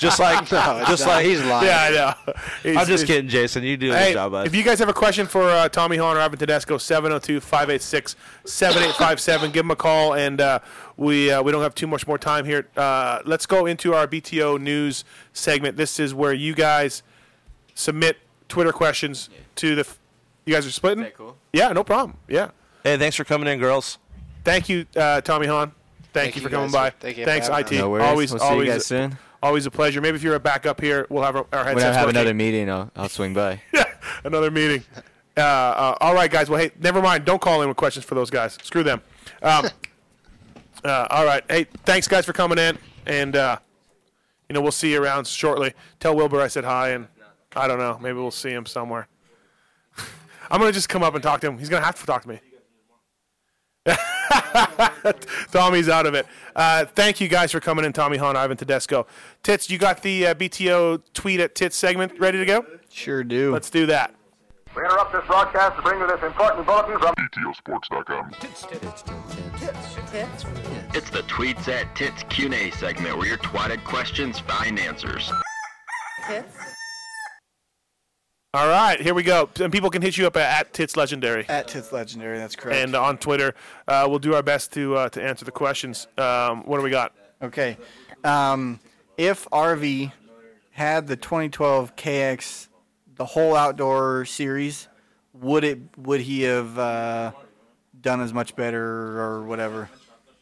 [SPEAKER 6] just like
[SPEAKER 5] No, it's
[SPEAKER 6] just
[SPEAKER 5] not.
[SPEAKER 6] like
[SPEAKER 5] He's lying. Yeah, I know. He's-
[SPEAKER 6] I'm just
[SPEAKER 5] he's-
[SPEAKER 6] kidding, Jason. You do a
[SPEAKER 5] Hey,
[SPEAKER 6] good job, bud.
[SPEAKER 5] if you guys have a question for uh, Tommy Hahn or Ivan Tedesco, 702-586-7857. Give them a call, and uh, we uh, we don't have too much more time here. Uh, let's go into our BTO news segment. This is where you guys submit Twitter questions to the. F- you guys are splitting. cool? Yeah, no problem. Yeah.
[SPEAKER 6] Hey, thanks for coming in, girls.
[SPEAKER 5] Thank you, uh, Tommy Hahn. Thank,
[SPEAKER 6] Thank
[SPEAKER 5] you
[SPEAKER 6] you
[SPEAKER 5] for coming by.
[SPEAKER 6] guys. Thank you for
[SPEAKER 5] Thanks,
[SPEAKER 6] having
[SPEAKER 5] IT.
[SPEAKER 6] us. No worries.
[SPEAKER 5] Always,
[SPEAKER 10] We'll see you
[SPEAKER 5] always,
[SPEAKER 10] guys soon.
[SPEAKER 5] always a pleasure. Maybe if you're back up here, we'll have our, our
[SPEAKER 10] When I
[SPEAKER 5] headsets.
[SPEAKER 10] have
[SPEAKER 5] working
[SPEAKER 10] another meeting, I'll, I'll swing by.
[SPEAKER 5] another meeting. Uh, uh, all right, guys. Well, hey, never mind. Don't call in with questions for those guys. Screw them. Um, uh, all right. Hey, thanks, guys, for coming in. And, uh, you know, we'll see you around shortly. Tell Wilbur I said hi, and I don't know. Maybe we'll see him somewhere. I'm going to just come up and talk to him. He's going to have to talk to me. Tommy's out of it. Uh, thank you guys for coming in, Tommy Hahn, Ivan Tedesco. Tits, you got the uh, BTO tweet at Tits segment ready to go?
[SPEAKER 8] Sure do.
[SPEAKER 5] Let's do that.
[SPEAKER 29] We interrupt this broadcast to bring you this important bulletin from
[SPEAKER 2] BTOsports.com. It's the Tweets at Tits Q&A segment where your twatted questions find answers.
[SPEAKER 5] All right, here we go. And people can hit you up at, at Tits Legendary.
[SPEAKER 8] At Tits Legendary, that's correct.
[SPEAKER 5] And on Twitter, uh, we'll do our best to uh, to answer the questions. Um, what do we got?
[SPEAKER 8] Okay. Um, if RV had the 2012 KX, the whole outdoor series, would it would he have uh, done as much better or whatever?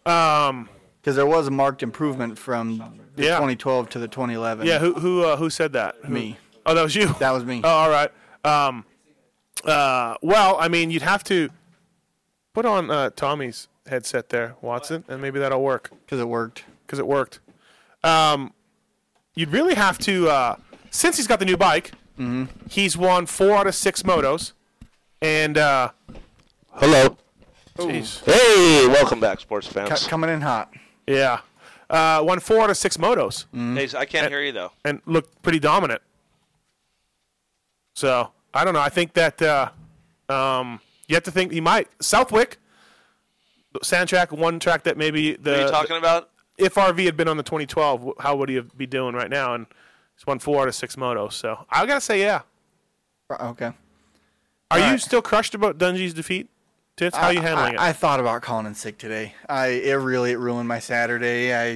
[SPEAKER 5] Um,
[SPEAKER 8] because there was a marked improvement from the
[SPEAKER 5] Yeah.
[SPEAKER 8] 2012 to the 2011.
[SPEAKER 5] Yeah, who who uh, who said that? Who-
[SPEAKER 8] Me.
[SPEAKER 5] Oh, that was you.
[SPEAKER 8] That was me.
[SPEAKER 5] Oh, all right. Um, uh, well, I mean, you'd have to put on uh, Tommy's headset there, Watson, and maybe that'll work.
[SPEAKER 8] Because it worked.
[SPEAKER 5] Because it worked. Um, you'd really have to, uh, since he's got the new bike,
[SPEAKER 8] Mm-hmm.
[SPEAKER 5] he's won four out of six motos, and uh,
[SPEAKER 6] Hello.
[SPEAKER 5] Jeez.
[SPEAKER 6] Hey, welcome back, sports fans.
[SPEAKER 8] Co- coming in hot.
[SPEAKER 5] Yeah. Uh, won four out of six motos
[SPEAKER 6] Mm-hmm. Hey, I can't hear you though.
[SPEAKER 5] and looked pretty dominant. So I don't know. I think that uh, um, you have to think he might Southwick Soundtrack one track that maybe the
[SPEAKER 6] What are you talking about?
[SPEAKER 5] if RV had been on the 2012, wh- how would he have- be doing right now? And he's won four out of six motos. So I gotta say, yeah.
[SPEAKER 8] Okay.
[SPEAKER 5] Are you still crushed about Dungy's defeat? Tits, how
[SPEAKER 8] I-
[SPEAKER 5] you handling it?
[SPEAKER 8] I, I thought about calling in sick today. I it really it ruined my Saturday. I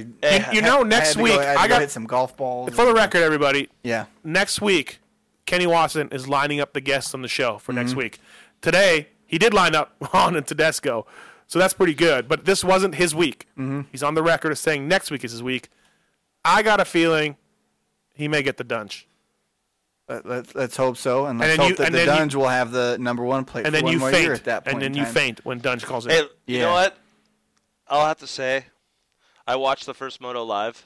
[SPEAKER 8] you,
[SPEAKER 5] you know, next week,
[SPEAKER 8] I, had
[SPEAKER 5] I
[SPEAKER 8] to go
[SPEAKER 5] got-
[SPEAKER 8] hit some golf balls.
[SPEAKER 5] For the record, everybody.
[SPEAKER 8] Yeah.
[SPEAKER 5] Next week, Kenny Watson is lining up the guests on the show for next
[SPEAKER 8] Mhm.
[SPEAKER 5] week. Today, he did line up on and Tedesco, so that's pretty good. But this wasn't his week.
[SPEAKER 8] Mhm.
[SPEAKER 5] He's on the record as saying next week is his week. I got a feeling he may get the dunch.
[SPEAKER 8] Let, let, let's hope so, and
[SPEAKER 5] And
[SPEAKER 8] let's
[SPEAKER 5] then
[SPEAKER 8] hope
[SPEAKER 5] you-
[SPEAKER 8] that
[SPEAKER 5] and
[SPEAKER 8] the
[SPEAKER 5] then you-
[SPEAKER 8] Dunge will have the number one plate
[SPEAKER 5] and
[SPEAKER 8] for
[SPEAKER 5] then
[SPEAKER 8] one
[SPEAKER 5] you
[SPEAKER 8] more
[SPEAKER 5] faint.
[SPEAKER 8] year at that point.
[SPEAKER 5] and then
[SPEAKER 8] in
[SPEAKER 5] you
[SPEAKER 8] time.
[SPEAKER 5] faint when Dunge calls in.
[SPEAKER 6] Hey, you know what? I'll have to say, I watched the first moto live.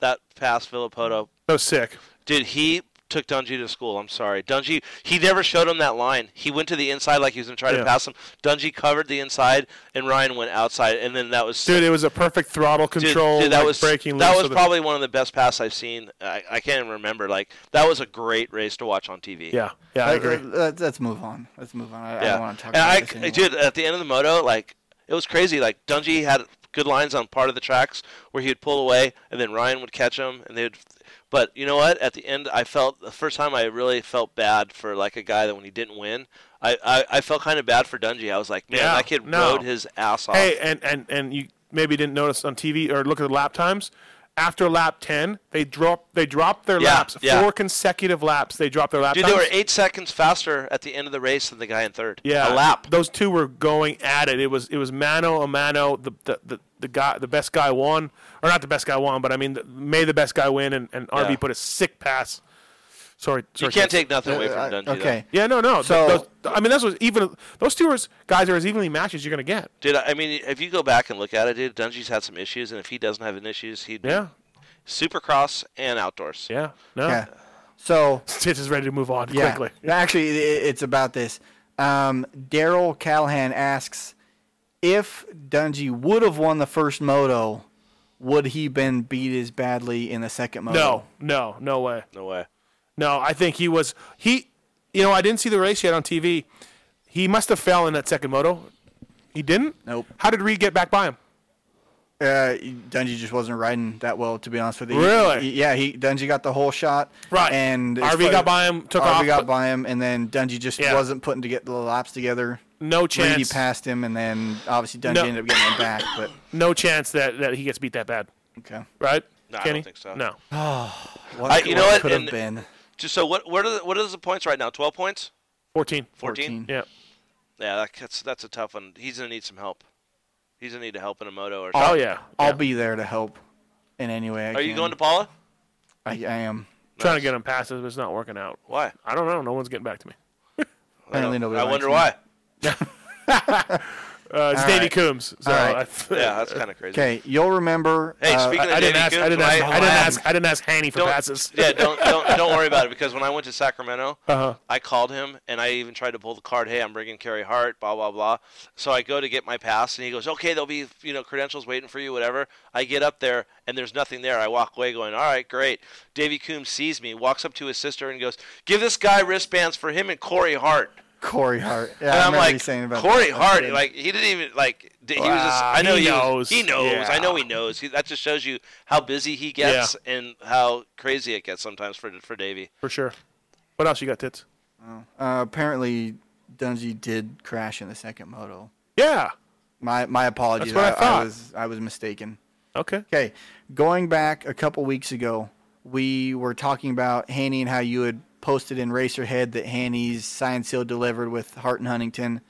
[SPEAKER 6] That past Villapoto,
[SPEAKER 5] That was sick.
[SPEAKER 6] dude, he took Dungy to school. I'm sorry, Dungy. He never showed him that line. He went to the inside like he was gonna try
[SPEAKER 5] Yeah.
[SPEAKER 6] to pass him. Dungy covered the inside, and Ryan went outside, and then that was
[SPEAKER 5] Dude, it was a perfect throttle
[SPEAKER 6] Dude,
[SPEAKER 5] control,
[SPEAKER 6] dude, that
[SPEAKER 5] like
[SPEAKER 6] was
[SPEAKER 5] breaking loose.
[SPEAKER 6] that was
[SPEAKER 5] of the-
[SPEAKER 6] probably one of the best passes I've seen. I, I can't even remember. Like that was a great race to watch on TV.
[SPEAKER 8] Let- Let, us move on. Let's move on. I, I don't want to talk
[SPEAKER 6] and
[SPEAKER 8] about
[SPEAKER 6] I,
[SPEAKER 8] this
[SPEAKER 6] I-
[SPEAKER 8] anymore.
[SPEAKER 6] dude, at the end of the moto, like it was crazy. Like Dungy had good lines on part of the tracks where he would pull away, and then Ryan would catch him, and they'd. But you know what? At the end, I felt the first time I really felt bad for like a guy that when he didn't win, I I, I felt kind of bad for Dungy. I was like, man,
[SPEAKER 5] Yeah,
[SPEAKER 6] that kid
[SPEAKER 5] no.
[SPEAKER 6] rode his ass off.
[SPEAKER 5] Hey, and, and, and you maybe didn't notice on TV or look at the lap times. After lap ten, they drop they dropped their
[SPEAKER 6] Yeah,
[SPEAKER 5] laps.
[SPEAKER 6] yeah.
[SPEAKER 5] Four consecutive laps. They dropped their lap
[SPEAKER 6] Dude, they
[SPEAKER 5] times.
[SPEAKER 6] were eight seconds faster at the end of the race than the guy in third.
[SPEAKER 5] yeah,
[SPEAKER 6] a lap.
[SPEAKER 5] Those two were going at it. It was it was mano a mano. The the, the, the guy the best guy won, or not the best guy won, but I mean the, may the best guy win. And, and
[SPEAKER 6] Yeah.
[SPEAKER 5] RB put a sick pass. Sorry, sorry
[SPEAKER 6] can't
[SPEAKER 5] Chris.
[SPEAKER 6] take nothing away from Uh, Dungey, though. okay.
[SPEAKER 5] Yeah, no, no.
[SPEAKER 6] So-
[SPEAKER 5] So I mean, that's what even those two are as- guys are as evenly matched as you're gonna get.
[SPEAKER 6] Dude, I mean, if you go back and look at it, dude, Dungy's had some issues, and if he doesn't have an issues, he'd be
[SPEAKER 5] Yeah.
[SPEAKER 6] supercross and outdoors.
[SPEAKER 5] Yeah, no.
[SPEAKER 8] Yeah. So
[SPEAKER 5] Stitch is ready to move on
[SPEAKER 8] yeah.
[SPEAKER 5] quickly.
[SPEAKER 8] Actually, it, it's about this. Um, Daryl Callahan asks if Dungy would have won the first moto, would he been beat as badly in the second moto?
[SPEAKER 5] No, no, no way.
[SPEAKER 6] No way.
[SPEAKER 5] No, I think he was he. You know, I didn't see the race yet on TV. He must have fell in that second moto. He didn't.
[SPEAKER 8] Nope.
[SPEAKER 5] How did Reed get back by him?
[SPEAKER 8] Uh, Dungy just wasn't riding that well, to be honest with you.
[SPEAKER 5] Really?
[SPEAKER 8] He- yeah, he Dungy got the whole shot.
[SPEAKER 5] Right.
[SPEAKER 8] And
[SPEAKER 5] RV got by him, took
[SPEAKER 8] RV
[SPEAKER 5] off,
[SPEAKER 8] got
[SPEAKER 5] but-
[SPEAKER 8] by him, and then Dungy just
[SPEAKER 5] Yeah.
[SPEAKER 8] wasn't putting to get the laps together.
[SPEAKER 5] No
[SPEAKER 8] He
[SPEAKER 5] chance.
[SPEAKER 8] passed him, and then obviously Dungy
[SPEAKER 5] No.
[SPEAKER 8] ended up getting him back. But
[SPEAKER 5] No chance that, that he gets beat that bad.
[SPEAKER 8] Okay.
[SPEAKER 5] Right?
[SPEAKER 6] No, I
[SPEAKER 5] Kenny?
[SPEAKER 6] don't think so.
[SPEAKER 5] No.
[SPEAKER 8] Oh,
[SPEAKER 5] what
[SPEAKER 6] I, you know what?
[SPEAKER 8] could have
[SPEAKER 6] And
[SPEAKER 8] been?
[SPEAKER 6] Just so what? What are the, what is the points right now? Twelve points.
[SPEAKER 5] 14.
[SPEAKER 6] 14?
[SPEAKER 5] Yeah.
[SPEAKER 6] Yeah, that, that's that's a tough one. He's gonna need some help. He's gonna need a help in a moto or something.
[SPEAKER 8] I'll- I'll be there to help in any way.
[SPEAKER 6] Oh,
[SPEAKER 8] I
[SPEAKER 6] Are you
[SPEAKER 8] can.
[SPEAKER 6] going to Paula?
[SPEAKER 8] I, I am.
[SPEAKER 5] Trying to get him past it, but it's not working out.
[SPEAKER 6] Why?
[SPEAKER 5] I don't know. No one's getting back to me.
[SPEAKER 8] Apparently nobody
[SPEAKER 6] I
[SPEAKER 8] likes
[SPEAKER 6] wonder
[SPEAKER 8] me.
[SPEAKER 6] why.
[SPEAKER 5] Uh, it's
[SPEAKER 8] All
[SPEAKER 5] Davy
[SPEAKER 8] right.
[SPEAKER 5] Coombs. So
[SPEAKER 8] All
[SPEAKER 5] I,
[SPEAKER 8] right.
[SPEAKER 6] Yeah, that's kinda crazy.
[SPEAKER 8] Okay, you'll remember.
[SPEAKER 6] Hey,
[SPEAKER 8] uh,
[SPEAKER 6] speaking of
[SPEAKER 5] I didn't
[SPEAKER 6] Davey
[SPEAKER 5] ask- I
[SPEAKER 6] Coombs,
[SPEAKER 5] didn't ask-
[SPEAKER 6] right?
[SPEAKER 5] I didn't ask- I didn't ask Hanny for
[SPEAKER 6] Don't-
[SPEAKER 5] passes.
[SPEAKER 6] Yeah, don't, don't don't worry about it because when I went to Sacramento,
[SPEAKER 5] Uh-huh.
[SPEAKER 6] I called him and I even tried to pull the card. Hey, I'm bringing Kerry Hart. Blah blah blah. So I go to get my pass and he goes, okay, there'll be you know credentials waiting for you, whatever. I get up there and there's nothing there. I walk away going, all right, great. Davy Coombs sees me, walks up to his sister and goes, give this guy wristbands for him and Corey Hart.
[SPEAKER 8] Corey Hart. Yeah, I
[SPEAKER 6] and I'm
[SPEAKER 8] remember you
[SPEAKER 6] like,
[SPEAKER 8] saying about
[SPEAKER 6] Corey
[SPEAKER 8] that.
[SPEAKER 6] Hart, like he didn't even like d- he was. Just,
[SPEAKER 8] Wow,
[SPEAKER 6] I know
[SPEAKER 8] he
[SPEAKER 6] he, was-
[SPEAKER 8] knows.
[SPEAKER 6] he knows. I
[SPEAKER 8] Yeah.
[SPEAKER 6] know he knows. He, that just shows you how busy he gets and how crazy it gets sometimes for for Davey.
[SPEAKER 5] for sure. What else you got, Tits?
[SPEAKER 8] Uh, apparently, Dungy did crash in the second moto.
[SPEAKER 5] Yeah.
[SPEAKER 8] My my apologies.
[SPEAKER 5] That's what I thought.
[SPEAKER 8] was I was mistaken.
[SPEAKER 5] Okay.
[SPEAKER 8] Okay. Going back a couple weeks ago, we were talking about Haney and how you had posted in Racerhead that Haney's signed seal delivered with Hart and Huntington.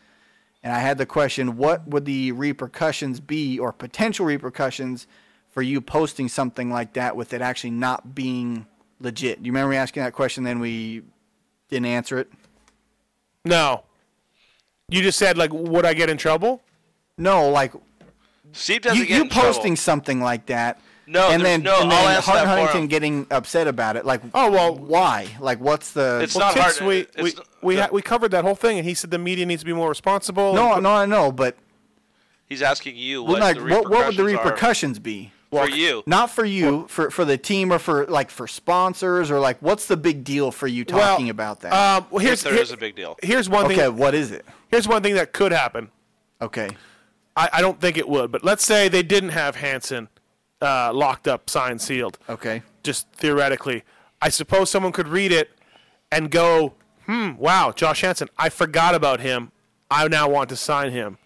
[SPEAKER 8] And I had the question, what would the repercussions be or potential repercussions for you posting something like that with it actually not being legit? Do you remember me asking that question then we didn't answer it?
[SPEAKER 5] No. You just said like, would I get in trouble?
[SPEAKER 8] No, like
[SPEAKER 6] Steve
[SPEAKER 8] you,
[SPEAKER 6] doesn't get
[SPEAKER 8] you
[SPEAKER 6] in
[SPEAKER 8] posting
[SPEAKER 6] trouble.
[SPEAKER 8] something like that.
[SPEAKER 6] No,
[SPEAKER 8] and
[SPEAKER 6] there's
[SPEAKER 8] then,
[SPEAKER 6] no-
[SPEAKER 8] and
[SPEAKER 6] I'll
[SPEAKER 8] then
[SPEAKER 6] answer that
[SPEAKER 8] Hart
[SPEAKER 6] for
[SPEAKER 8] Huntington
[SPEAKER 6] him.
[SPEAKER 8] getting upset about it. Like, oh well, why? Like, what's the?
[SPEAKER 5] Well, Tits, We we we, ha- we covered that whole thing, and he said the media needs to be more responsible.
[SPEAKER 8] no,
[SPEAKER 5] And-
[SPEAKER 8] no, I know, but
[SPEAKER 6] He's asking you
[SPEAKER 8] well,
[SPEAKER 6] what
[SPEAKER 8] like,
[SPEAKER 6] the
[SPEAKER 8] what, what would the
[SPEAKER 6] are.
[SPEAKER 8] repercussions be
[SPEAKER 6] for you?
[SPEAKER 8] Not for you, for for the team, or for like for sponsors, or like, what's the big deal for you
[SPEAKER 5] Well,
[SPEAKER 8] talking about that?
[SPEAKER 5] Um, well, here's
[SPEAKER 6] there
[SPEAKER 5] here-
[SPEAKER 6] is a big deal.
[SPEAKER 5] Here's one thing.
[SPEAKER 8] Okay, what is it?
[SPEAKER 5] Here's one thing that could happen.
[SPEAKER 8] Okay.
[SPEAKER 5] I, I don't think it would, but let's say they didn't have Hanson uh, locked up, signed, sealed.
[SPEAKER 8] Okay.
[SPEAKER 5] Just theoretically, I suppose someone could read it and go, "Hmm, wow, Josh Hanson. I forgot about him. I now want to sign him."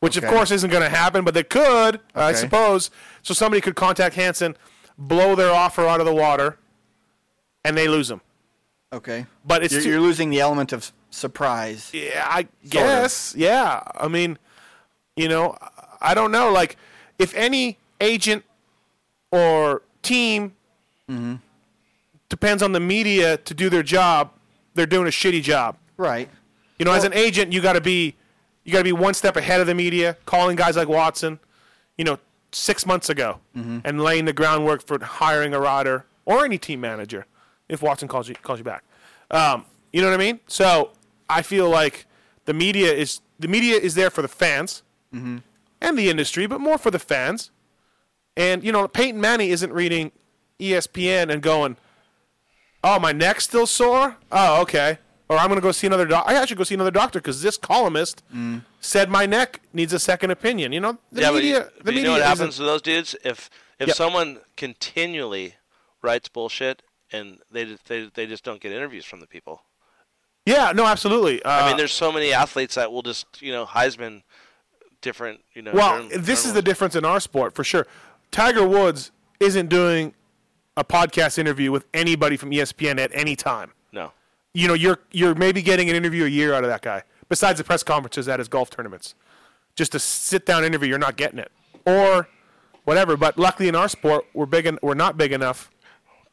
[SPEAKER 5] Which of
[SPEAKER 8] Okay.
[SPEAKER 5] course isn't going to happen, but they could, I
[SPEAKER 8] Okay.
[SPEAKER 5] suppose. So somebody could contact Hanson, blow their offer out of the water, and they lose him.
[SPEAKER 8] Okay,
[SPEAKER 5] But it's
[SPEAKER 8] you're,
[SPEAKER 5] too-
[SPEAKER 8] you're losing the element of s- surprise.
[SPEAKER 5] Yeah, I
[SPEAKER 8] of.
[SPEAKER 5] guess. Yeah. I mean, you know, I- I don't know. Like, if any agent or team depends on the media to do their job, they're doing a shitty job.
[SPEAKER 8] Right.
[SPEAKER 5] You know, as an agent, you got to be you got to be one step ahead of the media, calling guys like Watson, you know, six months ago,
[SPEAKER 6] Mm-hmm.
[SPEAKER 5] and laying the groundwork for hiring a rider or any team manager if Watson calls you calls you back. Um, you know what I mean? So I feel like the media is the media is there for the fans
[SPEAKER 8] Mm-hmm.
[SPEAKER 5] and the industry, but more for the fans. And you know, Peyton Manning isn't reading E ESPN and going, "Oh, my neck's still sore. Oh, okay." Or I'm going to go see another doctor. I should go see another doctor because this columnist said my neck needs a second opinion. You know, the
[SPEAKER 6] Mm. yeah,
[SPEAKER 5] media.
[SPEAKER 6] but you,
[SPEAKER 5] the
[SPEAKER 6] but you
[SPEAKER 5] media
[SPEAKER 6] know what
[SPEAKER 5] isn't-
[SPEAKER 6] happens to those dudes if if
[SPEAKER 5] Yeah.
[SPEAKER 6] someone continually writes bullshit and they just- they they just don't get interviews from the people.
[SPEAKER 5] Yeah, no, absolutely. Uh,
[SPEAKER 6] I mean, there's so many athletes that will just you know Heisman different you know.
[SPEAKER 5] well,
[SPEAKER 6] journ-
[SPEAKER 5] this is the difference in our sport for sure. Tiger Woods isn't doing a podcast interview with anybody from E ESPN at any time.
[SPEAKER 6] no.
[SPEAKER 5] you know, you're you're maybe getting an interview a year out of that guy. Besides the press conferences at his golf tournaments, just a sit down interview, you're not getting it or whatever. But luckily in our sport, we're big and we're not big enough.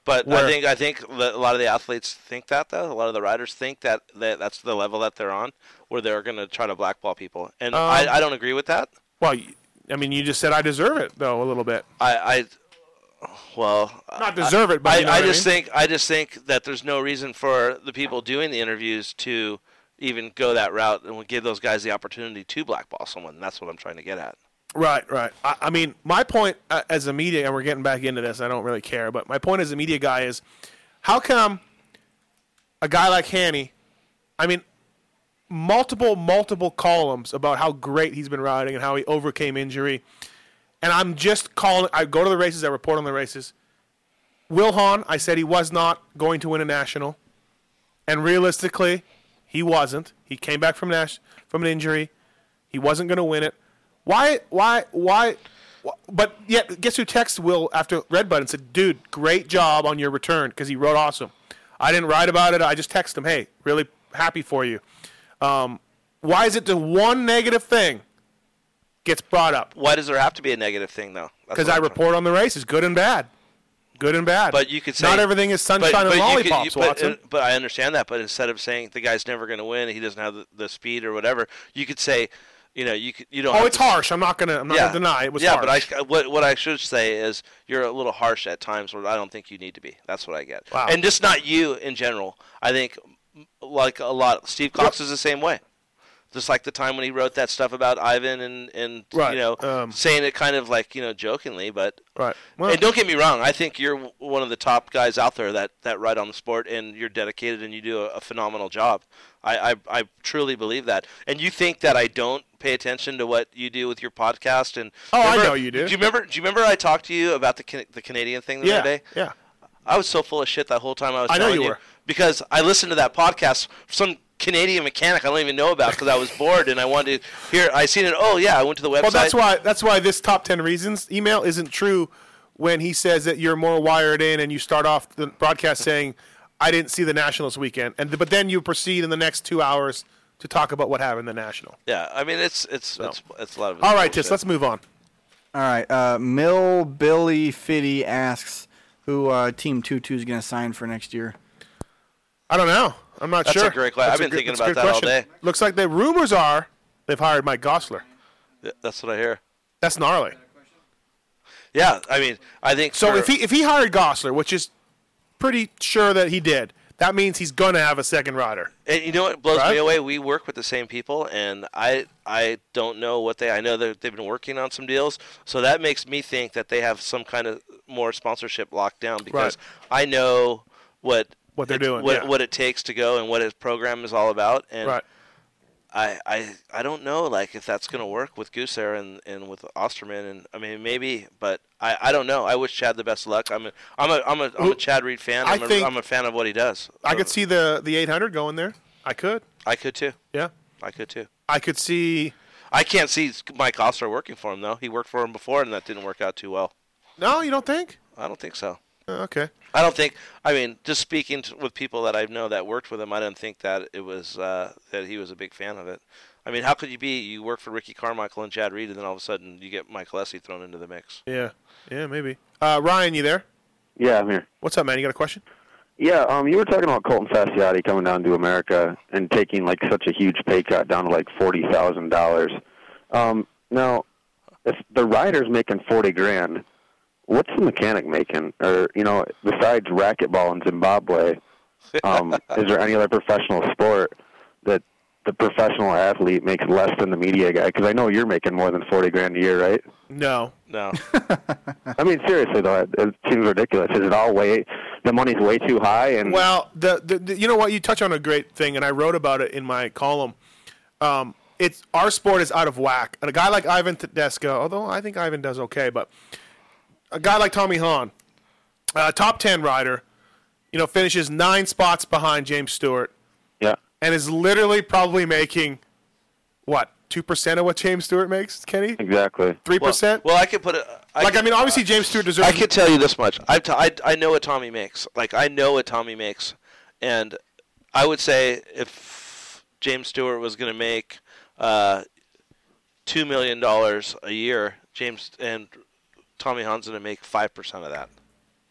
[SPEAKER 6] But I
[SPEAKER 5] where-
[SPEAKER 6] think I think the- a lot of the athletes think that though. A lot of the riders think that, that that's the level that they're on, where they're going to try to blackball people, and
[SPEAKER 5] Um,
[SPEAKER 6] I, I don't agree with that.
[SPEAKER 5] Well, y- I mean, you just said I deserve it though a little bit.
[SPEAKER 6] I, I well,
[SPEAKER 5] Not deserve it, but
[SPEAKER 6] I,
[SPEAKER 5] you know
[SPEAKER 6] I
[SPEAKER 5] what I
[SPEAKER 6] just
[SPEAKER 5] mean?
[SPEAKER 6] think I just think that there's no reason for the people doing the interviews to even go that route and give those guys the opportunity to blackball someone. That's what I'm trying to get at.
[SPEAKER 5] Right, right. I, I mean, my point uh, as a media, and we're getting back into this. I don't really care, but my point as a media guy is, how come a guy like Hanny, I mean, multiple, multiple columns about how great he's been riding and how he overcame injury, and I'm just calling. I go to the races, I report on the races. Will Hahn, I said he was not going to win a national, and realistically, he wasn't. He came back from Nash from an injury. He wasn't going to win it. Why? Why? Why? wh- But yet, guess who texted Will after Red Button said, "Dude, great job on your return," because he rode awesome. I didn't write about it. I just texted him, "Hey, really happy for you." Um, why is it the one negative thing gets brought up?
[SPEAKER 6] Why does there have to be a negative thing though? That's
[SPEAKER 5] Because
[SPEAKER 6] what
[SPEAKER 5] I
[SPEAKER 6] I'm trying-
[SPEAKER 5] report on the races, good and bad, good and bad.
[SPEAKER 6] But you could say
[SPEAKER 5] not everything is sunshine
[SPEAKER 6] but, but
[SPEAKER 5] and
[SPEAKER 6] you could- you-
[SPEAKER 5] lollipops,
[SPEAKER 6] but,
[SPEAKER 5] Watson.
[SPEAKER 6] uh, but I understand that. But instead of saying the guy's never going to win, he doesn't have the, the speed or whatever, you could say, you know, you could, you don't.
[SPEAKER 5] oh,
[SPEAKER 6] have
[SPEAKER 5] it's
[SPEAKER 6] to-
[SPEAKER 5] harsh. I'm not gonna. I'm not
[SPEAKER 6] yeah,
[SPEAKER 5] gonna deny it was
[SPEAKER 6] yeah,
[SPEAKER 5] harsh.
[SPEAKER 6] but I, what what I should say is you're a little harsh at times where I don't think you need to be. That's what I get.
[SPEAKER 5] Wow.
[SPEAKER 6] And just not you in general. I think m- like a lot. Steve Cox is the same way. Just like the time when he wrote that stuff about Ivan and and
[SPEAKER 5] Right, um,
[SPEAKER 6] you know saying it kind of like you know jokingly, but
[SPEAKER 5] right.
[SPEAKER 6] and don't get me wrong, I think you're w- one of the top guys out there that that ride on the sport, and you're dedicated and you do a, a phenomenal job. I, I I truly believe that. And you think that I don't pay attention to what you do with your podcast and
[SPEAKER 5] Oh, I
[SPEAKER 6] remember-
[SPEAKER 5] know you do.
[SPEAKER 6] Do you remember? Do you remember I talked to you about the Can- the Canadian thing the
[SPEAKER 5] yeah,
[SPEAKER 6] other day?
[SPEAKER 5] yeah.
[SPEAKER 6] I was so full of shit that whole time I was.
[SPEAKER 5] I know
[SPEAKER 6] telling
[SPEAKER 5] you were.
[SPEAKER 6] because I listened to that podcast. Some Canadian mechanic I don't even know about because I was bored and I wanted to hear. I seen it. Oh yeah, I went to the website.
[SPEAKER 5] Well, that's why that's why this top ten reasons email isn't true when he says that you're more wired in and you start off the broadcast saying, "I didn't see the Nationals weekend," and but then you proceed in the next two hours to talk about what happened in the National.
[SPEAKER 6] Yeah, I mean it's it's it's, it's a lot of.
[SPEAKER 5] All right, Tis, let's move on.
[SPEAKER 8] All right. Uh, Mill Billy Fitty asks who uh, Team 2 2 is going to sign for next year.
[SPEAKER 5] I don't know. I'm not
[SPEAKER 6] That's a
[SPEAKER 5] sure.
[SPEAKER 6] great question. I've been
[SPEAKER 5] good-
[SPEAKER 6] thinking
[SPEAKER 5] that's a
[SPEAKER 6] about
[SPEAKER 5] good
[SPEAKER 6] that all
[SPEAKER 5] question.
[SPEAKER 6] day.
[SPEAKER 5] Looks like the rumors are they've hired Mike Gosler.
[SPEAKER 6] Yeah, That's what I hear.
[SPEAKER 5] That's gnarly.
[SPEAKER 6] Yeah, I mean, I think
[SPEAKER 5] So
[SPEAKER 6] for-
[SPEAKER 5] if he if he hired Gosler, which is pretty sure that he did, that means he's gonna have a second rider.
[SPEAKER 6] and you know what blows
[SPEAKER 5] Right?
[SPEAKER 6] me away, we work with the same people, and I I don't know what they I know that they've been working on some deals, so that makes me think that they have some kind of more sponsorship locked down because I know what
[SPEAKER 5] What they're
[SPEAKER 6] it-
[SPEAKER 5] doing,
[SPEAKER 6] what,
[SPEAKER 5] yeah.
[SPEAKER 6] what it takes to go, and what his program is all about, and.
[SPEAKER 5] Right.
[SPEAKER 6] I, I I don't know like if that's gonna work with Gooseair and, and with Osterman and I mean maybe but I, I don't know I wish Chad the best of luck I'm a I'm a I'm a, I'm a
[SPEAKER 5] Who-
[SPEAKER 6] Chad Reed fan
[SPEAKER 5] I
[SPEAKER 6] I'm, a
[SPEAKER 5] think-
[SPEAKER 6] am a fan of what he does
[SPEAKER 5] I could see the the 800 going there. I could.
[SPEAKER 6] I could too
[SPEAKER 5] Yeah.
[SPEAKER 6] I could too
[SPEAKER 5] I could see.
[SPEAKER 6] I can't see Mike Oster working for him though. He worked for him before, and that didn't work out too well.
[SPEAKER 5] No, you don't think?
[SPEAKER 6] I don't think so.
[SPEAKER 5] Uh, Okay.
[SPEAKER 6] I don't think. I mean, just speaking to, with people that I know that worked with him, I don't think that it was uh, that he was a big fan of it. I mean, how could you be? You work for Ricky Carmichael and Chad Reed, and then all of a sudden you get Mike Lessie thrown into the mix.
[SPEAKER 5] Yeah. Yeah, maybe. Uh, Ryan, you there?
[SPEAKER 15] Yeah, I'm here.
[SPEAKER 5] What's up, man? You got a question?
[SPEAKER 15] Yeah, um, you were talking about Colton Fasciotti coming down to America and taking like such a huge pay cut down to like forty thousand dollars. Um, now, if the rider's making forty grand, what's the mechanic making? Or you know, besides racquetball in Zimbabwe, um, is there any other professional sport that the professional athlete makes less than the media guy? Because I know you're making more than forty grand a year, right?
[SPEAKER 5] No.
[SPEAKER 6] No.
[SPEAKER 15] I mean, seriously though, it, it seems ridiculous. Is it all way? The money's way too high, and
[SPEAKER 5] Well, the, the, the you know what you touch on a great thing, and I wrote about it in my column. Um, it's our sport is out of whack, and a guy like Ivan Tedesco, although I think Ivan does okay, but a guy like Tommy Hahn, uh, top ten rider, you know, finishes nine spots behind James Stewart,
[SPEAKER 15] yeah,
[SPEAKER 5] and is literally probably making what two percent of what James Stewart makes, Kenny?
[SPEAKER 15] exactly.
[SPEAKER 5] Three percent.
[SPEAKER 6] Well, I could put it. I
[SPEAKER 5] like
[SPEAKER 6] could-
[SPEAKER 5] I mean, obviously James Stewart deserves.
[SPEAKER 6] I could tell you this much. I, t- I, I know what Tommy makes. Like I know what Tommy makes, and I would say if James Stewart was going to make uh, two million dollars a year, James and Tommy Hahn's going to make five percent of that.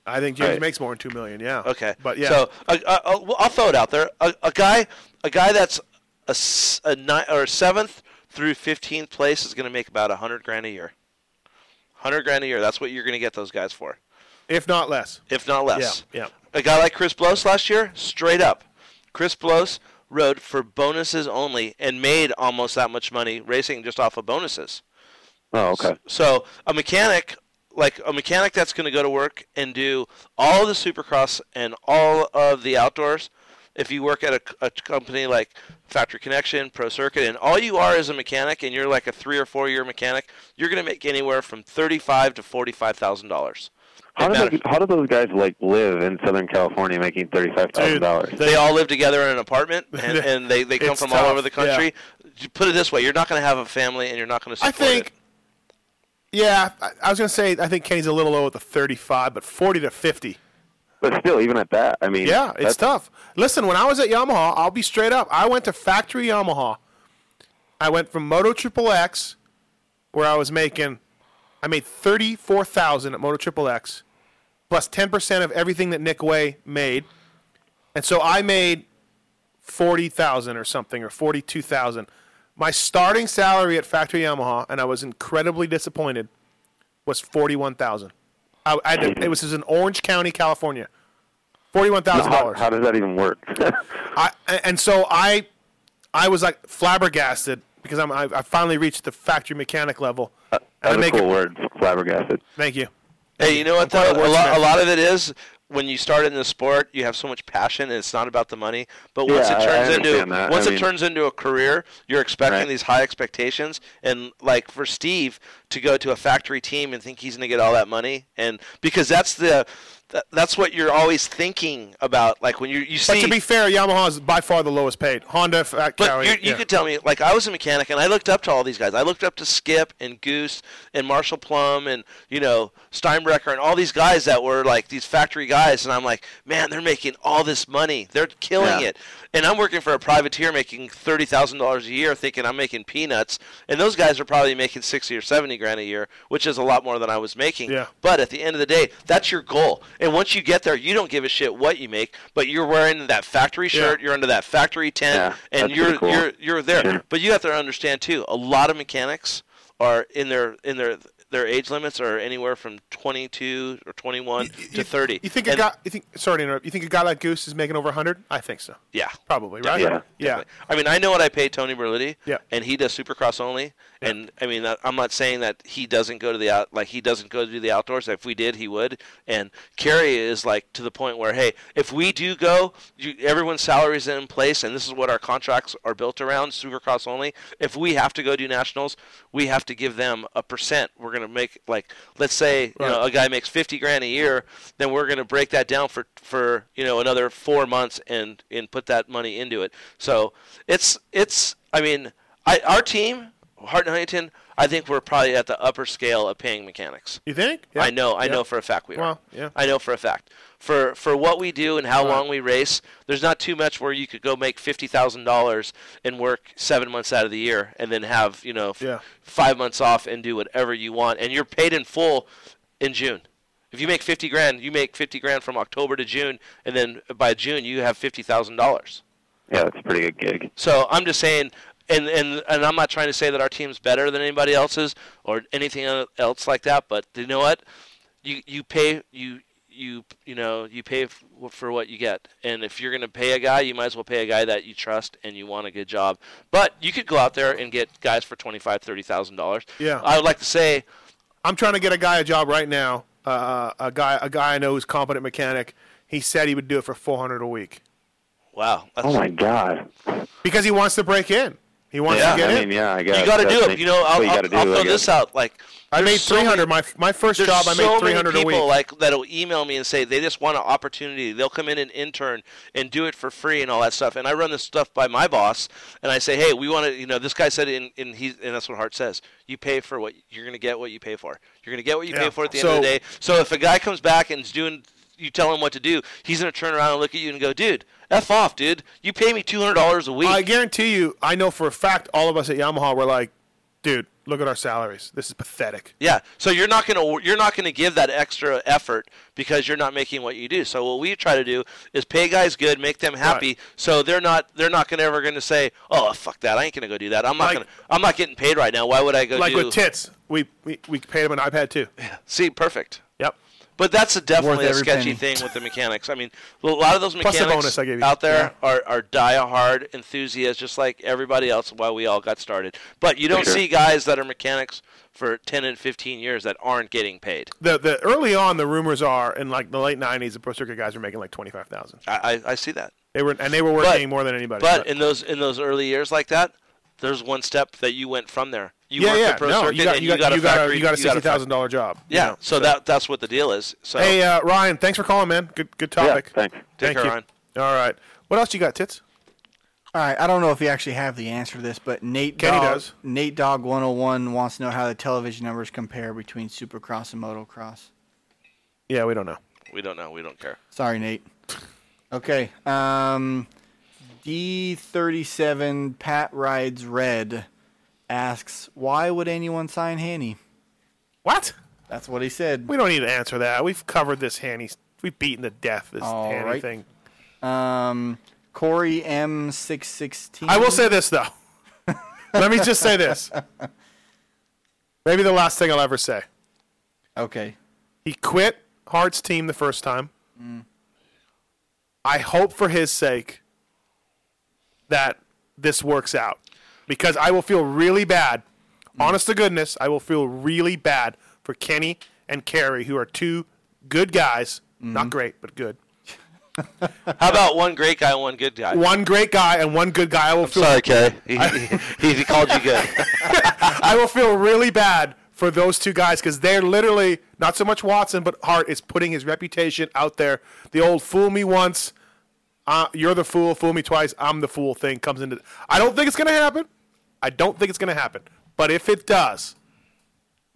[SPEAKER 5] I think James
[SPEAKER 6] Right.
[SPEAKER 5] makes more than two million. Yeah.
[SPEAKER 6] Okay,
[SPEAKER 5] But yeah.
[SPEAKER 6] So uh, uh, uh, well, I'll throw it out there. A, a guy, a guy that's a, s- a ni- or seventh through fifteenth place is going to make about a hundred grand a year. Hundred grand a year. That's what you're going to get those guys for.
[SPEAKER 5] if not less.
[SPEAKER 6] if not less.
[SPEAKER 5] Yeah, yeah.
[SPEAKER 6] A guy like Chris Blos last year, straight up. Chris Blos road for bonuses only and made almost that much money racing just off of bonuses.
[SPEAKER 15] Oh, okay.
[SPEAKER 6] So a mechanic, like a mechanic that's going to go to work and do all the supercross and all of the outdoors, if you work at a, a company like Factory Connection, Pro Circuit, and all you are is a mechanic, and you're like a three or four year mechanic, you're going to make anywhere from thirty-five to forty-five thousand dollars.
[SPEAKER 15] How do those, how do those guys like live in Southern California making thirty five thousand dollars?
[SPEAKER 6] They all live together in an apartment, and, and they, they come
[SPEAKER 15] It's
[SPEAKER 6] from all
[SPEAKER 15] tough,
[SPEAKER 6] over the country. You Put it this way: you're not going to have a family, and you're not going to
[SPEAKER 5] I
[SPEAKER 6] support
[SPEAKER 5] think-
[SPEAKER 6] it.
[SPEAKER 5] Yeah, I, I was gonna say I think Kenny's a little low at the thirty-five, but forty to fifty.
[SPEAKER 15] But still, even at that, I mean,
[SPEAKER 5] Yeah, it's
[SPEAKER 15] that's-
[SPEAKER 5] tough. Listen, when I was at Yamaha, I'll be straight up. I went to factory Yamaha. I went from Moto Triple X, where I was making, I made thirty four thousand at Moto Triple X, plus ten percent of everything that Nick Way made, and so I made forty thousand or something or forty two thousand. My starting salary at factory Yamaha, and I was incredibly disappointed, was forty one thousand. I, I had to, it was in Orange County, California. Forty-one
[SPEAKER 15] Now,
[SPEAKER 5] thousand
[SPEAKER 15] how,
[SPEAKER 5] dollars.
[SPEAKER 15] how does that even work?
[SPEAKER 5] I a- and so I, I was like flabbergasted because I'm I, I finally reached the factory mechanic level.
[SPEAKER 15] That's a
[SPEAKER 5] make
[SPEAKER 15] cool word, flabbergasted.
[SPEAKER 5] Thank you.
[SPEAKER 6] Hey, you know what?
[SPEAKER 5] quite
[SPEAKER 6] Though?
[SPEAKER 5] a
[SPEAKER 6] A, lot, a
[SPEAKER 5] wordsmith.
[SPEAKER 6] lot of it is when you start in the sport, you have so much passion, and it's not about the money. But once it
[SPEAKER 15] Yeah, I- I
[SPEAKER 6] turns into
[SPEAKER 15] understand that.
[SPEAKER 6] once
[SPEAKER 15] I
[SPEAKER 6] it
[SPEAKER 15] mean-
[SPEAKER 6] turns into a career, you're expecting these high expectations, and like for Steve to go to a factory team and think he's going to get all that money, and because that's the that, that's what you're always thinking about. Like when you you see
[SPEAKER 5] But to be fair, Yamaha is by far the lowest paid. Honda fact
[SPEAKER 6] but
[SPEAKER 5] carry.
[SPEAKER 6] you, you
[SPEAKER 5] yeah.
[SPEAKER 6] could tell me, like, I was a mechanic, and I looked up to all these guys. I looked up to Skip and Goose and Marshall Plum and you know Steinbrecker and all these guys that were like these factory guys, and I'm like, man, they're making all this money. They're killing
[SPEAKER 15] Yeah.
[SPEAKER 6] it, and I'm working for a privateer making thirty thousand dollars a year, thinking I'm making peanuts, and those guys are probably making sixty or seventy grand a year, which is a lot more than I was making.
[SPEAKER 5] Yeah.
[SPEAKER 6] But at the end of the day, that's your goal. And once you get there, you don't give a shit what you make, but you're wearing that factory
[SPEAKER 5] Yeah.
[SPEAKER 6] shirt, you're under that factory tent,
[SPEAKER 15] Yeah,
[SPEAKER 6] and
[SPEAKER 15] that's
[SPEAKER 6] you're
[SPEAKER 15] pretty cool.
[SPEAKER 6] you're you're there.
[SPEAKER 15] Sure.
[SPEAKER 6] But you have to understand too. A lot of mechanics are in their in their their age limits are anywhere from 22 or 21 to 30.
[SPEAKER 5] You think a
[SPEAKER 6] And-
[SPEAKER 5] guy? You think? Sorry to interrupt. You think a guy like Goose is making over hundred? I think so.
[SPEAKER 6] Yeah,
[SPEAKER 5] Probably right.
[SPEAKER 6] Definitely.
[SPEAKER 5] yeah.
[SPEAKER 6] Definitely. I mean, I know what I pay Tony Berluti.
[SPEAKER 5] Yeah.
[SPEAKER 6] And he does Supercross only. And I mean, I- I'm not saying that he doesn't go to the out, like he doesn't go to the outdoors. If we did, he would. And Kerry is like to the point where, hey, if we do go, you, everyone's salaries in place, and this is what our contracts are built around, Supercross only. If we have to go do nationals, we have to give them a percent. We're gonna make like, let's say, you know,
[SPEAKER 5] Right.
[SPEAKER 6] a guy makes 50 grand a year, then we're going to break that down for for you know another four months and and put that money into it. So it's it's I mean I our team Hart and Huntington I think we're probably at the upper scale of paying mechanics.
[SPEAKER 5] You think?
[SPEAKER 6] I know I
[SPEAKER 5] Yeah.
[SPEAKER 6] know for a fact we are.
[SPEAKER 5] Well, yeah.
[SPEAKER 6] I know for a fact for for what we do and how
[SPEAKER 5] Right.
[SPEAKER 6] long we race. There's not too much where you could go make fifty thousand dollars and work seven months out of the year and then have you know f-
[SPEAKER 5] Yeah.
[SPEAKER 6] five months off and do whatever you want and you're paid in full in June. If you make fifty grand, you make fifty grand from October to June, and then by June you have fifty thousand dollars.
[SPEAKER 15] Yeah, that's a pretty good gig.
[SPEAKER 6] So I'm just saying, and, and and I'm not trying to say that our team's better than anybody else's or anything else like that. But you know what? You you pay you you you know you pay f- for what you get, and if you're gonna pay a guy, you might as well pay a guy that you trust and you want a good job. But you could go out there and get guys for twenty five, thirty thousand dollars.
[SPEAKER 5] Yeah.
[SPEAKER 6] I would like to say
[SPEAKER 5] I'm trying to get a guy a job right now. Uh, a guy, a guy I know who's a competent mechanic. He said he would do it for 400 a week
[SPEAKER 6] Wow. That's,
[SPEAKER 15] oh my god.
[SPEAKER 5] because he wants to break in. He wants
[SPEAKER 15] yeah,
[SPEAKER 5] to get
[SPEAKER 15] I
[SPEAKER 5] in.
[SPEAKER 15] mean, yeah, I guess
[SPEAKER 6] you got to do
[SPEAKER 15] that's
[SPEAKER 6] it. You know, I'll,
[SPEAKER 15] what you
[SPEAKER 6] I'll,
[SPEAKER 15] gotta do,
[SPEAKER 6] I'll throw
[SPEAKER 15] I guess.
[SPEAKER 6] this out. Like
[SPEAKER 5] I made
[SPEAKER 6] there's so
[SPEAKER 5] 300. my my first
[SPEAKER 6] There's
[SPEAKER 5] job, I made
[SPEAKER 6] so
[SPEAKER 5] 300
[SPEAKER 6] many
[SPEAKER 5] a
[SPEAKER 6] people
[SPEAKER 5] week.
[SPEAKER 6] like that'll email me and say they just want an opportunity. They'll come in and intern and do it for free and all that stuff. And I run this stuff by my boss, and I say, hey, we want to. You know, this guy said, in, in he, and that's what Hart says. You pay for what you're going to get. What you pay for. You're going to get what you
[SPEAKER 5] Yeah.
[SPEAKER 6] pay for at the
[SPEAKER 5] So-
[SPEAKER 6] end of the day. So if a guy comes back and is doing, you tell him what to do. He's going to turn around and look at you and go, dude, f off, dude. You pay me two hundred dollars a week.
[SPEAKER 5] I guarantee you, I know for a fact, all of us at Yamaha were like, dude, look at our salaries. This is pathetic.
[SPEAKER 6] Yeah, so you're not gonna you're not gonna give that extra effort because you're not making what you do. So what we try to do is pay guys good, make them happy, so they're not they're not gonna ever gonna say, oh fuck that, I ain't gonna go do that. I'm not gonna I'm not getting paid right now. Why would I go
[SPEAKER 5] like
[SPEAKER 6] do
[SPEAKER 5] with tits, we, we we paid him an iPad too.
[SPEAKER 6] See, perfect.
[SPEAKER 5] Yep.
[SPEAKER 6] But that's a definitely a
[SPEAKER 5] every
[SPEAKER 6] sketchy
[SPEAKER 5] penny.
[SPEAKER 6] thing with the mechanics. I mean, a lot of those
[SPEAKER 5] Plus the
[SPEAKER 6] mechanics
[SPEAKER 5] bonus I gave you.
[SPEAKER 6] out there are, are die-hard enthusiasts, just like everybody else. Why we all got started. But you don't
[SPEAKER 5] Sure.
[SPEAKER 6] see guys that are mechanics for 10 and 15 years that aren't getting paid.
[SPEAKER 5] The the early on the rumors are in like the late nineties the pro circuit guys were making like twenty five thousand.
[SPEAKER 6] I, I I see that.
[SPEAKER 5] They were and they were working more than anybody.
[SPEAKER 6] But in those in those early years like that, there's one step that you went from there. You
[SPEAKER 5] yeah,
[SPEAKER 6] worked
[SPEAKER 5] yeah,
[SPEAKER 6] the pro
[SPEAKER 5] no,
[SPEAKER 6] circuit
[SPEAKER 5] you got
[SPEAKER 6] and
[SPEAKER 5] you got,
[SPEAKER 6] a
[SPEAKER 5] you got a
[SPEAKER 6] factory-
[SPEAKER 5] you got a
[SPEAKER 6] you got
[SPEAKER 5] sixty thousand dollar job. you
[SPEAKER 6] Yeah,
[SPEAKER 5] know,
[SPEAKER 6] so, that that's what the deal is. So
[SPEAKER 5] hey uh, Ryan, thanks for calling, man. Good good topic.
[SPEAKER 6] thanks. Take
[SPEAKER 5] Thank
[SPEAKER 6] care,
[SPEAKER 5] you.
[SPEAKER 6] Ryan.
[SPEAKER 5] All right, what else you got, tits?
[SPEAKER 8] All right, I don't know if you actually have the answer to this, but Nate
[SPEAKER 5] Kenny
[SPEAKER 8] Dog,
[SPEAKER 5] does.
[SPEAKER 8] Nate Dog 101 wants to know how the television numbers compare between Supercross and Motocross.
[SPEAKER 5] Yeah, we don't know.
[SPEAKER 6] we don't know. We don't care.
[SPEAKER 8] Sorry, Nate. Okay. Um, D37 Pat Rides Red asks, why would anyone sign Hanny?
[SPEAKER 5] What?
[SPEAKER 8] That's what he said.
[SPEAKER 5] We don't need to answer that. We've covered this Hanny. We've beaten to death this
[SPEAKER 8] All
[SPEAKER 5] Hanny
[SPEAKER 8] right.
[SPEAKER 5] thing.
[SPEAKER 8] Um, Corey M616.
[SPEAKER 5] I will say this though. Let me just say this. Maybe the last thing I'll ever say.
[SPEAKER 8] Okay.
[SPEAKER 5] He quit Hart's team the first time.
[SPEAKER 8] Mm.
[SPEAKER 5] I hope for his sake that this works out because I will feel really bad. Honest to goodness, I will feel really bad for Kenny and Carrie, who are two good guys. Not great, but good.
[SPEAKER 6] How about one great guy, one good guy?
[SPEAKER 5] One great guy and one good guy. I will feel
[SPEAKER 6] Sorry, Kay. He, he, he called you good.
[SPEAKER 5] I will feel really bad for those two guys because they're literally not so much Watson, but Hart is putting his reputation out there. The old "fool me once, uh, you're the fool; fool me twice, I'm the fool" thing comes into. I don't think it's going to happen. I don't think it's going to happen. But if it does,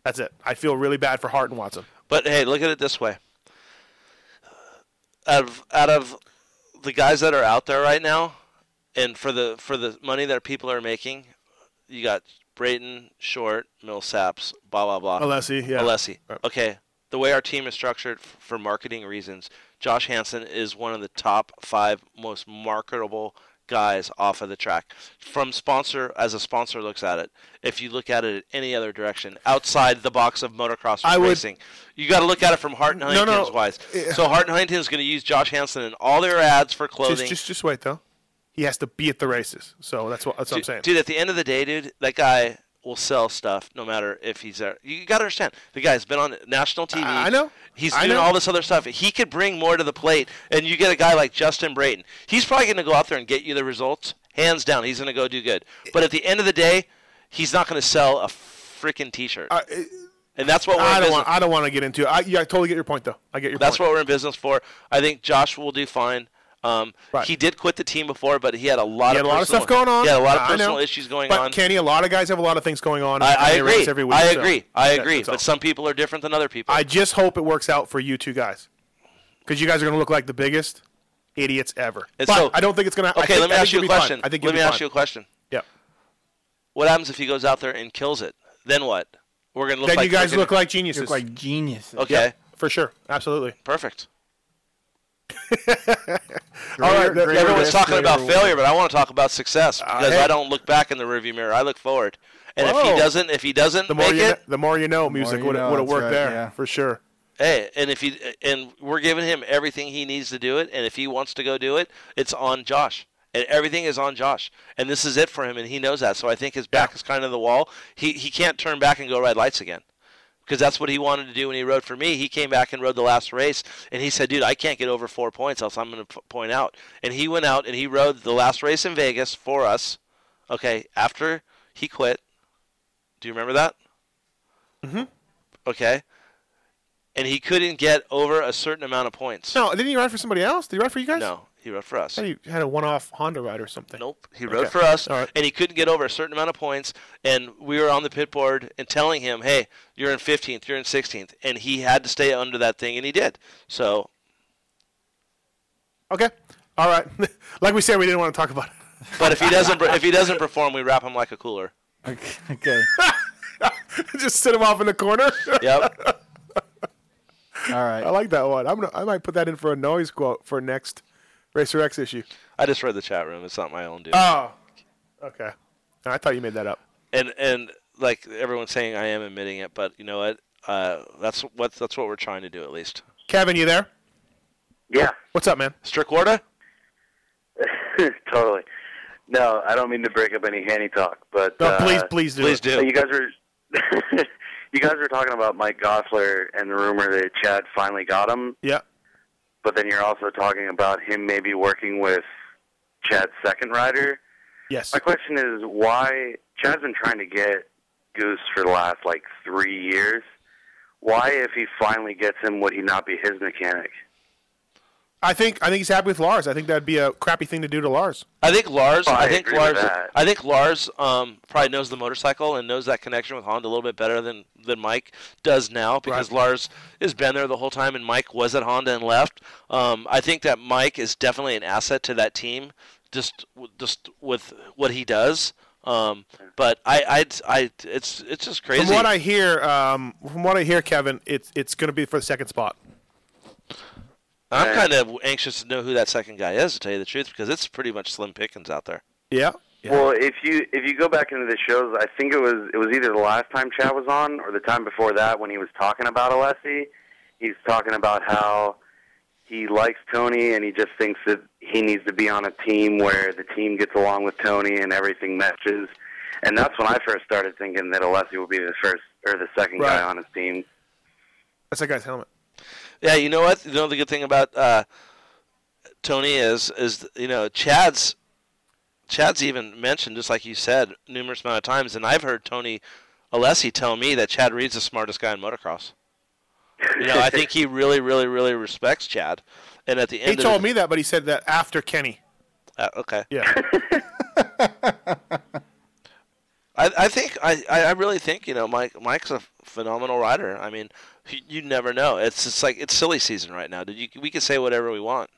[SPEAKER 5] that's it. I feel really bad for Hart and Watson.
[SPEAKER 6] But hey, look at it this way. Out of out of the guys that are out there right now, and for the for the money that people are making, you got Brayton, Short, Millsaps, blah blah blah.
[SPEAKER 5] Alessi, yeah.
[SPEAKER 6] Alessi. Okay. The way our team is structured f- for marketing reasons, Josh Hansen is one of the top five most marketable guys off of the track. From sponsor as a sponsor looks at it. If you look at it any other direction, outside the box of motocross
[SPEAKER 5] I would-
[SPEAKER 6] racing, you got to look at it from Hart and
[SPEAKER 5] No,
[SPEAKER 6] Huntington's
[SPEAKER 5] no.
[SPEAKER 6] wise.
[SPEAKER 5] Yeah.
[SPEAKER 6] So Hart and Huntington's going to use Josh Hansen in all their ads for clothing.
[SPEAKER 5] Just, just, just wait though. He has to be at the races, so that's what that's what I'm
[SPEAKER 6] dude,
[SPEAKER 5] saying.
[SPEAKER 6] dude, at the end of the day, dude, that guy will sell stuff no matter if he's there. You got to understand, the guy's been on national TV.
[SPEAKER 5] I- I know.
[SPEAKER 6] He's
[SPEAKER 5] I
[SPEAKER 6] doing
[SPEAKER 5] know.
[SPEAKER 6] all this other stuff. He could bring more to the plate, and you get a guy like Justin Brayton. He's probably going to go out there and get you the results, hands down. He's going to go do good. But at the end of the day, he's not going to sell a freaking T-shirt. and that's what we're
[SPEAKER 5] Uh, I
[SPEAKER 6] in
[SPEAKER 5] don't
[SPEAKER 6] business
[SPEAKER 5] want. I don't want to get into. it. I, yeah, I totally get your point though. I get your
[SPEAKER 6] That's
[SPEAKER 5] point.
[SPEAKER 6] what we're in business for. I think Josh will do fine. Um, He did quit the team before, but he had a lot
[SPEAKER 5] He had
[SPEAKER 6] of
[SPEAKER 5] a lot of
[SPEAKER 6] personal-
[SPEAKER 5] stuff going on.
[SPEAKER 6] Yeah, a lot of
[SPEAKER 5] I
[SPEAKER 6] personal
[SPEAKER 5] know.
[SPEAKER 6] issues going
[SPEAKER 5] but
[SPEAKER 6] on.
[SPEAKER 5] Kenny, a lot of guys have a lot of things going on.
[SPEAKER 6] I,
[SPEAKER 5] and
[SPEAKER 6] I
[SPEAKER 5] they race
[SPEAKER 6] agree.
[SPEAKER 5] Every week,
[SPEAKER 6] I
[SPEAKER 5] so-
[SPEAKER 6] agree. I
[SPEAKER 5] Yeah,
[SPEAKER 6] agree.
[SPEAKER 5] that's all.
[SPEAKER 6] But some people are different than other people.
[SPEAKER 5] I just hope it works out for you two guys, because you guys are going to look like the biggest idiots ever.
[SPEAKER 6] And
[SPEAKER 5] But
[SPEAKER 6] so-
[SPEAKER 5] I don't think it's going to.
[SPEAKER 6] okay, let me ask you a question.
[SPEAKER 5] I think
[SPEAKER 6] let
[SPEAKER 5] you'll
[SPEAKER 6] me
[SPEAKER 5] be
[SPEAKER 6] ask
[SPEAKER 5] fine.
[SPEAKER 6] you a question.
[SPEAKER 5] Yeah.
[SPEAKER 6] What happens if he goes out there and kills it? Then what? We're gonna look.
[SPEAKER 5] Then
[SPEAKER 6] like
[SPEAKER 5] you guys
[SPEAKER 6] freaking-
[SPEAKER 5] look like geniuses.
[SPEAKER 8] Look like geniuses.
[SPEAKER 6] Okay.
[SPEAKER 5] Yep, for sure. Absolutely.
[SPEAKER 6] Perfect.
[SPEAKER 5] All right, that-
[SPEAKER 6] Everyone's talking about failure, but I want to talk about success because
[SPEAKER 5] Uh, hey.
[SPEAKER 6] I don't look back in the rearview mirror. I look forward. And if
[SPEAKER 5] Whoa.
[SPEAKER 6] he doesn't, if he doesn't
[SPEAKER 5] The more
[SPEAKER 6] make
[SPEAKER 5] you,
[SPEAKER 6] it,
[SPEAKER 5] kn- the more you know, music
[SPEAKER 8] you
[SPEAKER 5] would
[SPEAKER 8] know,
[SPEAKER 5] have
[SPEAKER 8] that's
[SPEAKER 5] worked
[SPEAKER 8] right,
[SPEAKER 5] there
[SPEAKER 8] yeah.
[SPEAKER 5] for sure.
[SPEAKER 6] Hey, and if he and we're giving him everything he needs to do it, and if he wants to go do it, it's on Josh, and everything is on Josh, and this is it for him, and he knows that. So I think his back is kind of the wall. He he can't turn back and go ride lights again, because that's what he wanted to do when he rode for me. He came back and rode the last race, and he said, "Dude, I can't get over four points, else I'm going to point out." And he went out and he rode the last race in Vegas for us. Okay, after he quit, do you remember that?
[SPEAKER 5] Mm-hmm.
[SPEAKER 6] Okay. And he couldn't get over a certain amount of points.
[SPEAKER 5] No, didn't he ride for somebody else? Did he ride for you guys?
[SPEAKER 6] No, he rode for
[SPEAKER 5] I
[SPEAKER 6] us.
[SPEAKER 5] thought he had a one-off Honda ride or something.
[SPEAKER 6] Nope, He rode
[SPEAKER 5] Okay.
[SPEAKER 6] for us,
[SPEAKER 5] All right.
[SPEAKER 6] and he couldn't get over a certain amount of points. And we were on the pit board and telling him, "Hey, you're in 15th, you're in 16th," and he had to stay under that thing, and he did. So
[SPEAKER 5] Okay. All right. like we said, we didn't want to talk about it.
[SPEAKER 6] But if he doesn't, if he doesn't perform, we wrap him like a cooler.
[SPEAKER 8] Okay.
[SPEAKER 5] Just sit him off in the corner.
[SPEAKER 6] Yep.
[SPEAKER 8] All right.
[SPEAKER 5] I like that one. I'm gonna, I might put that in for a noise quote for next Racer X issue.
[SPEAKER 6] I just read the chat room. It's not my own, dude.
[SPEAKER 5] Oh. Okay. I thought you made that up.
[SPEAKER 6] and and like everyone's saying, I am admitting it, but you know what? Uh, that's what that's what we're trying to do at least.
[SPEAKER 5] Kevin, you there?
[SPEAKER 15] Yeah.
[SPEAKER 5] What's up, man?
[SPEAKER 6] Strickwarda?
[SPEAKER 15] totally. No, I don't mean to break up any handy talk, but
[SPEAKER 5] No,
[SPEAKER 15] uh,
[SPEAKER 5] please- please do. Please do.
[SPEAKER 15] You guys were you guys were talking about Mike Gossler and the rumor that Chad finally got him,
[SPEAKER 5] Yeah.
[SPEAKER 15] but then you're also talking about him maybe working with Chad's second rider.
[SPEAKER 5] Yes.
[SPEAKER 15] My question is why Chad's been trying to get Goose for the last like three years. Why, if he finally gets him, would he not be his mechanic?
[SPEAKER 5] I think I think he's happy with Lars. I think that'd be a crappy thing to do to Lars.
[SPEAKER 6] I think Lars.
[SPEAKER 5] Oh, I
[SPEAKER 6] I, think
[SPEAKER 5] agree with
[SPEAKER 6] Lars.
[SPEAKER 5] that.
[SPEAKER 6] I think Lars um, probably knows the motorcycle and knows that connection with Honda a little bit better than than Mike does now because Lars has been there the whole time and Mike was at Honda and left. Um, I think that Mike is definitely an asset to that team, just w- just with what he does. Um, but I, I, I, it's it's just crazy.
[SPEAKER 5] From what I hear, um, from what I hear, Kevin, it's it's going to be for the second spot.
[SPEAKER 6] I'm kind of anxious to know who that second guy is, to tell you the truth, because it's pretty much slim pickings out there.
[SPEAKER 5] Yeah.
[SPEAKER 15] Well, if you if you go back into the shows, I think it was it was either the last time Chad was on or the time before that when he was talking about Alessi. He's talking about how he likes Tony and he just thinks that he needs to be on a team where the team gets along with Tony and everything matches. And that's when I first started thinking that Alessi would be the first or the second guy on his team.
[SPEAKER 5] That's that guy's helmet.
[SPEAKER 6] Yeah, you know what? You know the good thing about uh, Tony is is you know Chad's Chad's even mentioned just like you said numerous amount of times, and I've heard Tony Alessi tell me that Chad Reed's the smartest guy in motocross. You know, I think he really, really, really respects Chad, and at the end
[SPEAKER 5] He
[SPEAKER 6] of
[SPEAKER 5] told
[SPEAKER 6] the-
[SPEAKER 5] me that, but he said that after Kenny.
[SPEAKER 6] uh, okay.
[SPEAKER 5] Yeah.
[SPEAKER 6] I, I think I, I I really think you know Mike Mike's a phenomenal rider. I mean, he, you never know. It's it's like it's silly season right now. Did you, we can say whatever we want.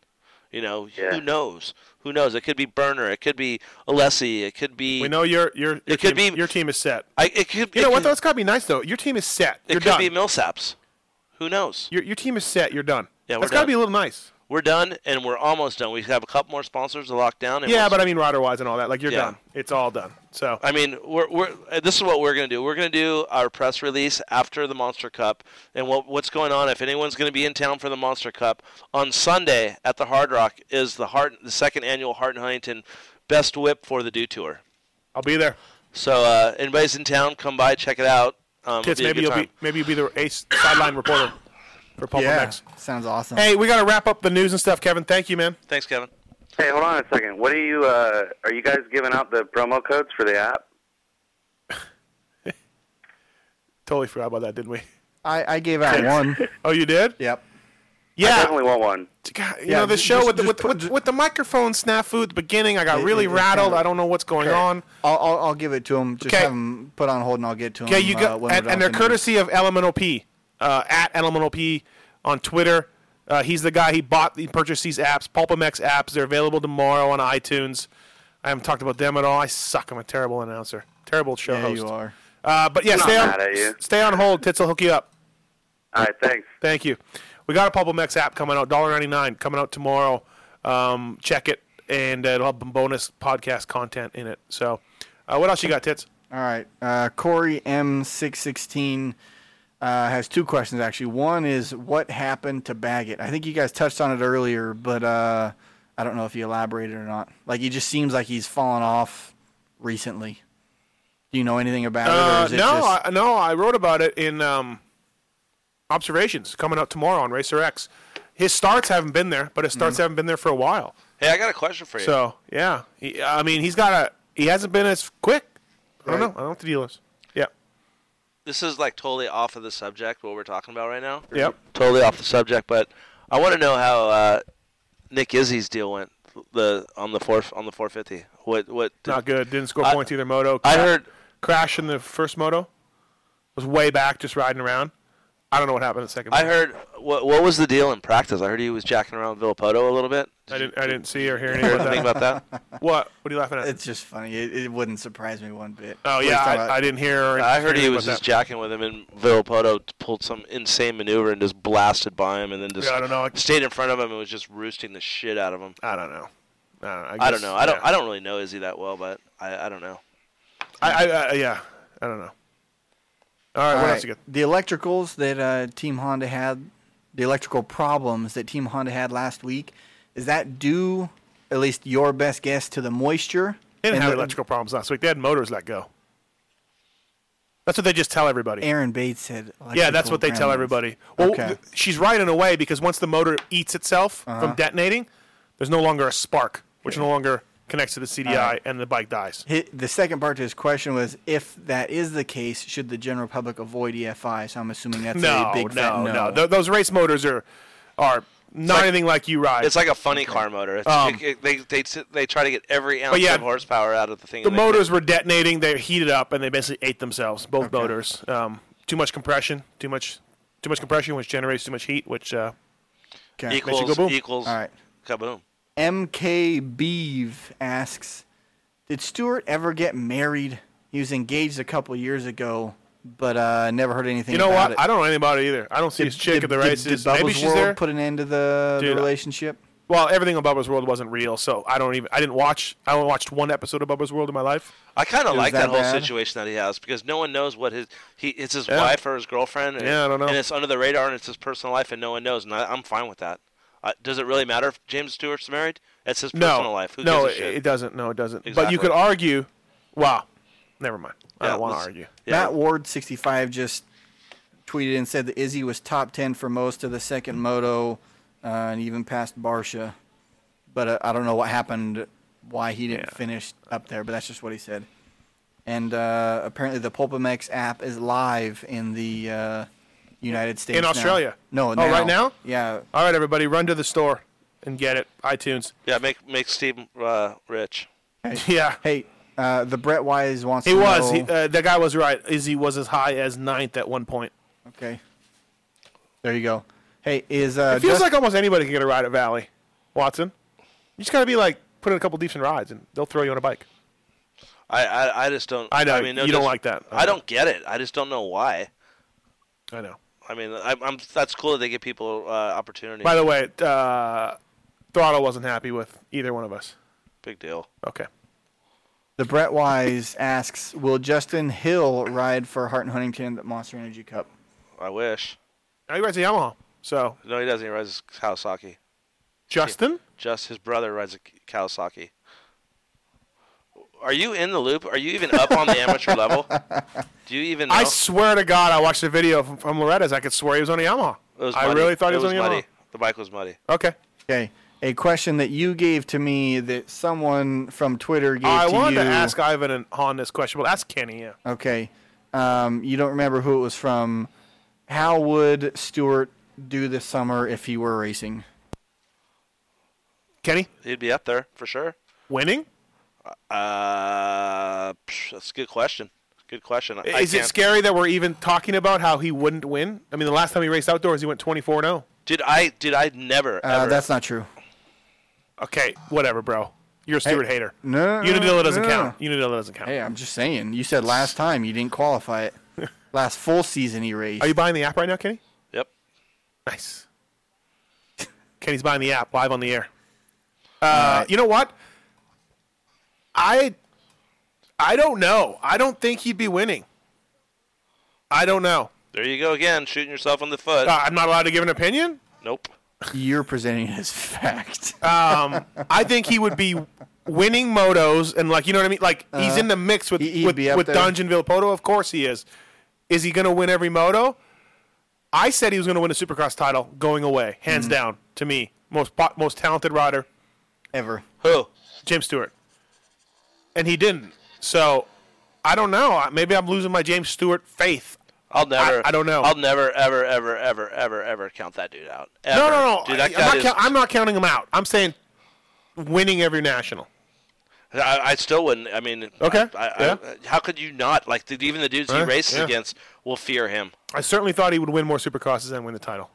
[SPEAKER 6] You know, who knows? Who knows? It could be Burner. It could be Alessi. It could be.
[SPEAKER 5] We know your your, your
[SPEAKER 6] It could
[SPEAKER 5] team, your team is set.
[SPEAKER 6] I, it could.
[SPEAKER 5] You
[SPEAKER 6] it
[SPEAKER 5] know what
[SPEAKER 6] could-
[SPEAKER 5] though? It's got to be nice though. Your team is set.
[SPEAKER 6] It
[SPEAKER 5] You're
[SPEAKER 6] could
[SPEAKER 5] done.
[SPEAKER 6] be Millsaps. Who knows?
[SPEAKER 5] Your your team is set. You're done.
[SPEAKER 6] Yeah, we're
[SPEAKER 5] That's got to
[SPEAKER 6] done.
[SPEAKER 5] be a little nice.
[SPEAKER 6] We're done, and we're almost done. We have a couple more sponsors to lock down. And
[SPEAKER 5] Yeah,
[SPEAKER 6] we'll-
[SPEAKER 5] but I mean rider wise and all that. Like you're
[SPEAKER 6] Yeah.
[SPEAKER 5] done. It's all done. So
[SPEAKER 6] I mean, we're, we're uh, this is what we're gonna do. We're gonna do our press release after the Monster Cup, and what what's going on. If anyone's gonna be in town for the Monster Cup on Sunday at the Hard Rock is the Hart the second annual Hart and Huntington Best Whip for the Dew Tour.
[SPEAKER 5] I'll be there.
[SPEAKER 6] So uh, anybody's in town, come by, check it out. Um,
[SPEAKER 5] Kids,
[SPEAKER 6] it'll
[SPEAKER 5] maybe
[SPEAKER 6] be a good
[SPEAKER 5] you'll be
[SPEAKER 6] time.
[SPEAKER 5] maybe you'll be the ace sideline reporter for Pulp
[SPEAKER 8] yeah,
[SPEAKER 5] Max.
[SPEAKER 8] sounds awesome.
[SPEAKER 5] Hey, we got to wrap up the news and stuff, Kevin. Thank you, man.
[SPEAKER 6] Thanks, Kevin.
[SPEAKER 15] Hey, hold on a second. What are you uh, are you guys giving out the promo codes for the app?
[SPEAKER 5] Totally forgot about that, didn't we?
[SPEAKER 8] I, I gave out one.
[SPEAKER 5] Oh, you did?
[SPEAKER 8] Yep.
[SPEAKER 5] Yeah.
[SPEAKER 15] I definitely want one.
[SPEAKER 5] God, You
[SPEAKER 8] Yeah,
[SPEAKER 5] know, the
[SPEAKER 8] ju-
[SPEAKER 5] show with,
[SPEAKER 8] just-
[SPEAKER 5] the,
[SPEAKER 8] just
[SPEAKER 5] with, with, with the microphone snafu at the beginning, I got
[SPEAKER 8] It-
[SPEAKER 5] really
[SPEAKER 8] it- it
[SPEAKER 5] rattled.
[SPEAKER 8] kinda-
[SPEAKER 5] I don't know what's going
[SPEAKER 8] Okay.
[SPEAKER 5] on.
[SPEAKER 8] I'll, I'll, I'll give it to him. Just
[SPEAKER 5] Okay.
[SPEAKER 8] have him put on hold, and I'll get to him.
[SPEAKER 5] Okay, you
[SPEAKER 8] uh,
[SPEAKER 5] got
[SPEAKER 8] when
[SPEAKER 5] and,
[SPEAKER 8] we're
[SPEAKER 5] and they're
[SPEAKER 8] done with
[SPEAKER 5] courtesy of LMNOP uh, at LMNOP on Twitter. Uh, he's the guy. He bought, he purchased these apps, Pulpamex apps. They're available tomorrow on iTunes. I haven't talked about them at all. I suck. I'm a terrible announcer, terrible show
[SPEAKER 8] Yeah,
[SPEAKER 5] host.
[SPEAKER 8] you are.
[SPEAKER 5] Uh, but yeah,
[SPEAKER 8] I'm
[SPEAKER 5] stay
[SPEAKER 8] not
[SPEAKER 5] on,
[SPEAKER 8] mad at you.
[SPEAKER 5] s- stay on hold. Tits will hook you up.
[SPEAKER 15] All right, thanks.
[SPEAKER 5] Thank you. We got a Pulpamex app coming out, $1.99, coming out tomorrow. Um, check it, and uh, it'll have bonus podcast content in it. So, uh, what else you got, Tits?
[SPEAKER 8] All right. Uh, Corey M616 uh, has two questions, actually. One is what happened to Baggett? I think you guys touched on it earlier, but uh, I don't know if you elaborated or not. Like, he just seems like he's fallen off recently. Do you know anything about it? Or
[SPEAKER 5] Uh,
[SPEAKER 8] is
[SPEAKER 5] no,
[SPEAKER 8] it just,
[SPEAKER 5] I, no, I wrote about it in um, Observations coming out tomorrow on Racer X. His starts haven't been there, but his starts
[SPEAKER 6] Mm-hmm.
[SPEAKER 5] haven't been there for a while.
[SPEAKER 6] Hey, I got a question for you.
[SPEAKER 5] So, yeah. He, I mean, he's got a. He hasn't been as quick. I don't know. I don't know what the deal is. Yeah.
[SPEAKER 6] this is like totally off of the subject what we're talking about right now.
[SPEAKER 5] Yep.
[SPEAKER 6] Totally off the subject, but I want to know how uh, Nick Izzy's deal went the on the four on the 450. What what did-
[SPEAKER 5] Not good. Didn't score
[SPEAKER 6] I-
[SPEAKER 5] points either moto.
[SPEAKER 6] I heard-
[SPEAKER 5] crash in the first moto. Was way back, just riding around. I don't know what happened in the second.
[SPEAKER 6] I
[SPEAKER 5] moto.
[SPEAKER 6] heard what what was the deal in practice? I heard he was jacking around Villapoto a little bit.
[SPEAKER 5] I didn't. I didn't see or hear
[SPEAKER 6] you
[SPEAKER 5] anything
[SPEAKER 6] hear
[SPEAKER 5] about,
[SPEAKER 6] anything about
[SPEAKER 5] What? What are you laughing at?
[SPEAKER 8] It's just funny. It, it wouldn't surprise me one bit.
[SPEAKER 5] Oh
[SPEAKER 8] What
[SPEAKER 5] yeah,
[SPEAKER 8] he's talking
[SPEAKER 5] I,
[SPEAKER 8] about.
[SPEAKER 5] I didn't hear. Or
[SPEAKER 6] I heard he
[SPEAKER 5] anything
[SPEAKER 6] was
[SPEAKER 5] about
[SPEAKER 6] just jacking with him, and Villapoto pulled some insane maneuver and just blasted by him, and then just
[SPEAKER 5] Yeah, I don't know.
[SPEAKER 6] stayed in front of him and was just roosting the shit out of him.
[SPEAKER 5] I don't know. I don't know. I,
[SPEAKER 6] don't
[SPEAKER 5] guess-
[SPEAKER 6] know. I don't.
[SPEAKER 5] yeah.
[SPEAKER 6] I don't really
[SPEAKER 5] uh,
[SPEAKER 6] know Izzy that well, but I, I don't know.
[SPEAKER 5] I, I, I yeah, I don't know. All right, what else you got?
[SPEAKER 8] The electricals that uh, Team Honda had, the electrical problems that Team Honda had last week, is that due, at least your best guess, to the moisture?
[SPEAKER 5] They didn't
[SPEAKER 8] and
[SPEAKER 5] have
[SPEAKER 8] the-
[SPEAKER 5] electrical problems last week. They had motors let go. That's what they just tell everybody.
[SPEAKER 8] Aaron Bates said.
[SPEAKER 5] yeah, that's
[SPEAKER 8] electrical
[SPEAKER 5] what they tell
[SPEAKER 8] gremlins.
[SPEAKER 5] everybody. Well,
[SPEAKER 8] Okay.
[SPEAKER 5] th- she's right in a way because once the motor eats itself
[SPEAKER 8] Uh-huh.
[SPEAKER 5] from detonating, there's no longer a spark, which no longer connects to the CDI,
[SPEAKER 8] Alright.
[SPEAKER 5] and the bike dies.
[SPEAKER 8] Hi- The second part to his question was if that is the case, should the general public avoid EFI? So I'm assuming that's
[SPEAKER 5] no,
[SPEAKER 8] a big fat
[SPEAKER 5] no,
[SPEAKER 8] no.
[SPEAKER 5] no, Th- those race motors are are not
[SPEAKER 6] like-
[SPEAKER 5] anything like you ride.
[SPEAKER 6] It's like a funny car motor. It's,
[SPEAKER 5] Um,
[SPEAKER 6] it- it- they, they s- they try to get every
[SPEAKER 5] But
[SPEAKER 6] ounce
[SPEAKER 5] yeah,
[SPEAKER 6] of horsepower out of the thing.
[SPEAKER 5] the
[SPEAKER 6] they can.
[SPEAKER 5] motors were detonating. They heated up, and they basically ate themselves. Both motors. Um, too much compression. Too much. Too much compression, which generates too much heat, which uh, makes you go
[SPEAKER 6] equals
[SPEAKER 5] boom.
[SPEAKER 6] equals
[SPEAKER 8] All right.
[SPEAKER 6] kaboom.
[SPEAKER 8] MK Beeve asks, "Did Stewart ever get married? He was engaged a couple years ago, but uh, never heard anything.
[SPEAKER 5] You know
[SPEAKER 8] about
[SPEAKER 5] what?
[SPEAKER 8] It.
[SPEAKER 5] I don't know anything about it either. I don't see
[SPEAKER 8] Did-
[SPEAKER 5] his chick
[SPEAKER 8] did-
[SPEAKER 5] at the
[SPEAKER 8] did-
[SPEAKER 5] races.
[SPEAKER 8] Did,
[SPEAKER 5] Maybe
[SPEAKER 8] Bubba's
[SPEAKER 5] she's
[SPEAKER 8] World
[SPEAKER 5] there.
[SPEAKER 8] put an end to uh, the, the
[SPEAKER 5] Dude, I-
[SPEAKER 8] relationship?
[SPEAKER 5] Well, everything on Bubba's World wasn't real, so I don't even. I didn't watch. I only watched one episode of Bubba's World in my life.
[SPEAKER 6] I kind
[SPEAKER 5] It
[SPEAKER 6] of
[SPEAKER 5] was
[SPEAKER 6] like
[SPEAKER 5] that
[SPEAKER 6] that, whole
[SPEAKER 5] bad?
[SPEAKER 6] situation that he has because no one knows what his he it's his
[SPEAKER 5] Yeah.
[SPEAKER 6] wife or his girlfriend. And,
[SPEAKER 5] Yeah, I don't know.
[SPEAKER 6] And it's under the radar and it's his personal life and no one knows. And I, I'm fine with that. Uh, does it really matter if James Stewart's married? It's his personal
[SPEAKER 5] no,
[SPEAKER 6] life. Who
[SPEAKER 5] no,
[SPEAKER 6] gives a
[SPEAKER 5] it,
[SPEAKER 6] shit?
[SPEAKER 5] it doesn't. No, it doesn't. But you
[SPEAKER 6] Exactly.
[SPEAKER 5] could argue. Wow, never mind. I
[SPEAKER 6] Yeah,
[SPEAKER 5] don't want to
[SPEAKER 6] let's-
[SPEAKER 5] argue.
[SPEAKER 8] Matt Ward sixty five just tweeted and said that Izzy was top ten for most of the second moto, uh, and even past Barsha. But uh, I don't know what happened, why he didn't finish up there. But that's just what he said. And uh, apparently, the Pulpamex app is live in the uh, United States
[SPEAKER 5] in
[SPEAKER 8] now.
[SPEAKER 5] Australia.
[SPEAKER 8] No,
[SPEAKER 5] oh, right now.
[SPEAKER 8] Yeah.
[SPEAKER 5] All right, everybody, run to the store and get it. iTunes.
[SPEAKER 6] Yeah, make make Steve uh, rich.
[SPEAKER 5] Yeah.
[SPEAKER 8] Hey, uh, the Brett Wise wants.
[SPEAKER 5] He
[SPEAKER 8] to
[SPEAKER 5] was. He,
[SPEAKER 8] know-
[SPEAKER 5] uh, that guy was right. Izzy was as high as ninth at one point.
[SPEAKER 8] Okay. There you go. Hey, is uh,
[SPEAKER 5] it feels
[SPEAKER 8] Dust-
[SPEAKER 5] like almost anybody can get a ride at Valley, Watson. You just gotta be like put in a couple decent rides, and they'll throw you on a bike.
[SPEAKER 6] I, I I just don't.
[SPEAKER 5] I know,
[SPEAKER 6] mean, no
[SPEAKER 5] you don't
[SPEAKER 6] dis-
[SPEAKER 5] like that. I
[SPEAKER 6] I don't get it. I just don't know why.
[SPEAKER 5] I know.
[SPEAKER 6] I mean, I, I'm that's cool that they give people uh, opportunity.
[SPEAKER 5] By the way, uh, Throttle wasn't happy with either one of us.
[SPEAKER 6] big deal.
[SPEAKER 5] Okay.
[SPEAKER 8] The Brett Wise asks, "Will Justin Hill ride for Hart and Huntington at Monster Energy Cup?"
[SPEAKER 6] I wish.
[SPEAKER 5] Now he rides a Yamaha. So
[SPEAKER 6] No, he doesn't. He rides a Kawasaki.
[SPEAKER 5] Justin?
[SPEAKER 6] Just his brother rides a Kawasaki. Are you in the loop? Are you even up on the amateur level? Do you even? Know?
[SPEAKER 5] I swear to God, I watched a video from, from Loretta's. I could swear he was on a Yamaha.
[SPEAKER 6] It was
[SPEAKER 5] I
[SPEAKER 6] muddy.
[SPEAKER 5] really thought
[SPEAKER 6] it
[SPEAKER 5] he was,
[SPEAKER 6] was
[SPEAKER 5] on a Yamaha.
[SPEAKER 6] muddy. The bike was muddy.
[SPEAKER 5] Okay.
[SPEAKER 8] Okay. A question that you gave to me that someone from Twitter gave
[SPEAKER 5] I
[SPEAKER 8] to
[SPEAKER 5] wanted
[SPEAKER 8] you.
[SPEAKER 5] to ask Ivan and Han this question. Well, ask Kenny. Yeah.
[SPEAKER 8] Okay. Um, you don't remember who it was from. How would Stewart do this summer if he were racing?
[SPEAKER 5] Kenny?
[SPEAKER 6] He'd be up there for sure.
[SPEAKER 5] Winning?
[SPEAKER 6] Uh, psh, that's a good question. Good question. I
[SPEAKER 5] Is it
[SPEAKER 6] can't-
[SPEAKER 5] scary that we're even talking about how he wouldn't win? I mean, the last time he raced outdoors, he went oh. 24 0.
[SPEAKER 6] Did I? Did I never?
[SPEAKER 8] Uh,
[SPEAKER 6] ever.
[SPEAKER 8] that's not true.
[SPEAKER 5] Okay, whatever, bro. You're a
[SPEAKER 8] Hey,
[SPEAKER 5] Stewart hater.
[SPEAKER 8] No.
[SPEAKER 5] Unadilla doesn't
[SPEAKER 8] no.
[SPEAKER 5] count. Unadilla doesn't count.
[SPEAKER 8] Hey, I'm just saying. You said last time you didn't qualify it. last full season he raced.
[SPEAKER 5] Are you buying the app right now, Kenny?
[SPEAKER 6] Yep.
[SPEAKER 5] Nice. Kenny's buying the app live on the air. Uh, You know what? I I don't know. I don't think he'd be winning. I don't know.
[SPEAKER 6] There you go again, shooting yourself in the foot.
[SPEAKER 5] Uh, I'm not allowed to give an opinion.
[SPEAKER 6] Nope.
[SPEAKER 8] You're presenting it as fact.
[SPEAKER 5] Um, I think he would be winning motos and like you know what I mean. Like he's
[SPEAKER 8] Uh-huh.
[SPEAKER 5] in the mix with
[SPEAKER 8] He- he'd
[SPEAKER 5] with,
[SPEAKER 8] be up
[SPEAKER 5] with
[SPEAKER 8] there.
[SPEAKER 5] Dungeon Villapoto. Of course he is. Is he going to win every moto? I said he was going to win a Supercross title going away, hands
[SPEAKER 8] Mm-hmm.
[SPEAKER 5] down to me. Most po- most talented rider
[SPEAKER 8] ever.
[SPEAKER 6] Who?
[SPEAKER 5] Jim Stewart. And he didn't. So I don't know. I- Maybe I'm losing my James Stewart faith.
[SPEAKER 6] I'll never.
[SPEAKER 5] I, don't know.
[SPEAKER 6] I'll never, ever, ever, ever, ever, ever count that dude out. Ever.
[SPEAKER 5] No, no, no.
[SPEAKER 6] Dude,
[SPEAKER 5] I,
[SPEAKER 6] that
[SPEAKER 5] am
[SPEAKER 6] guy
[SPEAKER 5] not
[SPEAKER 6] is-
[SPEAKER 5] count- I'm not counting him out. I'm saying winning every national.
[SPEAKER 6] I, I still wouldn't. I mean,
[SPEAKER 5] Okay,
[SPEAKER 6] I, I,
[SPEAKER 5] yeah.
[SPEAKER 6] I- how could you not? Like the, even the dudes he
[SPEAKER 5] Huh,
[SPEAKER 6] races
[SPEAKER 5] yeah.
[SPEAKER 6] against will fear him.
[SPEAKER 5] I certainly thought he would win more Supercrosses and win the title.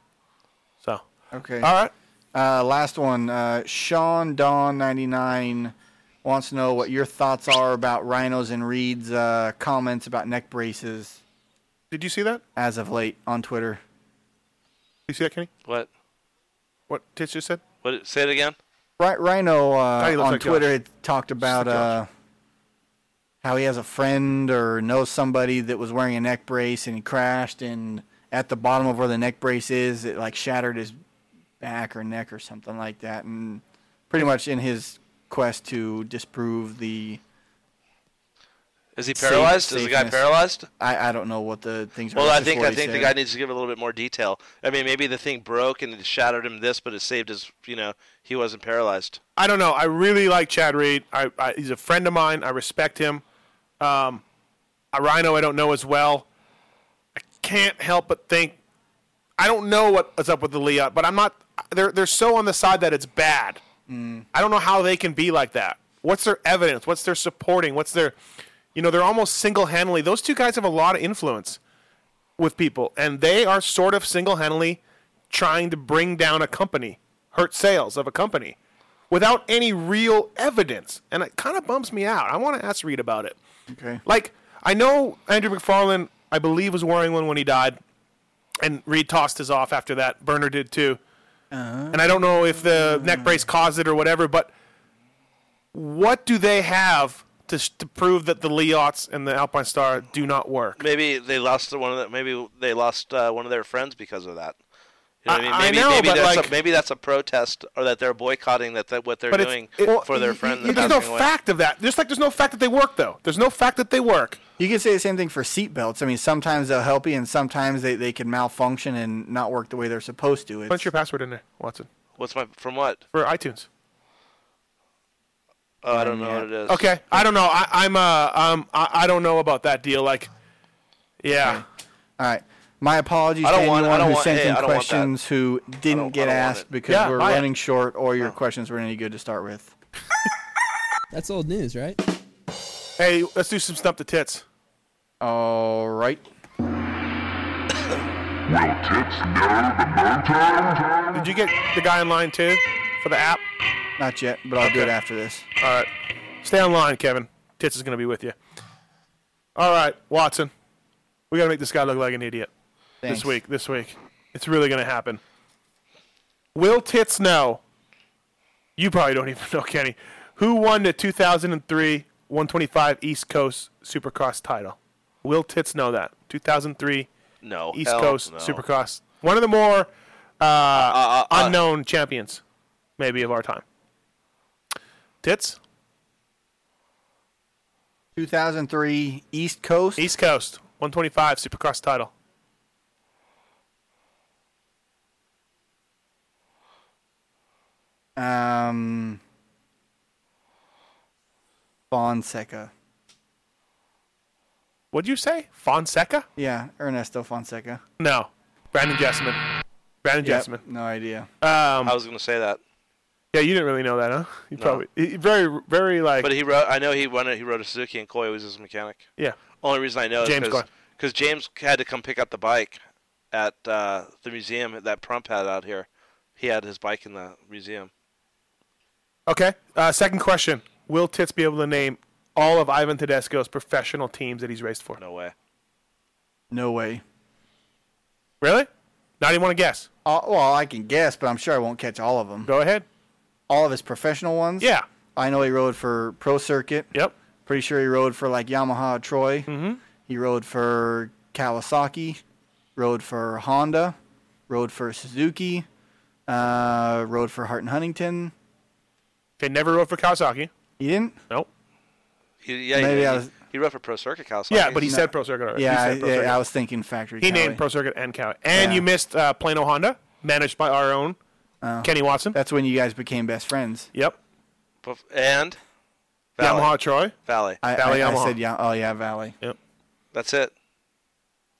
[SPEAKER 5] So
[SPEAKER 8] Okay.
[SPEAKER 5] All right.
[SPEAKER 8] Uh, last one. Uh, Sean Don ninety nine wants to know what your thoughts are about Rhinos and Reed's uh, comments about neck braces.
[SPEAKER 5] Did you see that?
[SPEAKER 8] As of late on Twitter.
[SPEAKER 5] You see that, Kenny?
[SPEAKER 6] What?
[SPEAKER 5] What Titch just said?
[SPEAKER 6] What? it- Say it again.
[SPEAKER 8] Ri- Rhino uh,
[SPEAKER 5] Thought Oh, he
[SPEAKER 8] on
[SPEAKER 5] looked like
[SPEAKER 8] Twitter
[SPEAKER 5] Josh.
[SPEAKER 8] had talked about uh, how he has a friend or knows somebody that was wearing a neck brace and he crashed and at the bottom of where the neck brace is, it like shattered his back or neck or something like that, and pretty much in his quest to disprove the.
[SPEAKER 6] Is he
[SPEAKER 8] safe-
[SPEAKER 6] paralyzed? Is the guy
[SPEAKER 8] safeness.
[SPEAKER 6] paralyzed?
[SPEAKER 8] I, I don't know what the things.
[SPEAKER 6] Well,
[SPEAKER 8] are.
[SPEAKER 6] I
[SPEAKER 8] That's just
[SPEAKER 6] think
[SPEAKER 8] what
[SPEAKER 6] I
[SPEAKER 8] he
[SPEAKER 6] think the
[SPEAKER 8] said.
[SPEAKER 6] guy needs to give a little bit more detail. I mean, maybe the thing broke and it shattered him this, but it saved his. You know, he wasn't paralyzed.
[SPEAKER 5] I don't know. I really like Chad Reed. I, I, he's a friend of mine. I respect him. Um, I- Rhino, I don't know as well. I can't help but think. I don't know what is up with the Leot, but I'm not. They're they're so on the side that it's bad.
[SPEAKER 30] Mm.
[SPEAKER 5] I don't know how they can be like that. What's their evidence? What's their supporting? What's their, you know, they're almost single handedly. Those two guys have a lot of influence with people, and they are sort of single handedly trying to bring down a company, hurt sales of a company, without any real evidence. And it kind of bums me out. I want to ask Reed about it.
[SPEAKER 8] Okay.
[SPEAKER 5] Like, I know Andrew McFarlane, I believe, was wearing one when he died, and Reed tossed his off after that. Burner did too. And I don't know if the neck brace caused it or whatever, but what do they have to, s- to prove that the Leots and the Alpine Star do not work?
[SPEAKER 6] Maybe they lost one of the, maybe they lost uh, one of their friends because of that. You know what I, mean?
[SPEAKER 5] I- I
[SPEAKER 6] Maybe,
[SPEAKER 5] know,
[SPEAKER 6] maybe
[SPEAKER 5] but
[SPEAKER 6] that's
[SPEAKER 5] like-
[SPEAKER 6] a, maybe that's a protest or that they're boycotting that, that what they're
[SPEAKER 5] But it's-
[SPEAKER 6] doing
[SPEAKER 5] it- well,
[SPEAKER 6] for their friend.
[SPEAKER 5] But there's
[SPEAKER 6] that's
[SPEAKER 5] no
[SPEAKER 6] passing away.
[SPEAKER 5] fact of that. Just like there's no fact that they work, though. There's no fact that they work.
[SPEAKER 8] You can say the same thing for seat belts. I mean, sometimes they'll help you, and sometimes they, they can malfunction and not work the way they're supposed to. It's
[SPEAKER 5] Punch your password in there, Watson,
[SPEAKER 6] What's my from what?
[SPEAKER 5] for iTunes.
[SPEAKER 6] Oh, I don't know what it is.
[SPEAKER 5] Okay, I don't know. I, I'm uh um I, I don't know about that deal. Like, yeah.
[SPEAKER 8] All right. My apologies
[SPEAKER 5] I
[SPEAKER 8] to
[SPEAKER 5] don't want-
[SPEAKER 8] anyone
[SPEAKER 5] I don't
[SPEAKER 8] who
[SPEAKER 5] want-
[SPEAKER 8] sent
[SPEAKER 5] hey, I
[SPEAKER 8] in
[SPEAKER 5] don't want that.
[SPEAKER 8] questions who didn't get asked because
[SPEAKER 22] Yeah,
[SPEAKER 8] we're
[SPEAKER 22] buy it.
[SPEAKER 8] running short or
[SPEAKER 5] Oh.
[SPEAKER 8] your questions weren't any good to start with.
[SPEAKER 22] That's old news, right?
[SPEAKER 5] Hey, let's do some stump the tits.
[SPEAKER 8] All right.
[SPEAKER 5] Did you get the guy in line too for the app?
[SPEAKER 8] Not yet, but I'll do it after this.
[SPEAKER 5] All right, stay on line, Kevin. Tits is gonna be with you. All right, Watson, we gotta make this guy look like an idiot
[SPEAKER 8] Thanks.
[SPEAKER 5] this week. This week, it's really gonna happen. Will Tits know? You probably don't even know, Kenny. Who won the 2003 125 East Coast Supercross title? Will Tits know that? 2003
[SPEAKER 6] No.
[SPEAKER 5] East
[SPEAKER 6] hell
[SPEAKER 5] Coast
[SPEAKER 6] no.
[SPEAKER 5] Supercross. One of the more uh,
[SPEAKER 6] uh, uh.
[SPEAKER 5] unknown champions, maybe, of our time. Tits?
[SPEAKER 8] 2003 East Coast?
[SPEAKER 5] East Coast. 125 Supercross title.
[SPEAKER 8] Um, Fonseca.
[SPEAKER 5] What'd you say? Fonseca?
[SPEAKER 8] Yeah, Ernesto Fonseca.
[SPEAKER 5] No. Brandon Jessman. Brandon
[SPEAKER 8] Yep,
[SPEAKER 5] Jessman.
[SPEAKER 8] No idea.
[SPEAKER 5] Um,
[SPEAKER 6] I was going to say that.
[SPEAKER 5] Yeah, you didn't really know that, huh? You
[SPEAKER 6] No.
[SPEAKER 5] probably. he- he very, very like.
[SPEAKER 6] But he wrote. I know he won it. He wrote a Suzuki, and Coy was his mechanic.
[SPEAKER 5] Yeah.
[SPEAKER 6] Only reason I know
[SPEAKER 5] James
[SPEAKER 6] is
[SPEAKER 5] Coy.
[SPEAKER 6] because James had to come pick up the bike at uh, the museum that Prump had out here. He had his bike in the museum.
[SPEAKER 5] Okay. Uh, second question. Will Tits be able to name all of Ivan Tedesco's professional teams that he's raced for?
[SPEAKER 6] No way.
[SPEAKER 8] No way.
[SPEAKER 5] Really? Not even want to guess.
[SPEAKER 8] Uh, well, I can guess, but I'm sure I won't catch all of them.
[SPEAKER 5] Go ahead.
[SPEAKER 8] All of his professional ones?
[SPEAKER 5] Yeah.
[SPEAKER 8] I know he rode for Pro Circuit.
[SPEAKER 5] Yep.
[SPEAKER 8] Pretty sure he rode for like Yamaha Troy. Mm-hmm. He rode for Kawasaki, rode for Honda, rode for Suzuki, uh, rode for Hart and Huntington.
[SPEAKER 5] Okay, never rode for Kawasaki.
[SPEAKER 8] He didn't?
[SPEAKER 5] Nope.
[SPEAKER 6] He, yeah,
[SPEAKER 8] Maybe
[SPEAKER 6] he,
[SPEAKER 8] I was-
[SPEAKER 6] he wrote for Pro Circuit Kawasaki.
[SPEAKER 5] Yeah, but he
[SPEAKER 8] No.
[SPEAKER 5] said Pro Circuit already. He
[SPEAKER 8] Yeah,
[SPEAKER 5] said Pro
[SPEAKER 8] yeah,
[SPEAKER 5] Circuit.
[SPEAKER 8] I was thinking Factory
[SPEAKER 5] He
[SPEAKER 8] Cali.
[SPEAKER 5] named Pro Circuit and Cow. And you missed uh, Plano Honda, managed by our own.
[SPEAKER 8] Oh.
[SPEAKER 5] Kenny Watson.
[SPEAKER 8] That's when you guys became best friends.
[SPEAKER 5] Yep.
[SPEAKER 6] Bef- And
[SPEAKER 5] Yamaha Troy.
[SPEAKER 6] Valley.
[SPEAKER 8] I,
[SPEAKER 5] Valley
[SPEAKER 8] I, I
[SPEAKER 5] Yamaha.
[SPEAKER 8] said, yeah, oh yeah, Valley.
[SPEAKER 5] Yep.
[SPEAKER 6] That's it.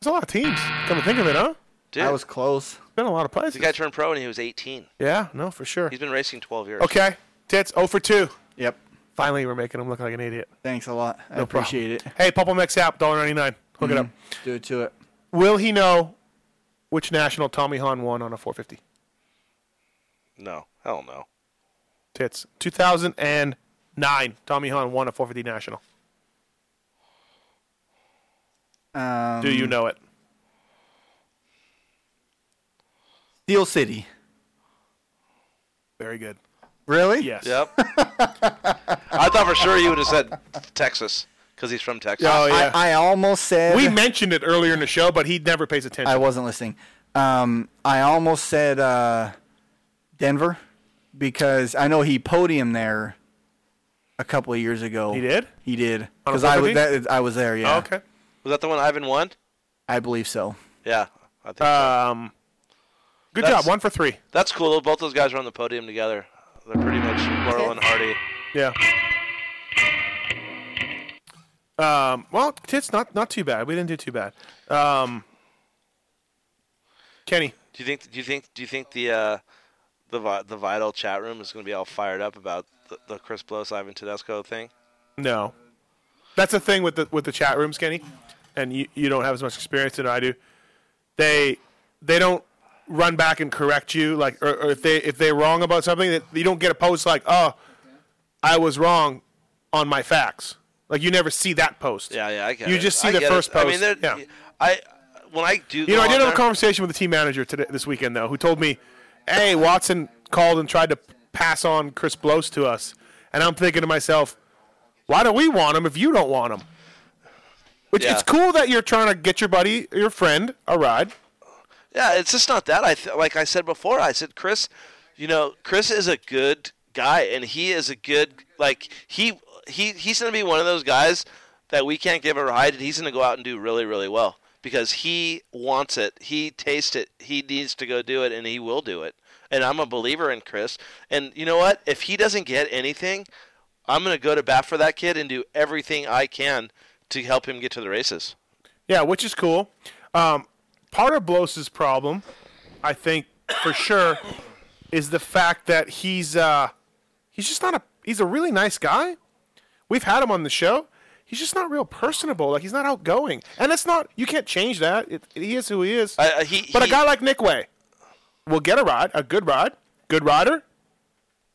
[SPEAKER 5] There's a lot of teams. Come to think of it, huh?
[SPEAKER 6] Dude.
[SPEAKER 8] I was close.
[SPEAKER 5] Been a lot of places.
[SPEAKER 6] The guy turned pro when he was 18.
[SPEAKER 5] Yeah, no, for sure.
[SPEAKER 6] He's been racing 12 years.
[SPEAKER 5] Okay. Tits, 0 for 2.
[SPEAKER 8] Yep.
[SPEAKER 5] Finally, we're making him look like an idiot.
[SPEAKER 8] Thanks a lot. I
[SPEAKER 5] No problem.
[SPEAKER 8] appreciate it. Mm-hmm.
[SPEAKER 5] Hey, Purple Mix app, $1.99. Hook it up.
[SPEAKER 8] Do it to it.
[SPEAKER 5] Will he know which national Tommy Hahn won on a 450?
[SPEAKER 6] No. Hell no.
[SPEAKER 5] Tits. 2009, Tommy Hahn won a 450 national.
[SPEAKER 8] Um,
[SPEAKER 5] Do you know it?
[SPEAKER 8] Steel City.
[SPEAKER 5] Very good.
[SPEAKER 8] Really?
[SPEAKER 5] Yes.
[SPEAKER 6] Yep. I thought for sure you would have said Texas. because he's from Texas.
[SPEAKER 5] Oh, yeah.
[SPEAKER 8] I, I almost said
[SPEAKER 5] we mentioned it earlier in the show, but he never pays attention.
[SPEAKER 8] I wasn't listening. Um, I almost said uh, Denver because I know he podiumed there a couple of years ago.
[SPEAKER 5] He did?
[SPEAKER 8] He did.
[SPEAKER 6] On a
[SPEAKER 8] Because I was
[SPEAKER 6] Liberty?
[SPEAKER 8] that, I was there.
[SPEAKER 5] Oh,
[SPEAKER 8] Yeah.
[SPEAKER 6] okay. Was that the one Ivan won?
[SPEAKER 8] I believe so.
[SPEAKER 6] Yeah, I think.
[SPEAKER 5] Um, Good
[SPEAKER 6] That's-
[SPEAKER 5] job, one for three.
[SPEAKER 6] That's cool. Both those guys are on the podium together. They're pretty much Laurel and Hardy.
[SPEAKER 5] Yeah. Um, well, tits not not too bad. We didn't do too bad. Um, Kenny,
[SPEAKER 6] Do you think? Do you think? Do you think the uh, the vi- the vital chat room is going to be all fired up about the, the Chris Bloss Ivan Tedesco thing?
[SPEAKER 5] no. That's the thing with the with the chat rooms, Kenny, and you, you don't have as much experience as I do. They they don't run back and correct you like or, or if they if they're wrong about something that you don't get a post like oh I was wrong on my facts like you never see that post
[SPEAKER 6] Yeah, yeah, I get
[SPEAKER 5] you
[SPEAKER 6] it.
[SPEAKER 5] just see
[SPEAKER 6] I
[SPEAKER 5] the
[SPEAKER 6] get
[SPEAKER 5] first
[SPEAKER 6] it.
[SPEAKER 5] post
[SPEAKER 6] I mean, they're-
[SPEAKER 5] yeah.
[SPEAKER 6] I when I do.
[SPEAKER 5] You know, I did have a
[SPEAKER 6] comment.
[SPEAKER 5] conversation with the team manager today this weekend though, who told me, "Hey, Watson called and tried to pass on Chris Blows to us," and I'm thinking to myself, "Why do we want him if you don't want him?" Which
[SPEAKER 6] Yeah.
[SPEAKER 5] it's cool that you're trying to get your buddy, your friend, a ride.
[SPEAKER 6] Yeah, it's just not that. I th- like I said before. I said Chris, you know, Chris is a good guy, and he is a good like he he he's gonna be one of those guys that we can't give a ride, and he's gonna go out and do really really well because he wants it, he tastes it, he needs to go do it, and he will do it. And I'm a believer in Chris. And you know what? If he doesn't get anything, I'm gonna go to bat for that kid and do everything I can to help him get to the races.
[SPEAKER 5] Yeah, which is cool. Um, part of Blos's problem, I think, for sure, is the fact that he's uh, he's just not a he's a really nice guy. We've had him on the show. He's just not real personable. Like he's not outgoing, and it's not you can't change that. It, he is who uh, he is. but a guy like Nick Way will get a ride, a good ride, good rider.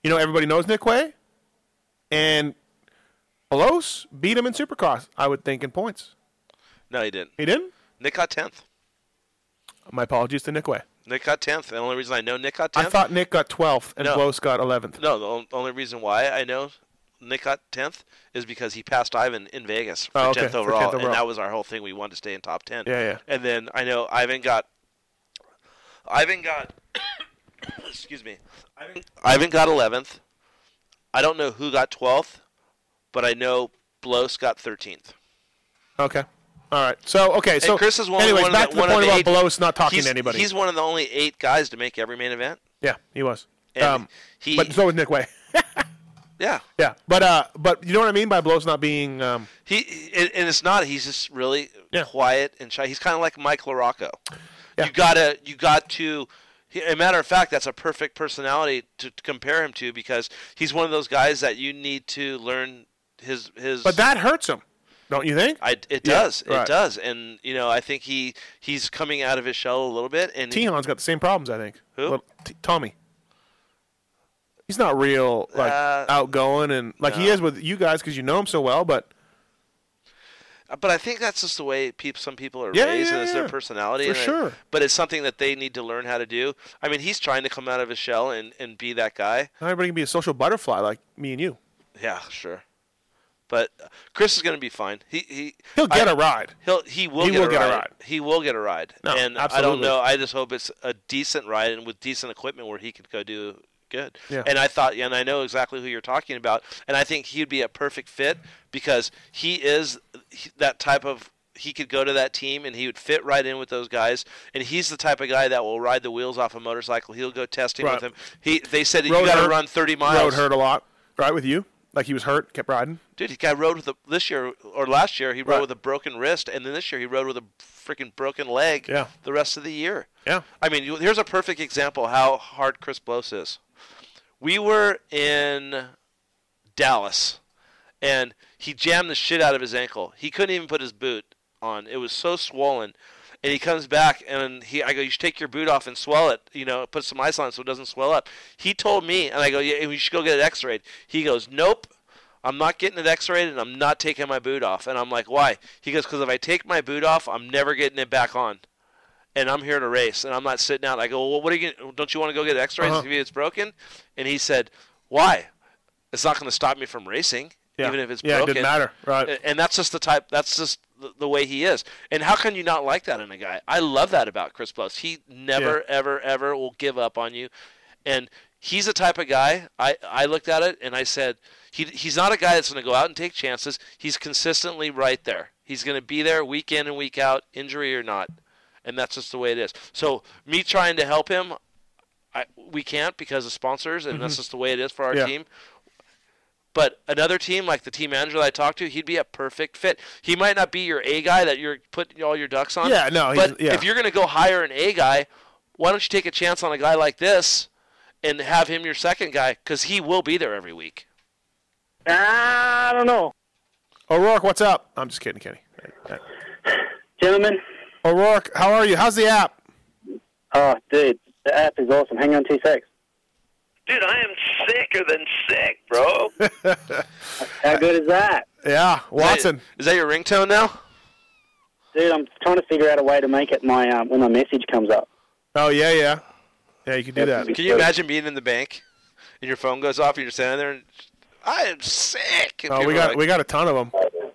[SPEAKER 5] You know everybody knows Nick Way, and Pelos beat him in Supercross. I would think in points.
[SPEAKER 6] No, he didn't.
[SPEAKER 5] He didn't.
[SPEAKER 6] Nick got tenth.
[SPEAKER 5] My apologies to Nick Way.
[SPEAKER 6] Nick got tenth. The only reason I know Nick got
[SPEAKER 5] I
[SPEAKER 6] tenth.
[SPEAKER 5] thought Nick got 12th and
[SPEAKER 6] No.
[SPEAKER 5] Blos got 11th.
[SPEAKER 6] No, the on- only reason why I know Nick got tenth is because he passed Ivan in Vegas for
[SPEAKER 5] Oh,
[SPEAKER 6] tenth
[SPEAKER 5] okay, for 10th
[SPEAKER 6] overall,
[SPEAKER 5] overall.
[SPEAKER 6] and that was our whole thing. We wanted to stay in top ten.
[SPEAKER 5] Yeah, yeah.
[SPEAKER 6] And then I know Ivan got. Ivan got. excuse me. Ivan, Ivan got eleventh. I don't know who got twelfth, but I know Blos got thirteenth.
[SPEAKER 5] Okay. All right. So, okay.
[SPEAKER 6] And
[SPEAKER 5] So,
[SPEAKER 6] Chris is one.
[SPEAKER 5] anyways,
[SPEAKER 6] one
[SPEAKER 5] back
[SPEAKER 6] of
[SPEAKER 5] to
[SPEAKER 6] the,
[SPEAKER 5] the
[SPEAKER 6] one of
[SPEAKER 5] point
[SPEAKER 6] the
[SPEAKER 5] about
[SPEAKER 6] eight-
[SPEAKER 5] Blos not talking
[SPEAKER 6] he's-
[SPEAKER 5] to anybody.
[SPEAKER 6] He's one of the only eight guys to make every main event.
[SPEAKER 5] yeah, he was.
[SPEAKER 6] And
[SPEAKER 5] Um,
[SPEAKER 6] he-
[SPEAKER 5] but so was Nick Way.
[SPEAKER 6] Yeah.
[SPEAKER 5] Yeah. But, uh, but you know what I mean by Blos not being. Um,
[SPEAKER 6] He and, and it's not. He's just really quiet and shy. He's kind of like Mike Larocco. You gotta, you got to. he- a matter of fact, that's a perfect personality to, to compare him to because he's one of those guys that you need to learn his his.
[SPEAKER 5] but that hurts him, don't you think?
[SPEAKER 6] I, it
[SPEAKER 5] Yeah,
[SPEAKER 6] does.
[SPEAKER 5] right.
[SPEAKER 6] It does. And you know, I think he he's coming out of his shell a little bit. And
[SPEAKER 5] Tihan's got the same problems, I think.
[SPEAKER 6] Who?
[SPEAKER 5] Well, T- Tommy. He's not real like
[SPEAKER 6] Uh,
[SPEAKER 5] outgoing and like he
[SPEAKER 6] no.
[SPEAKER 5] is with you guys because you know him so well, but
[SPEAKER 6] uh, But I think that's just the way peop some people are
[SPEAKER 5] Yeah,
[SPEAKER 6] raised,
[SPEAKER 5] yeah,
[SPEAKER 6] and it's
[SPEAKER 5] yeah.
[SPEAKER 6] their personality.
[SPEAKER 5] For
[SPEAKER 6] and I-
[SPEAKER 5] sure.
[SPEAKER 6] but it's something that they need to learn how to do. I mean, he's trying to come out of his shell and, and be that guy.
[SPEAKER 5] not everybody can be a social butterfly like me and you.
[SPEAKER 6] Yeah, sure. But uh, Chris is going to be fine. He he
[SPEAKER 5] He'll get
[SPEAKER 6] a
[SPEAKER 5] a ride.
[SPEAKER 6] He'll he will,
[SPEAKER 5] He
[SPEAKER 6] get,
[SPEAKER 5] will
[SPEAKER 6] a
[SPEAKER 5] get a
[SPEAKER 6] ride.
[SPEAKER 5] ride.
[SPEAKER 6] He will get a ride.
[SPEAKER 5] No,
[SPEAKER 6] and I
[SPEAKER 5] absolutely.
[SPEAKER 6] don't know. I just hope it's a decent ride and with decent equipment where he could go do good.
[SPEAKER 5] Yeah.
[SPEAKER 6] And I thought, and I know exactly who you're talking about, and I think he'd be a perfect fit because he is he- that type of. He could go to that team and he would fit right in with those guys. And he's the type of guy that will ride the wheels off a motorcycle. He'll go testing
[SPEAKER 5] Right.
[SPEAKER 6] with him. He they said
[SPEAKER 5] Road
[SPEAKER 6] you got
[SPEAKER 5] hurt-
[SPEAKER 6] to run 30
[SPEAKER 5] Road
[SPEAKER 6] miles.
[SPEAKER 5] hurt a lot, right? With you, like he was hurt, kept riding.
[SPEAKER 6] Dude, he guy rode with a this year or last year he rode
[SPEAKER 5] Right.
[SPEAKER 6] with a broken wrist, and then this year he rode with a freaking broken leg.
[SPEAKER 5] Yeah.
[SPEAKER 6] The rest of the year.
[SPEAKER 5] Yeah.
[SPEAKER 6] I mean, you, here's a perfect example how hard Chris Blos is. We were in Dallas, and he jammed the shit out of his ankle. He couldn't even put his boot on. It was so swollen. And he comes back, and he, I go, you should take your boot off and swell it. You know, put some ice on it so it doesn't swell up. He told me, and I go, yeah, you should go get it X-rayed. He goes, nope. I'm not getting it x-rayed and I'm not taking my boot off. And I'm like, why? He goes, because if I take my boot off, I'm never getting it back on. And I'm here to race and I'm not sitting out. I go, well, what are you going to, don't you want to go get x-rays
[SPEAKER 5] Uh-huh.
[SPEAKER 6] if it's broken? And he said, why? It's not going to stop me from racing.
[SPEAKER 5] Yeah.
[SPEAKER 6] even if it's
[SPEAKER 5] Yeah, it
[SPEAKER 6] broken.
[SPEAKER 5] didn't matter. Right.
[SPEAKER 6] A- And that's just the type. That's just the- the way he is. And how can you not like that in a guy? I love that about Chris Plus. He never, ever, ever will give up on you. And he's the type of guy. I I looked at it and I said, he he's not a guy that's going to go out and take chances. He's consistently right there. He's going to be there week in and week out, injury or not. And that's just the way it is. So me trying to help him, I, we can't because of sponsors, and that's
[SPEAKER 5] Mhm.
[SPEAKER 6] just the way it is for our
[SPEAKER 5] Yeah.
[SPEAKER 6] team. But another team like the team manager that I talked to, he'd be a perfect fit. He might not be your A guy that you're putting all your ducks on.
[SPEAKER 5] Yeah, no, he's-
[SPEAKER 6] But
[SPEAKER 5] yeah.
[SPEAKER 6] if you're going to go hire an A guy, why don't you take a chance on a guy like this and have him your second guy because he will be there every week.
[SPEAKER 5] I don't know. O'Rourke, what's up? I'm just kidding, Kenny.
[SPEAKER 27] Gentlemen.
[SPEAKER 5] O'Rourke, how are you? How's the app?
[SPEAKER 27] Oh, dude, the app is awesome. Hang on two secs.
[SPEAKER 31] Dude, I am sicker than sick, bro.
[SPEAKER 27] How good is that?
[SPEAKER 5] Yeah, Watson.
[SPEAKER 6] Is that your ringtone now?
[SPEAKER 27] Dude, I'm trying to figure out a way to make it my um, when my message comes up.
[SPEAKER 5] Oh yeah, yeah, yeah. You can do that.
[SPEAKER 6] Can you imagine being in the bank and your phone goes off and you're standing there and I am sick. And
[SPEAKER 5] Oh,
[SPEAKER 6] people
[SPEAKER 5] we
[SPEAKER 6] are
[SPEAKER 5] got
[SPEAKER 6] like,
[SPEAKER 5] we got a ton of them.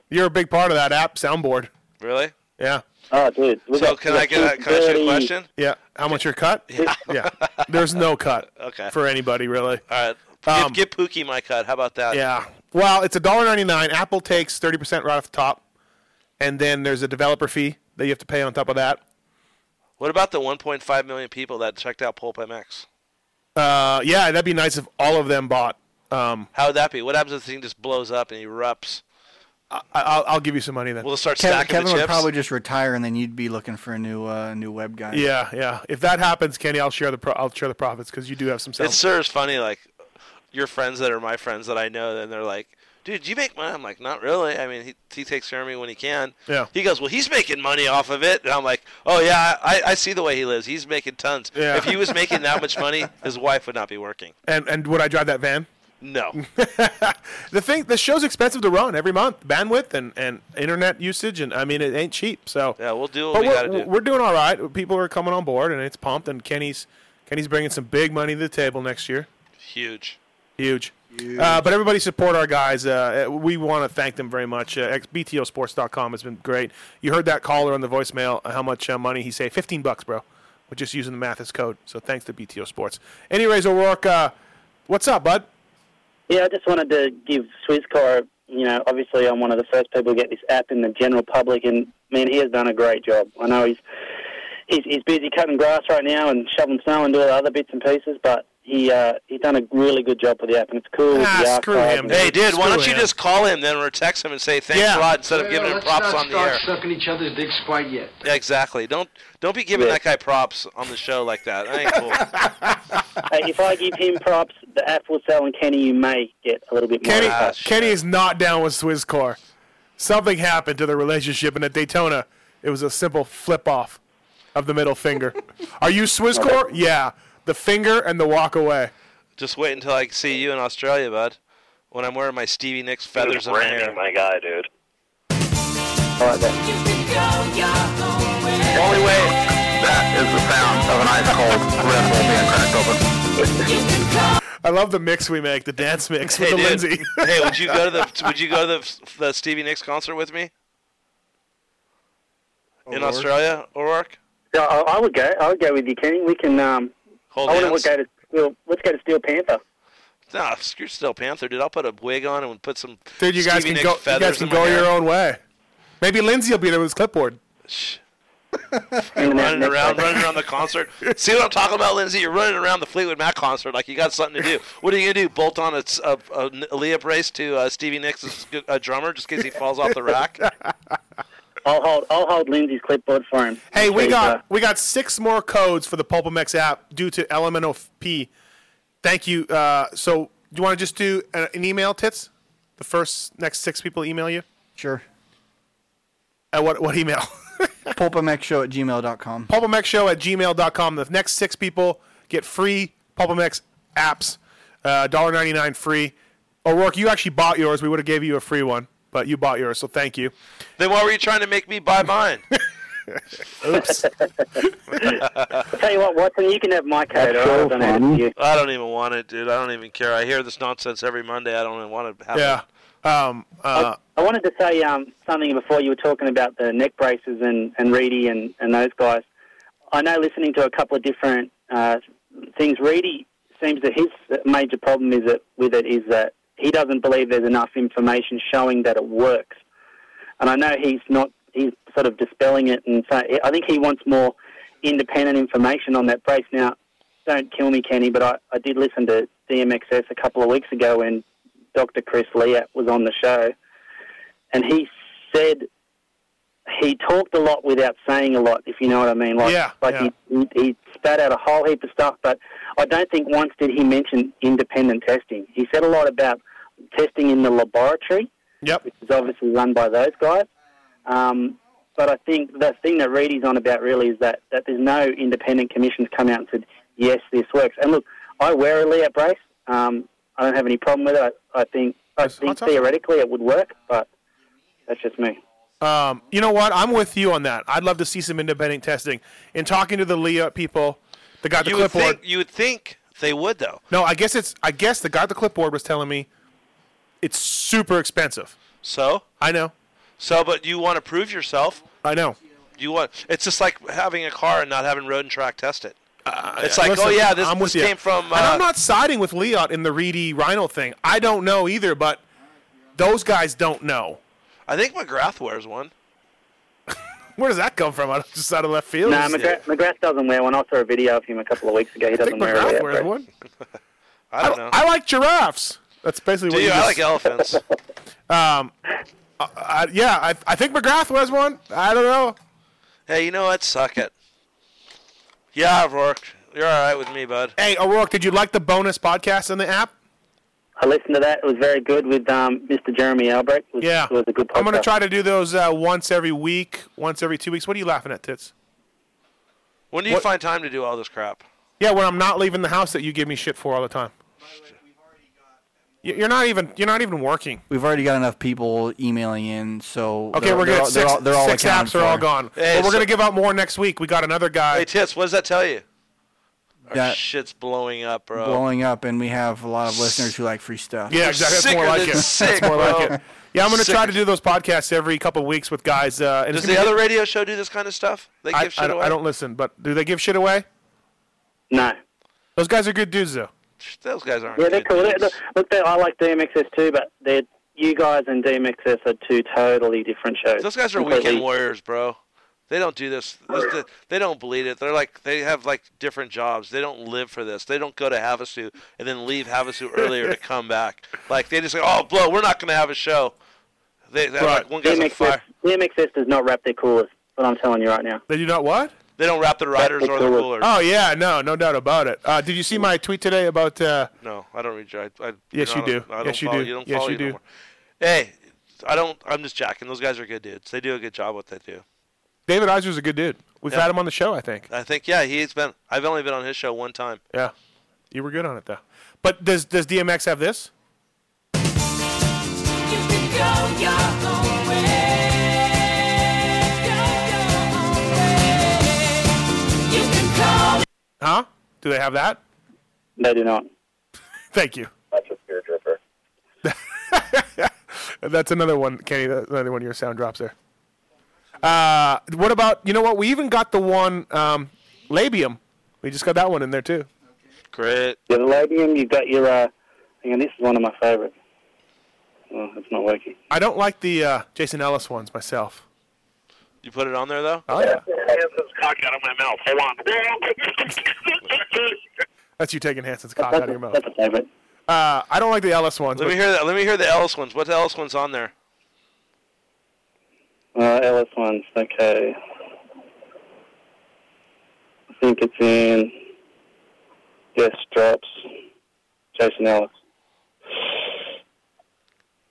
[SPEAKER 5] You're a big part of that app soundboard.
[SPEAKER 6] really?
[SPEAKER 5] Yeah.
[SPEAKER 27] Oh, dude.
[SPEAKER 6] we So got- can we I got get a- can I ask you a 30. question?
[SPEAKER 5] Yeah. How much your cut? Yeah. There's no cut.
[SPEAKER 6] Okay.
[SPEAKER 5] For anybody really.
[SPEAKER 6] All right. give, give Pookie my cut. How about that?
[SPEAKER 5] Um, Yeah. Well, it's a dollar ninety nine. Apple takes thirty percent right off the top, and then there's a developer fee that you have to pay on top of that.
[SPEAKER 6] What about the 1.5 million people that checked out Pulp MX?
[SPEAKER 5] Uh, yeah, that'd be nice if all of them bought. Um,
[SPEAKER 6] How would that be? What happens if the thing just blows up and erupts?
[SPEAKER 5] I, I'll, I'll give you some money then.
[SPEAKER 6] We'll start
[SPEAKER 8] Kevin, Kevin would probably just retire, and then you'd be looking for a new uh, new web guy.
[SPEAKER 5] Yeah, yeah. If that happens, Kenny, I'll share the pro- I'll share the profits because you do have some. Sound.
[SPEAKER 6] It sure is funny, like your friends that are my friends that I know, and they're like, "Dude, do you make money?" I'm like, "Not really. I mean, he, he takes care of me when he can."
[SPEAKER 5] Yeah.
[SPEAKER 6] He goes, "Well, he's making money off of it," and I'm like, "Oh yeah, I, I see the way he lives. He's making tons.
[SPEAKER 5] Yeah.
[SPEAKER 6] If he was making that much money, his wife would not be working."
[SPEAKER 5] And and would I drive that van?
[SPEAKER 6] No.
[SPEAKER 5] the thing, the show's expensive to run every month, bandwidth and, and internet usage, and I mean it ain't cheap. So
[SPEAKER 6] yeah, we'll do what
[SPEAKER 5] but
[SPEAKER 6] we
[SPEAKER 5] we're,
[SPEAKER 6] gotta do.
[SPEAKER 5] We're doing all right. People are coming on board, and it's pumped. And Kenny's Kenny's bringing some big money to the table next year.
[SPEAKER 6] Huge.
[SPEAKER 5] Huge. Uh, but everybody support our guys. Uh, we want to thank them very much. Uh, ex- BTOsports.com has been great. You heard that caller on the voicemail uh, how much uh, money he saved. 15 bucks, bro. We're just using the Mathis code. So thanks to BTO Sports. Anyways, O'Rourke, uh, what's up, bud?
[SPEAKER 27] Yeah, I just wanted to give Swisscar, you know, obviously I'm one of the first people to get this app in the general public, and man, he has done a great job. I know he's he's, he's busy cutting grass right now and shoveling snow and doing other bits and pieces, but he uh, he's done a really good job with the app, and it's cool. with
[SPEAKER 5] Ah,
[SPEAKER 27] the archive and-
[SPEAKER 6] Hey, Ah, dude, why don't you just call him then or text him and say thanks a lot instead of giving him props on the air?
[SPEAKER 32] sucking each other's dicks quite yet.
[SPEAKER 6] Yeah, exactly. Don't don't be giving
[SPEAKER 27] Yeah.
[SPEAKER 6] that guy props on the show like that. That ain't cool.
[SPEAKER 27] Hey, if I give him props, the app will sell, and Kenny, you may get a little bit more.
[SPEAKER 5] Kenny,
[SPEAKER 27] out of
[SPEAKER 6] Uh,
[SPEAKER 27] it.
[SPEAKER 5] Kenny is not down with Swisscar. Something happened to their relationship, and at Daytona, it was a simple flip off of the middle finger. Are you Swisscore? Yeah. The finger and the walk away.
[SPEAKER 6] Just wait until I see you in Australia, bud. When I'm wearing my Stevie Nicks feathers in my
[SPEAKER 32] branding
[SPEAKER 6] hair.
[SPEAKER 32] my guy, dude.
[SPEAKER 6] Only way.
[SPEAKER 32] Is the sound of an ice cold Red Bull being cracked open?
[SPEAKER 5] I love the mix we make, the dance mix with
[SPEAKER 6] Hey,
[SPEAKER 5] the
[SPEAKER 6] dude.
[SPEAKER 5] Lindsay.
[SPEAKER 6] hey, would you go to the Would you go to the, the Stevie Nicks concert with me in
[SPEAKER 27] O'Rourke?
[SPEAKER 6] Australia, O'Rourke?
[SPEAKER 27] Yeah, I, I would go. I would go with you, Kenny. We can. Um,
[SPEAKER 6] Hold
[SPEAKER 27] I want
[SPEAKER 6] hands.
[SPEAKER 27] to go to. Well, let's go to Steel Panther.
[SPEAKER 6] Nah, screw Steel Panther, dude. I'll put a wig on and put some
[SPEAKER 5] Dude, you guys can
[SPEAKER 6] Stevie Nicks
[SPEAKER 5] go. You
[SPEAKER 6] feathers
[SPEAKER 5] guys can
[SPEAKER 6] in my
[SPEAKER 5] go
[SPEAKER 6] hair.
[SPEAKER 5] your own way. Maybe Lindsay will be there with his clipboard.
[SPEAKER 6] You're running around, running around the concert. See what I'm talking about, Lindsay? You're running around the Fleetwood Mac concert like you got something to do. What are you gonna do? Bolt on a, s- a, a n- a Leah brace to uh, Stevie Nicks, as good- a drummer, just in case he falls off the rack?
[SPEAKER 27] I'll hold. I'll hold Lindsay's clipboard for him.
[SPEAKER 5] Hey, we
[SPEAKER 27] Please, uh,
[SPEAKER 5] got we got six more codes for the Pulpamex app due to LMNOP. Thank you. Uh, so, do you want to just do an, an email, tits? The first next six people email you.
[SPEAKER 8] Sure.
[SPEAKER 5] At what what email?
[SPEAKER 8] Pulpamexshow at gmail.com.
[SPEAKER 5] Pulpamexshow at gmail.com. The next six people get free Pulpamex apps, uh, $1.99 free. O'Rourke, you actually bought yours. We would have gave you a free one, but you bought yours, so thank you.
[SPEAKER 6] then why were you trying to make me buy mine?
[SPEAKER 5] Oops.
[SPEAKER 27] I'll tell you what, Watson. You can have my code. all right? I don't have to use-
[SPEAKER 6] I don't even want it, dude. I don't even care. I hear this nonsense every Monday. I don't even want to have
[SPEAKER 5] Yeah.
[SPEAKER 6] it.
[SPEAKER 5] Um, uh,
[SPEAKER 27] I wanted to say um, something before you were talking about the neck braces and, and Reedy and, and those guys. I know listening to a couple of different uh, things, Reedy seems that his major problem is that, with it is that he doesn't believe there's enough information showing that it works. And I know he's not, he's sort of dispelling it. And so I think he wants more independent information on that brace. Now, don't kill me, Kenny, but I, I did listen to DMXS a couple of weeks ago when Dr. Chris Liat was on the show and he said he talked a lot without saying a lot, if you know what I mean. Like,
[SPEAKER 5] Yeah,
[SPEAKER 27] like
[SPEAKER 5] yeah.
[SPEAKER 27] He, he, he spat out a whole heap of stuff, but I don't think once did he mention independent testing. He said a lot about testing in the laboratory,
[SPEAKER 5] yep.
[SPEAKER 27] which is obviously run by those guys. Um, but I think the thing that Reedy's on about really is that, that there's no independent commissions come out and said, yes, this works. And look, I wear a Leap brace. Um, I don't have any problem with it. I, I think, I think
[SPEAKER 5] hot topic.
[SPEAKER 27] theoretically it would work, but that's just me.
[SPEAKER 5] Um, you know what? I'm with you on that. I'd love to see some independent testing. In talking to the Leah people, the guy at the
[SPEAKER 6] you would
[SPEAKER 5] clipboard.
[SPEAKER 6] think you would think they would though.
[SPEAKER 5] No, I guess it's. I guess the guy at the clipboard was telling me it's super expensive.
[SPEAKER 6] So
[SPEAKER 5] I know.
[SPEAKER 6] So, but you want to prove yourself.
[SPEAKER 5] I know.
[SPEAKER 6] You want it's just like having a car and not having road and track test it. it's like,
[SPEAKER 5] Uh, Listen,
[SPEAKER 6] oh yeah, this,
[SPEAKER 5] I'm with
[SPEAKER 6] this
[SPEAKER 5] you.
[SPEAKER 6] came from. Uh,
[SPEAKER 5] and I'm not siding with Leot in the Reedy Rhino thing. I don't know either, but those guys don't know.
[SPEAKER 6] I think McGrath wears one.
[SPEAKER 5] Where does that come from? Out of- Just out of left field?
[SPEAKER 27] No, McGrath, McGrath doesn't wear one. I saw a video of him a couple of weeks ago. He doesn't wear
[SPEAKER 5] McGrath
[SPEAKER 27] a
[SPEAKER 5] wears
[SPEAKER 27] leotard.
[SPEAKER 5] one.
[SPEAKER 6] I don't
[SPEAKER 5] I,
[SPEAKER 6] know.
[SPEAKER 5] like giraffes. That's basically
[SPEAKER 6] Do
[SPEAKER 5] what
[SPEAKER 6] you?
[SPEAKER 5] you
[SPEAKER 6] I
[SPEAKER 5] just-
[SPEAKER 6] like elephants.
[SPEAKER 5] Um, I, I, yeah, I, I think McGrath was one. I don't know.
[SPEAKER 6] hey, you know what? Suck it. Yeah, Rourke, you're all right with me, bud.
[SPEAKER 5] Hey, O'Rourke, did you like the bonus podcast on the app?
[SPEAKER 27] I listened to that. It was very good with um, Mr. Jeremy Albrecht. It was,
[SPEAKER 5] Yeah.
[SPEAKER 27] it was a good podcast.
[SPEAKER 5] I'm going to try to do those uh, once every week, once every two weeks. What are you laughing at, Tits?
[SPEAKER 6] When do you
[SPEAKER 5] What-
[SPEAKER 6] find time to do all this crap?
[SPEAKER 5] Yeah, when I'm not leaving the house that you give me shit for all the time. Y- You're not even. You're not even working.
[SPEAKER 8] We've already got enough people emailing in, so
[SPEAKER 5] Okay,
[SPEAKER 8] they're-
[SPEAKER 5] we're
[SPEAKER 8] they're
[SPEAKER 5] good.
[SPEAKER 8] all-
[SPEAKER 5] Six,
[SPEAKER 8] They're all, they're all
[SPEAKER 5] six
[SPEAKER 8] accounted
[SPEAKER 5] apps are all
[SPEAKER 8] for.
[SPEAKER 5] gone.
[SPEAKER 6] Hey,
[SPEAKER 5] but we're
[SPEAKER 6] so-
[SPEAKER 5] going to give out more next week. We got another guy.
[SPEAKER 6] Hey, Tits, what does that tell you? Our
[SPEAKER 8] That-
[SPEAKER 6] shit's blowing up, bro.
[SPEAKER 8] blowing up, and we have a lot of listeners who like free stuff.
[SPEAKER 5] Yeah, exactly. That's more
[SPEAKER 6] Sicker
[SPEAKER 5] like
[SPEAKER 6] than
[SPEAKER 5] it.
[SPEAKER 6] sick,
[SPEAKER 5] That's more like
[SPEAKER 6] bro.
[SPEAKER 5] it. Yeah, I'm going to
[SPEAKER 6] Sick.
[SPEAKER 5] try to do those podcasts every couple of weeks with guys. Uh, and
[SPEAKER 6] Does
[SPEAKER 5] it's
[SPEAKER 6] the
[SPEAKER 5] gonna be-
[SPEAKER 6] other radio show do this kind of stuff? They give
[SPEAKER 5] I,
[SPEAKER 6] shit
[SPEAKER 5] I don't,
[SPEAKER 6] away.
[SPEAKER 5] I don't listen, but do they give shit away?
[SPEAKER 27] No.
[SPEAKER 5] Those guys are good dudes, though.
[SPEAKER 6] Those guys aren't.
[SPEAKER 27] Yeah, they're
[SPEAKER 6] good
[SPEAKER 27] cool. They're,
[SPEAKER 6] dudes.
[SPEAKER 27] look, look, they I like DMXS too, but they're, you guys and DMXS are two totally different shows.
[SPEAKER 6] Those guys are
[SPEAKER 27] Completely.
[SPEAKER 6] weekend warriors, bro. They don't do this. this they, they don't bleed it. They're like they have like different jobs. They don't live for this. They don't go to Havasu and then leave Havasu earlier to come back. Like they just say, "Oh, blow, we're not going to have a show." They they're like one guy's on
[SPEAKER 27] DMXS,
[SPEAKER 6] fire.
[SPEAKER 27] DMXS does not wrap their coolers, but I'm telling you right now.
[SPEAKER 5] They do not what?
[SPEAKER 6] They don't wrap the riders or the rulers.
[SPEAKER 5] Oh yeah, no, no doubt about it. Uh, did you see my tweet today about? Uh,
[SPEAKER 6] No, I don't read you. I, I,
[SPEAKER 5] Yes,
[SPEAKER 6] I
[SPEAKER 5] you do.
[SPEAKER 6] don't- I don't
[SPEAKER 5] Yes, you
[SPEAKER 6] follow,
[SPEAKER 5] do.
[SPEAKER 6] You don't
[SPEAKER 5] Yes,
[SPEAKER 6] follow
[SPEAKER 5] you
[SPEAKER 6] no
[SPEAKER 5] do.
[SPEAKER 6] more. Hey, I don't. I'm just jacking. Those guys are good dudes. They do a good job what they do.
[SPEAKER 5] David Eiser's a good dude. We've
[SPEAKER 6] Yeah.
[SPEAKER 5] had him on the show, I think.
[SPEAKER 6] I think yeah, he's been. I've only been on his show one time.
[SPEAKER 5] Yeah, you were good on it though. But does does DMX have this? Huh? Do they have that?
[SPEAKER 27] They do not.
[SPEAKER 5] Thank you.
[SPEAKER 27] That's a spear dripper.
[SPEAKER 5] That's another one, Kenny. That's another one of your sound drops there. Uh, what about you know what? We even got the one um, labium. We just got that one in there too.
[SPEAKER 6] Great.
[SPEAKER 27] You've got the Labium, you've got your, uh, hang on, this is one of my favourites. Oh, it's not working.
[SPEAKER 5] I don't like the uh, Jason Ellis ones myself.
[SPEAKER 6] You put it on there though.
[SPEAKER 5] Oh yeah,
[SPEAKER 6] Hanson's cock out of my mouth. Hold on.
[SPEAKER 5] that's you taking Hanson's cock
[SPEAKER 6] That's-
[SPEAKER 5] out of your mouth.
[SPEAKER 27] That's a favorite.
[SPEAKER 5] Uh, I don't like the Ellis ones.
[SPEAKER 6] Let me
[SPEAKER 5] but-
[SPEAKER 6] hear that. Let me hear the Ellis ones. What Ellis ones on there?
[SPEAKER 27] Uh, LS ones, okay. I think it's in. Yes, straps. Jason Ellis.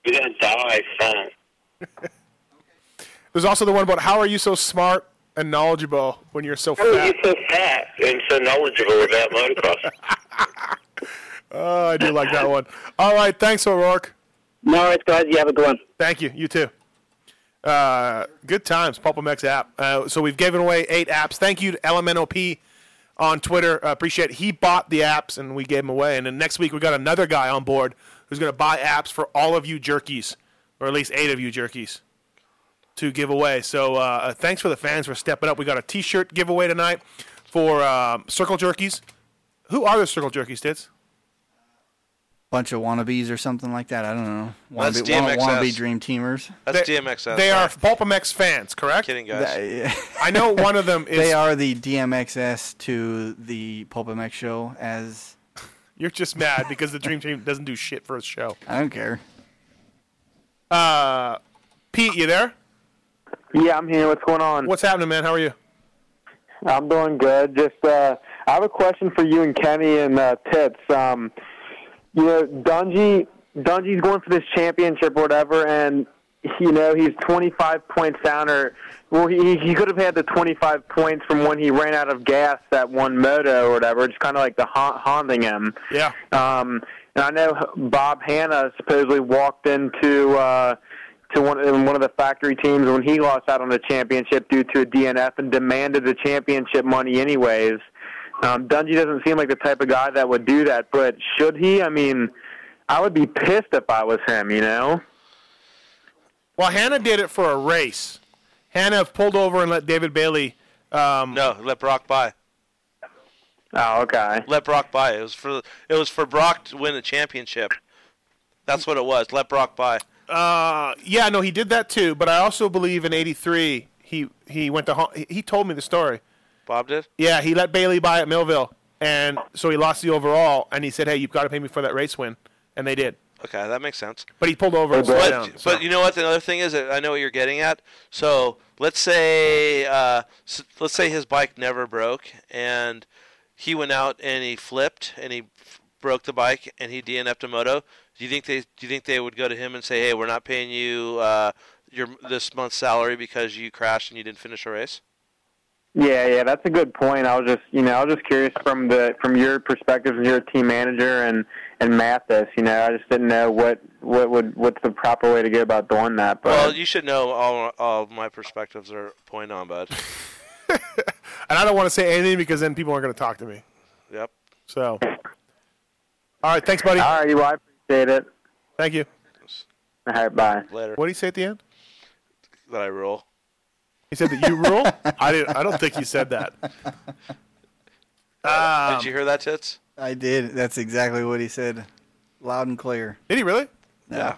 [SPEAKER 12] You're gonna die, son.
[SPEAKER 5] There's also the one about how are you so smart and knowledgeable when you're so
[SPEAKER 12] Oh, you're
[SPEAKER 5] fat.
[SPEAKER 12] so fat and so knowledgeable about motocross.
[SPEAKER 5] Oh, I do like that one. All right, thanks, O'Rourke.
[SPEAKER 27] No worries, guys. You have a good one.
[SPEAKER 5] Thank you. You too. Uh, good times, Pulpamex app. Uh, so we've given away eight apps. Thank you to LMNOP on Twitter. Uh, appreciate it. He bought the apps and we gave them away. And then next week we got another guy on board who's going to buy apps for all of you jerkies. or at least eight of you jerkies to give away. So uh, uh, thanks for the fans for stepping up. We got a T-shirt giveaway tonight for uh, Circle Jerkies. Who are the Circle Jerkies, Tits?
[SPEAKER 8] Bunch of wannabes or something like that. I don't know.
[SPEAKER 5] That's
[SPEAKER 8] Wannabe, wanna-
[SPEAKER 5] DMXS.
[SPEAKER 8] wannabe dream teamers.
[SPEAKER 5] That's they,
[SPEAKER 6] DMXS.
[SPEAKER 5] They are Pulpamex fans, correct? Kidding, I know one of them is.
[SPEAKER 8] They are the DMXS to the Pulp MX show as
[SPEAKER 5] You're just mad because the Dream Team doesn't do shit for a show.
[SPEAKER 8] I don't care.
[SPEAKER 5] Uh, Pete, you there?
[SPEAKER 28] Yeah, I'm here. What's going on?
[SPEAKER 5] What's happening, man? How are you?
[SPEAKER 28] I'm doing good. Just uh, I have a question for you and Kenny and uh, Tips. Um, you know, Dungy Dungy's going for this championship or whatever, and you know he's 25 points down, or well, he he could have had the 25 points from when he ran out of gas that one moto or whatever. It's kind of like the ha- haunting him.
[SPEAKER 5] Yeah.
[SPEAKER 28] Um, and I know Bob Hanna supposedly walked into uh, to one in one of the factory teams when he lost out on the championship due to a DNF and demanded the championship money anyways. Um, Dungy doesn't seem like the type of guy that would do that, but should he? I mean, I would be pissed if I was him. You know.
[SPEAKER 5] Well, Hannah did it for a race. Hannah pulled over and let David Bailey. Um,
[SPEAKER 6] no, let Brock by.
[SPEAKER 28] Oh, okay.
[SPEAKER 6] Let Brock by. It was for it was for Brock to win the championship. That's what it was. Let Brock by.
[SPEAKER 5] Uh, yeah, no, he did that too. But I also believe in '83 he he went to Hon- he- he told me the story.
[SPEAKER 6] Bob did.
[SPEAKER 5] Yeah, he let Bailey buy at Millville, and so he lost the overall. And he said, "Hey, you've got to pay me for that race win," and they did.
[SPEAKER 6] Okay, that makes sense.
[SPEAKER 5] But he pulled over and slowed
[SPEAKER 6] but,
[SPEAKER 5] down.
[SPEAKER 6] but you know what? The other thing is that I know what you're getting at. So let's say uh, s- let's say his bike never broke, and he went out and he flipped and he f- broke the bike and he DNF'd a moto. Do you think they do you think they would go to him and say, "Hey, we're not paying you uh, your this month's salary because you crashed and you didn't finish a race"?
[SPEAKER 28] Yeah, yeah, that's a good point. I was just, you know, I was just curious from the from your perspective as your team manager and and Mathis. You know, I just didn't know what what would what's the proper way to go about doing that. But
[SPEAKER 6] Well, you should know all all my perspectives are point on, bud.
[SPEAKER 5] and I don't want to say anything because then people aren't going to talk to me.
[SPEAKER 6] Yep.
[SPEAKER 5] So, all right, thanks, buddy. All
[SPEAKER 28] right, well, I appreciate it.
[SPEAKER 5] Thank you.
[SPEAKER 28] All right, bye.
[SPEAKER 6] Later.
[SPEAKER 5] What do you say at the end?
[SPEAKER 6] That I rule.
[SPEAKER 5] He said that you rule. I didn't. I don't think he said that. Um,
[SPEAKER 6] Uh, did you hear that, Tits?
[SPEAKER 8] I did. That's exactly what he said, loud and clear.
[SPEAKER 5] Did he really?
[SPEAKER 8] Yeah.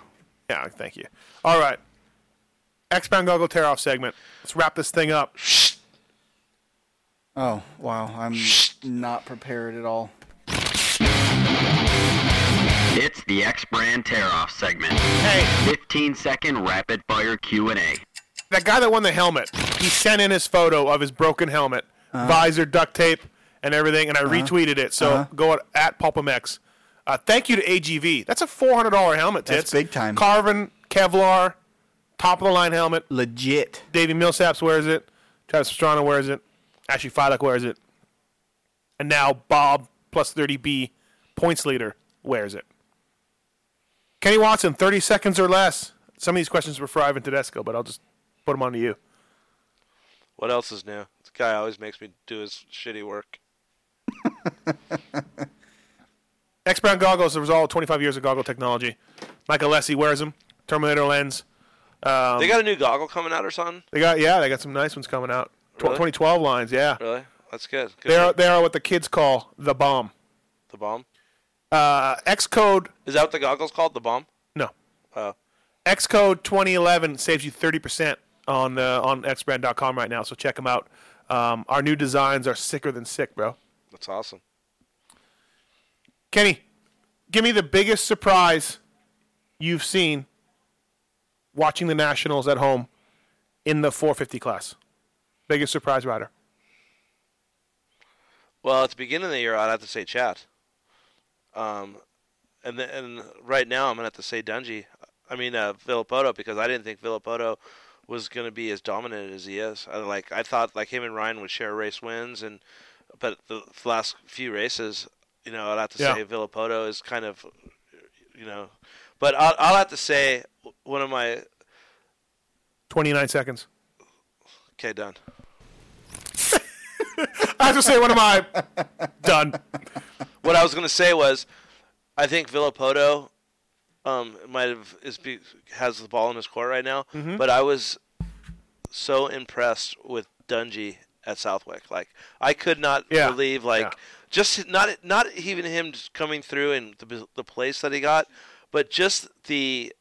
[SPEAKER 5] Yeah. Thank you. All right. X-Bound Goggle Tear Off segment. Let's wrap this thing up.
[SPEAKER 8] Oh wow, I'm not prepared at all.
[SPEAKER 2] It's the X Brand Tear Off segment.
[SPEAKER 5] Hey.
[SPEAKER 2] 15 second rapid fire Q&A.
[SPEAKER 5] That guy that won the helmet, he sent in his photo of his broken helmet,
[SPEAKER 2] Uh-huh.
[SPEAKER 5] visor, duct tape, and everything, and I
[SPEAKER 2] Uh-huh.
[SPEAKER 5] retweeted it. So
[SPEAKER 2] Uh-huh.
[SPEAKER 5] go at, at Pulpamex. Uh, thank you to AGV. That's a four hundred dollar helmet. tits.
[SPEAKER 8] That's big time.
[SPEAKER 5] Carvin Kevlar, top of the line helmet.
[SPEAKER 8] Legit.
[SPEAKER 5] Davey Millsaps wears it. Travis Pastrana wears it. Ashley Fidek wears it. And now Bob plus thirty B points leader wears it. Kenny Watson, 30 seconds or less. Some of these questions were for Ivan Tedesco, but I'll just put them on to you.
[SPEAKER 6] What else is new? This guy always makes me do his shitty work.
[SPEAKER 5] X Brown goggles, the result of 25 years of goggle technology. Michael Lessie wears them. Terminator lens. Um,
[SPEAKER 6] they got a new goggle coming out or something.
[SPEAKER 5] They got yeah, they got some nice ones coming out. Tw-
[SPEAKER 6] Really?
[SPEAKER 5] 2012 lines, yeah.
[SPEAKER 6] Really? That's good. good
[SPEAKER 5] They are they are what the kids call the bomb.
[SPEAKER 6] the bomb.
[SPEAKER 5] Uh, Xcode
[SPEAKER 6] Is that what the goggle's called? The bomb?
[SPEAKER 5] no. Uh,
[SPEAKER 6] Oh.
[SPEAKER 5] Xcode 2011 saves you 30% on uh, on xbrand.com right now, so check them out. Um, our new designs are sicker than sick, bro.
[SPEAKER 6] That's awesome.
[SPEAKER 5] Kenny, give me the biggest surprise you've seen watching the Nationals at home in the 450 class. Biggest surprise rider.
[SPEAKER 6] Well, at the beginning of the year, I'd have to say Chat. Um, and then and right now, I'm gonna have to say Dungy. I mean, uh, Villapoto because I didn't think Villapoto was gonna be as dominant as he is. I, like I thought, like him and Ryan would share race wins, and but the last few races, you know, I'd have to
[SPEAKER 5] Yeah.
[SPEAKER 6] say Villapoto is kind of, you know, but I'll, I'll have to say one of my
[SPEAKER 5] 29 seconds.
[SPEAKER 6] okay done.
[SPEAKER 5] I have to say, one of my done.
[SPEAKER 6] What I was going to say was, I think Villapoto um, might have is be, has the ball in his court right now.
[SPEAKER 11] Mhm.
[SPEAKER 6] But I was so impressed with Dungy at Southwick. Like I could not
[SPEAKER 11] Yeah.
[SPEAKER 6] believe like just not not even him just coming through and the the place that he got, but just the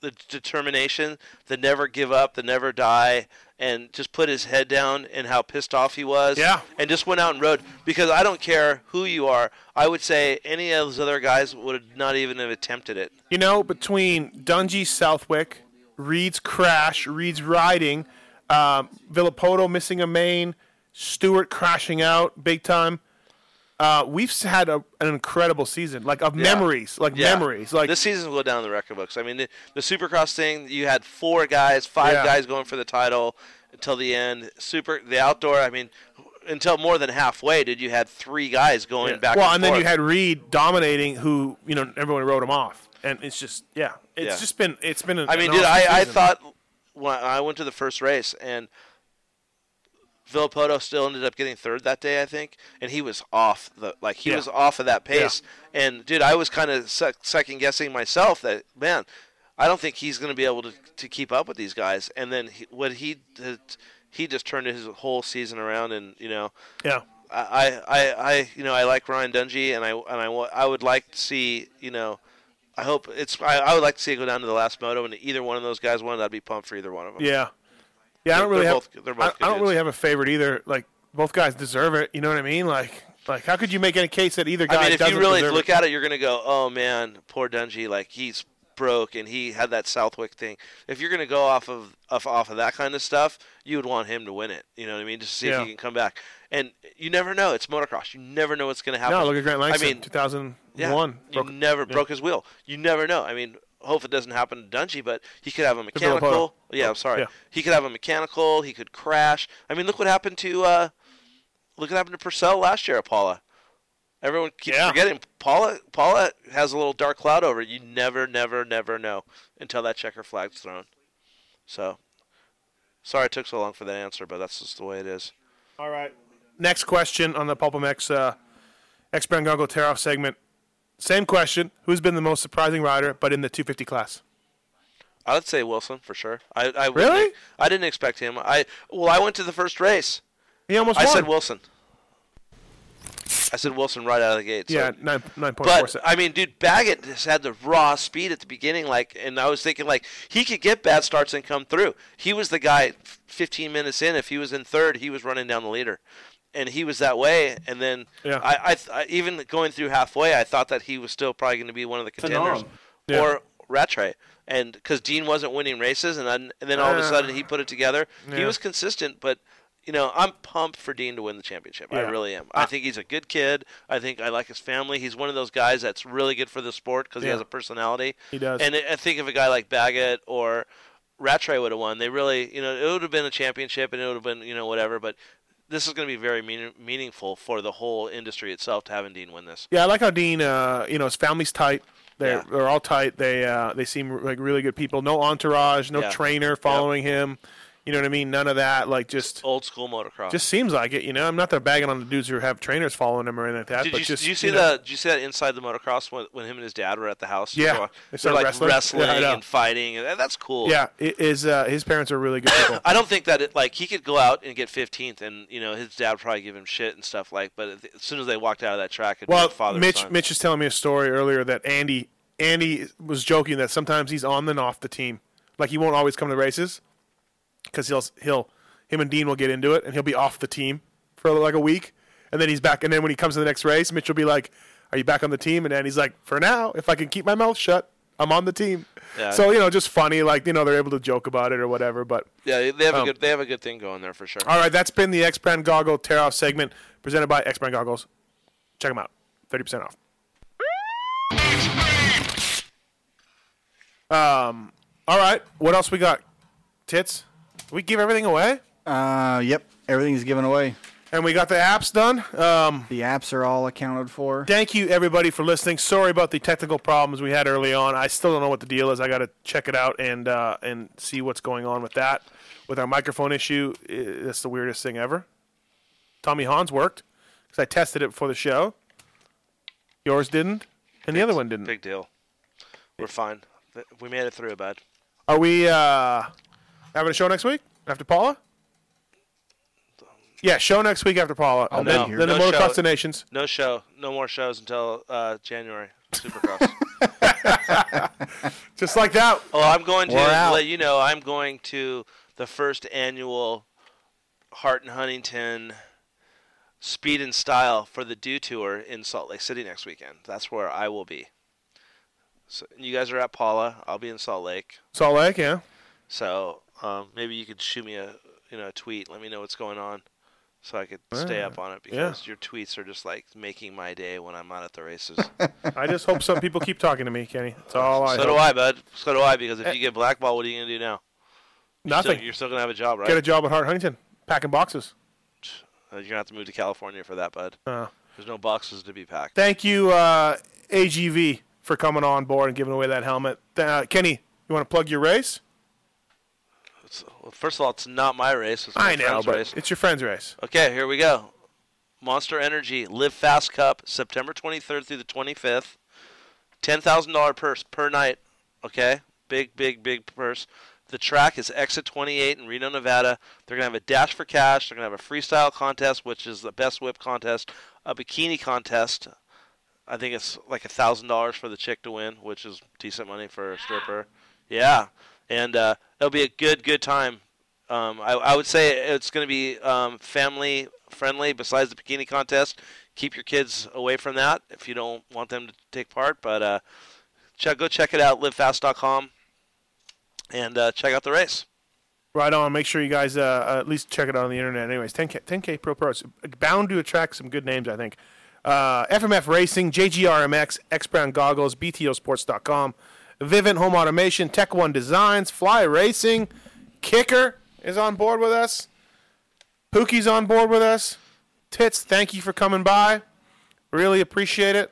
[SPEAKER 6] the determination, the never give up, the never die, and just put his head down and how pissed off he was.
[SPEAKER 5] Yeah.
[SPEAKER 6] And just went out and rode because I don't care who you are. I would say any of those other guys would have not even have attempted it.
[SPEAKER 5] You know, between Dungy Southwick, Reed's crash, Reed's riding, um, Villapoto missing a main, Stewart crashing out big time. Uh, we've s- had a, an incredible season, like of
[SPEAKER 6] Yeah.
[SPEAKER 5] memories, like
[SPEAKER 6] Yeah.
[SPEAKER 5] memories, like
[SPEAKER 6] this season will go down in the record books. I mean, the, the Supercross thing, you had four guys, five
[SPEAKER 5] Yeah.
[SPEAKER 6] guys going for the title until the end. Super the outdoor, I mean, until more than halfway, did you had three guys going back?
[SPEAKER 5] Well,
[SPEAKER 6] and,
[SPEAKER 5] and, then you
[SPEAKER 6] forth.
[SPEAKER 5] had Reed dominating, who you know everyone wrote him off, and it's just yeah, it's
[SPEAKER 6] Yeah.
[SPEAKER 5] just been it's been. An,
[SPEAKER 6] I mean,
[SPEAKER 5] an
[SPEAKER 6] dude,
[SPEAKER 5] awesome
[SPEAKER 6] I, I
[SPEAKER 5] season.
[SPEAKER 6] thought when I went to the first race and Villapoto still ended up getting third that day, I think, and he was off the like he
[SPEAKER 11] Yeah.
[SPEAKER 6] was off of that
[SPEAKER 11] Yeah.
[SPEAKER 6] pace. And dude, I was kind of sec- second guessing myself that man, I don't think he's going to be able to to keep up with these guys. And then he, what he did, he just turned his whole season around, and you know,
[SPEAKER 5] Yeah.
[SPEAKER 6] I, I, I- I, you know, I like Ryan Dungey, and I, and I, wa- I would like to see, you know, I hope it's, I, I would like to see it go down to the last moto, and either one of those guys won, I'd be pumped for either one of them.
[SPEAKER 5] Yeah, yeah. I don't
[SPEAKER 6] They're
[SPEAKER 5] really have.
[SPEAKER 6] both- they're
[SPEAKER 5] I,
[SPEAKER 6] both good
[SPEAKER 5] I don't really have a favorite either. Like both guys deserve it. You know what I mean? Like, like how could you make any case that either guy?
[SPEAKER 6] I mean, if
[SPEAKER 5] doesn't
[SPEAKER 6] you really
[SPEAKER 5] deserve
[SPEAKER 6] look at it, you're gonna go, oh man, poor Dungey, like he's broke, and he had that Southwick thing. If you're gonna go off of off, off of that kind of stuff, you would want him to win it. You know what I mean? Just to see
[SPEAKER 5] Yeah.
[SPEAKER 6] if he can come back. And you never know. It's motocross. You never know what's gonna happen.
[SPEAKER 5] No, look at Grant Langston,
[SPEAKER 6] I mean,
[SPEAKER 5] 2001.
[SPEAKER 6] You
[SPEAKER 5] Broke-
[SPEAKER 6] never
[SPEAKER 5] yeah.
[SPEAKER 6] broke his wheel. You never know. I mean, hope it doesn't happen to Dungey, but he could have a
[SPEAKER 5] Bill Apollo.
[SPEAKER 6] mechanical. Yeah, I'm sorry.
[SPEAKER 5] yeah.
[SPEAKER 6] He could have a mechanical. He could crash. I mean, look what happened to uh, look what happened to Purcell last year at Paula. Everyone keeps forgetting Paula. Paula has a little dark cloud over it. You never, never, never know until that checker flag's thrown. So, sorry it took so long for that answer, but that's just the way it is.
[SPEAKER 5] All right. Next question on the Pulpamex uh, X Brangongo tear off segment. Same question. Who's been the most surprising rider, but in the 250 class?
[SPEAKER 6] I would say Wilson for sure. I, I wouldn't-
[SPEAKER 5] Really?
[SPEAKER 6] I didn't expect him. I well, I went to the first race.
[SPEAKER 5] He almost
[SPEAKER 6] I
[SPEAKER 5] won.
[SPEAKER 6] said Wilson. I said Wilson right out of the gate. so-
[SPEAKER 5] yeah, nine nine point four
[SPEAKER 6] But
[SPEAKER 5] sec-
[SPEAKER 6] I mean, dude, Baggett just had the raw speed at the beginning, like, and I was thinking like he could get bad starts and come through. He was the guy. f- Fifteen minutes in, if he was in third, he was running down the leader, and he was that way. And then
[SPEAKER 11] Yeah.
[SPEAKER 6] I, I, th- I, even going through halfway, I thought that he was still probably going to be one of the contenders
[SPEAKER 11] Phenom. Yeah.
[SPEAKER 6] or Rattray, and because Dean wasn't winning races, and, then and then all of a
[SPEAKER 11] Uh,
[SPEAKER 6] sudden he put it together. He
[SPEAKER 11] yeah.
[SPEAKER 6] was consistent, but. You know, I'm pumped for Dean to win the championship. I
[SPEAKER 11] Yeah.
[SPEAKER 6] really am. I think he's a good kid. I think I like his family. He's one of those guys that's really good for the sport because he
[SPEAKER 11] Yeah.
[SPEAKER 6] has a personality.
[SPEAKER 11] He does.
[SPEAKER 6] And I I think if a guy like Baggett or Rattray would have won, they really, you know, it would have been a championship and it would have been, you know, whatever. But this is going to be very mean, meaningful for the whole industry itself to have Dean win this.
[SPEAKER 5] Yeah, I like how Dean. Uh, you know, his family's tight. They're they're all tight. They uh, they seem like really good people. No entourage, no
[SPEAKER 6] Yeah.
[SPEAKER 5] trainer following him. You know what I mean? None of that. Like just
[SPEAKER 6] Old school motocross.
[SPEAKER 5] just seems like it. You know, I'm not that bagging on the dudes who have trainers following them or anything like that.
[SPEAKER 6] Did
[SPEAKER 5] but
[SPEAKER 6] you,
[SPEAKER 5] just
[SPEAKER 6] did you see
[SPEAKER 5] know.
[SPEAKER 6] the? Did you see that inside the motocross when, when him and his dad were at the house?
[SPEAKER 5] Yeah,
[SPEAKER 6] they were,
[SPEAKER 5] they
[SPEAKER 6] they're
[SPEAKER 5] started
[SPEAKER 6] like
[SPEAKER 5] wrestling.
[SPEAKER 6] wrestling,
[SPEAKER 5] Yeah, I know.
[SPEAKER 6] and fighting, and that- that's cool.
[SPEAKER 5] Yeah, it is. Uh, his parents are really good people.
[SPEAKER 6] I don't think that it like he could go out and get 15th, and you know his dad would probably give him shit and stuff like. But as soon as they walked out of that track, it'd
[SPEAKER 5] well,
[SPEAKER 6] be father
[SPEAKER 5] Mitch
[SPEAKER 6] son.
[SPEAKER 5] Mitch is telling me a story earlier that Andy Andy was joking that sometimes he's on and off the team, like he won't always come to races because he'll he'll him and Dean will get into it and he'll be off the team for like a week and then he's back and then when he comes to the next race, Mitch will be like, "Are you back on the team?" And Andy's like, "For now, if I can keep my mouth shut, I'm on the team."
[SPEAKER 6] Yeah.
[SPEAKER 5] So you know, just funny, like you know, they're able to joke about it or whatever, but.
[SPEAKER 6] Yeah, they have
[SPEAKER 5] Um,
[SPEAKER 6] a good they have a good thing going there for sure.
[SPEAKER 5] All right, that's been the X Brand Goggle Tear Off segment presented by X Brand Goggles. Check them out. 30% off. Um, all right, what else we got? Tits? We give everything away?
[SPEAKER 8] Uh, yep. Everything's given away.
[SPEAKER 5] And we got the apps done. Um,
[SPEAKER 8] the apps are all accounted for.
[SPEAKER 5] Thank you, everybody, for listening. Sorry about the technical problems we had early on. I still don't know what the deal is. I got to check it out and uh, and see what's going on with that. With our microphone issue, i- that's the weirdest thing ever. Tommy Hahn's worked because I tested it before the show. Yours didn't, and the other one didn't.
[SPEAKER 6] Big deal. We're fine. Th- We made it through, bud.
[SPEAKER 5] Are we uh, having a show next week after Paula? Yeah, show next week after Paula. and then, then the Motocross
[SPEAKER 6] show-
[SPEAKER 5] the Nations.
[SPEAKER 6] No show. No more shows until uh, January. Supercross.
[SPEAKER 5] Just like that.
[SPEAKER 6] Oh, I'm going to
[SPEAKER 5] We're out.
[SPEAKER 6] let you know. I'm going to the first annual Hart and Huntington Speed and Style for the Dew Tour in Salt Lake City next weekend. That's where I will be. So you guys are at Paula. I'll be in Salt Lake.
[SPEAKER 5] Salt Lake, yeah.
[SPEAKER 6] So um, maybe you could shoot me a you know a tweet. Let me know what's going on, so I could stay
[SPEAKER 5] Yeah.
[SPEAKER 6] up on it
[SPEAKER 5] Yeah.
[SPEAKER 6] because your tweets are just like making my day when I'm out at the races.
[SPEAKER 5] I just hope some people keep talking to me, Kenny. That's all I
[SPEAKER 6] so do
[SPEAKER 5] hope.
[SPEAKER 6] I, bud. So do I. Because
[SPEAKER 5] Eh.
[SPEAKER 6] if you get blackballed, what are you gonna do now? You're
[SPEAKER 5] Nothing.
[SPEAKER 6] Still, you're still gonna have a job, right?
[SPEAKER 5] Get a job at Hart Huntington, packing boxes.
[SPEAKER 6] Uh, You're gonna have to move to California for that, bud.
[SPEAKER 5] Uh.
[SPEAKER 6] There's no boxes to be packed.
[SPEAKER 5] Thank you, uh, AGV, for coming on board and giving away that helmet. Uh, Kenny, you want to plug your race?
[SPEAKER 6] It's- well, first of all, it's not my race. It's my
[SPEAKER 5] I know,
[SPEAKER 6] friend's
[SPEAKER 5] but
[SPEAKER 6] race.
[SPEAKER 5] it's your friend's race.
[SPEAKER 6] Okay, here we go. Monster Energy Live Fast Cup, September 23rd through the 25th. $10,000 purse per night. Okay? Big, big, big purse. The track is Exit 28 in Reno, Nevada. They're going to have a dash for cash. They're going to have a freestyle contest, which is the best whip contest, a bikini contest. I think it's like $1,000 for the chick to win, which is decent money for a stripper. Yeah. And uh, it'll be a good, good time. Um, I, I would say it's going to be um, family friendly. Besides the bikini contest, keep your kids away from that if you don't want them to take part. But uh, check, go check it out, livefast.com, and uh, check out the race.
[SPEAKER 5] Right on. Make sure you guys uh, at least check it out on the internet. Anyways, 10K, 10K Pro Pro. It's bound to attract some good names, I think. Uh, FMF Racing, JGRMX, X Brown Goggles, BTOsports.com, Vivint Home Automation, Tech One Designs, Fly Racing, Kicker is on board with us. Pookie's on board with us. Tits, thank you for coming by. Really appreciate it.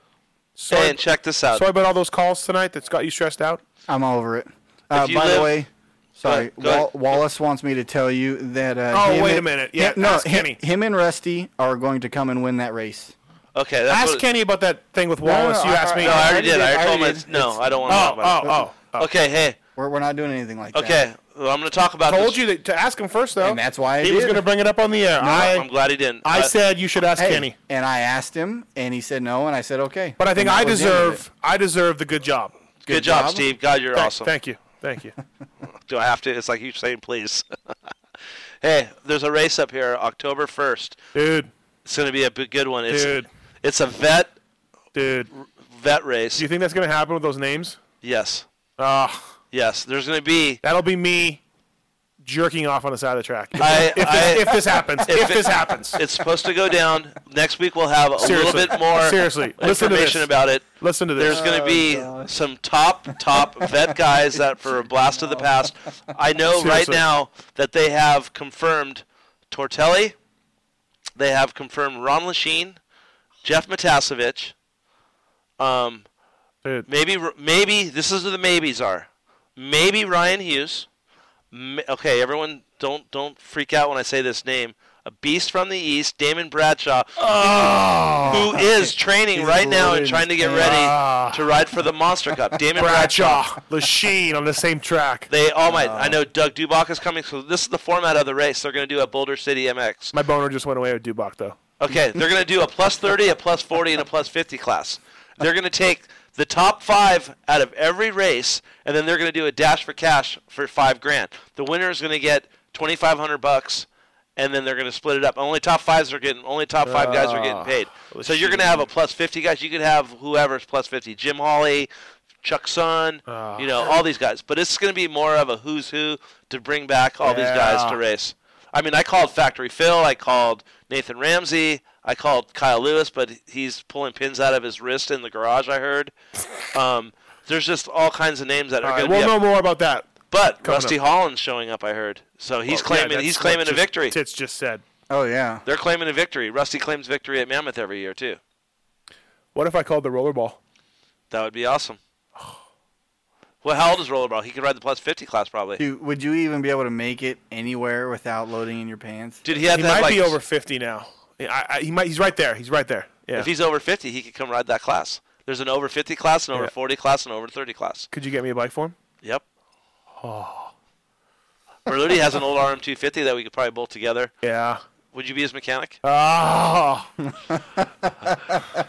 [SPEAKER 5] Sorry,
[SPEAKER 6] and check this out.
[SPEAKER 5] Sorry about all those calls tonight that's got you stressed out.
[SPEAKER 8] I'm all over it. Uh,
[SPEAKER 5] you
[SPEAKER 8] by
[SPEAKER 5] live-
[SPEAKER 8] the way, sorry,
[SPEAKER 5] Go ahead, go
[SPEAKER 8] Wal- Wallace wants me to tell you that. Uh,
[SPEAKER 5] Oh,
[SPEAKER 8] him
[SPEAKER 5] wait
[SPEAKER 8] and-
[SPEAKER 5] a minute. Yeah,
[SPEAKER 8] him- no,
[SPEAKER 5] ask
[SPEAKER 8] him,
[SPEAKER 5] Kenny.
[SPEAKER 8] him and Rusty are going to come and win that race.
[SPEAKER 6] Okay,
[SPEAKER 8] that's
[SPEAKER 5] ask
[SPEAKER 8] what-
[SPEAKER 5] Kenny about that thing with Wallace.
[SPEAKER 8] no,
[SPEAKER 5] you
[SPEAKER 8] I-
[SPEAKER 5] asked me. Oh,
[SPEAKER 8] no, I already did. I already told him
[SPEAKER 6] it's- no, I don't wanna talk about it. Okay, hey.
[SPEAKER 8] We're, we're not doing anything like that.
[SPEAKER 6] Okay, well, I'm going to talk about
[SPEAKER 5] Told
[SPEAKER 6] this.
[SPEAKER 5] you that, to ask him first, though.
[SPEAKER 8] And that's why I
[SPEAKER 5] he was
[SPEAKER 8] did.
[SPEAKER 5] going to bring it up on the air.
[SPEAKER 8] No,
[SPEAKER 5] I,
[SPEAKER 6] I'm glad he didn't.
[SPEAKER 5] I said you should ask
[SPEAKER 8] Hey,
[SPEAKER 5] Kenny,
[SPEAKER 8] and I asked him, and he said no, and I said okay.
[SPEAKER 5] but I think
[SPEAKER 8] And that
[SPEAKER 5] I
[SPEAKER 8] was the end of
[SPEAKER 5] deserve. I deserve the good job.
[SPEAKER 6] Good, job, Steve. God, you're
[SPEAKER 5] Thank-
[SPEAKER 6] awesome.
[SPEAKER 5] Thank you. Thank you.
[SPEAKER 6] Do I have to? It's like you saying please. hey, there's a race up here, October 1st.
[SPEAKER 5] Dude.
[SPEAKER 6] It's going to be a b- good one. It's,
[SPEAKER 5] Dude.
[SPEAKER 6] It's a vet.
[SPEAKER 5] Dude.
[SPEAKER 6] Vet race.
[SPEAKER 5] Do you think that's going to happen with those names?
[SPEAKER 6] Yes.
[SPEAKER 5] Ah.
[SPEAKER 6] yes. There's going to be.
[SPEAKER 5] That'll be me jerking off on the side of the track. If,
[SPEAKER 6] I-
[SPEAKER 5] if, this-
[SPEAKER 6] I-
[SPEAKER 5] if this happens, if,
[SPEAKER 6] it-
[SPEAKER 5] this happens,
[SPEAKER 6] It's supposed to go down. Next week we'll have a
[SPEAKER 5] Seriously.
[SPEAKER 6] little bit more
[SPEAKER 5] Seriously. Listen to
[SPEAKER 6] information
[SPEAKER 5] this.
[SPEAKER 6] about it.
[SPEAKER 5] Listen to this.
[SPEAKER 6] There's going to be some top top vet guys that for a blast of the past. I know right
[SPEAKER 5] Seriously.
[SPEAKER 6] now that they have confirmed Tortelli. They have confirmed Ron Lachine, Jeff Matasevich. Um, maybe maybe this is where the maybes are. Maybe Ryan Hughes. M- Okay, everyone, don't don't freak out when I say this name. A beast from the east, Damon Bradshaw, who is training right now and trying to get ready to ride for the Monster Cup. Damon Bradshaw.
[SPEAKER 5] Bradshaw, Lachine on the same track.
[SPEAKER 6] They all might.
[SPEAKER 8] Uh,
[SPEAKER 5] Uh.
[SPEAKER 6] I know Doug Dubach is coming, so this is the format of the race. They're going to do a Boulder City MX.
[SPEAKER 5] My boner just went away with Dubach though.
[SPEAKER 6] Okay, they're going to do a plus 30, a plus 40, and a plus 50 class. They're going to take the top five out of every race, and then they're going to do a dash for cash for five grand. The winner is going to get 2,500 bucks, and then they're going to split it up. Only top fives are getting, only top five guys are getting
[SPEAKER 5] Ah,
[SPEAKER 6] paid. So you're going to have a plus 50 guys. You could have whoever's plus 50, Jim Hawley, Chuck Sun, you know, all these guys. But it's going to be more of a who's who to bring back all these guys
[SPEAKER 5] Yeah.
[SPEAKER 6] to race. I mean, I called Factory Phil, I called Nathan Ramsey, I called Kyle Lewis, but he's pulling pins out of his wrist in the garage. I heard. Um, there's just all kinds of names that are
[SPEAKER 5] All
[SPEAKER 6] going
[SPEAKER 5] right, we'll
[SPEAKER 6] to be.
[SPEAKER 5] know
[SPEAKER 6] up.
[SPEAKER 5] more about that.
[SPEAKER 6] But
[SPEAKER 5] coming
[SPEAKER 6] Rusty
[SPEAKER 5] up.
[SPEAKER 6] Holland's showing up. I heard. So he's
[SPEAKER 5] Well, Oh, yeah,
[SPEAKER 6] claiming he's
[SPEAKER 5] that's
[SPEAKER 6] claiming
[SPEAKER 5] what
[SPEAKER 6] a
[SPEAKER 5] just-
[SPEAKER 6] victory.
[SPEAKER 5] Tits just said.
[SPEAKER 8] Oh yeah.
[SPEAKER 6] They're claiming a victory. Rusty claims victory at Mammoth every year too.
[SPEAKER 5] What if I called the rollerball?
[SPEAKER 6] That would be awesome. Well, how old is Rollerball? He could ride the plus fifty class probably.
[SPEAKER 8] it. Dude, would you even be able to make it anywhere without loading in your pants?
[SPEAKER 6] Dude, he had
[SPEAKER 5] He
[SPEAKER 6] to have,
[SPEAKER 5] might
[SPEAKER 6] like,
[SPEAKER 5] be over fifty now. Yeah, I, I, he might. He's right there. He's right there. Yeah.
[SPEAKER 6] If he's over 50, he could come ride that class. There's an over 50 class, an over
[SPEAKER 5] Yeah.
[SPEAKER 6] 40 class, and over 30 class.
[SPEAKER 5] Could you get me a bike for him?
[SPEAKER 6] Yep.
[SPEAKER 5] Oh,
[SPEAKER 6] Berluti has an old RM250 that we could probably bolt together.
[SPEAKER 5] yeah.
[SPEAKER 6] Would you be his mechanic?
[SPEAKER 5] Oh.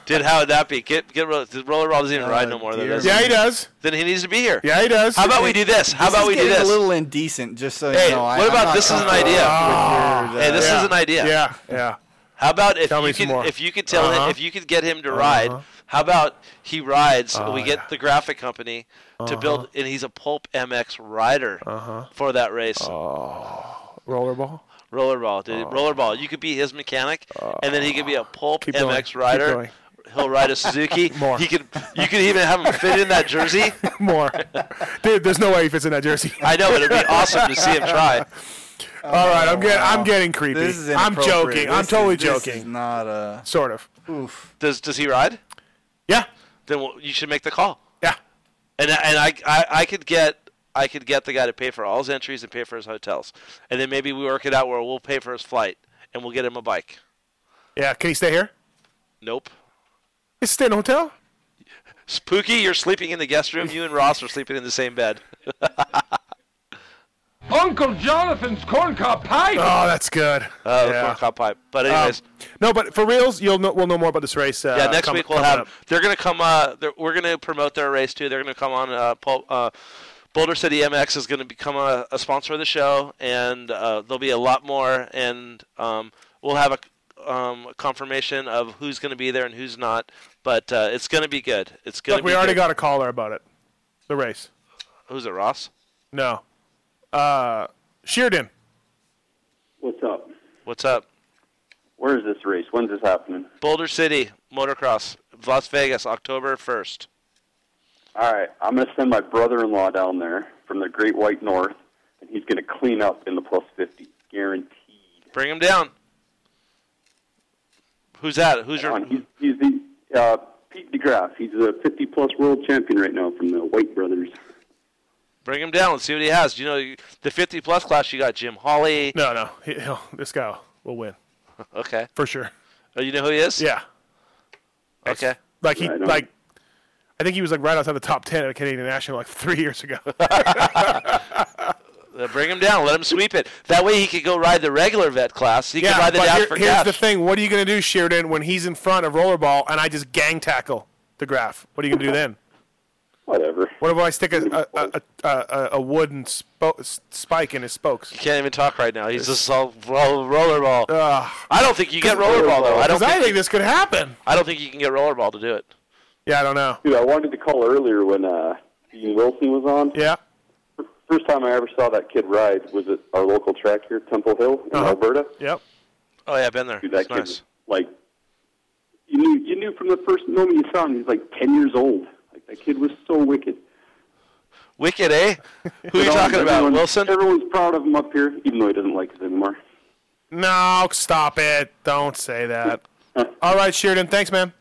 [SPEAKER 6] Dude, how would that be? Get get Ro- Roller Roll doesn't even ride no more though. does
[SPEAKER 5] Uh, Yeah, he does.
[SPEAKER 6] Then he needs to be here.
[SPEAKER 5] Yeah, he does.
[SPEAKER 6] How about we do this? How
[SPEAKER 8] This
[SPEAKER 6] about
[SPEAKER 8] is
[SPEAKER 6] we do
[SPEAKER 8] getting
[SPEAKER 6] this?
[SPEAKER 8] A little indecent, just so
[SPEAKER 6] Hey,
[SPEAKER 8] you know. I-
[SPEAKER 6] what
[SPEAKER 8] I'm
[SPEAKER 6] about
[SPEAKER 8] not
[SPEAKER 6] this is an
[SPEAKER 8] comfortable
[SPEAKER 6] idea?
[SPEAKER 8] with your, uh,
[SPEAKER 6] Hey, this is an idea.
[SPEAKER 5] Ah, Yeah, yeah.
[SPEAKER 6] How about if
[SPEAKER 5] Tell me
[SPEAKER 6] you
[SPEAKER 5] some
[SPEAKER 6] could,
[SPEAKER 5] more.
[SPEAKER 6] if you could tell
[SPEAKER 5] Uh-huh.
[SPEAKER 6] him if you could get him to ride?
[SPEAKER 5] Uh-huh.
[SPEAKER 6] How about he rides?
[SPEAKER 5] Oh, Uh-huh.
[SPEAKER 6] we get the graphic company to build, and he's a Pulp MX rider for that race.
[SPEAKER 5] Oh. Rollerball.
[SPEAKER 6] Rollerball,
[SPEAKER 5] Oh.
[SPEAKER 6] dude. Rollerball. You could be his mechanic, and then he could be a Pulp
[SPEAKER 5] Keep
[SPEAKER 6] MX
[SPEAKER 5] going. Keep
[SPEAKER 6] rider.
[SPEAKER 5] going.
[SPEAKER 6] He'll ride a Suzuki.
[SPEAKER 5] More.
[SPEAKER 6] He could. You could even have him fit in that jersey.
[SPEAKER 5] More. Dude, there's no way he fits in that jersey.
[SPEAKER 6] I know, but it'd be awesome to see him try.
[SPEAKER 5] All right, I'm getting I'm getting creepy.
[SPEAKER 6] Oh, This is
[SPEAKER 5] I'm
[SPEAKER 6] inappropriate.
[SPEAKER 5] joking. I'm
[SPEAKER 6] This
[SPEAKER 5] totally
[SPEAKER 6] is- this
[SPEAKER 5] joking.
[SPEAKER 6] is
[SPEAKER 8] not a
[SPEAKER 5] sort of.
[SPEAKER 8] Oof.
[SPEAKER 6] Does Does he ride?
[SPEAKER 5] Yeah.
[SPEAKER 6] Then we'll, you should make the call.
[SPEAKER 5] Yeah.
[SPEAKER 6] And I- and I, I I could get I could get the guy to pay for all his entries and pay for his hotels, and then maybe we work it out where we'll pay for his flight and we'll get him a bike.
[SPEAKER 5] Yeah, can he stay here?
[SPEAKER 6] Nope.
[SPEAKER 5] Is he stay in a hotel?
[SPEAKER 6] Spooky, you're sleeping in the guest room. You and Ross are sleeping in the same bed.
[SPEAKER 33] Uncle Jonathan's corn cob pipe.
[SPEAKER 5] Oh, that's good.
[SPEAKER 6] Uh, the corn cob pipe. But anyways,
[SPEAKER 5] Um, no, but for reals, you'll know, we'll know more about this race. Uh,
[SPEAKER 6] yeah, next
[SPEAKER 5] com-
[SPEAKER 6] week we'll
[SPEAKER 5] coming
[SPEAKER 6] have.
[SPEAKER 5] up.
[SPEAKER 6] They're gonna come. Uh, they're, we're gonna promote their race too. They're gonna come on. Uh, Pul- uh, Boulder City MX is gonna become a, a sponsor of the show, and uh, there'll be a lot more. And um, we'll have a um, confirmation of who's gonna be there and who's not. But uh, it's gonna be good. It's gonna.
[SPEAKER 5] Look,
[SPEAKER 6] be
[SPEAKER 5] we already
[SPEAKER 6] good.
[SPEAKER 5] got a caller about it. The race.
[SPEAKER 6] Who's it, Ross?
[SPEAKER 5] No. Uh, Sheerden.
[SPEAKER 12] What's up?
[SPEAKER 6] What's up?
[SPEAKER 12] Where is this race? When's this happening?
[SPEAKER 6] Boulder City Motocross, Las Vegas, October first.
[SPEAKER 12] All right, I'm going to send my brother-in-law down there from the Great White North, and he's going to clean up in the plus 50, guaranteed.
[SPEAKER 6] Bring him down. Who's that? Who's your?
[SPEAKER 12] Uh, He's, he's the uh, Pete DeGraff. He's a 50-plus world champion right now from the White Brothers.
[SPEAKER 6] Bring him down. Let's see what he has. You know, you- the 50 plus class, you got Jim Hawley.
[SPEAKER 5] No, no. He, he'll, this guy will win
[SPEAKER 6] Okay.
[SPEAKER 5] for sure.
[SPEAKER 6] Oh, you know who he is?
[SPEAKER 5] Yeah.
[SPEAKER 6] Okay.
[SPEAKER 5] Like he
[SPEAKER 6] Right on.
[SPEAKER 5] like. I think he was like right outside the top ten at a Canadian National like three years ago.
[SPEAKER 6] Uh, Bring him down. Let him sweep it. That way he could go ride the regular vet class. He could ride the
[SPEAKER 5] but
[SPEAKER 6] dash
[SPEAKER 5] here-
[SPEAKER 6] for
[SPEAKER 5] here's
[SPEAKER 6] cash.
[SPEAKER 5] the thing: what are you going to do, Sheridan, when he's in front of rollerball and I just gang tackle the graph? What are you going to do then?
[SPEAKER 12] Whatever.
[SPEAKER 5] What if I stick a a, a, a, a, a wooden spo- s- spike in his spokes?
[SPEAKER 6] He can't even talk right now. He's just all roll, rollerball. I don't think you get rollerball though. I don't.
[SPEAKER 5] 'Cause
[SPEAKER 6] Think,
[SPEAKER 5] this could happen.
[SPEAKER 6] I don't think you can get rollerball to do it.
[SPEAKER 5] Yeah, I don't know.
[SPEAKER 12] Dude, I wanted to call earlier when uh, Dean Wilson was on.
[SPEAKER 5] Yeah.
[SPEAKER 12] First time I ever saw that kid ride was at our local track here, Temple Hill in Alberta.
[SPEAKER 5] Yep.
[SPEAKER 6] Oh yeah, I've been there.
[SPEAKER 12] Dude, that kid was like you knew you knew from the first moment you saw him. He's like ten years old. Like that kid was so wicked.
[SPEAKER 6] Wicked, eh? Who are you talking about, Wilson?
[SPEAKER 12] Everyone's proud of him up here, even though he doesn't like us anymore.
[SPEAKER 5] No, stop it! Don't say that. All right, Sheridan, thanks, man.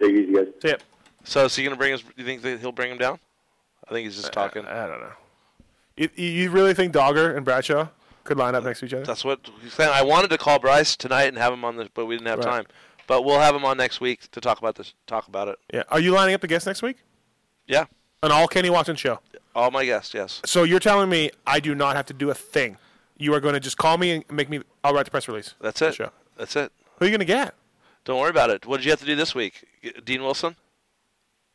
[SPEAKER 12] Take it easy, guys.
[SPEAKER 5] See ya.
[SPEAKER 6] So is he gonna bring his? You think that he'll bring him down? I think he's just talking.
[SPEAKER 5] I don't know. You, you- you really think Dogger and Bradshaw could line up next to each other?
[SPEAKER 6] Uh, That's what he's saying. I wanted to call Bryce tonight and have him on the, but we didn't have
[SPEAKER 5] Right.
[SPEAKER 6] time. But we'll have him on next week to talk about this. Talk about it.
[SPEAKER 5] Yeah. Are you lining up the guests next week?
[SPEAKER 6] Yeah.
[SPEAKER 5] An all Kenny Watson show.
[SPEAKER 6] All my guests, yes.
[SPEAKER 5] So you're telling me I do not have to do a thing. You are going to just call me and make me. I'll write the press release.
[SPEAKER 6] That's it. That's it.
[SPEAKER 5] Who are you going to get?
[SPEAKER 6] Don't worry about it. What did you have to do this week? G- Dean Wilson.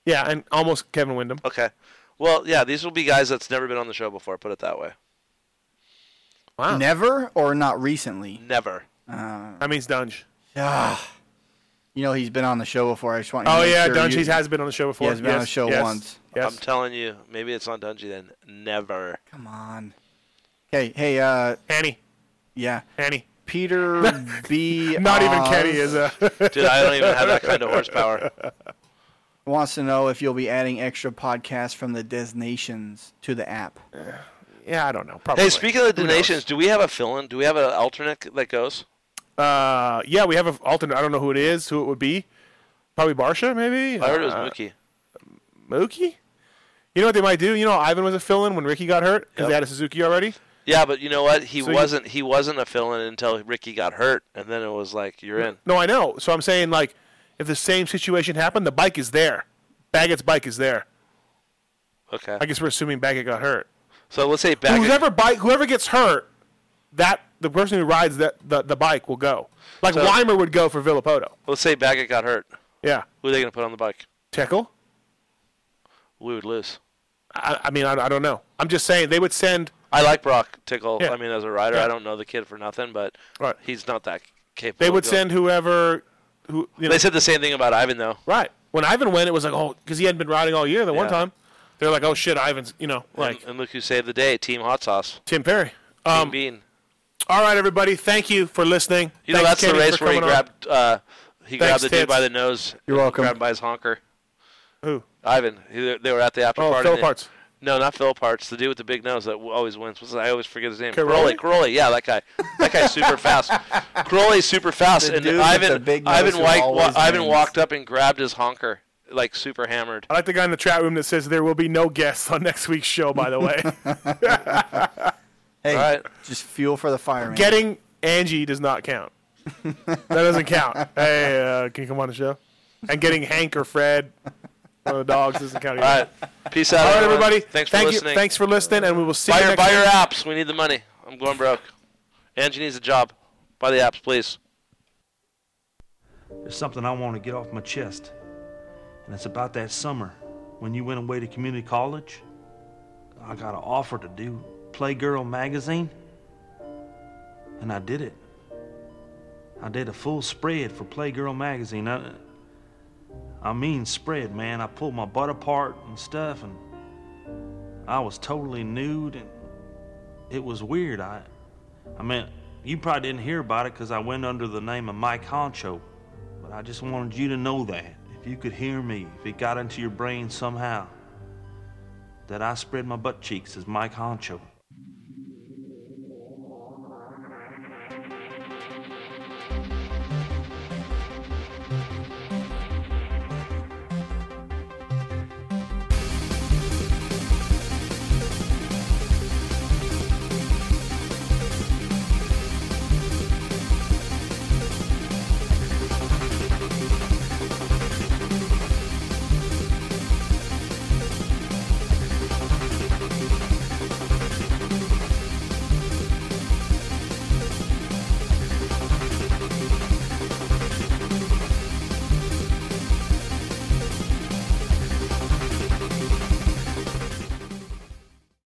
[SPEAKER 5] Yeah, and almost Kevin Wyndham.
[SPEAKER 6] Okay. Well, yeah, these will be guys that's never been on the show before. Put it that way.
[SPEAKER 8] Never or not recently.
[SPEAKER 6] Never.
[SPEAKER 8] Uh,
[SPEAKER 5] that means Dunge.
[SPEAKER 8] Yeah. You know he's been on the show before. I just want. you to
[SPEAKER 5] Oh
[SPEAKER 8] make
[SPEAKER 5] yeah,
[SPEAKER 8] sure
[SPEAKER 5] Dungy
[SPEAKER 8] you-
[SPEAKER 5] has been on the show before.
[SPEAKER 8] He has been on the
[SPEAKER 5] Yes,
[SPEAKER 8] show
[SPEAKER 5] yes,
[SPEAKER 8] once.
[SPEAKER 5] Yes.
[SPEAKER 6] I'm telling you, maybe it's not Dungy then. Never.
[SPEAKER 8] Come on. Okay. Hey. Uh.
[SPEAKER 5] Annie.
[SPEAKER 8] Yeah.
[SPEAKER 5] Annie.
[SPEAKER 8] Peter B.
[SPEAKER 5] Not even
[SPEAKER 8] Oz
[SPEAKER 5] Kenny is a.
[SPEAKER 6] Dude, I don't even have that kind of horsepower.
[SPEAKER 8] Wants to know if you'll be adding extra podcasts from the designations to the app.
[SPEAKER 5] Yeah, I don't know.
[SPEAKER 6] Hey, speaking of the donations, do we have a fill-in? Do we have an alternate c- that goes?
[SPEAKER 5] Uh, yeah, we have an alternate. I don't know who it is, who it would be. Probably Barsha, maybe.
[SPEAKER 6] I heard it was
[SPEAKER 5] Uh,
[SPEAKER 6] Mookie.
[SPEAKER 5] Mookie. You know what they might do? You know, Ivan was a fill-in when Ricky got hurt because they had a Suzuki already.
[SPEAKER 6] Yeah, but you know what? He
[SPEAKER 5] So you-
[SPEAKER 6] wasn't. He wasn't a fill-in until Ricky got hurt, and then it was like you're in.
[SPEAKER 5] No, I know. So I'm saying like, if the same situation happened, the bike is there. Baggett's bike is there.
[SPEAKER 6] Okay.
[SPEAKER 5] I guess we're assuming Baggett got hurt.
[SPEAKER 6] So let's say Baggett.
[SPEAKER 5] Whoever bike, whoever gets hurt, that the person who rides that the, the bike will go. Like
[SPEAKER 6] So-
[SPEAKER 5] Weimer would go for Villapoto.
[SPEAKER 6] Let's say Baggett got hurt.
[SPEAKER 5] Yeah.
[SPEAKER 6] Who are they going to put on the bike?
[SPEAKER 5] Tickle.
[SPEAKER 6] We would lose.
[SPEAKER 5] I, I mean, I, I don't know. I'm just saying they would send.
[SPEAKER 6] I like Brock Tickle.
[SPEAKER 5] Yeah.
[SPEAKER 6] I mean, as a rider,
[SPEAKER 5] Yeah.
[SPEAKER 6] I don't know the kid for nothing, but he's not that capable.
[SPEAKER 5] They
[SPEAKER 6] of
[SPEAKER 5] would
[SPEAKER 6] doing-
[SPEAKER 5] send whoever. Who you know,
[SPEAKER 6] They said the same thing about Ivan, though.
[SPEAKER 5] Right. When Ivan went, it was like, oh, because he hadn't been riding all year. The one
[SPEAKER 6] Yeah.
[SPEAKER 5] time, they're like, oh shit, Ivan's, you know, like Um,
[SPEAKER 6] and, and look who saved the day, Team Hot Sauce.
[SPEAKER 5] Tim Perry.
[SPEAKER 6] Team Bean.
[SPEAKER 5] All right, everybody, thank you for listening.
[SPEAKER 6] You know,
[SPEAKER 5] Thanks,
[SPEAKER 6] that's the
[SPEAKER 5] Kenny,
[SPEAKER 6] race
[SPEAKER 5] for
[SPEAKER 6] where he
[SPEAKER 5] coming on.
[SPEAKER 6] grabbed, uh, he
[SPEAKER 5] Thanks,
[SPEAKER 6] grabbed the
[SPEAKER 5] Tits.
[SPEAKER 6] dude by the nose.
[SPEAKER 5] You're
[SPEAKER 6] and
[SPEAKER 5] welcome.
[SPEAKER 6] Grabbed him by his honker.
[SPEAKER 5] Who?
[SPEAKER 6] Ivan. He- They they were at the after
[SPEAKER 5] Oh,
[SPEAKER 6] party. and they-
[SPEAKER 5] Philparts.
[SPEAKER 6] No, not Phil Parts. The dude with the big nose that w- always wins. What's his- I always forget his name.
[SPEAKER 5] Caroli?
[SPEAKER 6] Crowley. Crowley. Yeah, that guy. That guy's super fast. Crowley's super fast.
[SPEAKER 23] The
[SPEAKER 6] and
[SPEAKER 23] dude with
[SPEAKER 6] Ivan,
[SPEAKER 23] the big nose
[SPEAKER 6] Ivan,
[SPEAKER 23] who
[SPEAKER 6] wa- wa-
[SPEAKER 23] always
[SPEAKER 6] Ivan
[SPEAKER 23] wins.
[SPEAKER 6] walked up and grabbed his honker, like super hammered.
[SPEAKER 5] I like the guy in the chat room that says there will be no guests on next week's show. By the way,
[SPEAKER 8] Hey,
[SPEAKER 6] All right.
[SPEAKER 8] just fuel for the fire, man.
[SPEAKER 5] getting Angie does not count. that doesn't count. Hey, uh, can you come on the show? And getting Hank or Fred, one of the dogs, doesn't count. Either.
[SPEAKER 6] All right. Peace out,
[SPEAKER 5] All right,
[SPEAKER 6] everyone.
[SPEAKER 5] everybody.
[SPEAKER 6] Thanks for
[SPEAKER 5] Thank
[SPEAKER 6] listening.
[SPEAKER 5] You, thanks for listening, and we will see
[SPEAKER 6] buy
[SPEAKER 5] you
[SPEAKER 6] your,
[SPEAKER 5] next
[SPEAKER 6] buy your
[SPEAKER 5] week.
[SPEAKER 6] apps. We need the money. I'm going broke. Angie needs a job. Buy the apps, please.
[SPEAKER 11] There's something I want to get off my chest. And it's about that summer when you went away to community college. I got an offer to do Playgirl magazine. And I did it. I did a full spread for Playgirl magazine. I, I mean spread, man. I pulled my butt apart and stuff and I was totally nude and it was weird. I I mean, you probably didn't hear about it because I went under the name of Mike Honcho. But I just wanted you to know that if you could hear me, if it got into your brain somehow, that I spread my butt cheeks as Mike Honcho.